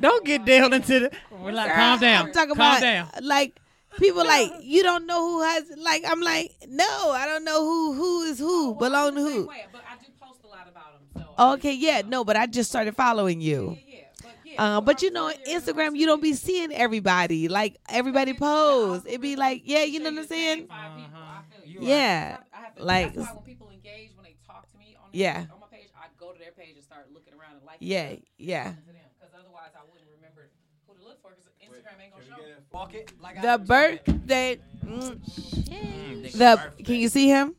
[SPEAKER 4] Don't get down into the. Relax. Calm down.
[SPEAKER 10] I'm talking
[SPEAKER 4] Calm
[SPEAKER 10] about
[SPEAKER 4] down.
[SPEAKER 10] like people like you don't know who has like I'm like no I don't know who who is
[SPEAKER 9] Oh,
[SPEAKER 10] who belong to who.
[SPEAKER 9] but I do post a lot about him. So
[SPEAKER 10] Okay, yeah, no, but I just started following you. Um, but you know, on Instagram, you don't be seeing everybody. Like everybody posts, it be like, yeah, you know what I'm saying? Yeah, like,
[SPEAKER 9] that's why when people engage, when they talk to me on, the
[SPEAKER 10] Yeah.
[SPEAKER 9] page, on my page, I go to their page and start looking around and like.
[SPEAKER 10] Yeah, yeah.
[SPEAKER 9] Because otherwise, I wouldn't remember who to look for. Because Instagram ain't gonna show. me.
[SPEAKER 4] Walk it like
[SPEAKER 10] the birthday. mm, the can you see him?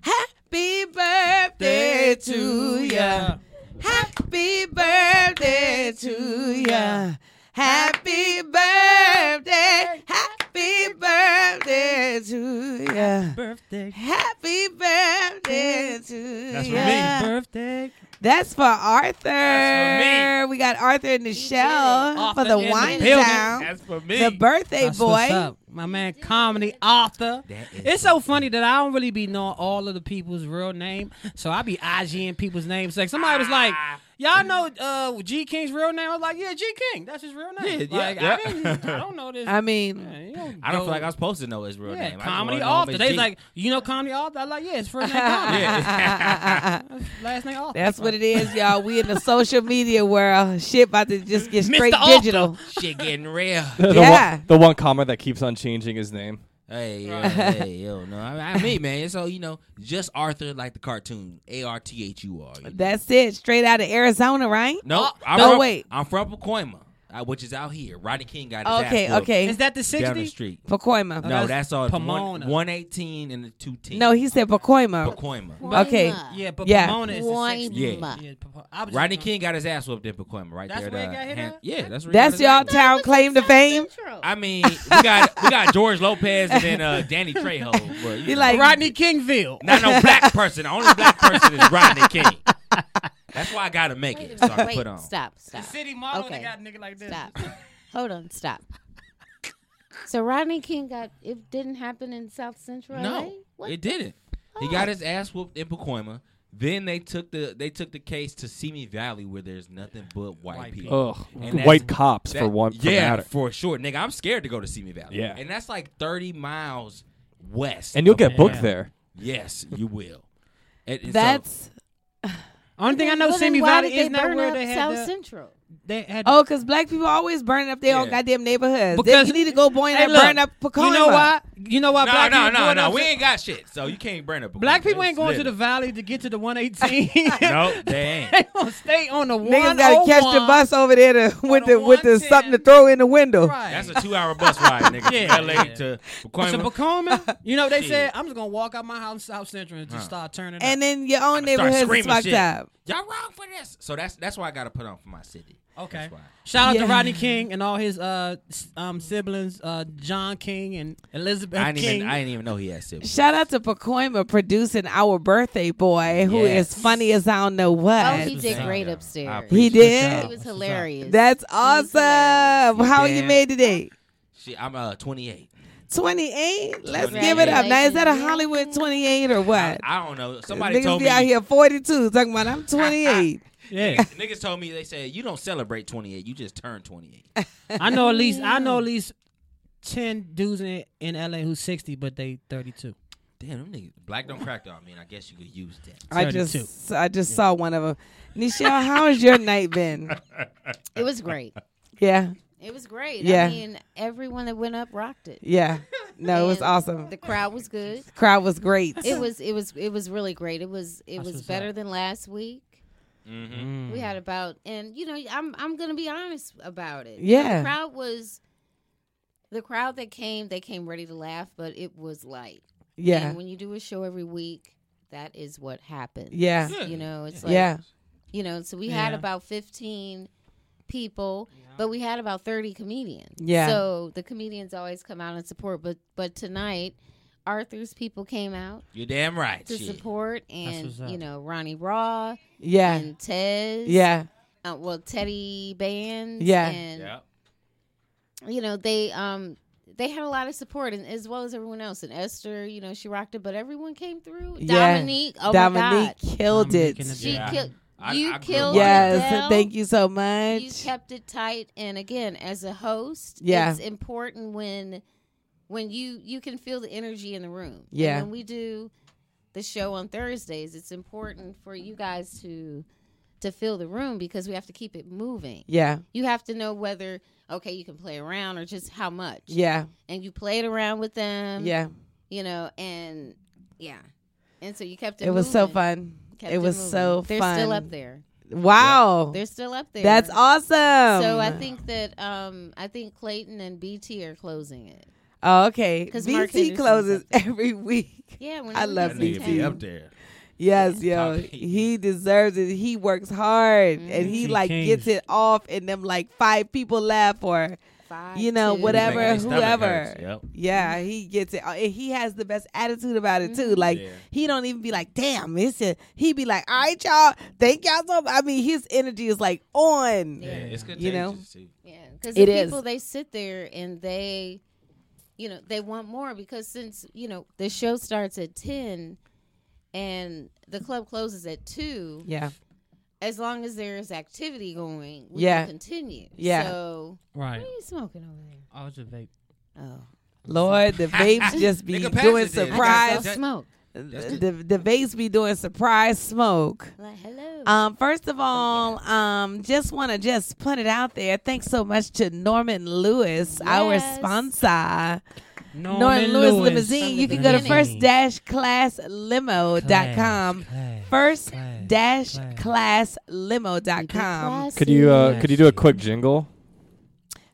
[SPEAKER 10] Happy birthday to ya. Happy birthday to ya. Happy birthday. Happy birthday to ya.
[SPEAKER 4] Birthday.
[SPEAKER 10] Happy birthday to
[SPEAKER 4] That's for me.
[SPEAKER 10] ya.
[SPEAKER 4] Birthday.
[SPEAKER 10] That's for Arthur.
[SPEAKER 4] That's
[SPEAKER 10] We got Arthur and Michelle Oh, for
[SPEAKER 4] Arthur
[SPEAKER 10] the
[SPEAKER 4] in the
[SPEAKER 10] wine
[SPEAKER 4] building.
[SPEAKER 10] down.
[SPEAKER 4] That's
[SPEAKER 6] for
[SPEAKER 4] me.
[SPEAKER 10] The birthday
[SPEAKER 4] That's
[SPEAKER 10] boy.
[SPEAKER 4] what's up. My man, comedy author.
[SPEAKER 10] is
[SPEAKER 4] It's so funny that I don't really be knowing all of the people's real name, so I be IGing people's names. Like somebody was like, "Y'all know uh, G King's real name?" I was like, "Yeah, G King. That's his real name."
[SPEAKER 17] Yeah,
[SPEAKER 4] like,
[SPEAKER 17] yeah, yeah.
[SPEAKER 4] I, didn't, I don't know this.
[SPEAKER 10] I mean,
[SPEAKER 17] I don't feel like I was supposed to know his real
[SPEAKER 4] yeah,
[SPEAKER 17] name. I just
[SPEAKER 4] comedy
[SPEAKER 17] wanna know him
[SPEAKER 4] author.
[SPEAKER 17] as
[SPEAKER 4] They
[SPEAKER 17] G.
[SPEAKER 4] like, you know, comedy author. I like, yeah, it's first name comedy.
[SPEAKER 17] Yeah.
[SPEAKER 4] Last name author.
[SPEAKER 10] That's what it is, y'all. We in the social media world. Shit about to just get
[SPEAKER 4] Mr.
[SPEAKER 10] straight
[SPEAKER 4] Arthur.
[SPEAKER 10] digital.
[SPEAKER 17] Shit getting real.
[SPEAKER 3] The, the
[SPEAKER 10] Yeah.
[SPEAKER 3] one, the one comment that keeps on changing his name.
[SPEAKER 17] Hey, yeah, hey, yo, no, I, I mean, man, so you know, just Arthur like the cartoon, A R T H U R.
[SPEAKER 10] That's it. Straight out of Arizona, right?
[SPEAKER 17] No, I'm
[SPEAKER 10] oh, no,
[SPEAKER 17] from,
[SPEAKER 10] wait.
[SPEAKER 17] I'm from Pacoima.
[SPEAKER 18] uh, which is out here. Rodney King got his
[SPEAKER 10] Okay,
[SPEAKER 18] ass whooped
[SPEAKER 10] okay.
[SPEAKER 4] Is that the 60?
[SPEAKER 18] Down the street.
[SPEAKER 10] Pacoima.
[SPEAKER 18] No,
[SPEAKER 10] Oh,
[SPEAKER 18] that's,
[SPEAKER 10] that's
[SPEAKER 17] uh,
[SPEAKER 18] all. it's
[SPEAKER 10] Pomona.
[SPEAKER 18] One, 118 and the 210.
[SPEAKER 10] No, he said Pacoima.
[SPEAKER 18] Pacoima.
[SPEAKER 10] Okay.
[SPEAKER 4] Yeah, but
[SPEAKER 10] yeah.
[SPEAKER 4] Pomona is the 60.
[SPEAKER 18] Yeah.
[SPEAKER 4] I was
[SPEAKER 18] Rodney King got his ass whooped in Pacoima right
[SPEAKER 4] That's
[SPEAKER 18] there.
[SPEAKER 4] where he
[SPEAKER 18] the
[SPEAKER 4] got hit
[SPEAKER 18] hand-
[SPEAKER 4] up?
[SPEAKER 18] Yeah, that's where he
[SPEAKER 10] That's
[SPEAKER 18] got his ass
[SPEAKER 10] y'all town claim to fame.
[SPEAKER 18] I mean, we got we got George Lopez and then uh, Danny Trejo. But, you
[SPEAKER 10] You
[SPEAKER 18] know,
[SPEAKER 10] like
[SPEAKER 4] Rodney Kingville.
[SPEAKER 18] not no black person. The only black person is Rodney King. That's why I gotta make it. So I can
[SPEAKER 7] Wait,
[SPEAKER 18] put on.
[SPEAKER 7] stop, stop.
[SPEAKER 4] The city model that
[SPEAKER 7] okay.
[SPEAKER 4] got a nigga like this.
[SPEAKER 7] Stop. Hold on, stop. So Rodney King got it didn't happen in South Central. LA?
[SPEAKER 18] No,
[SPEAKER 7] What?
[SPEAKER 18] it didn't. He got his ass whooped in Pacoima. Then they took the they took the case to Simi Valley where there's nothing but white,
[SPEAKER 11] White
[SPEAKER 18] people.
[SPEAKER 3] people. Ugh.
[SPEAKER 18] that's-
[SPEAKER 3] White cops for one- for
[SPEAKER 18] yeah,
[SPEAKER 3] matter.
[SPEAKER 18] for sure, nigga. I'm scared to go to Simi Valley.
[SPEAKER 3] Yeah.
[SPEAKER 18] and that's like 30 miles west.
[SPEAKER 3] And you'll
[SPEAKER 18] of
[SPEAKER 3] get booked
[SPEAKER 18] Pacoima.
[SPEAKER 3] there.
[SPEAKER 18] Yes, you will. And- and so-
[SPEAKER 10] That's
[SPEAKER 4] Only thing I know,
[SPEAKER 7] Well, then
[SPEAKER 4] Simi
[SPEAKER 7] why
[SPEAKER 4] Valley
[SPEAKER 7] did they
[SPEAKER 4] is not
[SPEAKER 7] burn
[SPEAKER 4] where
[SPEAKER 7] up
[SPEAKER 4] they had
[SPEAKER 7] South
[SPEAKER 4] the-
[SPEAKER 7] Central.
[SPEAKER 4] They had
[SPEAKER 10] Oh, because black people always burning up their own
[SPEAKER 18] Yeah.
[SPEAKER 10] goddamn neighborhoods.
[SPEAKER 4] Because-
[SPEAKER 10] Because you need to go burn
[SPEAKER 4] Hey,
[SPEAKER 10] and
[SPEAKER 4] look,
[SPEAKER 10] burn up Pacoima.
[SPEAKER 4] You know why? You know why?
[SPEAKER 18] no,
[SPEAKER 4] black
[SPEAKER 18] no,
[SPEAKER 4] people
[SPEAKER 18] no,
[SPEAKER 4] going
[SPEAKER 18] no.
[SPEAKER 4] up
[SPEAKER 18] We
[SPEAKER 4] to-
[SPEAKER 18] ain't got shit, so you can't burn up.
[SPEAKER 4] Black people ain't going to the
[SPEAKER 18] the.
[SPEAKER 4] valley to get to the 118.
[SPEAKER 18] No, they ain't.
[SPEAKER 4] they gonna stay on the
[SPEAKER 10] Niggas gotta catch the
[SPEAKER 4] 101.
[SPEAKER 10] bus over there to, with the with the something to throw in the window.
[SPEAKER 18] That's a two-hour bus ride, nigga.
[SPEAKER 4] Yeah.
[SPEAKER 18] From LA to
[SPEAKER 4] To
[SPEAKER 18] Pacoima.
[SPEAKER 4] Pacoima, you know they
[SPEAKER 18] Shit.
[SPEAKER 4] said I'm just gonna walk out my house in South Central and just
[SPEAKER 18] Huh.
[SPEAKER 4] start turning.
[SPEAKER 10] And
[SPEAKER 4] up.
[SPEAKER 10] then your own
[SPEAKER 18] Start
[SPEAKER 10] neighborhood is
[SPEAKER 18] screaming
[SPEAKER 10] fucked
[SPEAKER 18] shit.
[SPEAKER 10] up.
[SPEAKER 18] Y'all wrong for this. So that's that's why I got to put on for my city.
[SPEAKER 4] Okay.
[SPEAKER 18] That's why.
[SPEAKER 4] Shout out to
[SPEAKER 10] Yeah.
[SPEAKER 4] Rodney King and all his uh, s- um, siblings, uh, John King and Elizabeth
[SPEAKER 18] I didn't
[SPEAKER 4] King.
[SPEAKER 18] even I didn't even know he had siblings.
[SPEAKER 10] Shout out to Pacoima producing our birthday boy, who is
[SPEAKER 18] Yes.
[SPEAKER 10] funny as I don't know what.
[SPEAKER 7] Oh, he did
[SPEAKER 18] Thank
[SPEAKER 7] great
[SPEAKER 18] you. I
[SPEAKER 7] upstairs.
[SPEAKER 18] appreciate
[SPEAKER 10] He did?
[SPEAKER 7] He was hilarious.
[SPEAKER 10] That's awesome. How are you
[SPEAKER 18] Damn.
[SPEAKER 10] made today?
[SPEAKER 18] Shit, I'm uh 28.
[SPEAKER 10] 28. Let's give it up. Now is that a Hollywood 28 or what?
[SPEAKER 18] I don't know. Somebody
[SPEAKER 10] Niggas
[SPEAKER 18] told
[SPEAKER 10] be
[SPEAKER 18] me
[SPEAKER 10] out here 42 talking about I'm 28.
[SPEAKER 4] yeah,
[SPEAKER 18] niggas told me they said you don't celebrate 28. You just turn 28.
[SPEAKER 4] I know at least I know at least ten dudes in, in LA who's 60, but they 32.
[SPEAKER 18] Damn, them niggas black don't crack on me. And I guess you could use that.
[SPEAKER 10] I
[SPEAKER 4] 32.
[SPEAKER 10] just I just saw one of them. Nichelle, how has your night been?
[SPEAKER 7] It was great.
[SPEAKER 10] Yeah,
[SPEAKER 7] It was great.
[SPEAKER 10] Yeah.
[SPEAKER 7] I mean, everyone that went up rocked it.
[SPEAKER 10] yeah. No, it was
[SPEAKER 7] And
[SPEAKER 10] awesome.
[SPEAKER 7] The crowd was good.
[SPEAKER 10] Crowd was great.
[SPEAKER 7] It was it was it was really great. It was it
[SPEAKER 4] That's
[SPEAKER 7] was
[SPEAKER 4] what's
[SPEAKER 7] better
[SPEAKER 4] up.
[SPEAKER 7] than last week.
[SPEAKER 18] Mm-hmm.
[SPEAKER 10] Hmm.
[SPEAKER 7] We had about and you know I'm I'm gonna be honest about it.
[SPEAKER 10] Yeah.
[SPEAKER 7] the crowd was the crowd that came. They came ready to laugh, but it was light.
[SPEAKER 10] Yeah.
[SPEAKER 7] and when you do a show every week, that is what happens.
[SPEAKER 10] Yeah.
[SPEAKER 7] you know it's like
[SPEAKER 10] Yeah.
[SPEAKER 7] you know. So we had
[SPEAKER 10] Yeah.
[SPEAKER 7] about fifteen people, but we had about thirty comedians.
[SPEAKER 10] Yeah.
[SPEAKER 7] so the comedians always come out and support. But but tonight, Arthur's people came out
[SPEAKER 18] You're damn right.
[SPEAKER 7] to
[SPEAKER 18] Shit.
[SPEAKER 7] support and
[SPEAKER 4] what's up.
[SPEAKER 7] you know Ronnie Raw
[SPEAKER 10] Yeah.
[SPEAKER 7] and Tez
[SPEAKER 10] Yeah.
[SPEAKER 7] uh, well Teddy Bands
[SPEAKER 10] Yeah.
[SPEAKER 7] and
[SPEAKER 18] Yeah.
[SPEAKER 7] you know they um they had a lot of support and as well as everyone else and Esther you know she rocked it but everyone came through
[SPEAKER 10] Yeah.
[SPEAKER 7] Dominique oh my
[SPEAKER 10] Dominique
[SPEAKER 7] god
[SPEAKER 10] killed
[SPEAKER 4] Dominique in
[SPEAKER 10] it.
[SPEAKER 4] the
[SPEAKER 7] she
[SPEAKER 18] Yeah.
[SPEAKER 7] killed
[SPEAKER 18] I-
[SPEAKER 7] you
[SPEAKER 18] I grew
[SPEAKER 7] killed
[SPEAKER 18] up-
[SPEAKER 10] Yes,
[SPEAKER 7] Adele.
[SPEAKER 10] thank you so
[SPEAKER 7] you
[SPEAKER 10] much.
[SPEAKER 7] kept it tight and again as a host
[SPEAKER 10] Yeah.
[SPEAKER 7] it's important when when you you can feel the energy in the room And
[SPEAKER 10] Yeah.
[SPEAKER 7] when we do the show on thursdays it's important for you guys to to fill the room because we have to keep it moving
[SPEAKER 10] Yeah,
[SPEAKER 7] you have to know whether okay you can play around or just how much
[SPEAKER 10] yeah,
[SPEAKER 7] and you played around with them
[SPEAKER 10] yeah.
[SPEAKER 7] you know and yeah and so you kept it
[SPEAKER 10] It was so
[SPEAKER 7] moving.
[SPEAKER 10] fun.
[SPEAKER 7] Kept
[SPEAKER 10] it was
[SPEAKER 7] moving.
[SPEAKER 10] so
[SPEAKER 7] they're
[SPEAKER 10] fun.
[SPEAKER 7] still up there
[SPEAKER 10] Wow,
[SPEAKER 7] they're still up there
[SPEAKER 10] that's awesome.
[SPEAKER 7] so I think that um I think Clayton and BT are closing it.
[SPEAKER 10] Oh, okay.
[SPEAKER 7] 'Cause Mark
[SPEAKER 10] BT
[SPEAKER 7] Henderson's
[SPEAKER 10] closes every week.
[SPEAKER 7] Yeah, when
[SPEAKER 10] I
[SPEAKER 7] we
[SPEAKER 10] love
[SPEAKER 18] That
[SPEAKER 7] do
[SPEAKER 18] nigga be
[SPEAKER 10] BT.
[SPEAKER 18] up there.
[SPEAKER 10] Yes, yo,
[SPEAKER 18] Top eight.
[SPEAKER 10] he deserves it. He works hard,
[SPEAKER 7] Mm-hmm.
[SPEAKER 10] and he
[SPEAKER 4] Mhm.
[SPEAKER 10] like
[SPEAKER 4] Kings.
[SPEAKER 10] gets it off, and them like five people left or
[SPEAKER 7] five, Mm-hmm.
[SPEAKER 10] you know
[SPEAKER 7] two.
[SPEAKER 18] He make
[SPEAKER 10] whatever,
[SPEAKER 18] his stomach
[SPEAKER 10] whoever.
[SPEAKER 18] hurts. Yep.
[SPEAKER 10] Yeah, he gets it, and he has the best attitude about it
[SPEAKER 7] Mm-hmm.
[SPEAKER 10] too. Like
[SPEAKER 18] Yeah.
[SPEAKER 10] he don't even be like, "Damn, it's a." He be like, "All right, y'all, thank y'all so." much." I mean, his energy is like on.
[SPEAKER 18] Yeah, it's good.
[SPEAKER 10] You know?
[SPEAKER 7] Yeah, because
[SPEAKER 10] It
[SPEAKER 7] the
[SPEAKER 10] is.
[SPEAKER 7] people they sit there and they, you know, they want more because since you know the show starts at ten, and the club closes at two.
[SPEAKER 10] Yeah,
[SPEAKER 7] As long as there's activity going, we
[SPEAKER 10] Yeah.
[SPEAKER 7] can continue.
[SPEAKER 10] Yeah.
[SPEAKER 7] So
[SPEAKER 4] Right.
[SPEAKER 7] what are you smoking over
[SPEAKER 4] I was Oh, a vape.
[SPEAKER 7] there? Oh,
[SPEAKER 10] Lord, the vapes just be
[SPEAKER 18] Nigga, pass
[SPEAKER 10] doing
[SPEAKER 18] it then.
[SPEAKER 7] I
[SPEAKER 10] surprise.
[SPEAKER 7] got smoke.
[SPEAKER 10] The the vapes be doing surprise smoke.
[SPEAKER 7] Like hello.
[SPEAKER 10] Um, first of all, um, just want to just put it out there. Thanks so much to Norman Lewis, our
[SPEAKER 7] Yes.
[SPEAKER 10] sponsor.
[SPEAKER 4] Norman,
[SPEAKER 10] Lewis,
[SPEAKER 4] Lewis.
[SPEAKER 10] Limousine. You can go to first dash class limo.com. First dash class
[SPEAKER 7] You get
[SPEAKER 10] limo.com.
[SPEAKER 7] classy.
[SPEAKER 3] uh, Could you uh, could you do a quick jingle?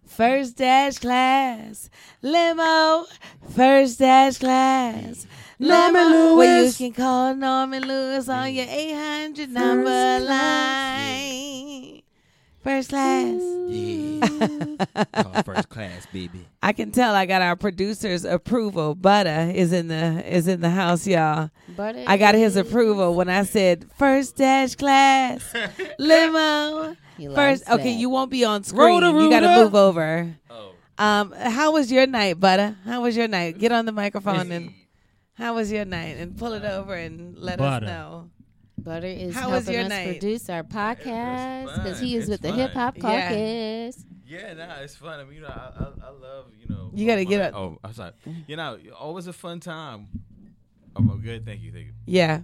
[SPEAKER 10] First dash class limo. First dash class
[SPEAKER 19] Norman
[SPEAKER 10] limo, Where you
[SPEAKER 19] Lewis.
[SPEAKER 10] can call Norman Lewis on your 800 number line. First class.
[SPEAKER 17] Call first class, baby.
[SPEAKER 10] I can tell I got our producer's approval. Butter is in the is in the house, y'all.
[SPEAKER 7] Butter
[SPEAKER 10] I got his approval when I said first dash class limo.
[SPEAKER 7] He
[SPEAKER 10] First,
[SPEAKER 7] likes
[SPEAKER 10] okay,
[SPEAKER 7] that.
[SPEAKER 10] you won't be on screen. You got
[SPEAKER 7] Roto-Rooter.
[SPEAKER 10] to move over.
[SPEAKER 17] Oh.
[SPEAKER 10] Um, how was your night, Butter? How was your night? Get on the microphone and how was your night? And pull it over and let
[SPEAKER 7] Butter.
[SPEAKER 10] us know.
[SPEAKER 7] Butter is
[SPEAKER 10] How was
[SPEAKER 7] helping
[SPEAKER 10] your
[SPEAKER 7] us
[SPEAKER 10] night?
[SPEAKER 7] produce our podcast because he
[SPEAKER 10] fun.
[SPEAKER 7] is with
[SPEAKER 10] It's
[SPEAKER 7] the Hip Hop
[SPEAKER 10] fun. Yeah.
[SPEAKER 7] Caucus.
[SPEAKER 17] Yeah, nah, it's fun. I mean, you know, I, I, I love you know.
[SPEAKER 10] You gotta get
[SPEAKER 17] my-
[SPEAKER 10] up.
[SPEAKER 17] Oh, I'm sorry. You know, always a fun time. I'm good. Thank you. Thank you.
[SPEAKER 10] Yeah.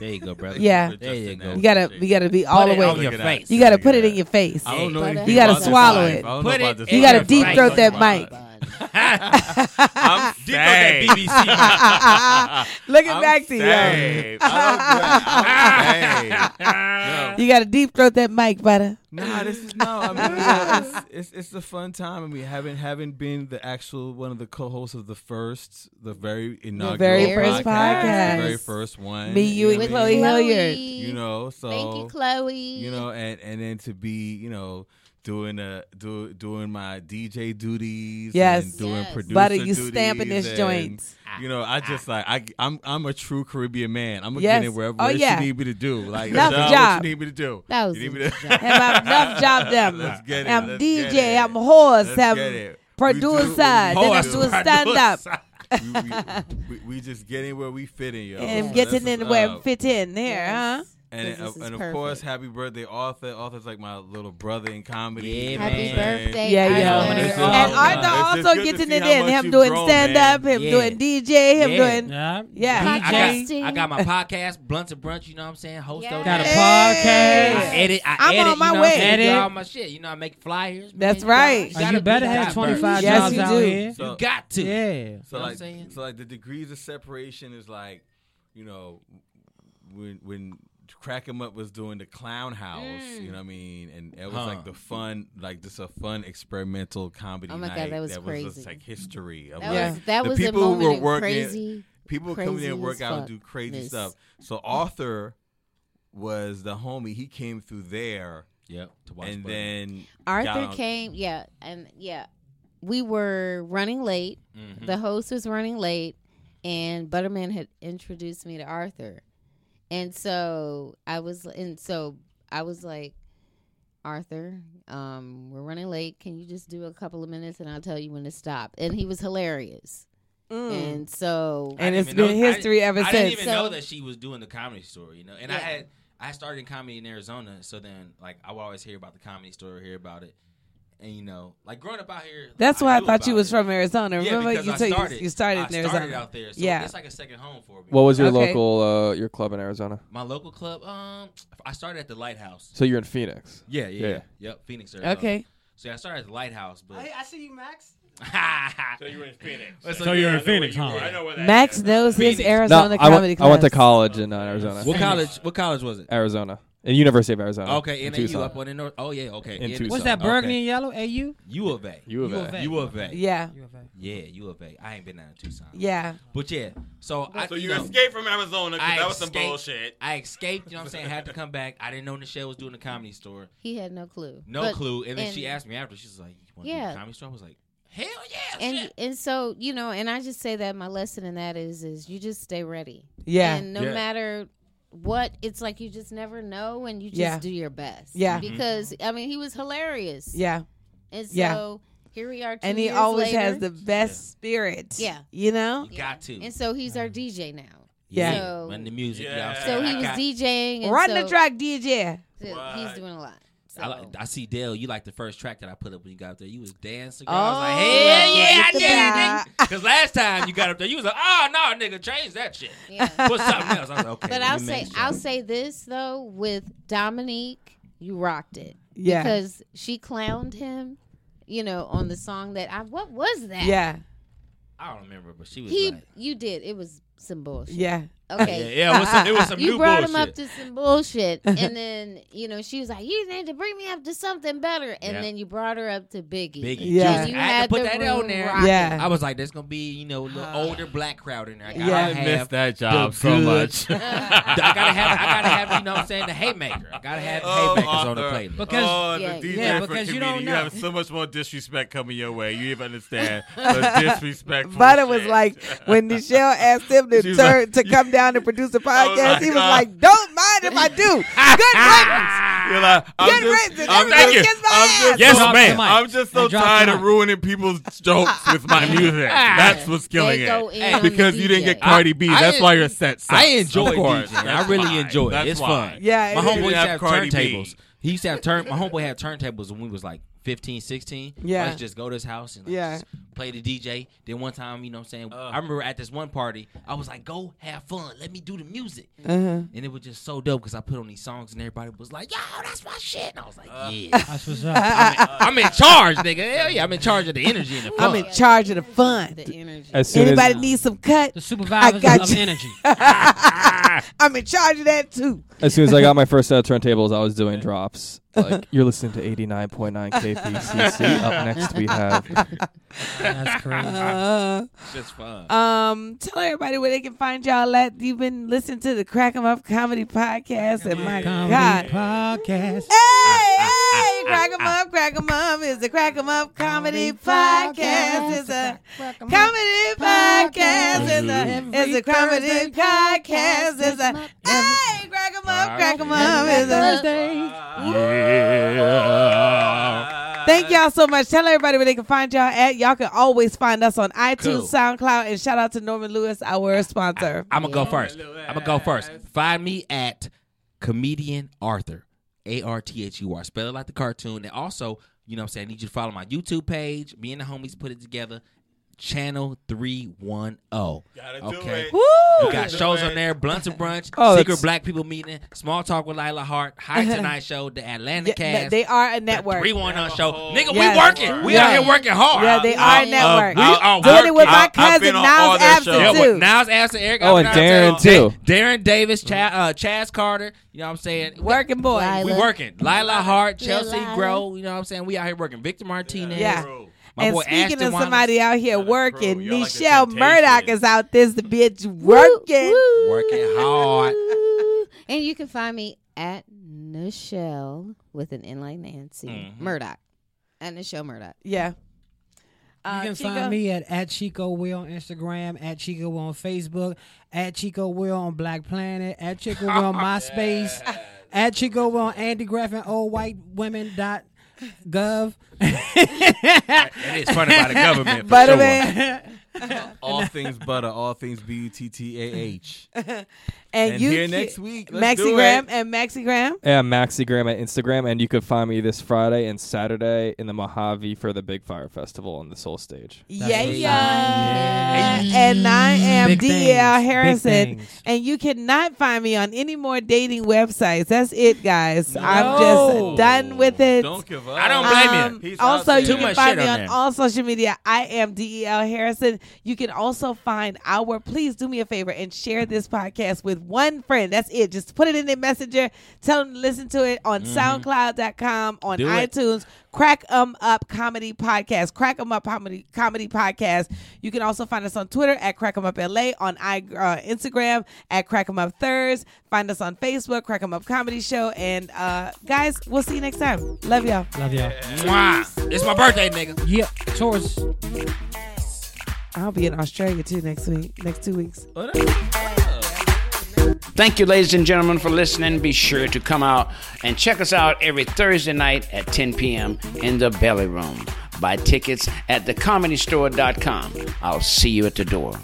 [SPEAKER 17] There you go, brother.
[SPEAKER 10] Yeah,
[SPEAKER 17] There you go.
[SPEAKER 10] You gotta, you gotta be all the
[SPEAKER 17] Put it
[SPEAKER 10] way.
[SPEAKER 17] on your face.
[SPEAKER 10] You gotta put it in your face.
[SPEAKER 17] I don't know anything
[SPEAKER 10] You gotta
[SPEAKER 17] about this
[SPEAKER 10] swallow
[SPEAKER 17] life.
[SPEAKER 10] it.
[SPEAKER 17] I don't know about this
[SPEAKER 10] You gotta
[SPEAKER 17] life.
[SPEAKER 10] deep throat that
[SPEAKER 17] Right.
[SPEAKER 10] mic.
[SPEAKER 17] I'm
[SPEAKER 10] Deep throat that
[SPEAKER 17] saved.
[SPEAKER 10] BBC. Look it
[SPEAKER 17] Ah. I'm
[SPEAKER 10] back to you.
[SPEAKER 17] saved. I'm saved. No.
[SPEAKER 10] You gotta deep throat that mic, butter.
[SPEAKER 17] Nah, this is no. I mean, you know, it's, it's it's a fun time. I mean, having having been the actual one of the co-hosts of the first, the very inaugural,
[SPEAKER 10] very first
[SPEAKER 17] podcast, the very
[SPEAKER 10] podcast.
[SPEAKER 17] first one.
[SPEAKER 10] Me, you,
[SPEAKER 17] know
[SPEAKER 10] and
[SPEAKER 17] what I mean?
[SPEAKER 10] Chloe Hilliard.
[SPEAKER 17] You know, so
[SPEAKER 7] Thank you, Chloe.
[SPEAKER 17] You know, and and then to be, you know. Doing uh, do, doing my DJ duties,
[SPEAKER 10] Yes.
[SPEAKER 17] and doing
[SPEAKER 10] Yes.
[SPEAKER 17] producer
[SPEAKER 10] Buddy, you
[SPEAKER 17] duties
[SPEAKER 10] stamping this
[SPEAKER 17] and,
[SPEAKER 10] joints.
[SPEAKER 17] You know, I just like I, I'm I'm a true Caribbean man. I'm gonna
[SPEAKER 10] Yes.
[SPEAKER 17] get it wherever
[SPEAKER 10] Oh,
[SPEAKER 17] it is
[SPEAKER 10] yeah.
[SPEAKER 17] you need me to do. Like
[SPEAKER 10] Enough job.
[SPEAKER 17] Michelle, what you need me to do.
[SPEAKER 10] That
[SPEAKER 17] You need me to-
[SPEAKER 10] Have I enough job done?
[SPEAKER 17] Let's get it.
[SPEAKER 10] I'm
[SPEAKER 17] let's
[SPEAKER 10] DJ,
[SPEAKER 17] get it.
[SPEAKER 10] I'm horse,
[SPEAKER 17] Let's
[SPEAKER 10] I'm
[SPEAKER 17] get it. We do-
[SPEAKER 10] producer, then I
[SPEAKER 17] Horse,
[SPEAKER 10] do a stand up.
[SPEAKER 17] producer. we, we, we just getting where we fit in, yo.
[SPEAKER 10] And
[SPEAKER 17] So
[SPEAKER 10] getting in
[SPEAKER 17] that's what's
[SPEAKER 10] where
[SPEAKER 17] up.
[SPEAKER 10] fit in there, huh?
[SPEAKER 17] And, uh, and of course, happy birthday, Arthur. Arthur's like my little brother in comedy. Yeah,
[SPEAKER 10] Happy birthday, Yeah, Arthur. yeah. And Arthur also getting it in. Him doing stand up, him doing DJ, him doing yeah.
[SPEAKER 1] I, got, I got my podcast, Blunts and Brunch. You know what I'm saying? Host over
[SPEAKER 4] Got a
[SPEAKER 1] there.
[SPEAKER 4] podcast.
[SPEAKER 1] I edit. I
[SPEAKER 4] I'm
[SPEAKER 1] edit,
[SPEAKER 4] on my
[SPEAKER 1] you
[SPEAKER 4] way.
[SPEAKER 1] know What I'm saying?
[SPEAKER 4] Edit.
[SPEAKER 1] Do all my shit. You know, I make flyers.
[SPEAKER 10] That's
[SPEAKER 1] man.
[SPEAKER 10] right.
[SPEAKER 1] gotta
[SPEAKER 4] You better
[SPEAKER 1] be
[SPEAKER 4] have
[SPEAKER 1] diverse.
[SPEAKER 4] 25 Yes, jobs you out do. here.
[SPEAKER 17] So-
[SPEAKER 1] you got to.
[SPEAKER 4] Yeah.
[SPEAKER 17] So
[SPEAKER 1] You know what I'm
[SPEAKER 17] like,
[SPEAKER 1] saying?
[SPEAKER 17] so like the degrees of separation is like, you know, when when Crack 'Em Up was doing the Clown House,
[SPEAKER 1] Mm.
[SPEAKER 17] you know what I mean, and it was
[SPEAKER 20] Huh.
[SPEAKER 17] like the fun, like just a fun experimental comedy.
[SPEAKER 7] Oh my God,
[SPEAKER 17] night
[SPEAKER 7] that was
[SPEAKER 17] just
[SPEAKER 7] crazy.
[SPEAKER 17] like history. Of
[SPEAKER 7] That
[SPEAKER 17] like,
[SPEAKER 7] was- that
[SPEAKER 17] the
[SPEAKER 7] was a
[SPEAKER 17] people who
[SPEAKER 7] moment
[SPEAKER 17] were
[SPEAKER 7] of
[SPEAKER 17] working,
[SPEAKER 7] crazy-
[SPEAKER 17] people would come in
[SPEAKER 7] crazy
[SPEAKER 17] and work
[SPEAKER 7] as
[SPEAKER 17] out and do crazy
[SPEAKER 7] fuckness.
[SPEAKER 17] stuff. So Arthur was the homie. He came through there.
[SPEAKER 18] Yep. To
[SPEAKER 17] watch and then got
[SPEAKER 7] Arthur
[SPEAKER 17] on-
[SPEAKER 7] came, yeah, and yeah, we were running late.
[SPEAKER 17] Mhm.
[SPEAKER 7] The host was running late, and Butterman had introduced me to Arthur, and so I was, and so I was like, Arthur, um, we're running late. Can you just do a couple of minutes, and I'll tell you when to stop. And he was hilarious,
[SPEAKER 10] Mm.
[SPEAKER 7] and so
[SPEAKER 10] And
[SPEAKER 7] it's
[SPEAKER 10] it's been history ever
[SPEAKER 7] I
[SPEAKER 10] since.
[SPEAKER 7] didn't
[SPEAKER 18] didn't even know that she was doing the comedy store, you know. And I
[SPEAKER 7] Yeah.
[SPEAKER 18] had I started in comedy in Arizona, so then like I would always hear about the comedy store, hear about it, and you know, like growing up out here.
[SPEAKER 10] That's why I
[SPEAKER 18] knew
[SPEAKER 10] thought you
[SPEAKER 18] about
[SPEAKER 10] was
[SPEAKER 18] it.
[SPEAKER 10] from Arizona.
[SPEAKER 18] Yeah,
[SPEAKER 10] Remember
[SPEAKER 18] because
[SPEAKER 10] you
[SPEAKER 18] I
[SPEAKER 10] told you-
[SPEAKER 18] started,
[SPEAKER 10] you started in
[SPEAKER 18] I
[SPEAKER 10] Arizona.
[SPEAKER 18] out there, so
[SPEAKER 10] Yeah.
[SPEAKER 18] it's like a second home for me.
[SPEAKER 3] What was your
[SPEAKER 10] Okay.
[SPEAKER 3] local uh, your club in Arizona?
[SPEAKER 18] My local club. Um, I started at the Lighthouse.
[SPEAKER 3] So you're in Phoenix.
[SPEAKER 18] Yeah, yeah, yeah. Yep, Phoenix. Arizona.
[SPEAKER 3] Okay.
[SPEAKER 18] So yeah, I started at the Lighthouse, but
[SPEAKER 1] I see you, Max.
[SPEAKER 18] so you were in Phoenix.
[SPEAKER 21] So you're in Phoenix, huh?
[SPEAKER 10] Max knows his
[SPEAKER 3] No,
[SPEAKER 10] Arizona
[SPEAKER 3] I,
[SPEAKER 10] comedy
[SPEAKER 3] went, I
[SPEAKER 10] club.
[SPEAKER 3] went to college in uh, Arizona.
[SPEAKER 17] What college? What college was it?
[SPEAKER 3] Arizona, in University of Arizona.
[SPEAKER 17] Okay,
[SPEAKER 3] Uh, in
[SPEAKER 17] NAU
[SPEAKER 3] Tucson.
[SPEAKER 17] up on the north. Oh yeah, okay.
[SPEAKER 3] In
[SPEAKER 17] yeah,
[SPEAKER 3] Tucson.
[SPEAKER 4] What's that burgundy and yellow? AU?
[SPEAKER 17] U of A.
[SPEAKER 3] U of A.
[SPEAKER 17] U of A.
[SPEAKER 10] Yeah.
[SPEAKER 4] U of A.
[SPEAKER 17] Yeah, U of A. I ain't been down to Tucson.
[SPEAKER 10] Yeah.
[SPEAKER 17] But yeah, so I.
[SPEAKER 1] So you
[SPEAKER 17] escaped from Arizona
[SPEAKER 1] 'cause that was some bullshit.
[SPEAKER 17] I escaped. You know what I'm saying? Had to come back. I didn't know Nichelle was doing the comedy store.
[SPEAKER 7] He had no clue.
[SPEAKER 17] No
[SPEAKER 7] But-
[SPEAKER 17] clue. And then she
[SPEAKER 7] and-
[SPEAKER 17] asked me after. She's like, "You want to do
[SPEAKER 7] Yeah.
[SPEAKER 17] the comedy store?" I was like,
[SPEAKER 7] and and so you know, and I just say that my lesson in that is is you just stay ready.
[SPEAKER 10] Yeah.
[SPEAKER 7] And no
[SPEAKER 10] Yeah.
[SPEAKER 7] matter what, it's like you just never know, and you just
[SPEAKER 10] Yeah.
[SPEAKER 7] do your best.
[SPEAKER 10] Yeah.
[SPEAKER 17] Mm-hmm.
[SPEAKER 10] Mhm.
[SPEAKER 7] Because I mean, he was hilarious.
[SPEAKER 10] Yeah.
[SPEAKER 7] And so
[SPEAKER 10] Yeah.
[SPEAKER 7] here we are. Two
[SPEAKER 10] And he
[SPEAKER 7] years
[SPEAKER 10] always
[SPEAKER 7] later.
[SPEAKER 10] has the best spirit.
[SPEAKER 7] Yeah.
[SPEAKER 10] You know?
[SPEAKER 17] You got to.
[SPEAKER 7] And so he's our DJ now.
[SPEAKER 10] Yeah.
[SPEAKER 7] So,
[SPEAKER 17] Run the music. you know what I'm
[SPEAKER 7] so
[SPEAKER 17] saying?
[SPEAKER 7] he
[SPEAKER 17] Mm-hmm. I
[SPEAKER 7] was
[SPEAKER 17] got-
[SPEAKER 7] DJing. And
[SPEAKER 10] Run the
[SPEAKER 7] so-
[SPEAKER 10] track, DJ.
[SPEAKER 7] so He's doing a lot.
[SPEAKER 17] I, li- I see Dale. You like the first track that I put up when you got up there. You was dancing. girl.
[SPEAKER 1] Oh,
[SPEAKER 17] I was like, hell yeah, I
[SPEAKER 1] look
[SPEAKER 17] did
[SPEAKER 1] at
[SPEAKER 17] it. Because last time you got up there, you was like, oh no, nigga, change that shit. Put something else. I was like, okay.
[SPEAKER 7] But
[SPEAKER 17] let
[SPEAKER 7] I'll
[SPEAKER 17] me
[SPEAKER 7] say
[SPEAKER 17] make sure.
[SPEAKER 7] I'll say this though with Dominique, you rocked it.
[SPEAKER 10] Yeah.
[SPEAKER 7] Because she clowned him, you know, on the song that I what was that?
[SPEAKER 10] Yeah.
[SPEAKER 17] I don't remember, but she was
[SPEAKER 7] He
[SPEAKER 17] like,
[SPEAKER 7] you did. It was
[SPEAKER 13] some bullshit.
[SPEAKER 10] Yeah.
[SPEAKER 13] Okay.
[SPEAKER 10] Yeah, yeah, it was some- it was some
[SPEAKER 13] you
[SPEAKER 10] new
[SPEAKER 13] brought him up
[SPEAKER 10] bullshit.
[SPEAKER 13] to some bullshit, and then you know she was like, "You need to bring me up to something better," and
[SPEAKER 18] Yeah.
[SPEAKER 13] then you brought her up to Biggie.
[SPEAKER 18] Biggie.
[SPEAKER 13] And
[SPEAKER 18] Yeah.
[SPEAKER 13] you
[SPEAKER 18] I had to put
[SPEAKER 13] the
[SPEAKER 18] that on
[SPEAKER 13] room
[SPEAKER 18] there.
[SPEAKER 13] rocking.
[SPEAKER 18] I was like, there's gonna be you know a little older black crowd in there. I gotta
[SPEAKER 17] Yeah. I
[SPEAKER 18] have
[SPEAKER 17] miss that
[SPEAKER 18] the
[SPEAKER 17] job so
[SPEAKER 18] good-
[SPEAKER 17] much.
[SPEAKER 18] I gotta have, I gotta have, you know, what I'm saying the haymaker. I gotta have haymakers on the playlist.
[SPEAKER 17] oh, the DJ
[SPEAKER 18] yeah,
[SPEAKER 17] for
[SPEAKER 18] because you
[SPEAKER 17] comedian.
[SPEAKER 18] don't
[SPEAKER 17] You
[SPEAKER 18] know.
[SPEAKER 17] have so much more disrespect coming your way. You even understand the disrespect.
[SPEAKER 10] Butter was like when Michelle asked him to
[SPEAKER 17] She
[SPEAKER 10] turn
[SPEAKER 17] was
[SPEAKER 10] to come down and produce a
[SPEAKER 17] was
[SPEAKER 10] podcast.
[SPEAKER 17] like,
[SPEAKER 10] he was
[SPEAKER 17] uh,
[SPEAKER 10] like, "Don't mind if I do." Good
[SPEAKER 17] You're like, I'm
[SPEAKER 10] Get
[SPEAKER 17] just,
[SPEAKER 10] risen.
[SPEAKER 17] I'm
[SPEAKER 10] Everybody
[SPEAKER 17] just-
[SPEAKER 10] kiss my
[SPEAKER 17] I'm
[SPEAKER 10] ass.
[SPEAKER 17] just
[SPEAKER 10] Yes,
[SPEAKER 17] so,
[SPEAKER 10] ma'am.
[SPEAKER 17] I'm just so
[SPEAKER 10] And drop the
[SPEAKER 17] tired of
[SPEAKER 10] mic.
[SPEAKER 17] ruining people's jokes with my music. That's what's killing
[SPEAKER 18] They
[SPEAKER 17] it.
[SPEAKER 18] go in on the
[SPEAKER 17] because you didn't get
[SPEAKER 18] DJ.
[SPEAKER 17] Cardi B.
[SPEAKER 18] I- I
[SPEAKER 17] That's why your
[SPEAKER 18] en-
[SPEAKER 17] set sucks.
[SPEAKER 18] I enjoy
[SPEAKER 17] Of course.
[SPEAKER 18] DJing. I
[SPEAKER 17] That's
[SPEAKER 18] really
[SPEAKER 17] why.
[SPEAKER 18] enjoy it.
[SPEAKER 17] That's
[SPEAKER 18] it's
[SPEAKER 17] why.
[SPEAKER 18] fun.
[SPEAKER 10] Yeah, it
[SPEAKER 18] my
[SPEAKER 10] is.
[SPEAKER 18] homeboy used to
[SPEAKER 17] Have
[SPEAKER 18] have
[SPEAKER 17] Cardi B.
[SPEAKER 18] turntables. He used to have turn. My homeboy had turntables when we was like 15, 16.
[SPEAKER 10] Yeah.
[SPEAKER 18] let's just go to his house and like,
[SPEAKER 10] Yeah.
[SPEAKER 18] just play the DJ. Then one time, you know, what I'm saying, I remember at this one party, I was like, "Go have fun. Let me do the music."
[SPEAKER 10] Uh-huh.
[SPEAKER 18] And it was just so dope because I put on these songs and everybody was like, "Yo, that's my shit." And I was like, "Yeah,
[SPEAKER 10] That's what's up.
[SPEAKER 18] I'm, in, I'm in charge, nigga. Hell yeah, I'm in charge of the energy and the fun.
[SPEAKER 10] I'm in charge of the fun.
[SPEAKER 3] As soon as-
[SPEAKER 10] Anybody needs some cut? The
[SPEAKER 4] supervisors
[SPEAKER 10] I got
[SPEAKER 4] of
[SPEAKER 10] you.
[SPEAKER 4] energy.
[SPEAKER 10] I'm in charge of that too.
[SPEAKER 3] As soon as I got my first set of turntables, I was doing drops. Like you're listening to 89.9 KPCC. Up next, we have.
[SPEAKER 4] That's crazy.
[SPEAKER 10] Uh,
[SPEAKER 17] It's just fun.
[SPEAKER 10] Um, tell everybody where they can find y'all at. You've been listening to the Crack 'Em Up Comedy Podcast, and my
[SPEAKER 4] Comedy
[SPEAKER 10] God,
[SPEAKER 4] podcast.
[SPEAKER 10] hey, Crack 'Em Up, Crack 'Em Up is the Crack 'em Up Comedy Podcast. It's a comedy podcast. It's a it's a comedy podcast. It's a hey, Crack 'em Up, Crack 'em Up is a Thank y'all so much. Tell everybody where they can find y'all at. Y'all can always find us on iTunes,
[SPEAKER 18] Cool.
[SPEAKER 10] SoundCloud, and shout out to Norman Lewis, our sponsor.
[SPEAKER 18] I'm gonna go first. I'm gonna go first. Find me at comedian Arthur, A R T H U R. Spell it like the cartoon. And also, you know, what I'm saying I need you to follow my YouTube page. Me and the homies put it together. Channel three one zero.
[SPEAKER 17] Gotta do
[SPEAKER 18] Okay,
[SPEAKER 17] it. Woo!
[SPEAKER 18] we got
[SPEAKER 17] Gotta do
[SPEAKER 18] shows
[SPEAKER 17] it.
[SPEAKER 18] on there. Blunts and brunch,
[SPEAKER 10] Oh,
[SPEAKER 18] secret
[SPEAKER 10] that's-
[SPEAKER 18] black people meeting, small talk with Lila Hart, High Tonight Show, the Atlanta
[SPEAKER 10] Yeah,
[SPEAKER 18] cast.
[SPEAKER 10] they are a network.
[SPEAKER 18] Three one zero show. Nigga,
[SPEAKER 10] Yes.
[SPEAKER 18] we working. We out
[SPEAKER 10] Yeah.
[SPEAKER 18] here working hard.
[SPEAKER 10] Yeah, they
[SPEAKER 3] Uh,
[SPEAKER 10] are a network.
[SPEAKER 18] we are
[SPEAKER 10] Doing it Oh, with
[SPEAKER 18] working.
[SPEAKER 10] my cousin Niles Abson
[SPEAKER 18] Yeah,
[SPEAKER 10] too.
[SPEAKER 18] with Niles Absent, Eric.
[SPEAKER 3] Oh, and
[SPEAKER 18] Absent,
[SPEAKER 3] Darren,
[SPEAKER 18] Da-
[SPEAKER 3] too.
[SPEAKER 18] Darren Davis, Cha- uh, Chaz Carter. You know what I'm saying?
[SPEAKER 10] Working boy.
[SPEAKER 18] We working. Lila Hart, Chelsea
[SPEAKER 10] Lila.
[SPEAKER 18] Grow. You know what I'm saying? We out here working. Victor Martinez.
[SPEAKER 10] Yeah.
[SPEAKER 18] My
[SPEAKER 10] and
[SPEAKER 18] boy
[SPEAKER 10] speaking
[SPEAKER 18] Ashton
[SPEAKER 10] of
[SPEAKER 18] Wallace.
[SPEAKER 10] somebody out here working, Michelle Murdoch is out this the bitch working.
[SPEAKER 18] Working hard.
[SPEAKER 13] And you can find me at Nichelle with an N like Nancy
[SPEAKER 4] Mhm.
[SPEAKER 13] Murdoch at Nichelle Murdoch.
[SPEAKER 10] Yeah.
[SPEAKER 4] You can find me at, at Chico Will on Instagram, at Chico Will on Facebook, at Chico Will on Black Planet, at Chico Will on MySpace, at Chico Will on Andy Graffin, old white women dot gov.
[SPEAKER 17] It is funded by the government. For
[SPEAKER 10] Butter
[SPEAKER 17] sure.
[SPEAKER 10] man.
[SPEAKER 17] all things butter. All things B U T T A H.
[SPEAKER 10] and,
[SPEAKER 17] And
[SPEAKER 10] you
[SPEAKER 17] here
[SPEAKER 10] can-
[SPEAKER 17] next week. Let's do
[SPEAKER 10] Maxigram
[SPEAKER 17] it.
[SPEAKER 10] and Maxigram.
[SPEAKER 3] Yeah, Maxigram at Instagram, and you could find me this Friday and Saturday in the Mojave for the Big Fire Festival on the Soul Stage.
[SPEAKER 10] Yeah, yeah. And I am
[SPEAKER 3] Big
[SPEAKER 10] DL
[SPEAKER 3] things, big
[SPEAKER 10] Harrison.
[SPEAKER 3] things.
[SPEAKER 10] And you cannot find me on any more dating websites. That's it, guys. I'm
[SPEAKER 18] No.
[SPEAKER 10] just done with it. Um,
[SPEAKER 17] Don't give up.
[SPEAKER 18] I don't blame you. He's out
[SPEAKER 10] also,
[SPEAKER 18] there.
[SPEAKER 10] you
[SPEAKER 18] Too
[SPEAKER 10] can
[SPEAKER 18] much
[SPEAKER 10] find
[SPEAKER 18] shit
[SPEAKER 10] me
[SPEAKER 18] on
[SPEAKER 10] on
[SPEAKER 18] there.
[SPEAKER 10] all social media. I am DEL Harrison. You can also find our, please do me a favor and share this podcast with one friend. That's it. Just put it in their messenger. Tell them to listen to it on
[SPEAKER 17] Mm-hmm.
[SPEAKER 18] Mhm.
[SPEAKER 10] SoundCloud.com, on
[SPEAKER 18] Do it.
[SPEAKER 10] iTunes. Crack 'em up comedy podcast. Crack 'em up comedy comedy podcast. You can also find us on Twitter at crack 'em up LA on I, uh, Instagram at crack 'em up Thurs. Find us on Facebook, crack 'em up comedy show. And uh, guys, we'll see you next time. Love y'all.
[SPEAKER 4] Love y'all.
[SPEAKER 18] Mwah. It's my birthday, nigga.
[SPEAKER 4] Yep. Taurus.
[SPEAKER 10] I'll be in Australia too next week. Next two weeks.
[SPEAKER 4] Oh,
[SPEAKER 1] Thank you, ladies and gentlemen, for listening. Be sure to come out and check us out every Thursday night at 10 p.m. in the Belly Room. Buy tickets at thecomedystore.com. I'll see you at the door.